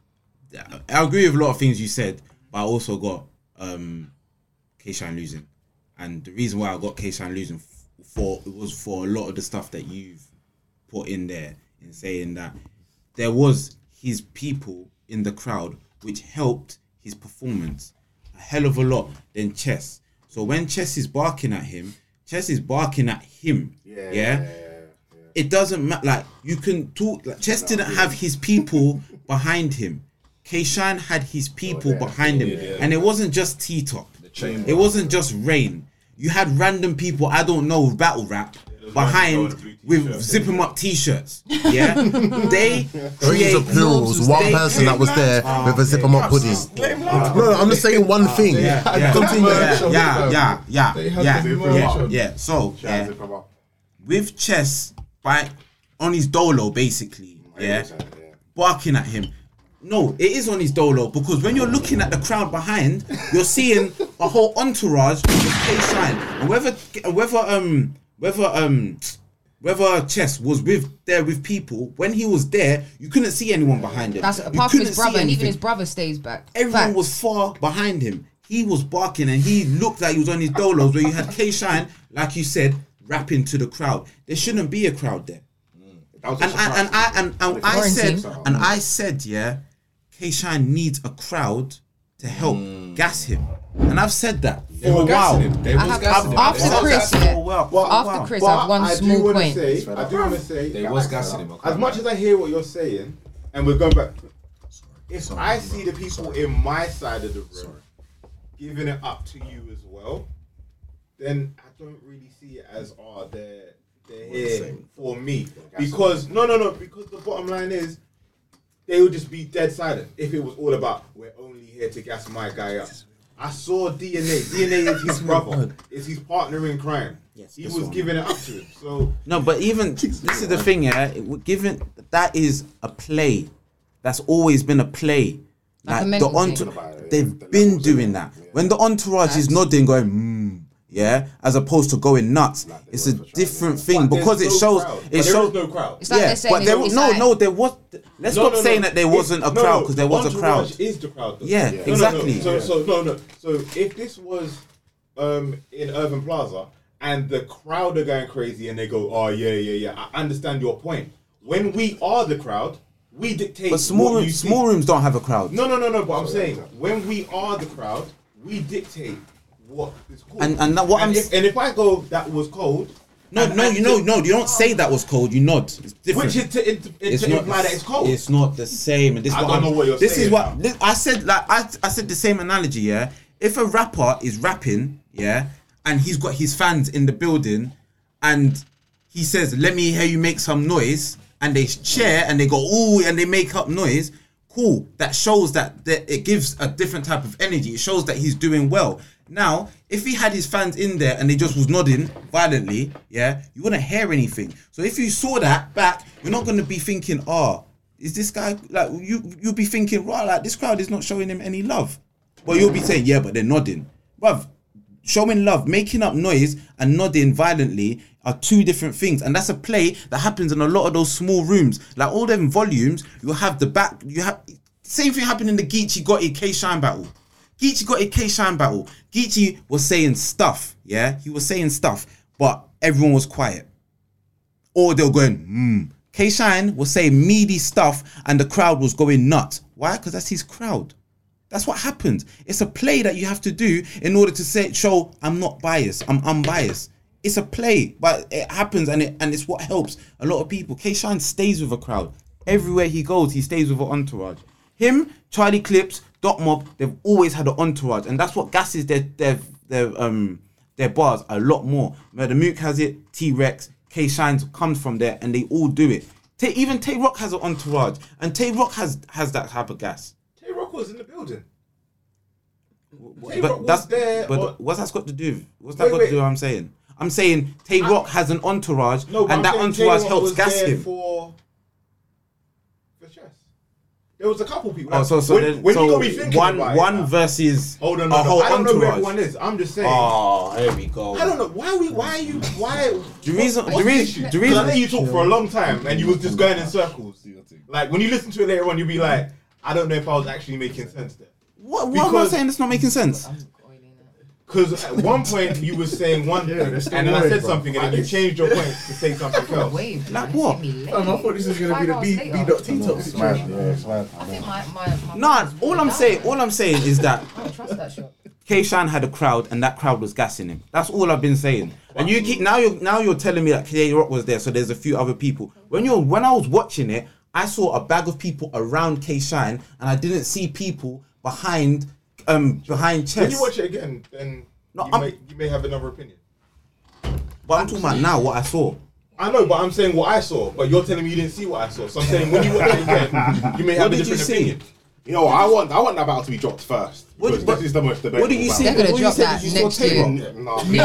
S7: I agree with a lot of things you said, but I also got um Keishan losing, and the reason why I got Keishan losing f- for it was for a lot of the stuff that you've put in there in saying that there was his people in the crowd which helped his performance a hell of a lot than chess so when chess is barking at him chess is barking at him yeah, it doesn't matter like you can talk like chess didn't have his people behind him Keishan had his people behind him and it wasn't just t-top it wasn't just rain you had random people i don't know with battle rap behind with zip 'em up
S1: <laughs>
S7: t-shirts yeah they
S1: Don't use
S7: create
S1: a plural. It was one
S7: they-
S1: person that was there with a zipper up hoodie. No, no, I'm just saying one thing.
S7: yeah, yeah,
S1: Continue.
S7: yeah, yeah, yeah, yeah,
S1: They
S7: yeah,
S1: had
S7: yeah,
S1: to zip 'em
S7: yeah,
S1: up.
S7: yeah. So yeah, with chess by on his dolo basically, yeah, barking at him. No, it is on his dolo because when you're looking at the crowd behind, you're seeing a whole entourage of K Shine, and whether whether um whether um whether chess was with there with people when he was there, you couldn't see anyone behind him.
S6: That's
S7: You
S6: apart from
S7: couldn't
S6: his
S7: see
S6: brother, and even
S7: anything.
S6: his brother stays back.
S7: Everyone was far behind him. He was barking and he looked like he was on his dolos where you had K Shine, like you said, rapping to the crowd. There shouldn't be a crowd there.
S15: was
S7: And
S15: a
S7: I, and I and, and I said and I said, yeah, K Shine needs a crowd to help
S15: Mm.
S7: gas him. And I've said that for
S15: were
S7: a while.
S15: gassing him. They was
S6: have-
S15: gassing him.
S6: after
S15: They was
S6: Chris,
S15: gassing him.
S6: yeah.
S7: For a while. For a
S6: After
S7: while.
S6: Chris,
S3: But
S6: I've one
S3: I do
S6: small
S3: wanna
S6: point.
S3: Say, I do want to say
S11: They was gassing him, I can't
S3: As much as I hear what you're saying, and we're going back. If I see the people in my side of the room giving it up to you as well, then I don't really see it as oh they're they're here for me because no no no because the bottom line is they would just be dead silent if it was all about we're only here to gas my guy up. I saw DNA. DNA
S7: <laughs>
S3: is his brother. Is his partner in crime. Yes, he
S7: this
S3: was
S7: one.
S3: giving it up to him. So
S7: No,
S3: <laughs>
S7: but even this is the thing, yeah. it would- Given that is a play, that's always been a play.
S6: Like
S7: Like
S6: a
S7: the
S6: mental
S7: entourage, they've been doing that. When the entourage is nodding, going, mm, yeah, as opposed to going nuts, it's a different thing because it shows.
S3: But there
S7: It shows
S3: is no crowd.
S6: It's like they're saying
S7: but
S6: it's
S7: there
S6: all
S7: was no,
S6: inside.
S7: no, there was. Let's
S3: No,
S7: stop
S3: no,
S7: saying
S3: no.
S7: that there
S3: It-
S7: wasn't a
S3: no,
S7: crowd
S3: no,
S7: because there was a crowd.
S3: Entourage Is the crowd? Though.
S7: Yeah,
S3: No, no, no.
S7: exactly.
S3: So, so no, no. So if this was um, in Urban Plaza and the crowd are going crazy and they go, "Oh yeah, yeah, yeah," I understand your point. When we are the crowd, we dictate.
S7: But small
S3: what you
S7: rooms,
S3: see.
S7: small rooms don't have a crowd.
S3: No, no, no, no. But I'm saying when we are the crowd, we dictate what is cool.
S7: And- and that- what I'm-
S3: if, and if I go that was cold.
S7: No,
S3: and
S7: no,
S3: I
S7: you know,
S3: think-
S7: no, you don't say that was cold. You nod. It's different.
S3: Which is to, it, it, to imply that it's cold.
S7: It's not the same. And this is
S3: I
S7: what
S3: don't
S7: I'm-
S3: know what you're
S7: This
S3: saying
S7: is what this- I said. Like I, I said the same analogy. Yeah, if a rapper is rapping, yeah, and he's got his fans in the building, and he says, "Let me hear you make some noise," and they share and they go, "Ooh," and they make up noise. Cool. That shows that that it gives a different type of energy. It shows that he's doing well. Now, if he had his fans in there and they just was nodding violently, yeah, you wouldn't hear anything. So if you saw that back, you're not gonna be thinking, "Ah, is this guy like you? You'll be thinking, right? Like this crowd is not showing him any love." But you'll be saying, "Yeah, but they're nodding, bruv." Showing love, making up noise, and nodding violently are two different things, and that's a play that happens in a lot of those small rooms. Like all them volumes, you have the back. You have same thing happened in the Geechee Gotti K Shine battle. Geechee got a K Shine battle. Geechee was saying stuff, yeah? He was saying stuff, but everyone was quiet. Or they were going, hmm. K Shine was saying meaty stuff and the crowd was going nuts. Why? Because that's his crowd. That's what happens. It's a play that you have to do in order to say, show I'm not biased, I'm unbiased. It's a play, but it happens and it and it's what helps a lot of people. K Shine stays with a crowd. Everywhere he goes, he stays with an entourage. Him, Charlie Clips, Dot Mob, they've always had an entourage, and that's what gasses their their their um their bars a lot more. Murder Mook has it, T Rex, K Shines comes from there, and they all do it. Tay, even Tay Rock has an entourage, and Tay Rock has has that type of gas.
S3: Tay Rock was in the building. Tay Rock
S7: But
S3: was
S7: that's
S3: there
S7: but
S3: on-
S7: what's that got to do? with- What's that
S3: Wait,
S7: got
S3: wait.
S7: to do? with What I'm saying. I'm saying Tay Rock has an entourage,
S3: No, but
S7: and that
S3: I'm saying
S7: entourage
S3: Taylor
S7: helps
S3: was
S7: gas
S3: there
S7: him.
S3: For, for chess. There was a couple people.
S7: Oh, so so,
S3: when,
S7: then,
S3: when
S7: so
S3: you got me thinking
S7: one
S3: about
S7: one
S3: it, now,
S7: versus
S3: hold on, no,
S7: a
S3: no,
S7: whole
S3: I don't know
S7: entourage.
S3: who everyone is. I'm just saying.
S7: Oh, here we go.
S3: I don't know why we why are you why
S7: The reason-
S3: what's
S7: the reason-
S3: issue?
S7: the
S3: 'Cause
S7: reason-
S3: I think you talked for a long time and you was just going in circles. Like when you listen to it later on, you'll be like, I don't know if I was actually making sense there.
S7: What, what am I
S3: Because-
S7: saying? That's not making sense.
S3: Because at one point you were saying one thing, and
S7: still
S3: then I
S7: worried,
S3: said
S7: bro.
S3: something, and then you changed your point to say something else.
S7: Like what?
S6: thought
S15: Um, this was gonna be the B- B.T. top situation.
S6: I think my, my, my
S7: Nah, all I'm saying, all I'm saying is that
S6: I don't trust that shot.
S7: K Shine had a crowd and that crowd was gassing him. That's all I've been saying. And you keep now you're now you're telling me that K Rock was there, so there's a few other people. When you're when I was watching it, I saw a bag of people around K Shine and I didn't see people behind um behind
S3: When
S7: chess.
S3: you watch it again, then you, may, you may have another opinion.
S7: But I'm talking about now what I saw.
S3: I know, but I'm saying what I saw. But you're telling me you didn't see what I saw. So I'm saying when you watch it again, you may have
S15: What
S3: a
S15: did you
S3: different
S15: see?
S3: opinion.
S15: You know, what, I want I want that battle to be dropped first. What, this is the most debatable.
S3: what did you see?
S6: They're gonna
S15: battle.
S6: drop that next year. New Year-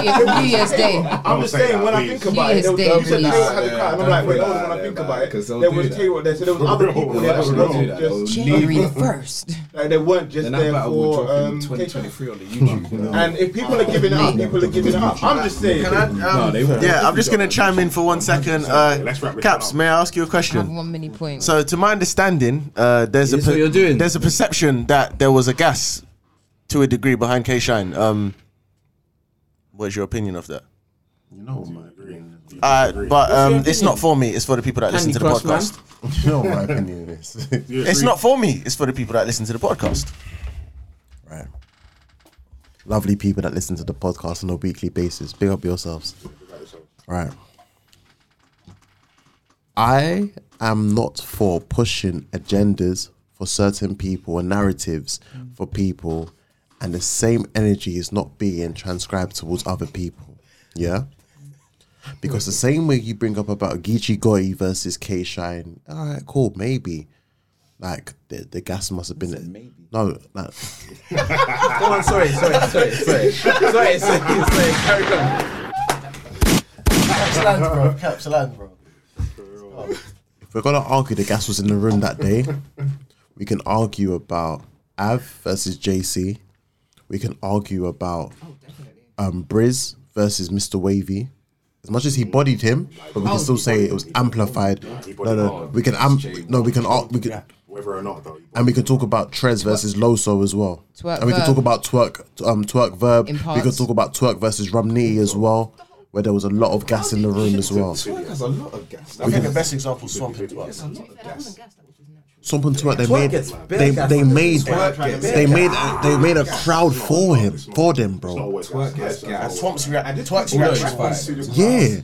S6: New Year's Day.
S3: I'm just saying when I think about it, there was,
S6: New Year's
S3: you said
S6: Day,
S3: Taylor had a
S6: please.
S3: car, and I'm like, wait, hold on, when I think about it, there was Taylor there, so there was other people there that wasn't just
S6: January first. <laughs>
S3: Like they weren't just
S5: Then that
S3: there
S5: battle will
S3: for
S5: drop in
S3: um,
S5: 2023 on the YouTube.
S3: And if people are giving it up, people are giving it up. I'm just saying.
S2: Can I, um, yeah, I'm just gonna chime in for one second. Uh, Caps, may I ask you a question?
S6: One mini point.
S2: So, to my understanding, uh, there's a
S7: Is this what you're doing?
S2: there's a perception that there was a gas to a degree behind K Shine. Um, what's your opinion of that?
S1: <laughs> You know my
S2: Uh, but um,
S1: your
S2: it's not for me. It's for the people that listen to the podcast.
S1: You know my opinion is.
S2: It's not for me. It's for the people that listen to the podcast.
S1: Right. Lovely people that listen to the podcast on a weekly basis. Big up yourselves. Right. I am not for pushing agendas for certain people and narratives for people, and the same energy is not being transcribed towards other people. Yeah? Because the same way you bring up about Geechee Gotti versus K Shine, all right, cool, maybe. Like the, the gas must have been it. Maybe. No, like,
S16: Go on, sorry, sorry, sorry, sorry. Sorry, sorry, sorry. Carry on.
S2: Caps land, bro. Caps land, bro.
S1: if we're gonna argue the gas was in the room that day, we can argue about Av versus JC. We can argue about
S15: Oh,
S1: um, Briz versus Mr. Wavy. As much as he bodied him, but we can still say it was amplified. No, no, we can am- no, we can ar- we can
S15: whether or not though.
S1: and we can talk about Trez versus Loso as well.
S15: Twerk
S1: and we can
S15: Verb.
S1: talk about twerk, um, twerk verb.
S15: In
S1: We can
S15: parts.
S1: talk about twerk versus Romney as well, where there was a lot of gas in the room
S15: <laughs>
S1: as well.
S5: Twerk has a lot of gas.
S2: I think the best example is Swamp and Twerk.
S1: Swamp and twerk, they
S2: Twerk
S1: made,
S2: gets
S1: they,
S2: bare gas
S1: they
S2: than
S1: made, they
S2: Twerk
S1: made,
S2: gets
S1: they
S2: bare
S1: made,
S2: gas.
S1: a crowd for him, for them, bro.
S2: Twerk gets gas. Swamp's reaction. Twerk's
S5: Although it's
S2: reaction. was-
S1: Yeah.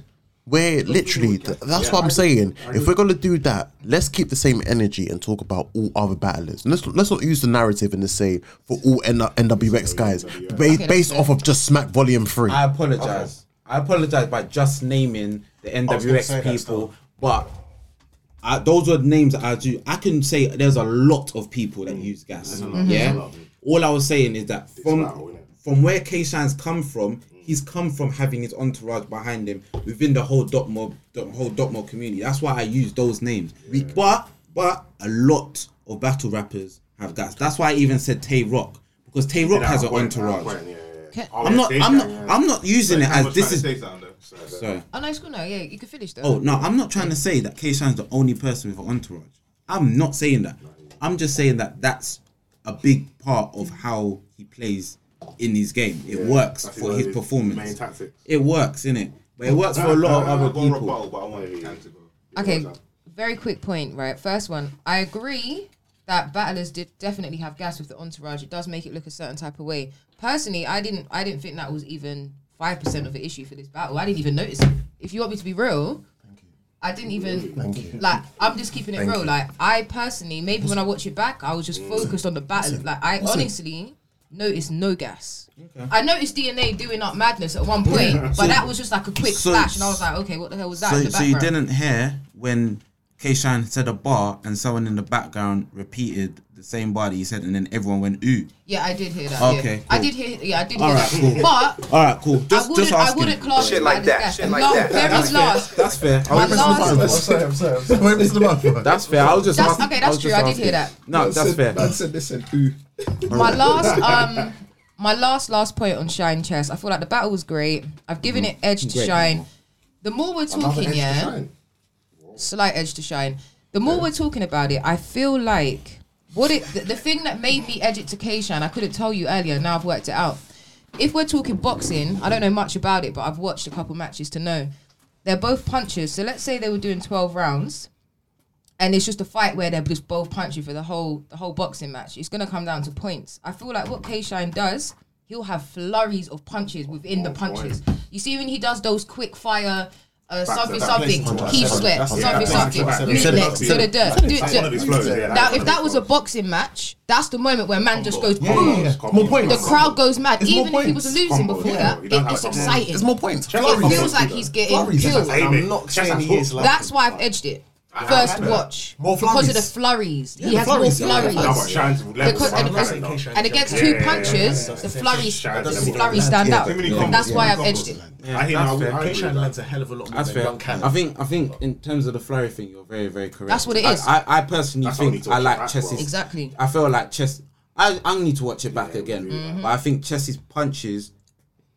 S1: Where literally, th- that's what I'm saying. If we're gonna do that, let's keep the same energy and talk about all other battlers. Let's let's not use the narrative and the say for all N- NWX guys ba-
S7: Okay,
S1: based off of just Smack Volume Three.
S7: I apologize. I apologize by just naming the
S2: was gonna say that
S7: NWX people, but I, those are names that I do. I can say there's a lot of people that use gas.
S9: Mm-hmm. There's a lot,
S7: Yeah.
S9: there's a lot.
S7: All I was saying is that from from where K Shine's come from, he's come from having his entourage behind him within the whole dot mob, the whole dot mob community. That's why I use those names. But but a lot of battle rappers have gas. That's why I even said Tay Rock because Tay Rock has an entourage.
S6: oh,
S7: I'm not. I'm not. I'm not using it as this is. Sorry.
S6: Oh no, it's cool. No, yeah, you can finish though.
S7: Oh no, I'm not trying to say that K Shine's the only person with an entourage. I'm not saying that. I'm just saying that that's a big part of how he plays in his game. It
S15: Yeah,
S7: works
S15: that's
S7: for
S15: his
S7: his
S15: main
S7: performance.
S15: tactics.
S7: It works, innit? But it works for
S15: <laughs>
S7: a lot of
S15: I've
S7: other
S15: got a
S7: people.
S15: rebuttal, but I wanted Cam to go.
S6: Okay, very quick point, right? First one, I agree that battlers did definitely have gas with the entourage. It does make it look a certain type of way. Personally, I didn't I didn't think that was even five percent of the issue for this battle. I didn't even notice it. If you want me to be real, I didn't even like I'm just keeping it
S18: Thank
S6: real.
S18: you.
S6: Like I personally, maybe when I watch it back, I was
S7: Mm.
S6: just focused on the battle. Like I
S18: Listen.
S6: honestly noticed no gas. I noticed DNA doing up madness at one point,
S7: Yeah.
S6: but
S7: So-
S6: that was just like a quick
S7: so-
S6: flash, and I was like, okay, what the hell was that? in
S7: So,
S6: the
S7: so you
S6: background?
S7: didn't hear when K Shine said a bar and someone in the background repeated the same bar that he said, and then everyone went ooh.
S6: Yeah, I did hear that.
S7: Okay,
S6: yeah. I
S7: cool.
S6: did hear. Yeah, I did
S7: All
S6: hear
S7: right,
S6: that.
S7: cool.
S6: But
S7: All right, cool. Just,
S6: I wouldn't.
S7: just ask
S6: I wouldn't
S7: him.
S6: class it as gas. And last- Very last.
S7: That's fair.
S6: My last.
S7: I'm sorry. I'm sorry. That's fair. I was just.
S6: That's-
S7: asking-
S6: okay, that's
S7: was just
S6: true. I did
S7: asking.
S6: hear that.
S7: No,
S5: Man
S7: that's
S5: said-
S7: fair.
S5: Man said they said ooh.
S6: <laughs> My last. Um, my last last point on Shine Chess. I feel like the battle was great. I've given it edge to
S18: Great.
S6: Shine. The more we're
S18: Another
S6: talking,
S18: edge to
S6: yeah,
S18: Shine.
S6: slight edge to Shine. The more we're talking about it, I feel like what it the, the thing that made me edge it to K Shine. I couldn't tell you earlier. Now I've worked it out. If we're talking boxing, I don't know much about it, but I've watched a couple matches to know. They're both punchers. So let's say they were doing twelve rounds. and it's just a fight where they're just both punching for the whole the whole boxing match. It's gonna come down to points. I feel like what K Shine does, he'll have flurries of punches within
S18: Oh,
S6: the punches. You see when he does those quick fire. Uh,
S18: Back-
S6: something,
S18: back-
S6: something,
S18: back- back-
S6: keep
S18: back-
S6: sweat,
S18: back-
S6: something,
S18: back-
S6: something,
S18: back-
S6: mid
S18: back-
S6: neck,
S18: back-
S6: to the
S18: back- back-
S6: dirt. do-
S18: back-
S6: do-
S18: one of his flows, yeah, that
S6: Now,
S18: was
S6: if that was a boxing match, that's the moment where man just goes
S18: Yeah,
S6: boom.
S18: yeah, yeah. More points.
S6: The crowd goes mad,
S18: It's more
S6: even if he was
S18: points. Combos,
S6: losing before
S18: yeah.
S6: that.
S18: You
S6: It,
S18: don't have
S6: it's
S18: that combo.
S6: exciting.
S18: It's more points.
S6: It
S18: Flurries.
S6: feels like he's getting
S18: Flurries.
S6: killed.
S18: That's
S2: I'm not
S18: That's
S2: saying he is like
S6: That's why I've edged it. First
S2: I know.
S6: watch
S2: More
S6: because of the
S2: flurries.
S6: flurries.
S2: Yeah,
S6: he
S2: the
S6: has
S2: flurries, yeah,
S6: more
S2: yeah,
S6: flurries.
S2: yeah, yeah, yeah.
S6: Because-
S2: Levels,
S6: and,
S2: I'm not saying
S6: and-
S2: K-Shine
S6: and against
S2: jumped.
S6: two
S2: Yeah, yeah,
S6: punches,
S2: yeah, yeah.
S6: the flurries,
S2: K-Shine
S6: the
S2: jumped.
S6: flurries stand
S7: Yeah,
S6: out.
S7: too many
S6: And that's
S7: combos.
S6: why I've
S7: Yeah.
S6: edged it.
S7: Yeah,
S16: I hear
S7: that's
S16: now, I
S7: fair.
S16: K-Shine agree with learns that. a hell of a lot more
S7: That's
S16: than
S7: fair.
S16: Young Cannon.
S7: I think I think in terms of the flurry thing, you're very very correct.
S6: That's what it
S7: I-
S6: is.
S7: I, I, personally
S6: That's
S7: think
S6: how we
S7: I
S6: talk
S7: like
S6: about
S7: Chess's.
S6: basketball. Exactly.
S7: I feel like Chess. I I need to watch it back again, but I think Chess's punches,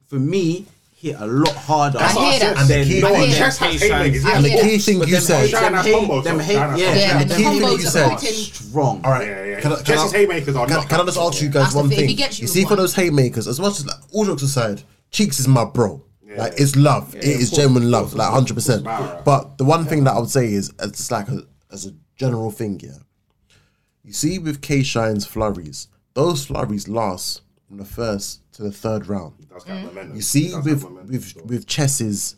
S7: for me, hit a lot harder.
S6: I hear that.
S7: And then
S6: I hear
S7: no one
S6: that.
S7: checks
S6: I
S7: K
S6: hear
S7: Shine's.
S6: that. And the key
S1: thing
S7: But
S1: you
S7: them
S1: said-
S7: hate-
S1: China
S7: them
S1: combos,
S7: hate, them
S1: though.
S7: hate,
S1: China
S7: yeah,
S1: combos.
S7: and
S1: The
S7: them
S1: key thing
S7: combos
S1: you
S7: are
S1: said-
S7: fucking strong.
S1: All right.
S7: yeah.
S1: Can, I, can,
S7: Jesse's
S1: I,
S7: haymakers are
S1: can,
S7: not-
S1: can I just ask you guys
S7: That's the
S1: one
S7: thing, if
S1: thing?
S7: he gets you
S1: see,
S7: with
S1: for
S7: one-
S1: those haymakers, as much as like, all jokes aside, Cheeks is my bro. like it's love.
S7: Yeah,
S1: it
S7: of
S1: is
S7: course,
S1: genuine
S7: of
S1: love,
S7: course,
S1: like
S7: of course,
S1: hundred
S7: of
S1: percent.
S7: course, yeah.
S1: But the one thing that I would say is, it's like a, as a general thing, yeah. You see, with K Shine's flurries, those flurries last from the first to the third round. You see, with with with Chess's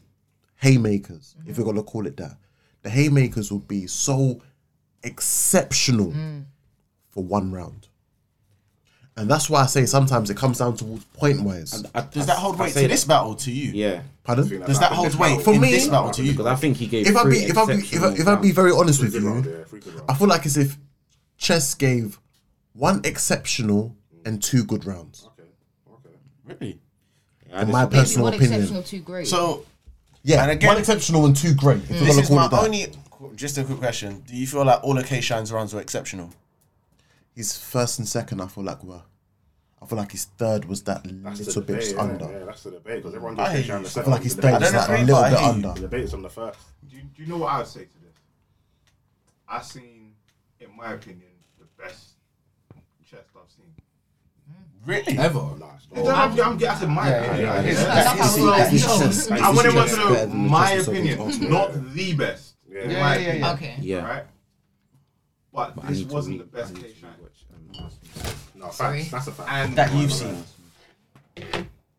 S1: haymakers, if we're gonna call it that, the haymakers will be so exceptional
S6: Hmm.
S1: for one round, and that's why I say sometimes it comes down to point wise.
S2: Does that hold weight to this battle to you?
S7: Yeah.
S1: Pardon?
S2: Does that hold weight
S1: for
S2: in
S1: me?
S2: this battle to you?
S7: Because I think he gave.
S1: if I
S7: three
S1: be if I be if I, if I
S7: exceptional
S1: be very honest with you, I feel like as if chess gave one exceptional and two good rounds.
S2: Really?
S1: in my
S6: Maybe
S1: personal
S6: one
S1: opinion.
S6: exceptional, two great.
S2: So
S1: Yeah,
S2: And again-
S1: one exceptional and two great. If we're
S2: this
S1: gonna
S2: is
S1: call
S2: my
S1: it that.
S2: only. qu- Just a quick question: Do you feel like all of Kayshan's rounds were exceptional?
S1: His first and second, I feel like were. I feel like his third was that little bit just
S15: yeah,
S1: under.
S15: Yeah, that's the debate because everyone
S2: I hear
S15: goes
S2: you.
S15: down the
S2: I
S1: I
S15: second.
S1: feel like his
S15: The
S1: third
S15: debate-
S1: was
S2: don't
S1: that
S2: agree,
S1: a
S2: but
S1: little
S2: I
S1: bit
S2: hear you.
S1: under.
S15: The debate is on the first.
S10: Do you, do you know what I would say to this? I seen, in my opinion, the best chest I've seen.
S2: Really?
S9: Ever.
S10: Oh, I'm, I'm, that's in my opinion.
S15: yeah,
S10: It's-
S15: yeah.
S10: that's-
S15: That's
S10: that's what I
S15: easy,
S10: was-
S15: that's
S10: no.
S6: <laughs>
S15: easy.
S10: I want everyone
S15: That's
S10: to know
S15: better than the
S10: my
S15: chest open box.
S10: opinion, not the best.
S15: Yeah.
S10: in
S15: Yeah,
S10: my
S15: yeah, yeah,
S10: opinion.
S15: yeah.
S6: Okay.
S7: Yeah.
S10: Right? But,
S7: But I
S10: this
S7: need to
S10: wasn't
S7: re-
S10: the best case
S15: No,
S6: Sorry.
S15: facts. That's a fact.
S10: And
S2: That you've seen.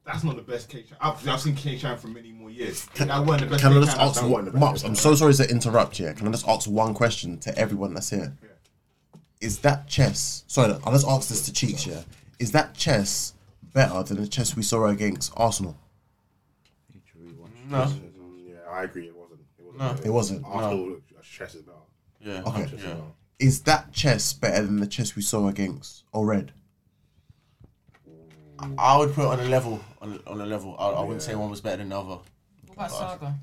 S10: that's not the best K Shine. I've, I've seen K Shine for many more years. That wasn't the best
S1: Can I
S10: K
S1: just
S10: Shine I've
S1: ask
S10: seen.
S1: one, Mops, I'm so sorry to interrupt you. Can I just ask one question to everyone that's here? Is that chess? Sorry, I'll just ask this to Cheeks. Yeah, is that chess better than the chess we saw against Arsenal?
S2: No.
S15: Yeah, I agree. It wasn't. It wasn't.
S2: No.
S15: better.
S1: It wasn't.
S15: Arsenal chess is better.
S2: Yeah.
S1: Okay.
S2: Yeah.
S1: Is that chess better than the chess we saw against or red?
S2: I would put it on a level. On, on a level. I, I wouldn't say one was better than the other.
S6: What about Saga?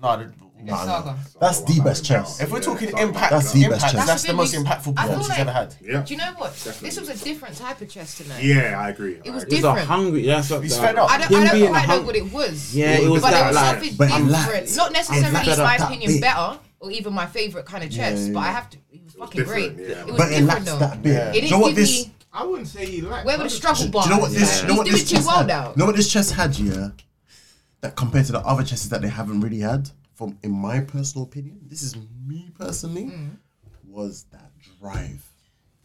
S2: No. The,
S6: Against Saga.
S1: That's the best chess.
S2: If we're talking impact,
S1: That's the best
S2: impact,
S1: chess.
S2: that's,
S6: That's
S2: the
S6: the
S2: most
S6: thing is-
S2: impactful
S6: I feel
S2: performance he's
S6: like-
S2: ever had.
S15: Yeah.
S6: Do you know what? This was a different type of chess tonight.
S15: Yeah, I agree.
S6: It was
S7: He's a
S6: different.
S7: hungry. That's what
S2: He's
S7: that-
S2: fed
S1: Oh,
S2: up.
S6: I don't,
S7: Him
S6: I don't
S7: being
S6: quite know
S7: hung-
S6: what it was.
S7: Yeah, it was
S6: but
S7: that,
S6: there was
S7: like-
S6: something
S1: but he
S6: different.
S1: lacked.
S6: Not
S1: And
S6: necessarily
S1: he
S6: it's
S1: lacked
S6: my
S1: that
S6: opinion
S1: bit.
S6: better or even my favorite kind of chess, but I have to. It was fucking
S15: different,
S6: great.
S15: yeah.
S6: It was
S1: But it
S6: different
S1: lacks
S6: though.
S1: that bit.
S6: It
S1: Do
S6: didn't
S1: you know what
S6: give
S1: this?
S6: me.
S10: I wouldn't say he lacked.
S6: Where were the struggle bars?
S1: Do you know what this? Do
S6: Like,
S1: you know what
S6: he's
S1: this
S6: doing
S1: chess
S6: too well
S1: had?
S6: now.
S1: You know what this chess had, yeah. That compared to the other chesses that they haven't really had, from in my personal opinion, this is me personally,
S6: Mm.
S1: was that drive.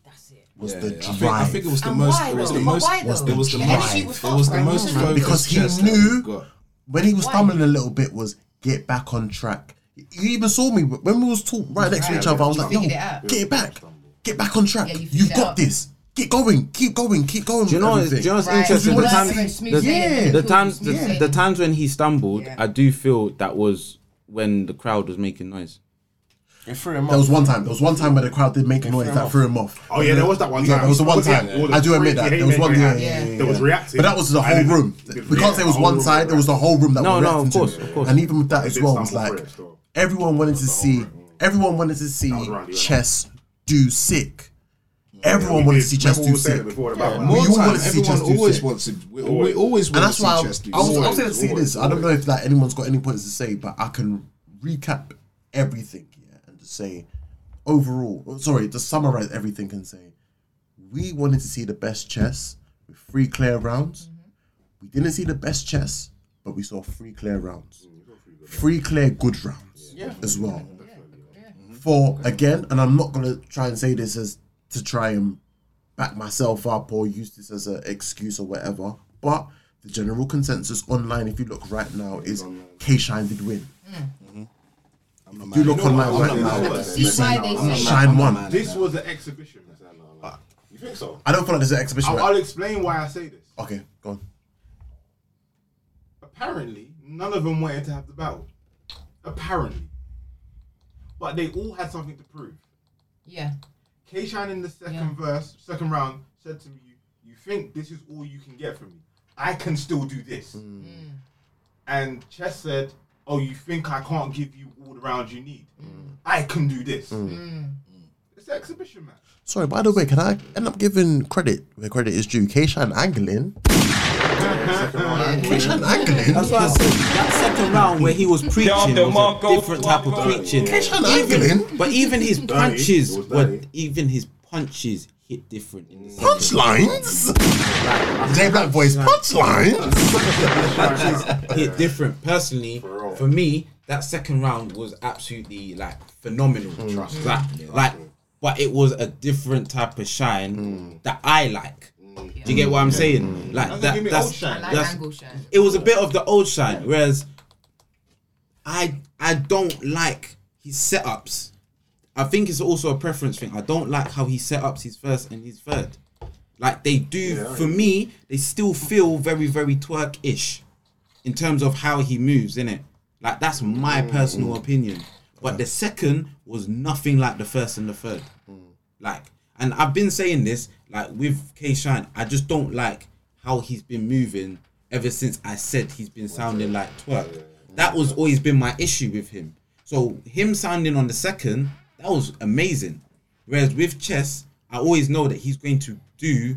S6: That's it.
S1: Was
S5: Yeah,
S1: the
S5: yeah. I
S1: drive.
S5: think, I think it was the
S6: And
S5: most.
S6: why
S5: It was
S6: though?
S5: the
S6: But
S5: most.
S6: why
S5: It was
S6: though?
S5: the
S6: The
S5: most.
S6: energy
S5: It
S6: was
S5: was the
S6: fast,
S5: most
S6: right?
S5: focused
S1: Because he
S5: chess that we've
S1: knew-
S5: got.
S1: when he was
S6: Why?
S1: stumbling a little bit was get back on track. You even saw me when we was talk right next to each other. I was like, "Yo,
S6: Figured it out.
S1: get it back, get back on track.
S6: Yeah, you figured
S1: You've
S6: it
S1: got
S6: out.
S1: this. Keep going, keep going, keep going."
S7: Do you
S1: with
S7: know? Do
S1: everything."
S7: you know what's
S6: Right.
S7: interesting?
S1: You
S7: The
S1: wanna
S7: times,
S1: see-
S6: Smooth
S7: the,
S6: sailing,
S7: the
S6: cool,
S7: times, the,
S6: smooth sailing.
S7: the times when he stumbled,
S6: Yeah.
S7: I do feel that was when the crowd was making noise.
S2: It threw him
S1: There was
S2: off.
S1: one time. There was one time where the crowd did make a noise that threw him off.
S15: Oh yeah, there was that one
S1: Yeah,
S15: time.
S1: there was the one
S15: Look at
S1: time.
S15: all the
S1: I do admit
S15: freaky
S1: that. There was one.
S15: haymakers.
S1: Yeah, yeah,
S6: Yeah.
S1: yeah, yeah.
S15: There was reactive.
S1: But that was the
S15: And
S1: whole
S15: it-
S1: room.
S15: it-
S1: We
S15: yeah,
S1: can't say it was
S15: the whole
S1: one
S15: room.
S1: side. There was the whole room that.
S7: No,
S1: were
S7: no, of
S1: reacting
S7: course,
S1: to it.
S7: of course.
S1: And even with that as
S15: did
S1: well, it's
S15: stumble
S1: like
S15: for it, so.
S1: everyone wanted to see. Everyone wanted to see
S15: was around the end.
S1: chess do sick. Everyone wanted to see chess
S15: Remember
S1: do
S15: we said
S1: sick.
S15: it before about
S1: We
S5: More
S1: all
S5: time,
S1: wanted to see
S5: everyone
S1: Chelsea
S5: always
S1: sick.
S5: wants to. We, we always
S1: And
S5: want to
S1: that's
S5: see
S1: why I, I
S5: Chelsea.
S1: was
S5: Always,
S1: upset to see
S5: always,
S1: this. I don't know
S5: always.
S1: if like anyone's got any points to say, but I can recap everything yeah, and just say overall. oh, Sorry, just summarize everything and say we wanted to see the best chess with three clear rounds. We didn't see the best chess, but we saw three clear rounds, three clear good rounds as well. For again, and I'm not gonna try and say this as to try and back myself up or use this as an excuse or whatever. But the general consensus online, if you look right now, is K Shine did win. Mm-hmm. If you look online right now, you see
S6: Why they say-
S1: Shine won.
S10: This was an exhibition. You think so?
S1: I don't feel like there's an exhibition.
S10: I'll,
S1: right-
S10: I'll explain why I say this.
S1: Okay, go on.
S10: Apparently, none of them wanted to have the battle. Apparently. But they all had something to prove.
S6: Yeah.
S10: K Shine in the second
S6: Yeah.
S10: verse, second round, said to me, You think this is all you can get from me? I can still do this.
S1: Mm.
S10: And Chess said, Oh, you think I can't give you all the rounds you need?
S1: Mm.
S10: I can do this. It's an exhibition match.
S1: Sorry, by the way, can I end up giving credit where credit is due? K Shine angling. K Shine angling.
S7: That's why I said that second round where he was preaching was a
S9: DeMarco
S7: different type of preaching.
S1: K-Shine angling.
S7: But even his punches
S15: It was
S7: were
S15: dirty.
S7: even his punches hit different. In the second round.
S1: Punchlines. J Black voice punchlines.
S7: punches <laughs> hit different. Personally, for, me, that second round was absolutely like phenomenal.
S10: Hmm.
S7: Trust that, like, but it was a different type of shine
S10: Hmm.
S7: that I like. Do you get what I'm saying? Like
S10: That's
S7: that.
S10: giving me
S7: That's,
S10: old shine.
S6: I like
S7: that's-
S6: angle shine.
S7: it was a bit of the old shine, whereas I I don't like his setups. I think it's also a preference thing. I don't like how he set ups his first and his third. Like they do for me, they still feel very, very twerk ish in terms of how he moves, innit? Like that's my personal opinion. But the second was nothing like the first and the third. Like, and I've been saying this, like with K Shine, I just don't like how he's been moving ever since I said he's been sounding like twerk. That was always been my issue with him. So him sounding on the second, that was amazing. Whereas with chess, I always know that he's going to do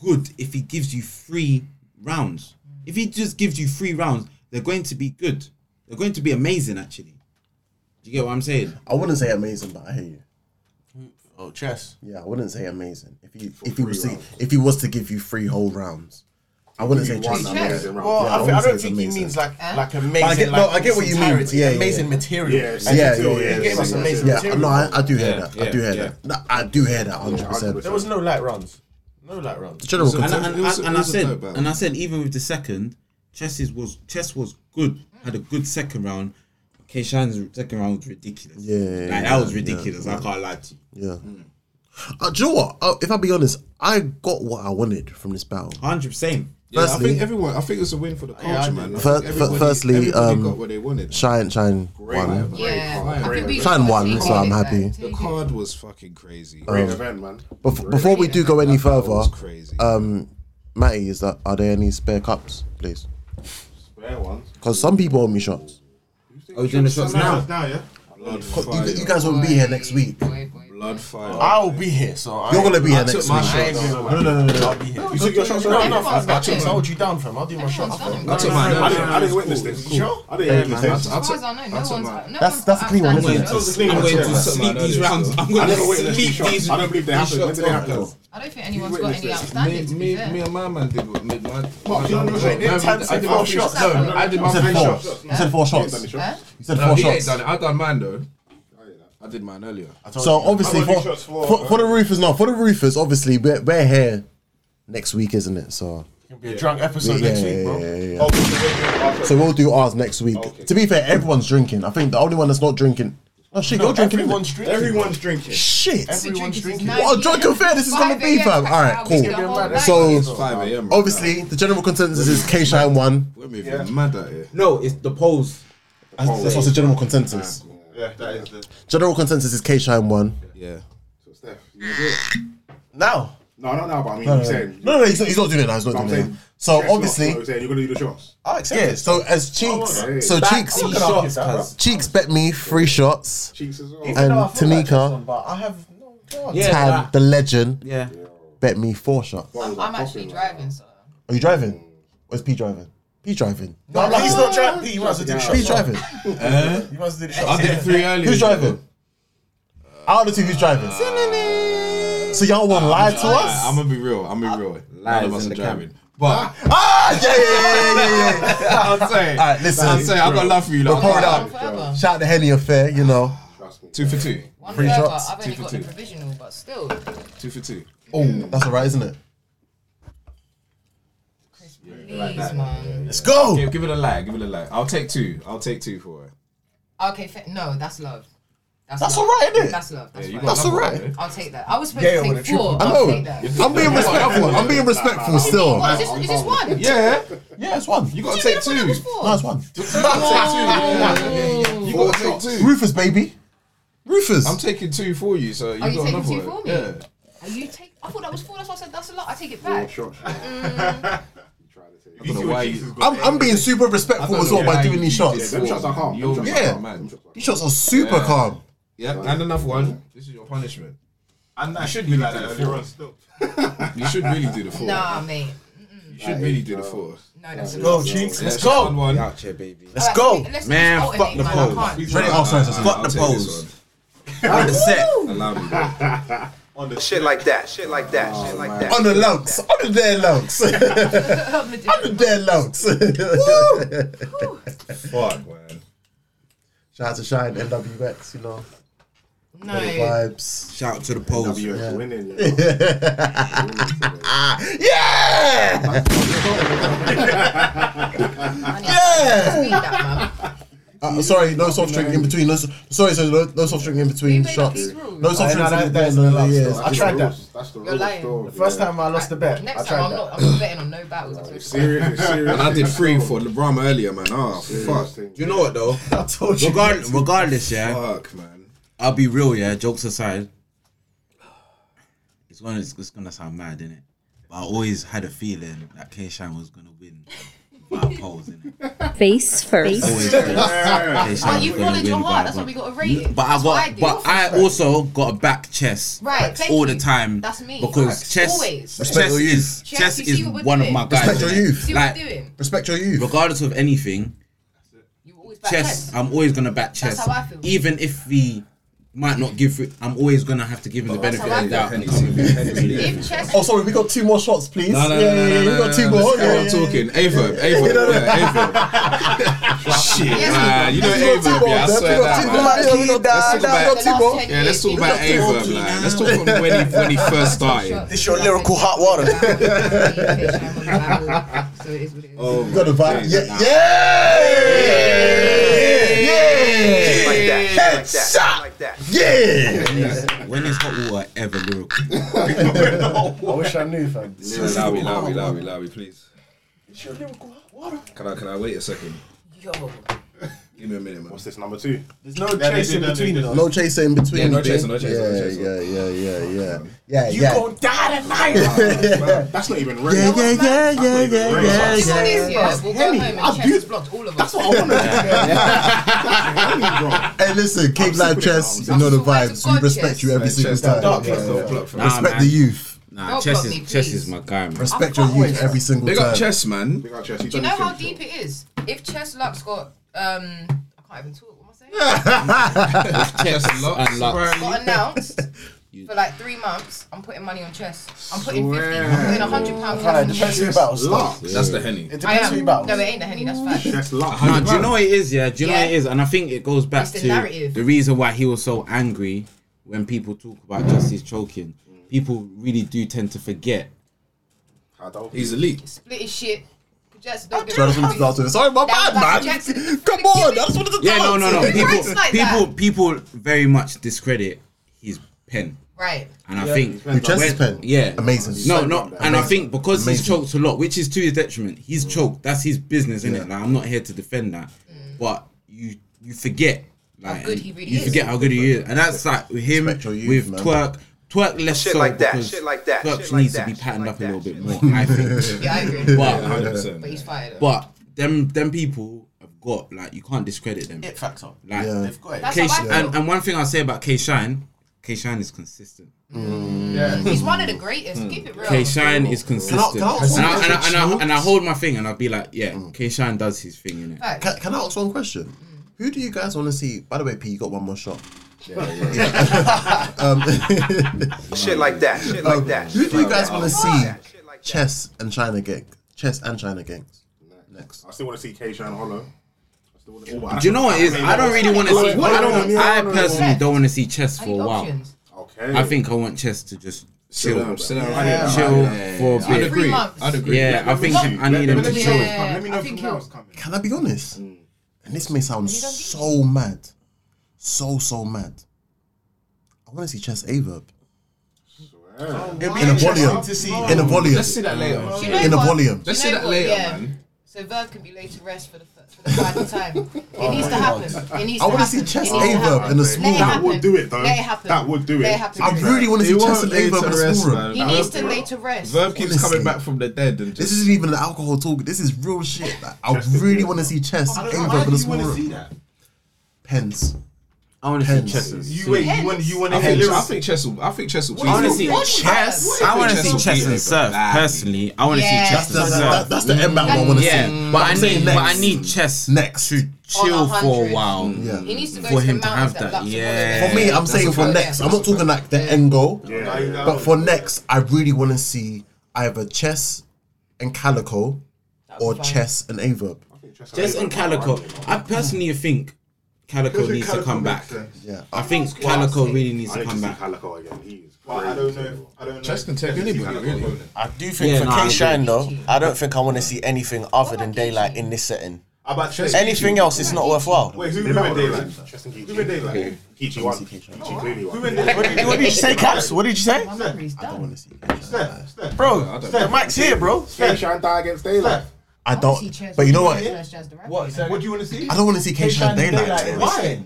S7: good if he gives you three rounds. If he just gives you three rounds, they're going to be good. They're going to be amazing, actually. Do you get what I'm saying?
S1: I wouldn't say amazing, but I hear you.
S2: Oh, chess.
S1: Yeah, I wouldn't say amazing. If he if he was to, if he was to give you three whole rounds, I wouldn't say
S2: Well,
S1: chess.
S2: I, think- I don't think he means like like amazing.
S1: I get-
S2: like,
S1: no, I get what you mean.
S2: entirety,
S1: Yeah, yeah,
S2: amazing
S1: yeah.
S2: material.
S1: Yeah, yeah, yeah. yeah,
S2: He gave us amazing
S1: yeah.
S2: material.
S1: No, I, I do hear
S2: Yeah,
S1: that. I
S2: yeah,
S1: do hear
S2: yeah.
S1: that. No, I do hear that 100. percent
S2: There was no light runs. No light runs.
S1: The general
S7: and, I-
S1: consensus-
S7: and
S1: it
S7: I-
S1: was-
S7: and
S1: it
S7: I
S1: was a
S7: said,
S1: dope battle.
S7: and I said, even with the second, Chess's was Chess was good. Had a good second round. Keishan's second round was ridiculous.
S1: Yeah, yeah,
S7: like,
S1: yeah,
S7: that was
S1: yeah,
S7: ridiculous.
S1: yeah.
S7: I can't lie to you.
S1: Yeah. Uh, do you know what? Uh, if I be honest, I got what I wanted from this battle.
S7: Hundred percent.
S5: Yeah, I
S1: Firstly-
S5: think everyone. I think it's a win for the culture,
S1: Yeah, I
S5: man. I
S1: Fir-
S5: think
S1: fir-
S5: everybody-
S1: firstly,
S5: everybody
S1: um,
S5: got what they wanted.
S1: Shine, Shine
S5: Great
S1: won.
S5: event, Yeah, great I think event. we
S1: Shine
S5: should
S1: won, so
S5: take
S1: I'm
S5: it,
S1: happy.
S5: The card was fucking crazy.
S1: Great Um, event, Bef- before we do go any further, um, Matty, is that are there any spare cups, please?
S3: Spare ones.
S1: Because some people owe me shots.
S7: Oh, doing the shots
S3: Something
S7: now.
S3: else now, yeah.
S5: Blood
S1: Co-
S5: fire.
S1: You, you guys won't be here next week.
S5: Blood fire.
S2: I'll be here, so I
S1: You're gonna be here
S2: I took
S1: next
S2: my
S1: week.
S2: shot.
S1: I ain't
S2: No,
S1: doing
S2: no, no, no, no, I'll be here.
S1: You took your shots
S2: No,
S1: already?
S2: no, I, I, I,
S1: Everyone's
S2: I hold you down, fam. I'll do my shot. after.
S5: I took mine.
S2: I didn't- I didn't
S5: witness
S2: this.
S5: Sure? I
S2: didn't- man, I- I
S5: I
S2: took-
S5: took-
S6: I know, no one's- no
S1: That's that's a clean one.
S7: I'm going
S1: Isn't
S7: to,
S1: it?
S7: I'm going to sneak these rounds. I'm going to sneak these.
S28: I don't believe they happened.
S7: these
S28: When did they
S7: shots
S28: happen?
S7: up.
S6: I don't think anyone's got any outstanding. To be
S29: me,
S6: fair.
S29: me and my man did what made my.
S6: What, you don't know,
S29: I
S6: they did
S29: did
S6: ten-
S29: I did
S6: four
S29: my three
S6: shots?
S29: shots.
S6: No,
S29: I did my
S1: You said
S29: three
S1: four.
S29: shots.
S1: You said four
S29: He ain't done
S1: shots.
S29: the
S1: You said
S29: No,
S1: four
S29: he ain't
S1: shots.
S29: done it. I done mine though. I did mine earlier.
S1: So obviously, for, for, for the roofers, no, for the roofers, obviously we're, we're here next week, isn't it? So
S2: It'll be a drunk episode
S1: Yeah,
S2: next
S1: yeah,
S2: week, bro.
S1: yeah, yeah, yeah. So we'll do ours next week. To be fair, everyone's drinking. I think the only one that's not drinking. Oh shit,
S2: No,
S1: you're drinking.
S2: everyone's
S1: isn't it?
S2: drinking.
S3: Everyone's drinking.
S1: Shit.
S2: Everyone's drinking.
S1: What a drunken Oh, fair this is gonna be, fam. All right, cool. So
S5: Oh.
S1: obviously, the general consensus is K Shine one.
S5: We're moving mad at it.
S7: No, it's the polls.
S1: That's also general consensus.
S3: Yeah, that is the.
S1: General consensus is K Shine one.
S5: Yeah.
S3: So Steph, you gonna do it?
S2: Now.
S3: No, not now, but I mean,
S1: No, no,
S3: you're
S1: no,
S3: saying.
S1: no, no, he's not, he's not doing it now. He's not
S3: I'm
S1: doing it.
S3: saying
S1: now. So
S3: Chess
S1: obviously,
S3: lot, so I'm saying you're gonna do the shots.
S2: I accept
S1: yeah.
S2: it.
S1: So as cheeks,
S3: Oh,
S1: so
S2: Back
S1: cheeks,
S2: to shots, cuz.
S1: cheeks bet me three shots,
S3: Cheeks as well.
S1: and
S2: Even though I feel like this
S1: Tanika,
S2: one, but I have no God.
S1: Tam, the legend,
S7: Yeah.
S1: bet me four shots.
S6: I'm, I'm actually driving, so.
S1: Are you driving? Where's P driving? P driving.
S2: No, no, he's not driving. He wants to do the shot.
S1: P driving.
S2: He wants to do the shot.
S5: I did three earlier.
S1: Who's driving? Out of the two, who's driving? So y'all want to lie to us?
S5: I'm gonna be real. I'm
S1: Uh,
S5: gonna be real. None of us are driving. But <laughs>
S1: Ah, yeah, yeah, yeah, yeah, yeah.
S5: I'm saying,
S1: All right, listen.
S5: I'm saying, I got love for you.
S1: We're
S5: Like,
S1: pouring
S6: One
S1: out.
S6: forever.
S1: Shout out to Henny Affair, you know.
S5: Two for two.
S6: One
S1: Three
S6: forever.
S1: shots,
S6: I've
S5: two
S6: only
S5: for
S6: got the
S5: two.
S6: provisional, but still.
S5: Two for two.
S1: Oh, that's all right, isn't it?
S6: Please, man.
S1: Let's go.
S5: Give, give it a lie. Give it a lie. I'll take two. I'll take two for it.
S6: Okay, fa- no, that's love.
S1: That's
S6: love.
S1: alright, innit?
S6: That's love. That's
S5: Yeah, you
S6: right.
S5: got
S1: That's all right.
S6: I'll take that. I was supposed
S2: Yeah,
S6: to
S2: with
S6: take
S2: a triple.
S6: four.
S1: I
S6: I'll
S1: know.
S6: take that.
S1: I'm being respectful. I'm being respectful still.
S6: What, is, this, is this one?
S5: Yeah.
S1: Yeah, it's one.
S5: You
S1: You
S5: gotta take two. <laughs>
S1: no, it's one.
S5: You gotta take two.
S1: Rufus, baby. Rufus.
S5: I'm taking two for you, so you
S6: Are Oh, you
S5: got
S6: taking
S5: another
S6: two
S5: one.
S6: for me?
S5: Yeah.
S6: Are you take? I thought that was four. That's why I said that's a lot. I take it back.
S5: I don't know why you.
S1: I'm, I'm being super respectful as well by doing these shots.
S5: Them shots are
S3: calm.
S5: You're
S3: Them
S1: shots are
S5: yeah.
S1: calm,
S5: man.
S1: These shots are super
S5: Yeah.
S1: calm.
S5: Yeah, and another one. This is your punishment.
S3: And that should be like that earlier on still.
S5: You should really do the four.
S6: Nah, mate.
S5: You should really do the four.
S6: No, that's a
S2: Go,
S6: lot.
S2: Cheeks.
S5: Yeah,
S2: Let's go.
S5: One, one.
S7: Out here, baby.
S2: Let's go.
S6: Let's
S7: Man,
S6: alternate,
S7: fuck the
S6: man. I
S7: polls.
S6: can't.
S1: Ready? Oh, sorry, sorry, sorry.
S5: I'll
S7: the
S5: take this
S7: balls.
S5: one.
S7: We're in the set.
S5: Allow me, bro.
S17: Shit like that. Shit like that. Shit like that.
S1: On the lunks. On the their lunks. On
S6: I'm legit.
S1: the their lunks.
S5: Fuck, man.
S1: Shout out to Shine, NWX, you know. Good
S6: No.
S1: Vibes.
S7: Shout out to the polls.
S28: You're winning. you know.
S1: Yeah!
S6: Read that, man.
S1: Uh, sorry, no soft drink in between. No, so- sorry, sorry, no, no soft drink in between
S6: You made up
S1: shots.
S6: these rules.
S1: No soft
S2: Aye, nah,
S1: drink in
S2: that- that is
S1: between.
S2: the last
S1: yes.
S2: one. I tried that.
S28: That's the
S6: You're lying.
S28: story.
S2: The first time I lost the bet, I
S6: Next
S2: tried
S6: time, I'm
S2: that.
S6: not. I'm not betting on no battles. I told
S5: <laughs>
S6: you.
S28: Serious, serious.
S5: And I did three for LeBron earlier, man. Oh, fuck.
S7: Do you know what though?
S2: I told you.
S7: Regard, regardless, yeah.
S5: Fuck, man.
S7: I'll be real, yeah. Jokes aside, It's gonna it's gonna sound mad, innit? But I always had a feeling that K Shine was gonna win by polls, innit?
S30: Face first.
S1: <laughs>
S7: Always did. K-Shine
S6: Well,
S7: was
S6: you
S7: gonna
S6: followed your heart.
S7: win by-
S6: That's why we got a
S7: N-
S6: rating.
S7: But I
S6: That's what I
S7: got,
S6: do.
S7: but I also got a back chess
S6: Right, thank
S7: all
S6: you.
S7: the time.
S6: That's me.
S7: because
S6: Facts.
S7: chess,
S6: Always.
S7: chess
S6: Respect your
S7: is
S6: youth.
S7: chess
S6: Chess, you
S7: is
S6: see what we're
S7: one of
S6: doing?
S7: my guys.
S6: Respect your
S7: innit?
S6: youth. See what
S7: Like,
S6: we're doing?
S1: respect your youth.
S7: Regardless of anything, chess. I'm always gonna back chess.
S6: That's how I feel.
S7: Even if we might not give, it, I'm always gonna have to give him the
S5: That's
S7: benefit
S5: how I
S7: of the
S5: feel.
S7: doubt.
S6: If chess
S1: Oh, sorry, we got two more shots, please.
S5: No, no,
S1: yeah,
S5: no, no,
S1: yeah, yeah,
S5: no,
S1: we
S5: no,
S1: got two
S5: no,
S1: more.
S5: let's carry
S1: Yeah,
S5: on
S1: yeah,
S5: talking. Averb,
S1: <laughs>
S5: Averb, yeah, Averb. Shit,
S1: Yes,
S5: man,
S1: we
S5: you
S1: got-
S5: know
S1: yes, we got
S5: Averb, yeah, I
S1: two
S5: swear
S1: more.
S5: that,
S1: We got two
S5: man.
S1: more. We got
S5: Let's talk
S1: two
S5: about-
S1: more.
S5: Yeah, let's talk about Averb, like, let's talk from when he, when he first started.
S2: This your lyrical hot water.
S5: Oh,
S1: You got a vibe. Yeah, yeah,
S17: Shit like that. Shit like that. Shit like that.
S1: Yeah.
S7: When is hot water ever lyrical?
S1: I wish I knew, fam.
S5: Lowy, Lowy, Lowy, Lowy, please.
S1: It's your lyrical hot water.
S5: Can I, can I wait a second?
S6: Yo.
S5: Give me a minute, man. What's
S15: this number two?
S1: There's no
S15: Yeah, they
S1: chase in
S15: did, they
S1: between
S15: did.
S1: us. No chase in between.
S5: Yeah, no
S1: babe.
S5: chaser, no chaser, no chaser.
S1: Yeah, yeah, yeah, yeah, yeah. Yeah,
S15: You
S1: yeah.
S15: gon' die
S1: <laughs>
S15: tonight. Wow, That's not even real.
S1: Yeah, yeah, yeah, yeah, yeah, yeah,
S6: Do what it is, yeah.
S15: That's
S6: We'll go
S15: Henny.
S6: home and
S15: I'll
S6: chess
S15: do-
S6: is blocked all of us.
S15: That's what I want
S5: <laughs>
S1: Hey, listen, Cape Live Chess, you know the vibes. We respect you every single time.
S7: Nah,
S1: Respect
S7: man.
S1: the youth.
S7: Nah,
S6: Don't
S7: chess
S6: block
S7: is
S6: me,
S7: chess
S6: please.
S7: is my guy, man.
S1: Respect your youth every single
S5: Big
S1: time.
S5: up chess, man.
S15: Big up chess.
S6: Do you know how deep it is? If Chess Luck's got, um, I can't even talk. What am I saying?
S7: Chess
S5: Lux,
S7: and Lux.
S6: got announced for like three months. I'm putting money on chess. I'm putting fifty. I'm putting hundred pounds
S1: Kinda
S6: on
S1: depends who
S6: chess.
S1: you battle.
S5: Lux.
S1: stuff.
S5: That's the henny.
S1: It
S6: I
S1: depends who you
S6: am. No, it
S1: battle.
S6: ain't the henny. That's fact.
S15: Chess luck.
S7: No, do you know what it is? Yeah, do you know what it is? And I think it goes back
S6: It's the
S7: to
S6: narrative.
S7: the reason why he was so angry when people talk about justice choking.
S6: Mm.
S7: People really do tend to forget.
S5: He's elite.
S6: Split his shit. Just don't get
S1: Jonathan
S6: me wrong.
S1: Pilato. Sorry, my
S6: That-
S1: bad,
S6: that's
S1: man.
S6: Jackson.
S1: Come on, I just wanted to
S7: Yeah, no,
S1: dance.
S7: no, no. People,
S6: writes like
S7: people,
S6: that?
S7: people very much discredit his pen.
S6: Right.
S7: And I
S1: Yeah.
S7: think
S1: Who, Chess's
S7: when-
S1: pen?
S7: yeah,
S1: Amazing.
S7: No, no, and I
S1: Amazing.
S7: think because he's
S1: Amazing. Mm.
S7: choked a lot, which is to his detriment. He's choked. That's his business, innit? Like I'm not here to defend that, but you you forget like
S6: Mm. good he really
S7: you
S6: is.
S7: forget how good he is, and that's like with him
S1: Respect your youth, man.
S7: with twerk. Twerk less
S17: Shit
S7: so
S17: like that,
S7: because
S17: shit like that,
S7: Twerk
S17: shit like
S7: needs
S17: that,
S7: to be
S17: shit
S7: patterned
S17: like
S7: up a
S17: that,
S7: little bit
S17: shit
S7: more.
S17: like
S7: I
S17: <laughs>
S7: think,
S6: Yeah, I
S7: <laughs>
S6: agree.
S7: but
S6: But he's fired. up.
S7: but them them people have got like you can't discredit them.
S2: It factor.
S7: Like
S1: Yeah.
S2: They've got it.
S6: That's
S7: K-
S6: how I feel.
S7: and, and one thing I'll say about K Shine, K Shine is consistent.
S6: He's one of the greatest. Keep it real.
S7: K Shine is consistent.
S1: Can I- can I-
S7: and, I, and, I, and, I, and I hold my thing and I'll be like, yeah, K Shine does his thing in it.
S6: Facts.
S1: Can, can I ask one question? Who do you guys want to see? By the way, P, you got one more shot.
S17: Shit like that. Shit like that.
S1: Who
S17: Shit
S1: do you
S17: like
S1: guys
S17: that.
S1: want to
S17: Shit
S1: see?
S17: like that. Shit like that.
S1: Chess and China gang. Chess and China gangs. Next.
S15: I still want to see K Shine Hollow. I still wanna- Oh,
S7: Do you know what it is? I don't really want to see. I don't. I personally don't want to see chess
S6: I
S7: for a
S6: need
S7: while.
S6: options.
S15: Okay.
S7: I think I want chess to just
S5: Sit
S7: chill,
S5: down, sit down.
S7: chill for a
S5: I'd
S7: bit.
S5: agree.
S6: months.
S5: I'd agree.
S7: Yeah, I think I need him to chill.
S6: Yeah,
S15: Let me know
S6: I
S15: if
S6: think
S15: now
S6: he'll-
S15: is coming.
S1: Can I be honest? And this may sound
S6: you done
S1: so mad. So, so mad. I want to see Chess Averb.
S15: Oh,
S1: In a volume. In a volume.
S5: Let's see that later.
S6: Do you know
S1: In a
S6: what?
S1: volume.
S6: Do you
S5: Let's see
S6: know
S5: that
S6: what?
S5: later,
S6: Yeah.
S5: man.
S6: So Verb can be laid to rest for the for the
S1: <laughs>
S6: final time. It needs to happen. It needs
S1: Oh I
S6: to
S1: wanna
S6: happen.
S1: see Chess
S6: It needs to
S1: Averb
S6: happen.
S1: in a
S6: Let it
S1: small room.
S15: That
S6: happen.
S15: would do it, though.
S6: Let it happen.
S15: That would do
S6: Let
S15: it.
S6: it happen.
S1: I really want to see
S5: It
S1: Chess
S5: won't
S1: and
S5: lay
S1: Averb
S5: to
S1: in a
S5: rest,
S1: small
S5: man.
S1: room.
S6: He needs to lay to rest.
S5: Verb keeps
S1: Honestly.
S5: coming back from the dead and
S1: This
S5: just.
S1: isn't even an alcohol talk. This is real shit. Like, I
S15: Chess is
S1: really
S15: good.
S1: want to see Chess
S15: I don't know,
S1: Averb
S15: Why
S1: in
S15: do
S1: a
S15: you want
S1: small
S15: to see
S1: room.
S15: that?
S1: Pence.
S7: I want to see
S1: Pens.
S7: chess. and
S15: You
S7: Sue.
S15: wait. You want. You want
S5: I
S15: to hear
S5: think, I
S15: lyrics.
S5: think Chess will. I think Chess will.
S6: What do you
S5: please
S6: think?
S5: him.
S6: What do you think?
S7: I want to
S5: Chess
S7: see
S5: will
S7: chess
S5: beat him,
S7: and surf.
S5: but-
S7: Personally, I want to
S6: Yeah.
S7: see
S1: That's
S7: chess
S1: the,
S7: and
S1: that,
S7: surf.
S1: that's the end battle I want to
S7: Yeah,
S1: see.
S7: but
S1: I'm
S7: I
S1: saying
S7: need, but
S1: next.
S7: I need chess
S1: Next.
S7: to chill
S6: On
S7: for a
S6: 100.
S7: while
S1: Mm. Yeah.
S6: He needs to go
S7: for
S6: to
S7: him
S6: the
S7: to have
S6: mountains that
S7: that.
S6: Lux
S7: Yeah.
S1: For me, I'm saying for
S6: fact.
S1: next.
S6: Yeah.
S1: I'm not talking like the end goal.
S15: Yeah.
S1: But for next, I really want to see either Chess and Calico or
S6: fun.
S1: Chess and Averb.
S7: Chess and Calico. I personally think Calico needs to come back.
S1: Yeah.
S7: I think Calico really needs
S15: I
S7: to
S15: need
S7: come
S15: to see
S7: back.
S15: Calico again. He is.
S10: But I don't know. If, I don't know.
S5: Chess
S10: if
S5: can take
S10: Chess is
S5: anybody,
S10: Calico.
S5: really.
S2: I do think
S7: Yeah,
S2: for
S7: nah, I
S2: K Shine
S6: agree.
S2: though, I don't think I want to see anything other than daylight in this setting.
S10: How about Chess?
S2: Anything else, it's not worthwhile.
S10: Wait, who
S15: They might
S10: went
S15: do
S10: daylight?
S15: that. Chess and
S10: Who
S15: Geechee.
S10: went daylight?
S15: Geechee won. Geechee clearly
S10: Who
S15: won.
S10: went daylight?
S2: What did you say, Caps? What did you say,
S6: He's done.
S10: Steph, Steph,
S2: bro? The mic's here, bro.
S15: K Shine die against daylight.
S10: Steph.
S1: I
S6: I wanna see
S1: don't.
S6: Chess
S1: But you know
S6: with
S1: what?
S6: Chess, Chess the rapper, you know?
S10: What do you want to see?
S1: I don't want to see K Shine Daylight.
S10: Why?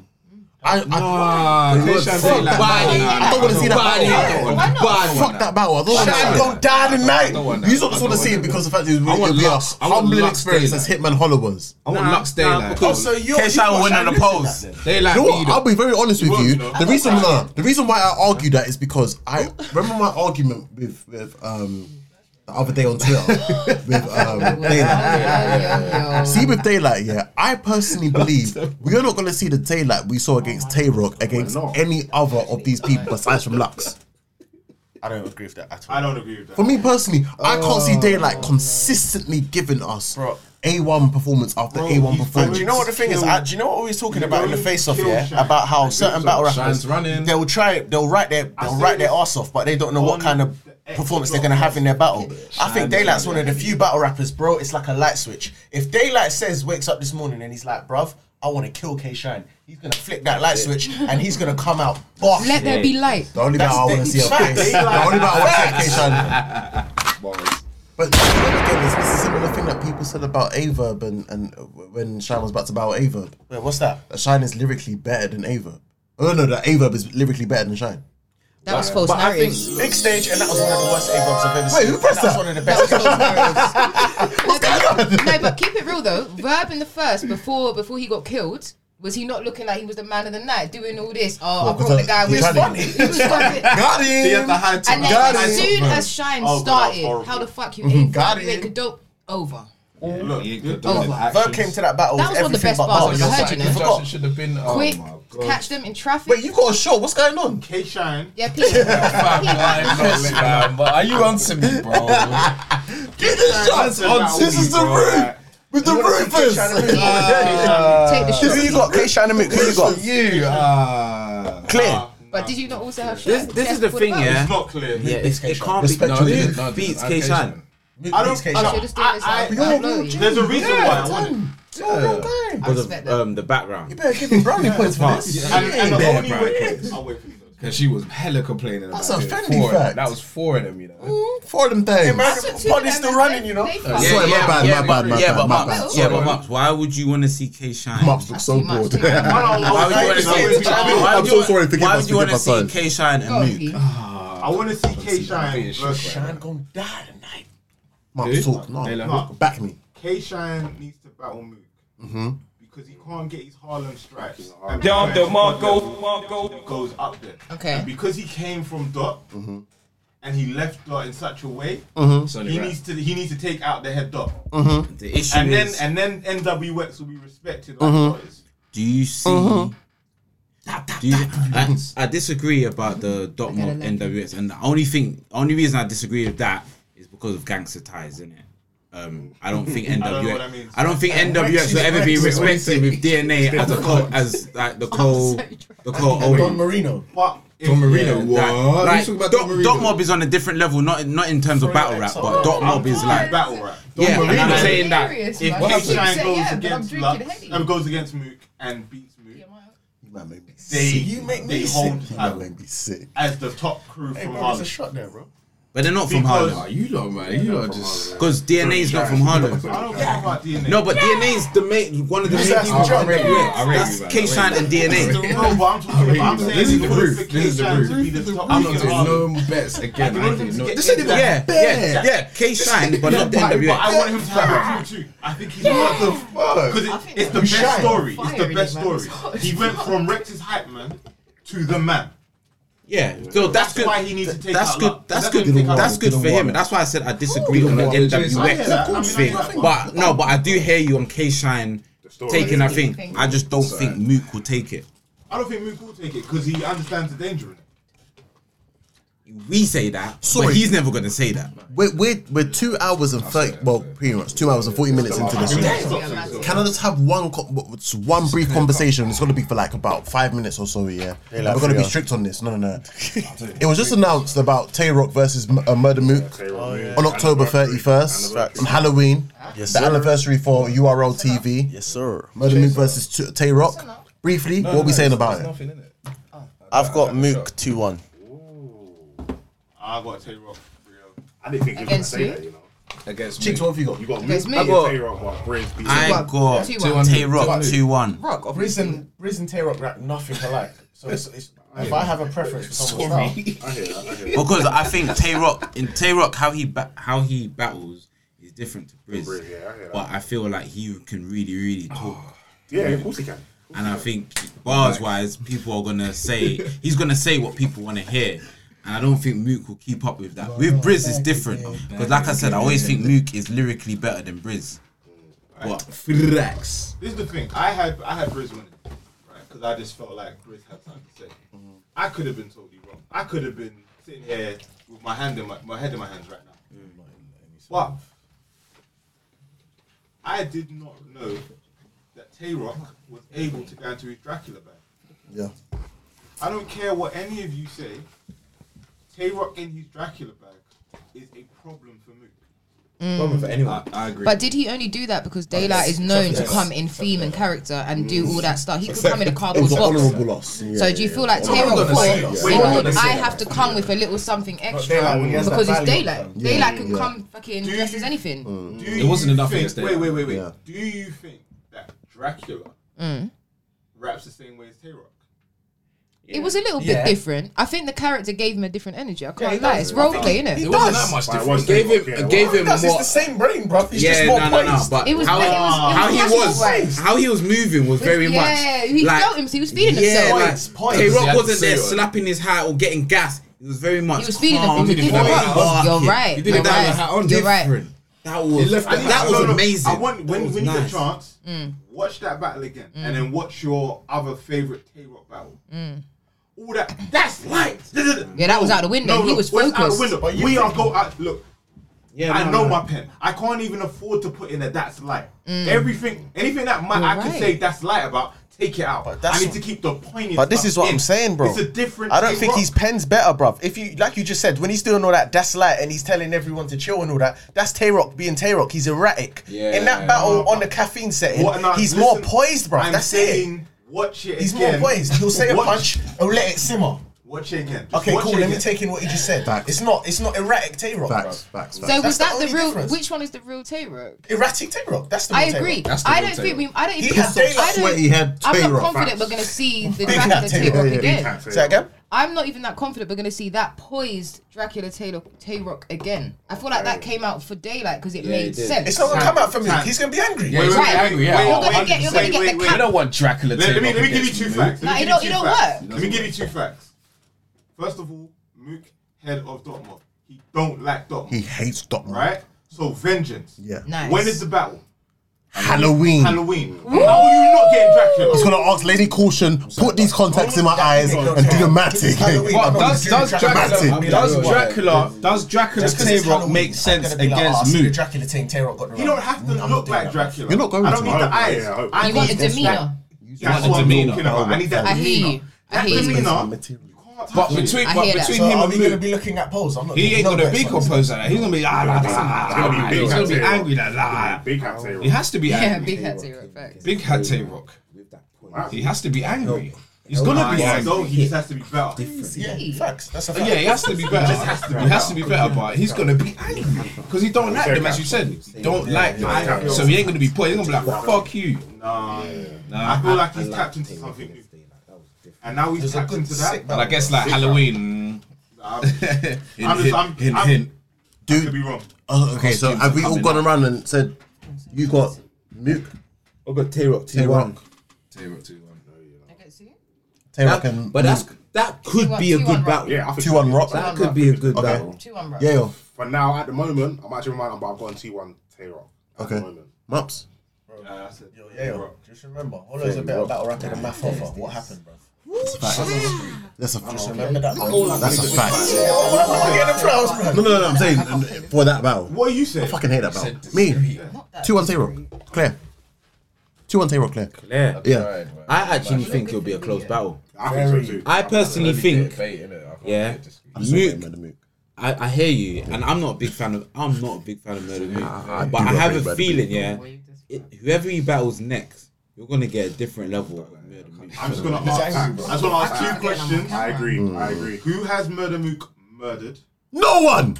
S1: I, I, I,
S5: They shan't say like
S1: Body.
S5: that.
S1: I don't want to see that
S5: Body.
S1: battle.
S5: Why not?
S1: Body. Fuck that battle. I don't want to see
S5: Shine
S1: that.
S5: don't
S1: die
S5: don't want
S1: tonight.
S5: that.
S1: You just want to
S5: I don't
S1: see it
S5: want
S1: because the fact is,
S5: I want
S1: it'll be a
S5: Lux. I want
S1: humbling
S5: Lux
S1: experience as
S5: Daylight.
S1: Hitman Hollow was.
S5: I want Lux Daylight.
S2: Oh, so you're Kesha will win at the polls.
S5: They
S1: You
S5: like
S1: know
S5: me.
S1: what? I'll be very honest with you. The reason, nah, the reason why I argue that is because I
S2: Oh.
S1: remember my argument with with um the other day on
S2: <laughs>
S1: Twitter with um daylight. See with daylight, yeah. I
S2: <laughs>
S1: personally believe we are not going to see the daylight we saw against Tay Rock against any other of these people besides from Lux.
S2: I don't agree with that at all.
S3: I don't agree with that.
S1: For me personally, I can't
S2: Oh.
S1: see daylight consistently giving us a one performance after a one
S2: And
S1: performance.
S2: do you know what the thing is? I, do you know what we was talking about in the face off? Yeah, about how certain battle rappers
S5: Shine's running.
S2: they'll try, they'll write their, they'll write their ass off, but they don't know what kind of performance they're gonna have in their battle. I think Daylight's one of the few battle rappers, bro. It's like a light switch. If Daylight says wakes up this morning and he's like, bruv, I want to kill K Shine. He's gonna flick that light switch and he's gonna come out. boss.
S6: Let there be light.
S1: The only
S2: That's
S1: battle I want to
S2: the-
S1: see a face. The only battle I want to see a But then again, it's, it's a similar thing that people said about Averb and, and when Shine was about to battle Averb.
S2: Wait, what's that?
S1: That Shine is lyrically better than Averb. Oh no, that Averb is lyrically better than Shine.
S6: That was false
S1: But I think-
S6: narratives.
S2: Big stage, and that was one of the worst A Robs I've ever
S1: Wait,
S2: seen.
S1: who pressed
S2: And That was
S1: that?
S2: one of the best.
S6: No, but, no, but keep it real though. Verb in the first, before before he got killed, was he not looking like he was the man of the night, doing all this? Oh,
S1: Well,
S6: I brought the guy
S1: he
S6: with
S1: tried
S6: me.
S1: to-
S6: <laughs> He was fucking-
S1: Got him.
S6: And then
S1: Got
S6: as
S1: him.
S6: soon as Shine
S7: Oh,
S6: started, how the fuck you ain't
S1: Got
S6: Verb, you
S1: it.
S6: ain't could dope over.
S2: Verb came to that battle.
S6: That was one of
S2: everything
S6: the best
S2: but
S6: bars I've
S2: bars.
S6: ever heard, you know.
S2: forgot.
S11: should have been. Oh
S6: Quick,
S11: my God.
S6: catch them in traffic.
S1: Wait, you've got a show. What's going on?
S3: K Shine.
S6: Yeah, please.
S11: I'm
S6: <laughs>
S11: not lit, man, but are you onto me, bro?
S1: Get this shot.
S11: That's about
S1: This is the
S11: me, bro.
S1: roof with the roofers. <laughs>
S6: Take the shot.
S2: Who you got? K Shine and Mick. Who you got?
S11: You. Uh,
S2: Clear.
S6: But did you not also have
S7: This,
S6: Shine?
S7: this is
S6: Just
S7: the
S6: for
S7: thing,
S6: vote?
S7: yeah.
S3: It's not clear.
S7: Yeah, it's, it can't be.
S1: Respect
S7: No,
S1: to
S7: who
S1: the-
S7: beats
S11: no,
S7: K
S11: K-Shine.
S7: Shine?
S2: I don't. K
S6: I should
S2: Shine.
S6: just do this. I,
S3: There's a reason why I want it.
S7: Because of um, the background.
S1: Better give him brownie points for this.
S3: And, and the
S11: there,
S3: only
S11: bro.
S3: way. I'll wait for you.
S11: Because she was hella complaining
S1: That's
S11: about
S1: a
S11: it.
S1: friendly
S11: Four-
S1: fact. Hmm?
S11: That was four of them, you know.
S1: Four of them things.
S2: Body's still running, you know.
S1: Sorry, my bad, my bad, my
S7: yeah,
S1: bad,
S7: but
S1: my
S7: Mups-
S1: bad.
S7: yeah,
S1: Sorry.
S7: but Mups, why would you want to see K Shine?
S1: Mups look so bored.
S6: <laughs>
S7: Why would you want to
S3: I
S7: see?
S3: would-
S7: Why
S1: I'm
S7: would
S1: so
S7: you,
S1: sorry, forgive
S7: why
S1: us,
S7: would you want to
S1: forgive us,
S7: see K Shine and Mook?
S3: I want to see K Shine versus
S2: Shine gonna die tonight.
S1: Mups talk. No, back me.
S3: K Shine needs to battle Mook. Because he can't get his Harlem stripes. And
S18: Dom
S3: because-
S18: DeMarco, Marco.
S3: goes up there.
S6: Okay.
S3: And because he came from Dot and he left Dot in such a way, he needs to he needs to take out the head Dot.
S7: The issue
S3: And then
S7: is,
S3: and then NWX will be respected like Dot is.
S7: do you see? Do you, I, I disagree about the dot mob NWS, and the only thing, only reason I disagree with that is because of gangster ties, isn't it? Um, I don't think NWS. I
S3: know
S7: don't,
S3: what that means.
S7: think NWS will ever be respected with DNA as a co as like the co the co
S1: Don
S7: owner.
S1: Marino.
S3: But if
S11: Don Marino,
S7: Like,
S11: what?
S7: like,
S11: Who's talking about Don
S7: dot,
S11: Marino?
S7: dot mob is on a different level, not not in terms of battle rap, but dot mob is like
S3: battle rap.
S7: yeah. And I'm saying that
S6: Serious,
S7: if
S6: man.
S3: K Shine
S6: Yeah,
S3: goes
S6: but I'm
S3: against
S6: drinking
S3: Lux
S6: heavy.
S3: and goes against Mook and beats Mook.
S1: You might make me
S3: They
S1: sick. You make
S3: they
S1: me
S3: hold
S1: sick. You might
S3: title
S1: make me sick.
S3: as the top crew from
S1: There's a
S3: Harlem.
S1: shot there, bro.
S7: but they're not from
S3: Because-
S7: Harlem
S11: Oh, you lot, man. You lot just.
S7: because DNA is not from Harlem.
S3: I don't care about DNA.
S7: No, but DNA is the main one of the main
S1: said
S7: people.
S1: John
S7: That's
S1: Reed.
S11: I read you, man.
S7: K Shine and DNA.
S3: No, but I'm talking. I'm saying
S11: This is the
S3: in order
S11: proof.
S3: for
S11: This is the
S3: K-Shine to be
S11: proof.
S3: the top
S11: I'm
S3: crew
S11: not
S3: in
S11: doing
S3: Harlem.
S11: no bets again. I did not.
S3: This ain't even
S7: Yeah, yeah, yeah. K Shine, but not the
S3: But I
S7: NWA.
S3: want him to have a crew too. I think he's worth the because it, it's the best story. It's the
S6: Fire
S3: best
S6: in it, man.
S3: story. He went from Rex's hype man to the man.
S7: Yeah, so that's
S3: That's
S7: good.
S3: why he needs to take
S7: That's
S3: out
S7: good.
S3: Lux.
S7: That's
S3: That's
S7: good.
S3: why he needs to
S7: That's
S3: take
S7: good
S1: out
S7: for
S1: Lux.
S7: him. That's why I said I disagree on the NWX thing. But no, but I do hear you on K Shine taking. I think I just don't think Mook will take it.
S3: I don't think Mook will take it because he understands the danger. in it.
S7: We say that, but
S1: Sorry.
S7: he's never gonna say that.
S1: We're, we're, we're two hours and 30, well, pretty much two hours and 40 minutes into this. Can I just have one co- w- w- just one brief conversation? It's going to be for like about five minutes or so, yeah? And we're going to be strict on this. No, no, no.
S2: <laughs>
S1: it was just announced about Tay Rock versus M- uh, Murder Mook on October 31st on Halloween.
S2: Yes,
S1: the
S2: sir.
S1: anniversary for URL TV.
S2: Yes, sir.
S1: Murder Mook versus T- Tay Rock. Briefly, what are we saying about it?
S11: Nothing in it.
S2: I've got Mook two one.
S3: Ah, I gotta tell you what, real.
S15: I didn't think you were gonna
S6: Against
S15: say
S6: you?
S15: that, you know.
S5: Against
S1: Cheeks,
S5: me.
S1: what have you got? You
S15: got
S5: Against
S15: Luke
S5: me.
S15: and
S5: I got-
S15: Tay-Rock, but Braves beat
S7: I
S15: him.
S7: got
S15: Two one.
S7: Tay Rock
S15: Two one.
S7: 2 1.
S15: Rock, of
S7: Reason-
S15: Luke.
S2: Reason Tay Rock rap nothing alike. So it's, it's, if
S15: Yeah.
S2: I have a preference for someone's
S15: Sorry.
S2: style,
S15: I hear that, I hear that.
S7: because I think Tay Rock in Tay Rock how he ba- how he battles is different to Briz.
S15: Briz, yeah, I hear that.
S7: but I feel like he can really really talk.
S9: Oh.
S15: Yeah, of course he can.
S7: And I think bars wise, people are gonna say he's gonna say what people want to hear. And I don't think Mook will keep up with that. With Briz, it's different because, like I said, I always think Mook is lyrically better than Briz. But Frax,
S3: This is the thing. I had I had Briz winning, right? Because I just felt like Briz had something to say. I could have been totally wrong. I could have been sitting here with my hand in my, my head in my hands right now. But I did not know that Tay Rock was able to go into his Dracula bag.
S1: Yeah.
S3: I don't care what any of you say. Tay Rock in his Dracula bag is a problem for me.
S6: Mm.
S5: Problem for anyone. I, I agree.
S6: But did he only do that because Daylight is known to
S5: Yes.
S6: come in theme and character and do all that stuff? He could
S1: Exactly.
S6: come in a
S1: It
S6: cardboard
S1: was an
S6: box.
S1: honourable loss. Yeah,
S6: so do you
S1: yeah,
S6: feel
S1: yeah.
S6: like
S1: I'm
S6: Taylor
S1: gonna say
S6: Ford?
S1: that.
S6: you
S1: Yeah.
S6: know,
S1: I'm gonna
S6: "Oh, I
S1: say
S6: have to come with a little something extra
S1: Daylight, when he has that
S6: because it's
S1: value.
S6: daylight.
S1: Yeah,
S6: daylight can
S1: yeah.
S6: come fucking dressed as anything.
S3: Do
S5: It
S3: you
S5: wasn't enough
S3: think-
S5: against
S3: Wait,
S5: Daylight.
S3: wait, wait, wait.
S5: Yeah.
S3: Do you think that Dracula
S6: Mm.
S3: raps the same way as Tay Rock?
S6: It was a little bit
S3: Yeah.
S6: different. I think the character gave him a different energy. I can't
S3: he
S6: lie.
S3: does.
S6: It's role
S3: He
S6: play,
S3: does.
S6: innit?
S3: He
S6: it?
S3: does. But it was
S9: gave him,
S3: Tay Rock, yeah.
S9: gave him
S11: That's
S9: more.
S11: it's the same brain, bro. He's just
S9: yeah,
S11: more
S9: no, no, no.
S11: poised.
S9: But
S6: It was
S9: how,
S6: ve- it was- it
S9: how
S6: was
S9: he
S6: actually
S9: was,
S6: poised.
S9: how he was moving was very
S6: yeah,
S9: much.
S6: he
S9: like,
S6: felt him. He was feeling
S9: yeah,
S6: himself.
S9: like
S6: Poised.
S9: Tay
S6: He had
S9: Rock
S6: to
S9: wasn't there
S6: say it.
S9: slapping his hat or getting gas. It was very much.
S6: He was feeling
S9: calm,
S6: him. He did it
S9: poised.
S6: with his butt. You're
S9: Yeah.
S6: right.
S9: He did it
S6: You're
S9: down
S6: right.
S9: the hat on.
S6: You're right.
S9: Different. That was that was
S3: No, no,
S9: amazing.
S3: I want, when
S9: That was
S3: when you
S9: nice.
S3: get a chance,
S6: Mm.
S3: watch that battle again,
S6: Mm.
S3: and then watch your other favorite Tay Rock battle.
S6: Mm.
S3: All that that's light. <laughs>
S6: Yeah, that was out the window. He was
S3: what's Out
S6: focused.
S3: the window.
S6: But you
S3: we are
S6: think-
S3: go out. Look,
S9: Yeah,
S3: I
S9: no,
S3: know
S9: no.
S3: my pen. I can't even afford to put in a that's light.
S2: Mm.
S3: Everything, anything that might,
S2: You're
S3: I
S2: right.
S3: can say that's light about, take it out. I
S2: that's-
S3: need to keep the poignant.
S2: But this
S3: stuff
S2: is what
S3: in.
S2: I'm saying, bro.
S3: It's a different.
S2: I don't
S3: Tay
S2: think
S3: Rock.
S2: his pen's better, bruv. If you like you just said, when he's doing all that, that's light, and he's telling everyone to chill and all that. That's Tay Rock being Tay Rock. He's erratic.
S3: Yeah.
S2: In that battle on the caffeine setting,
S3: What- no,
S2: he's
S3: listen,
S2: more poised, bruv.
S3: I'm
S2: That's it.
S3: saying, Watch it
S2: He's
S3: again.
S2: more poised. He'll say a
S3: Watch-
S2: punch and let it simmer.
S3: Watch it again. Just
S2: Okay,
S3: watch
S2: cool.
S3: it
S2: Let me
S3: again.
S2: take in what you just said. It's not. It's not erratic Tay Rock.
S1: Facts,
S2: bruv.
S1: facts,
S6: So was
S2: That's
S6: that the
S2: only
S6: real?
S2: difference.
S6: Which one is the real Tay Rock?
S2: erratic Tay Rock? That's the.
S6: I
S2: real Tay
S6: agree.
S2: Rock. That's the
S6: I
S2: real
S6: don't
S2: Tay
S6: think
S2: Rock.
S6: we. I don't
S2: He
S6: even.
S2: had Tay
S6: I
S2: Rock.
S6: don't,
S2: Swear he had
S6: I'm
S2: Tay
S6: not
S2: Rock.
S6: confident
S2: Facts.
S6: we're gonna
S2: <laughs>
S6: see the
S2: Big hat
S6: Dracula
S2: Tay
S6: Tay
S2: Rock.
S6: Rock
S2: Yeah, big
S6: again.
S2: hat Tay Say Rock. again?
S6: I'm not even that confident we're gonna see that poised Dracula Tay Rock, Tay Rock again. I feel like that came out for daylight because it
S11: Yeah,
S6: made
S11: it did.
S6: sense.
S11: It's not gonna come
S2: out from him. He's gonna be angry.
S11: Yeah, he's
S6: Right.
S11: gonna be angry. Yeah,
S6: You're gonna get- you're gonna get the
S11: wait, wait.
S6: cap-
S11: We don't want Dracula.
S3: Let,
S11: to
S3: let me,
S11: go
S3: let me give you
S11: against
S3: two
S11: Mook.
S3: facts.
S6: No,
S3: Let me
S6: it
S3: give you
S6: don't-
S3: two
S6: it don't
S3: facts.
S6: work.
S3: Let me give you two facts. First of all, Mook, head of Dotmob. He don't like Dotmob.
S1: He hates Dotmob.
S3: Right? So vengeance.
S1: Yeah.
S6: Nice.
S3: When is the battle?
S1: Halloween.
S3: Halloween. How are you not getting Dracula?
S1: I was gonna ask Lady Caution, put these contacts in my eyes and do the matic.
S5: But does, does Dracula,
S1: Matic.
S5: does Dracula, does Dracula
S1: Just 'cause it's
S5: Tay Rock
S1: Halloween,
S5: make sense
S1: gonna be
S2: oh,
S1: like, "Ah,
S5: against
S1: see
S5: Mook?
S2: Dracula team. Tay Rock got the.
S3: You don't have to look like Dracula.
S5: You're not going
S3: I
S5: to.
S3: don't need
S5: I
S3: the
S5: hope not.
S3: eyes.
S5: Yeah, I hope
S3: I
S6: You want
S3: need
S6: the demeanor.
S3: That's
S5: You
S3: what
S5: want
S3: I'm
S5: the
S3: talking
S5: demeanor.
S3: about. I need that
S6: I hear
S3: demeanor.
S6: you. I hear you.
S5: But between,
S6: I
S5: but
S6: hear that.
S5: between
S6: So
S5: him
S2: Are
S5: and
S2: we
S5: Mook,
S2: gonna be looking at polls? I'm not.
S5: He ain't
S2: no
S5: gonna
S2: bets
S5: be
S2: on this.
S5: composed like that. He's gonna be ah, la, da, la, la,
S15: He's gonna be
S5: He's
S15: big
S5: gonna be
S15: hat
S5: angry. La,
S15: Big hat Tay
S5: la.
S15: Rock.
S5: He has to be
S6: <laughs> Yeah,
S5: angry.
S6: big hat Tay Rock. Facts.
S5: Big hat Tay Rock. He has to be angry. He's
S3: No,
S5: gonna be
S3: I
S5: angry.
S3: don't. He just has to be better.
S2: Yeah, facts. That's a fact.
S5: Yeah, he has to be better.
S3: He just has to be
S5: He has to be
S3: better.
S5: better, but he's gonna be angry because he don't like them, as you said. He don't like them, so he ain't gonna be poor. He's gonna be like, "Fuck you."
S3: Nah.
S5: Nah.
S3: I feel like he's tapped into something new. And now he's
S2: There's a
S3: tapped
S2: good
S3: into
S2: sick
S3: that.
S5: But I guess like Halloween.
S3: Nah, I'm-
S5: hint,
S3: I'm just- I'm-
S5: hint, hint,
S3: I'm-
S5: hint.
S3: I could be wrong.
S1: Oh, okay, so have we all gone around and said you got Mook,
S16: I've got Tay Rock
S1: Tay Rock,
S5: Tay Rock two one.
S1: Tay Rock, and
S9: But that's that could
S6: Two-one,
S9: be a
S6: two-one
S9: good
S6: rock.
S9: battle.
S15: Yeah, I think
S1: two one rock.
S9: That could be a good
S1: Okay.
S9: battle.
S6: Two one, bro.
S1: Yeah, yo.
S15: For now, at the moment, I'm actually reminded, but I've gone T1 Tay Rock. At
S1: Okay.
S15: the moment.
S1: Mups.
S3: Nah, I said, yo,
S2: Yeah, yo, just remember, Hollow's a better battle rapper than Math Hoffa. What happened, bro?
S1: That's a
S2: Just
S1: fact.
S2: remember that.
S1: That's a fact.
S2: Getting applause, bro.
S1: No, no, no, I'm saying um, for that battle.
S3: What you said?
S1: I fucking hate that battle. Me, two one zero, clear. Two one zero, clear.
S9: Yeah.
S1: Yeah.
S9: I actually think it'll be a close battle.
S15: I think so too.
S9: I personally think, yeah, Mook.
S1: Murder Mook.
S9: I, I hear you, and I'm not a big fan of. I'm not a big fan of Murder Mook,
S1: I
S9: but
S1: do
S9: I
S1: not
S9: have
S1: rate
S9: a
S1: Murder
S9: feeling, yeah, it, whoever he battles next, you're gonna get a different level of Murder Mook.
S3: I'm just gonna ask. I just wanna ask two questions.
S15: I agree. I agree.
S3: Who has Murder Mook murdered?
S1: No one.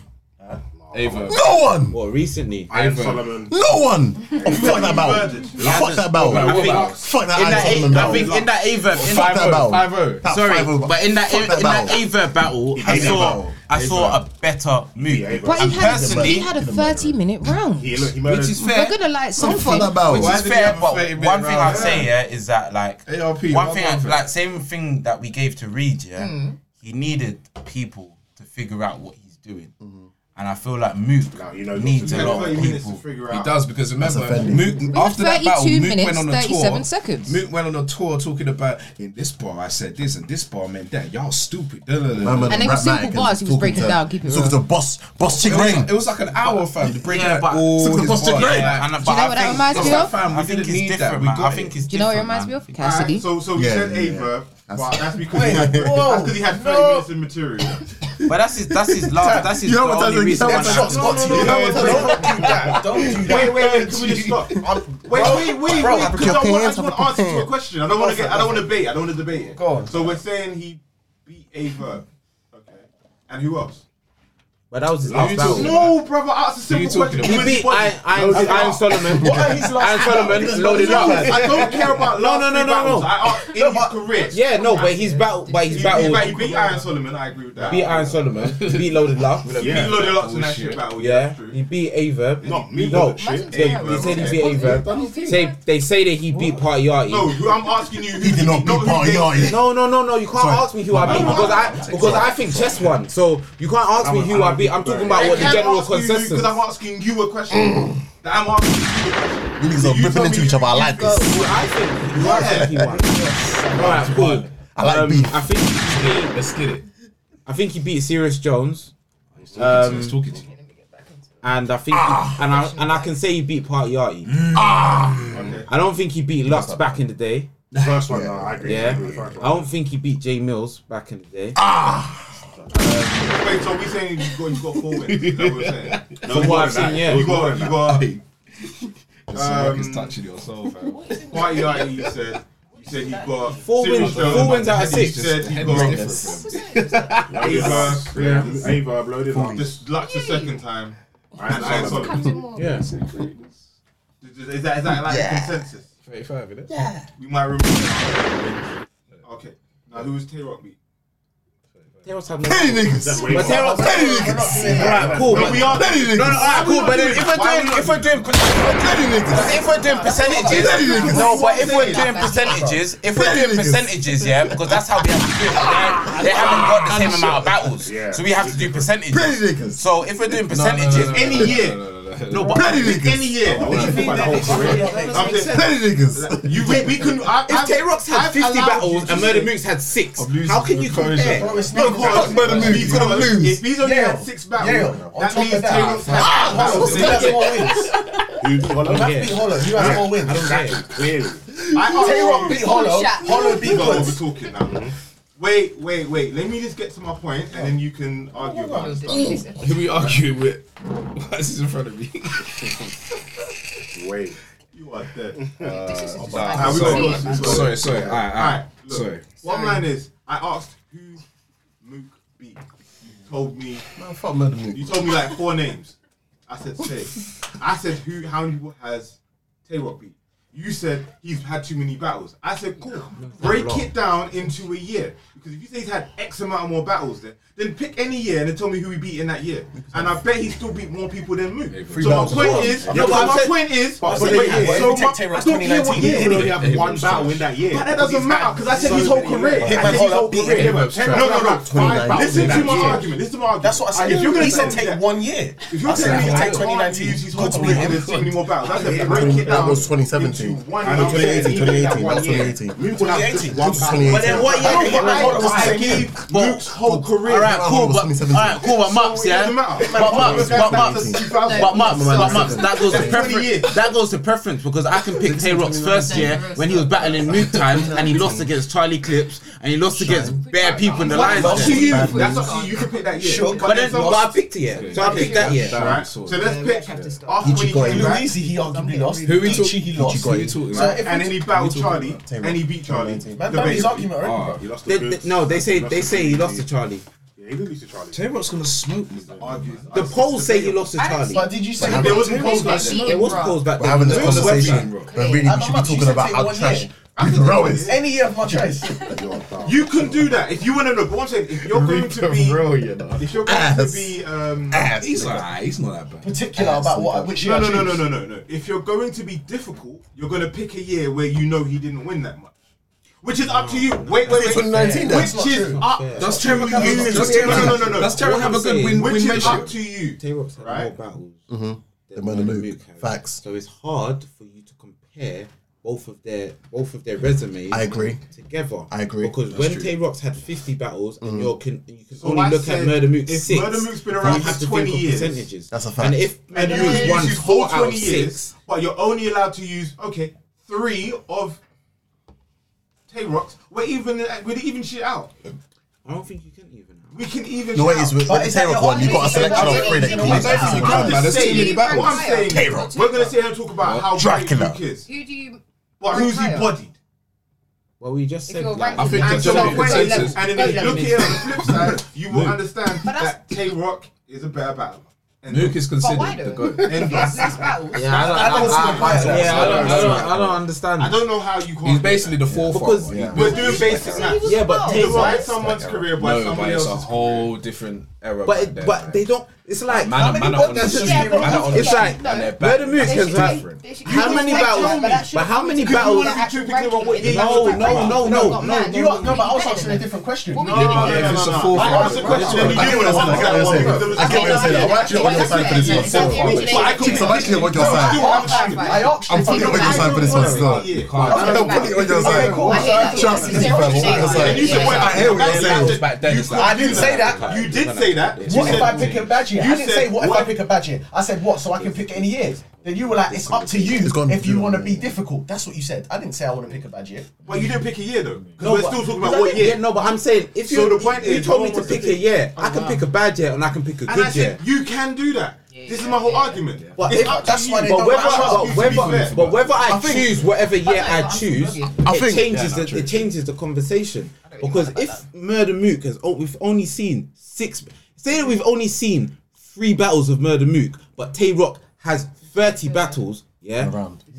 S7: Ava.
S1: No one.
S7: What recently?
S15: I am Solomon.
S1: No one. Oh, fuck that battle. Fuck that battle.
S2: I think-
S1: Fuck that
S2: in that
S1: Iron Solomon
S2: A- I
S1: battle.
S2: think in that A verb, in
S1: Fuck that battle.
S11: Five zero.
S1: That
S7: Sorry,
S1: 5-0
S7: but in that
S1: Fuck
S7: in, in that
S1: battle.
S7: Aver battle, I
S1: hated that
S7: saw
S1: battle.
S7: I saw a better move.
S6: But
S7: And
S6: he had,
S7: personally,
S6: he had a 30 minute round.
S15: He, look, he murdered.
S11: Which is
S6: We're
S11: fair.
S6: gonna like something.
S1: Fuck that battle.
S11: Why
S1: Why
S11: did
S1: did
S11: he
S1: he-
S11: have
S30: fair,
S11: a
S30: but
S11: 30-minute
S30: one thing I'd
S11: round?
S30: say yeah is that like
S11: ARP,
S30: one
S11: one
S30: thing
S11: round.
S30: like same thing that we gave to Reed. Yeah,
S1: Hmm.
S30: he needed people to figure out what he's doing,
S1: Mm-hmm.
S30: and I feel like Mook
S15: Now you know
S30: needs
S15: Dr.
S30: a lot
S15: Pepper.
S30: of
S3: Thirty minutes to
S30: people.
S3: figure
S11: He
S3: out.
S11: does because remember,
S1: offending.
S11: Mook,
S6: got
S11: after that
S6: 32
S11: battle, Mook went
S6: minutes,
S11: on a
S6: 37
S11: tour.
S6: seconds.
S11: Mook went on a tour talking about in this bar I said this and this bar meant that. Y'all stupid. Da, da, da, da.
S1: Man, man,
S6: And they were
S1: Rap
S6: simple
S1: Matic
S6: bars he was
S1: talking
S6: breaking
S1: to-
S6: down, keep it
S1: Talking
S6: real.
S1: to boss, boss Chick
S11: It was,
S1: Ring.
S11: like, it was like an hour, fam, to break
S30: Yeah,
S11: out
S30: but-
S11: all his
S1: What's the
S11: bars.
S1: grade?
S11: Like,
S30: And
S6: Do you know what that reminds
S11: it's
S6: me
S11: like,
S6: of?
S11: fam, we
S30: I think
S11: didn't
S30: it's
S11: need that.
S30: different,
S11: We
S30: man. I
S11: got
S30: think
S11: it.
S30: it's
S6: Do you know what it
S30: different,
S6: reminds
S30: man.
S6: me of?
S3: Alright,
S6: Cassidy.
S3: So, so we
S1: Yeah,
S3: said
S1: yeah,
S3: A
S1: yeah.
S3: verb,
S1: That's-
S3: but that's because he had, that's because he had 30 minutes in material.
S30: But that's his that's his love. That's his
S1: You know
S30: the
S1: what
S30: only
S1: does it-
S30: reason
S1: you know
S30: why
S1: what
S30: I-
S1: shots got to you? You know what does it-
S3: Wait, wait, wait, can we just stop? I'm- Wait, wait, wait,
S1: Bro,
S3: wait,
S1: Africa
S3: because I want, I
S1: pants,
S3: just want to
S1: Africa
S3: answer to a
S1: pants.
S3: question. I don't want to get, I don't want to debate, I don't want to debate it. Go on. So we're saying he beat A verb, okay, and who else?
S7: but that was his
S11: you
S7: last
S11: talking
S7: battle.
S3: No, brother, ask a simple
S11: Who you talking
S3: question.
S11: about?
S3: Who is body? Loaded up.
S7: Solomon. Iron Solomon loaded
S3: I don't care about
S7: No,
S3: last
S7: no, no,
S3: three
S7: no, no.
S3: battles. I ask in his career.
S7: Yeah, no, but he's battle, but
S3: He,
S7: he's
S3: he,
S7: battled.
S3: he beat Iron Solomon, I agree with that.
S7: Beat Iron Solomon. Beat Loaded Love.
S3: He loaded lots in that shit battle, yeah,
S7: Yeah,
S3: that's true.
S7: he beat Averb.
S15: Not me,
S7: No,
S15: but shit.
S7: they, they said he beat Averb. Say they say that he beat Party.
S3: No, who- I'm asking you who
S1: He did not
S3: who
S1: beat Party Yachty.
S7: No, no, no, no. You can't
S1: Sorry.
S7: ask me who I beat because I because I think chess won. So you can't ask me who I beat. I'm talking about what the general consensus. Mm.
S3: Because I'm asking you a question. That I'm asking you a question.
S1: You niggas are
S3: You
S1: ripping
S3: tell
S1: into
S3: me
S1: each other. I
S3: you
S1: like
S3: think-
S1: this.
S7: Who I think who I think he won. All right, cool.
S1: I like
S7: Um,
S1: beef.
S7: I think he beat.
S11: Let's get it.
S7: I think he beat Sirius Jones, um,
S11: He's talking to you, he's talking to you.
S7: and I think
S11: Ah.
S7: he, and I and I can say he beat Party.
S11: Mm.
S7: I don't think he beat Lux back in the day.
S15: First one, no, I agree. I
S7: Yeah,
S15: agree with the first
S7: I
S15: one.
S7: don't think he beat Jay Mills back in the day.
S3: Wait, so we saying you got you got four wins? Is that what we're saying?
S15: <laughs> No,
S7: From
S15: more
S7: what I've
S15: than
S7: seen,
S15: that.
S7: yeah.
S3: You got you got <laughs>
S11: Um, it's touching your soul, fam.
S3: party like you said. You said he got
S7: Four
S3: Cyril
S7: wins-
S3: Jones.
S7: four wins out of six.
S3: You said he
S11: It's
S3: got
S11: different for him.
S3: Ava,
S15: Yeah, Ava uploaded on.
S3: this Lux the second time.
S15: Iron
S3: And Iron
S15: Solomon.
S3: Solomon.
S7: Yeah.
S3: Is that is that like a consensus?
S11: 35, innit?
S3: We might remove. Okay. Now who was Tay Rock beat?
S7: Tails had no.
S15: That's way
S7: But Tails, alright, cool. But
S3: We are.
S1: Any
S30: No, no,
S1: niggas.
S30: alright, cool. But then if we're doing if we're doing
S1: Any niggas.
S30: if we're doing percentages, no, but if we're doing percentages, if we're doing percentages, yeah, because that's how we have to do it. <laughs> They, they haven't got the same amount of battles, so we have to do
S1: Any
S30: percentages.
S1: niggas.
S30: So if we're doing percentages,
S3: Any year.
S30: no, but
S1: Any niggas.
S3: Any year. I'm saying.
S1: Any niggas.
S3: You, we, we couldn't. I,
S7: If Tay Rock's had 50 battles and Murder
S3: Moose.
S7: Mooks had six, how can you compare?
S1: Fuck Murder Moose. He's gonna lose.
S3: If he's only had six battles, that means Tay Rock's had
S1: Ah!
S3: five battles.
S15: Who Hollow?
S7: Hollow. Who has more wins? I don't care.
S15: Clearly.
S3: Tay Rock beat
S6: Hollow. Hollow
S3: beat Hollow. We're talking now.
S1: Mm-hmm.
S3: Wait, wait, wait. Let me just get to my point, and then you can argue about it.
S11: Who we arguing with? <laughs> Why is this in front of me?
S15: Wait.
S3: You are dead.
S11: Ah,
S3: we
S11: sorry,
S3: got- we got-
S11: sorry, sorry. All right, all right.
S3: Alright, look.
S11: Sorry.
S3: One line is, I asked who Mook beat. You told me,
S1: Man, fuck Murder Mook.
S3: you told me like four names. I said Tay. I said who? How many people has Tay Rock beat? You said he's had too many battles. I said cool. Break it down into a year because if you say he's had X amount of more battles, then then pick any year and then tell me who he beat in that year. And I bet he still beat more people than Mook. So my
S1: battles.
S3: point is, no,
S2: but
S3: but my
S2: I'm
S3: point is,
S15: But
S3: so
S15: for the
S3: wait,
S15: year,
S3: so
S15: if you
S3: my-
S15: take
S3: I don't care what
S15: He
S3: year.
S15: would only have one battle in that year.
S3: But that doesn't matter because I said his whole career. I said his whole career. No, no, no. Listen to my argument. Listen to my argument.
S2: That's what I said.
S3: If you're
S2: he
S3: going to
S2: said take one year.
S3: if you're
S2: I said
S3: telling me
S2: take
S3: take
S2: 2019,
S3: 2019, use his whole career and there's too many more battles, I said break it
S1: That
S3: down.
S1: was 2017.
S3: into one
S1: No,
S3: year.
S1: 2018, 2018. That was 2018.
S15: Mook would have just one battle.
S1: 2018.
S2: But then what year?
S3: No,
S2: Hold
S3: but
S2: on, hold on,
S3: I, I
S2: hold on.
S3: gave Luke's whole career.
S2: All right, cool, but all
S1: 2017.
S2: right, cool, but Mups,
S3: So it
S2: yeah,
S3: doesn't matter.
S2: but Mups, but Mups, but Mups, but Mups.
S7: That goes to
S3: years.
S7: preference. That goes to preference because I can pick Tay Rock's first year when he was battling Mook times and he lost against Charlie Clips and he lost against bare people in the
S3: That's up
S7: lines.
S3: to
S7: then.
S3: you. That's up to you. You can pick that year.
S7: But then, but I picked it yeah. So I picked that year.
S3: Right. So let's pick after when he
S1: Ichigo
S3: came back,
S1: Luigi, he arguably lost.
S11: Who we talk-
S1: Ichi, he lost.
S11: Who we talking
S1: So
S11: about?
S1: if
S3: and then he battled Charlie,
S1: Tay Rock.
S3: and he beat Charlie.
S1: Man,
S3: Debatable.
S11: Ah,
S15: He lost
S7: They,
S15: the
S7: they,
S15: goods.
S7: no, they say
S15: lost
S7: they
S15: to
S7: say he
S15: Fiji.
S7: lost to Charlie.
S31: Yeah, he did lose to Charlie.
S5: Tay Rock's gonna smoke me.
S7: The polls say he lost to Charlie.
S1: But did you say
S7: But
S1: there
S7: was
S1: wasn't polls back then?
S7: There was polls back
S1: We're
S7: then.
S1: having this
S7: There was
S1: conversation,
S7: polls back
S1: but really we should be talking about how <laughs> trash Bureau is.
S2: Any year of my choice.
S3: You can do that if you want to know. But what I'm saying, if you're going to be, if you're going to be, um,
S5: He's alright. He's not that bad.
S1: Particular about what which year
S3: no,
S1: I
S3: no, no, no,
S1: choose.
S3: no, no, no. If you're going to be difficult, you're going to pick a year where you know he didn't win that much. Which is up to you. Wait, wait, wait.
S1: 2019 then. That's
S3: Which
S1: not
S3: is
S1: true.
S3: up.
S5: Does Tay Rock have a
S3: You-
S5: good
S3: No, no, no, no, no.
S5: Does Tay Rock have a good win
S3: Which
S5: win
S3: is up
S5: ratio?
S3: to you.
S7: Tay-Rock's had more
S3: Right.
S7: battles.
S1: The man in the mood. Facts.
S7: So it's hard for you to compare both of their both of their resumes.
S1: I agree.
S7: Together,
S1: I agree.
S7: Because
S1: That's
S7: when
S1: true.
S7: Tay Rock's had fifty battles, and you can you can
S3: So
S7: only
S3: I
S7: look at
S3: said
S7: Murder Mook
S3: if
S7: six.
S3: Murder Mook's been
S7: you
S3: around
S7: have
S3: for
S7: to
S3: 20
S7: think of
S3: years,
S7: percentages.
S1: that's a
S7: And
S1: fact.
S7: if
S3: And
S7: Murder
S3: you
S7: Mook's won
S3: use his whole
S7: four out
S3: 20
S7: of
S3: years,
S7: six,
S3: but you're only allowed to use okay three of Tay Rocks. We're even. We're even shit out.
S7: I don't think you can even. have.
S3: We can even.
S1: No,
S3: shit
S1: it is.
S3: out.
S1: With, with the Tay Rock one, you got a selection of three that you
S3: I'm
S1: can
S3: saying,
S1: easily
S3: I'm
S1: count.
S3: just Oh,
S5: there's too
S3: saying,
S5: many battles.
S3: what I'm saying, is,
S1: Tay-Rock.
S3: we're gonna sit here and talk about how
S1: Dracula.
S3: great Luke is,
S6: Who do you?
S3: but who's he
S6: Retire.
S3: bodied?
S7: Well, we just
S6: If
S7: said.
S6: you're
S7: Like,
S6: ranking,
S5: think
S6: like,
S5: the
S6: top
S5: general
S6: 20,
S5: consensus-
S6: level-
S3: And then if you
S6: level
S3: look here on the flip side, you will
S5: Luke.
S3: understand
S6: But that's-
S3: that Tay Rock is a bad battler. And
S5: Luke is
S6: But why
S5: considered the
S6: though?
S5: goat.
S6: He has less battles.
S7: yeah, I don't, I don't, yeah, I don't, I don't, I don't understand.
S3: I don't know how you can't.
S5: He's basically the fourth
S7: Because-
S5: one.
S3: We're doing basic math.
S7: Yeah, but
S3: You
S7: Tay
S3: divide
S7: Rock.
S3: someone's career by
S5: No, but
S3: somebody
S5: it's a
S3: else's.
S5: whole different era.
S7: But
S5: back
S7: it,
S5: then,
S7: but
S5: man.
S7: they don't. It's like
S5: Man, man, man, on the
S7: that's
S5: street,
S7: just-
S6: yeah, but
S5: man,
S6: that's-
S5: on the
S7: it's
S5: street,
S7: like-
S5: and they're back.
S7: Where the Moose
S5: That's
S7: has had-
S5: different.
S7: How many battles? But how many battles? No, no, no, no, no.
S6: You are no, but I was
S1: asking a different question.
S6: What we
S3: No,
S6: did
S3: no,
S6: was-
S3: no,
S5: If it's
S3: no,
S5: a
S3: no.
S5: fourth
S3: I asked a question and you
S1: I get
S3: didn't
S1: what
S3: want
S1: you're
S3: to
S1: saying. I get what you're saying.
S3: answer that
S1: I get
S3: one.
S1: what you're saying. I'm actually on your side for this one. So far, but-
S6: Well, I couldn't-
S1: Chicks, I'm actually on your side. I'm fucking on your side for this one. still. I'm fully on your
S6: Okay, cool. I hear
S1: side.
S6: that.
S1: Trust me,
S6: Yeah,
S1: fam. I'm on
S6: yeah,
S1: your
S6: yeah.
S1: side.
S6: And you said,
S1: I hear what you're saying.
S5: back then. it's like-
S2: I didn't say that.
S3: You did say that. You
S32: What if
S3: said-
S32: I pick a badge year? I
S3: You
S32: didn't
S3: said
S32: say what if I
S3: what-
S32: pick a badge year. I said what, so I can pick any years. Then you were like, it's up to you
S1: gone.
S32: if you want to be difficult. That's what you said. I didn't say I want to pick a badge year.
S3: But you didn't pick a year though. Because
S7: No,
S3: we're
S7: but-
S3: still talking
S7: because
S3: about
S7: I
S3: what
S7: didn't-
S3: year.
S7: Yeah, no, but I'm saying if
S3: So
S7: you,
S3: the point
S7: you,
S3: is,
S7: told
S3: no one
S7: me to
S3: wants to
S7: pick a
S3: pick-
S7: year, I can pick a bad year and I can pick a
S3: And I
S7: good year.
S3: said, you can do that. This is my whole argument.
S7: But
S3: It's
S7: if-
S3: up to
S1: that's
S3: you.
S1: why they
S7: But
S1: don't
S7: whether,
S1: ask
S3: you
S7: but
S3: to
S7: whether,
S3: be fair.
S7: but whether I,
S1: I think-
S7: choose whatever year
S6: I
S7: I
S6: think-
S7: choose,
S1: I
S7: it
S1: think-
S7: changes
S1: Yeah, no,
S7: the, it changes the conversation. Because if Murder Mook has oh, we've only seen six, say that we've only seen three battles of Murder Mook, but Tay Rock has thirty battles. Yeah,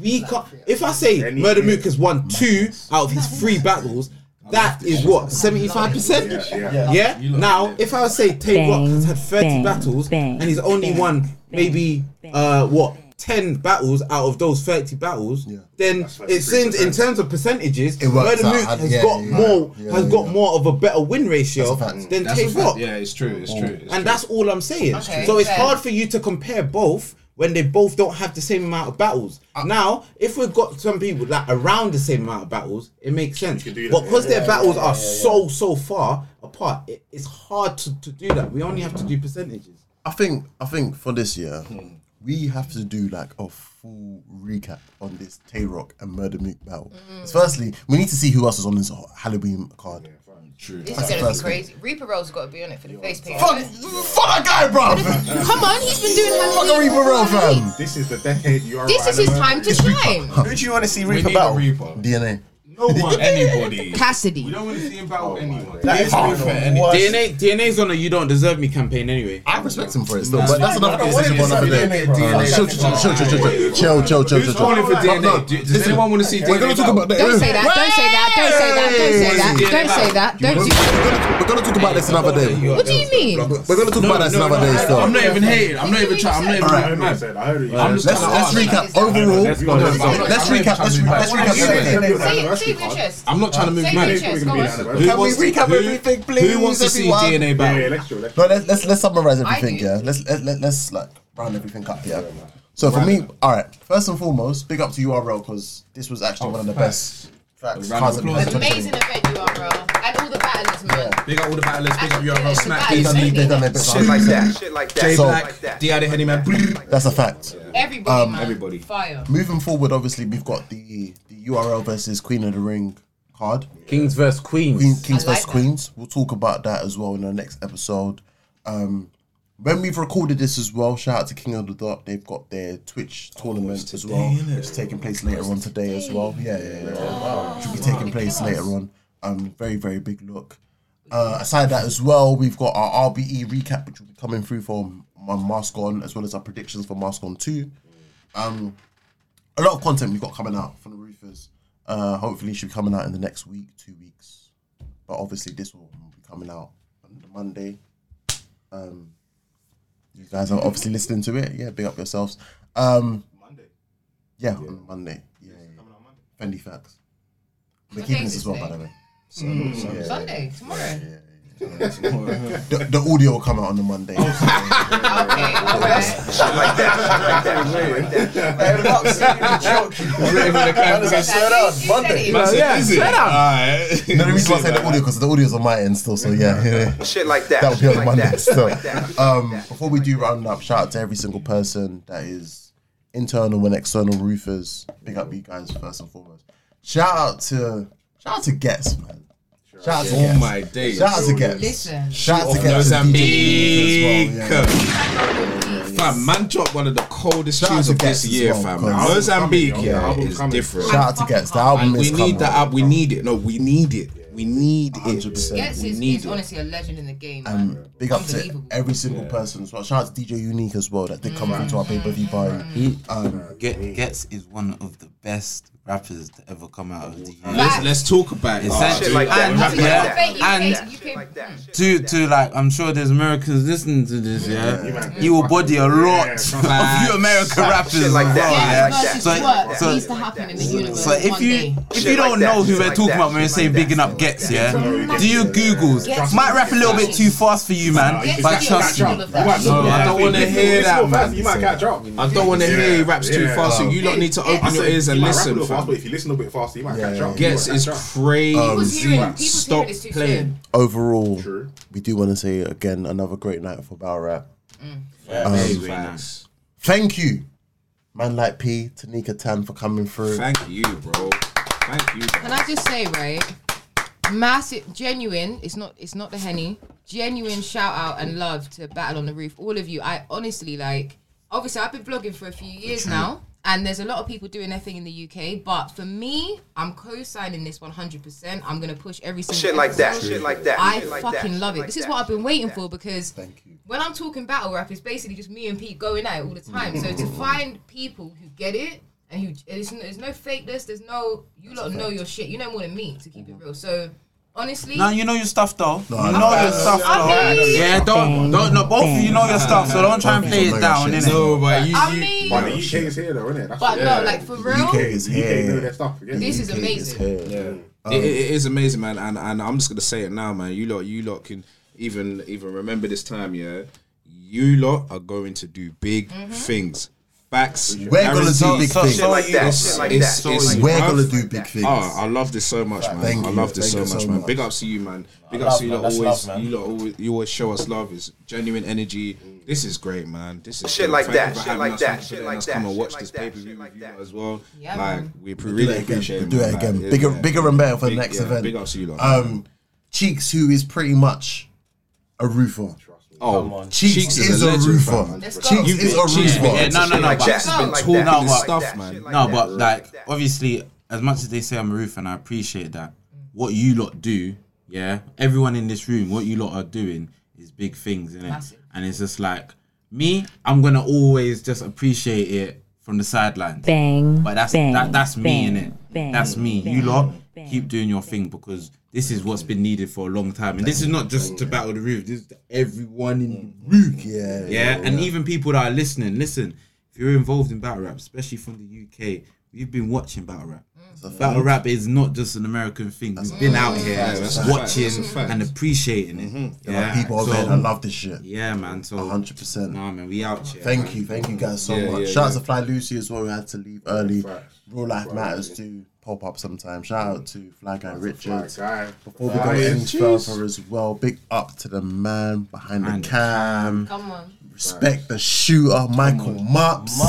S7: we can't. If I say Murder Mook has won two out of his three battles. That is what seventy five percent.
S32: yeah.
S7: Yeah. Now, if I say Tay Rock has had thirty battles and he's only won maybe uh what ten battles out of those thirty battles, then it seems in terms of percentages,
S1: It works
S7: Murder
S1: out.
S7: Mook
S1: Had-
S7: has
S1: yeah,
S7: got
S1: yeah,
S7: more
S1: yeah.
S7: has
S1: Yeah,
S7: got
S1: yeah.
S7: more of a better win ratio
S1: That's a fact.
S7: than
S5: That's
S7: Tay
S5: a fact.
S7: Rock.
S5: Yeah, it's true. It's true. it's true.
S7: And that's all I'm saying.
S6: Okay,
S7: so it's
S6: fair.
S7: hard for you to compare both when they both don't have the same amount of battles.
S1: Uh,
S7: now, if we've got some people like around the same amount of battles, it makes sense. But
S31: do that.
S7: because their battles are so so far apart, it, it's hard to, to do that. We only have to do percentages.
S1: I think I think for this year,
S6: Hmm.
S1: we have to do like a full recap on this Tay Rock and Murder Mook battle.
S6: Hmm.
S1: 'Cause Firstly, we need to see who else is on this Halloween card.
S5: true.
S6: This is gonna be crazy. Reaper Roll's got to be on it for the face paint.
S1: Fuck, fuck that guy,
S6: <laughs>
S1: bro.
S6: Come on, he's been doing
S1: fuck are
S6: Halloween.
S1: we for real, fam?
S31: This is the decade you are.
S6: This is his time to shine.
S2: Who do you want to see
S5: We
S2: Reaper
S5: need a
S2: battle?
S5: Reaper.
S1: DNA.
S3: No one.
S5: Anybody.
S3: We
S6: Cassidy.
S3: don't want to see him
S5: Oh
S3: battle anyone.
S2: That is
S7: DNA DNA's on a you don't deserve me campaign anyway.
S1: I respect him for it still, but that's enough criticism for another day. Chill, chill, chill, chill, chill, chill, chill, chill, chill, chill,
S5: Who's calling for
S1: chill. No,
S5: DNA? Do- Does
S1: listen,
S5: anyone want to see DNA?
S1: We're gonna talk about that.
S6: Don't say that. Don't say that. Don't say that. Don't say that. Don't say that. Don't do that.
S1: We're gonna talk about this another day.
S6: What do you mean?
S1: We're gonna talk about this another day
S5: I'm
S1: still.
S5: not even hating. I'm not even trying. I'm not even
S1: Alright.
S5: right,
S31: I
S5: mad.
S31: said, I heard it.
S5: I'm just
S1: Let's
S5: trying to
S1: let's
S5: ask.
S1: recap overall. Let's recap. Let's recap. Let's recap.
S6: Say it. Say it with your chest.
S5: I'm not trying to move
S6: Say it
S5: mad.
S6: with your chest. Go on.
S5: Who
S1: Can we
S5: wants to-
S1: recap
S5: who-
S1: everything, please,
S5: Who wants to see
S1: everyone?
S5: DNA
S31: Yeah, yeah,
S5: battle?
S31: let's do it, let's do
S1: No, let's let's let's summarize
S6: I
S1: everything.
S6: do.
S1: Yeah, let's let, let, let's like round everything up. Yeah. So for me, all right. First and foremost, big up to URL because this was actually one of the best Oh, facts.
S5: Round
S1: cards
S5: of
S1: that we
S5: applause.
S1: had.
S6: An amazing event you are, bro. And all the battlers, man.
S5: Big up all the battlers. Big up your
S6: Yeah,
S5: own
S6: it's
S5: smack.
S6: about
S5: Easy.
S6: it.
S1: They've they've done their bits.
S17: Shit like that. Shit like that.
S5: Jay
S1: So-
S17: like
S5: Black.
S17: that.
S5: The Addy Henny Man.
S1: That's a fact.
S6: Everybody,
S7: Um,
S6: man.
S5: everybody.
S6: Fire.
S1: Moving forward, obviously we've got the the URL versus Queen of the Ring card.
S7: Kings versus Queens.
S1: Queen, Kings
S6: I like
S1: vs
S6: that.
S1: Queens. We'll talk about that as well in the next episode. Um, when we've recorded this as well, shout out to King of the Dark. They've got their Twitch tournament as well, which is taking place later on today as well. Yeah, yeah, yeah. Which will be taking place later on. Um, very, very big look. Uh, aside that as well, we've got our RBE recap, which will be coming through from my Mask On, as well as our predictions for Mask On 2. Um, a lot of content we've got coming out from the Roofers. Uh, hopefully, should be coming out in the next week, two weeks. But obviously, this will be coming out on the Monday. Um, you guys are obviously listening to it. Yeah, big up yourselves. Um,
S33: Monday.
S1: Yeah, on Monday. Yeah, yeah.
S33: Coming out Monday.
S1: Fendi facts. We're
S6: What day
S1: keeping
S6: is
S1: this as
S6: it
S1: well, by the
S6: today?
S1: way.
S6: Mm.
S1: Yeah.
S6: Sunday, tomorrow.
S1: The, the audio will come out on the
S33: Oh,
S1: Monday. <laughs> No, the reason why I said the audio because the audio's on my end still. So
S33: <laughs>
S1: yeah, yeah.
S8: Shit like that,
S1: That will be
S8: shit
S1: on
S8: like
S1: Monday
S8: that, shit
S1: still.
S8: like
S1: <laughs>
S8: that,
S1: um, before we do round up, shout out to every single person that is internal and external roofers. Big up you guys first and foremost. Shout out to shout out to Gets man. Shout out to
S5: Oh
S1: Gets.
S5: my days.
S1: Shout out to Gets.
S6: Listen.
S1: Shout out to
S5: Of
S1: Gets. and DJ Ethan as well,
S5: Mozambique.
S1: yeah.
S5: Fam, man dropped one of the coldest
S1: Shout out
S5: tunes
S1: to
S5: of this
S1: Gets as
S5: year,
S1: well,
S5: fam.
S1: because-
S5: Mozambique,
S1: Album
S5: yeah,
S1: coming,
S5: is different.
S1: Shout out to Gets. The album
S5: And
S1: is
S5: we need
S1: coming.
S5: the app. We need it. No, we need it. We need it.
S1: 100%.
S6: Gets
S5: We
S6: is,
S5: need
S6: is
S5: it.
S6: honestly a legend in the game.
S1: Um,
S6: man.
S1: big up to
S6: Unbelievable.
S1: every single person as well. Shout out to DJ Unique as well that did come out to our pay per view buy. Um,
S7: Get, Gets is one of the best rappers to ever come out of the UK.
S5: Let's let's talk about it.
S7: Essentially,
S5: Shit like that.
S7: and,
S5: Shit like
S7: yeah, Hmm.
S5: that.
S7: and to to like I'm sure there's Americans listening to this, yeah. You will body a lot of you American rappers
S8: like
S7: as
S8: that,
S7: well,
S8: shit
S7: yeah.
S8: like
S7: So-
S8: that, shit like that.
S7: so-
S6: needs to happen in the universe.
S7: so if
S6: one
S7: you
S6: day.
S7: if you don't know who we're talking about when we say bigging up gets, yeah, do your googles.
S6: Gets
S7: Might rap a little bit too fast for you, man,
S6: Gets
S7: but
S6: is
S7: trust
S6: all
S7: me.
S6: of that.
S5: No, I don't want to hear that, man.
S3: You might catch up.
S5: I don't want to hear he raps too fast. So you lot need to
S3: I
S5: open your
S3: said,
S5: ears and
S3: you might rap a
S5: listen,
S3: little fast,
S5: fam.
S3: but if you listen a bit faster, you might catch up.
S5: Gets
S3: You might
S5: is
S3: catch up.
S6: People's
S5: crazy.
S6: hearing- people's
S5: Stop
S6: hearing is too
S5: playing.
S1: overall, we do want to say again another great night for Um, Battle Rap.
S5: Very nice.
S1: Thank you, man like P, Tanika Tan for coming through.
S5: Thank you, bro. Thank you.
S6: Can I just say, right? Massive, genuine. It's not. It's not the henny. Genuine shout out and love to Battle on the Roof. All of you. I honestly like. Obviously, I've been blogging for a few years now, and there's a lot of people doing their thing in the UK. But for me, I'm co-signing this 100%. I'm gonna push every single
S8: Shit like that,
S6: episode.
S8: shit like that,
S6: I
S8: shit like that,
S6: fucking
S8: shit
S6: love it.
S8: like
S6: This is
S8: that,
S6: what I've been
S8: shit
S6: waiting
S8: like
S6: for because when I'm talking battle rap, it's basically just me and Pete going at it all the time. so to find people who get it and who it's, there's no fakeness, there's no you lot know your shit. You know more than me to keep it real. So honestly,
S7: No, you know your stuff though.
S1: I
S7: you know your stuff
S6: I
S7: though.
S6: mean-
S7: Yeah, don't don't no both of you know your stuff, so don't try and play it down, innit?
S5: No, but you,
S6: I
S5: you
S6: mean,
S3: But the UK is here, though, isn't it? That's
S6: but
S3: yeah.
S6: no, like for real,
S1: UK is
S3: UK know
S1: here.
S3: their stuff. Yeah.
S6: this is
S1: UK
S6: amazing.
S1: here.
S6: Um,
S5: It, it, it is amazing, man, and and I'm just gonna say it now, man. You lot, you lot can even even remember this time, yeah. You lot are going to do big
S6: Mm-hmm.
S5: things. Facts.
S1: We're gonna do big things.
S5: Shit
S8: like that, shit like that.
S1: We're gonna do big things.
S5: Oh, I love this so much, man.
S1: Thank
S5: I
S1: you.
S5: love this
S1: Thank you
S5: so much,
S1: so
S5: man.
S1: much.
S5: Big ups to you, man. Big
S2: Love,
S5: ups to you.
S2: man.
S5: Lot
S2: That's
S5: always,
S2: love, man.
S5: you lot always, you always show us love. It's genuine energy. This is great, man. This is
S8: Shit
S5: dope.
S8: like
S5: Thank you
S8: that,
S5: for
S8: shit
S5: having
S8: like
S5: us.
S8: that,
S5: Thank you for
S8: shit
S5: letting
S8: like
S5: us
S8: that,
S5: Come and
S8: shit
S5: watch
S8: like
S5: this
S8: that,
S5: pay per view
S8: shit
S5: with
S8: like
S5: you
S8: that.
S5: as well.
S6: Yeah,
S5: like
S6: man.
S5: we
S1: Do
S5: really
S1: it again.
S5: appreciate it.
S1: Do
S5: man.
S1: it
S5: Like,
S1: again.
S5: it's,
S1: Bigger,
S5: yeah,
S1: bigger and better for the
S5: big-
S1: next
S5: yeah,
S1: event.
S5: Big ups to you, lot.
S1: Um, Cheeks, who is pretty much a roofer.
S5: Oh,
S1: Cheeks, is, a,
S5: legend,
S1: roofer.
S5: fam.
S6: Let's go.
S1: Cheeks is a
S5: Cheeks
S1: roofer.
S5: been-
S7: Yeah, no, no, no,
S8: Like
S7: but
S8: that,
S5: She's been
S8: like
S5: talking
S8: that,
S7: this
S8: like
S5: stuff,
S8: that,
S5: man.
S8: shit like
S7: no,
S8: that,
S7: but
S8: shit
S7: like
S8: that.
S7: obviously, as much as they say I'm a roof and I appreciate that, what you lot do, yeah, everyone in this room, what you lot are doing is big things, innit?
S6: Massive.
S7: And it's just like me, I'm gonna always just appreciate it from the sidelines.
S17: Bang.
S7: But that's
S17: bang,
S7: that, that's me in
S17: bang,
S7: it.
S17: bang,
S7: That's me.
S17: bang,
S7: you lot
S17: bang.
S7: keep doing your thing because this is what's been needed for a long time. And this is not just to battle the roof. This is to everyone in the roof.
S1: Yeah,
S7: Yeah, and even people that are listening, listen. If you're involved in battle rap, especially from the UK, we've been watching battle rap. Battle rap is not just an American thing. We've been out here
S5: That's a fact.
S7: watching
S5: That's a fact.
S7: and appreciating it.
S1: There are
S7: Yeah,
S1: people over
S7: so-
S1: there that love this shit.
S7: Yeah, man. So
S1: 100%.
S7: Nah, man, we out here.
S1: Thank
S7: man.
S1: you, thank you guys so
S5: Yeah,
S1: much.
S5: yeah,
S1: Shout out
S5: yeah.
S1: to Fly Lucy as well, who had to leave early. Real life matters do pop up sometimes. Shout out to Fly Guy Richards.
S3: Guy.
S1: Before we go
S3: Guy,
S1: any
S3: jeez.
S1: further as well, big up to the man behind
S7: And-
S1: the cam.
S6: Come on.
S1: Respect the shooter, Michael Mops.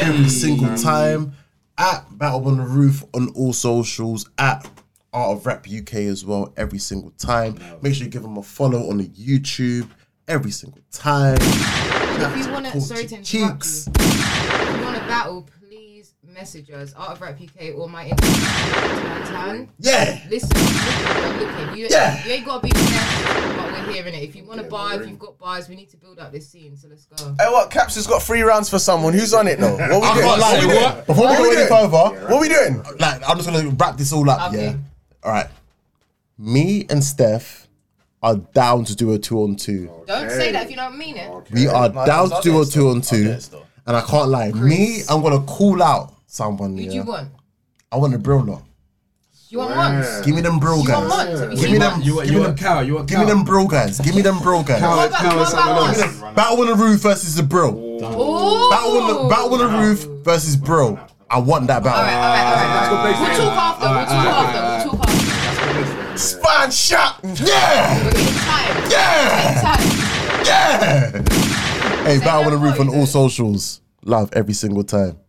S1: Every single time. At Battle on the Roof on all socials. At Art of Rap UK as well. Every single time. Make sure you give him a follow on the YouTube. Every single time.
S6: If you wanna, sorry to interrupt
S1: Cheeks.
S6: you. If you want to battle, please message us, Art of Rap UK or my Instagram. Tan.
S1: Yeah.
S6: Listen, listen, look at you.
S1: Yeah.
S6: You ain't got to be there, but we're hearing it. If you want to buy, if you've got buyers, we need to build up this scene. So let's go.
S1: Oh,
S2: Hey, what? Caps has got three rounds for someone. Who's on it though? What
S1: I
S2: we doing?
S1: can't say
S2: doing?
S1: what. Before we
S2: What
S1: go any
S2: doing?
S1: further,
S2: what we doing?
S1: Like, I'm just gonna wrap this all up.
S6: Okay.
S1: Yeah. All right. Me and Steph are down to do a two on two.
S6: Don't say that if you don't mean it.
S1: We are
S2: No,
S1: down
S2: I'll
S1: to do a
S2: dance
S1: two on two, and I can't lie. Me, I'm gonna call out someone.
S6: Who
S1: yeah.
S6: do you want?
S1: I want a Brillo.
S6: You want ones?
S1: Give me them bro
S6: You want
S1: guys.
S6: months? Have you
S1: Give
S6: seen
S1: me them.
S6: months? You
S1: give me them cow. You Give me them bro guys. Give me them bro guys.
S6: What about- what about us?
S1: Give me them- Battle on the roof versus the bro.
S6: Ooh.
S1: Battle on the battle on the roof versus bro. I want that battle.
S6: We'll talk after. We'll talk after. We'll talk after.
S2: Spine shot.
S1: Yeah.
S6: Time.
S1: Yeah.
S6: Time.
S1: Yeah. Hey, battle on the roof on all socials. Love every single time.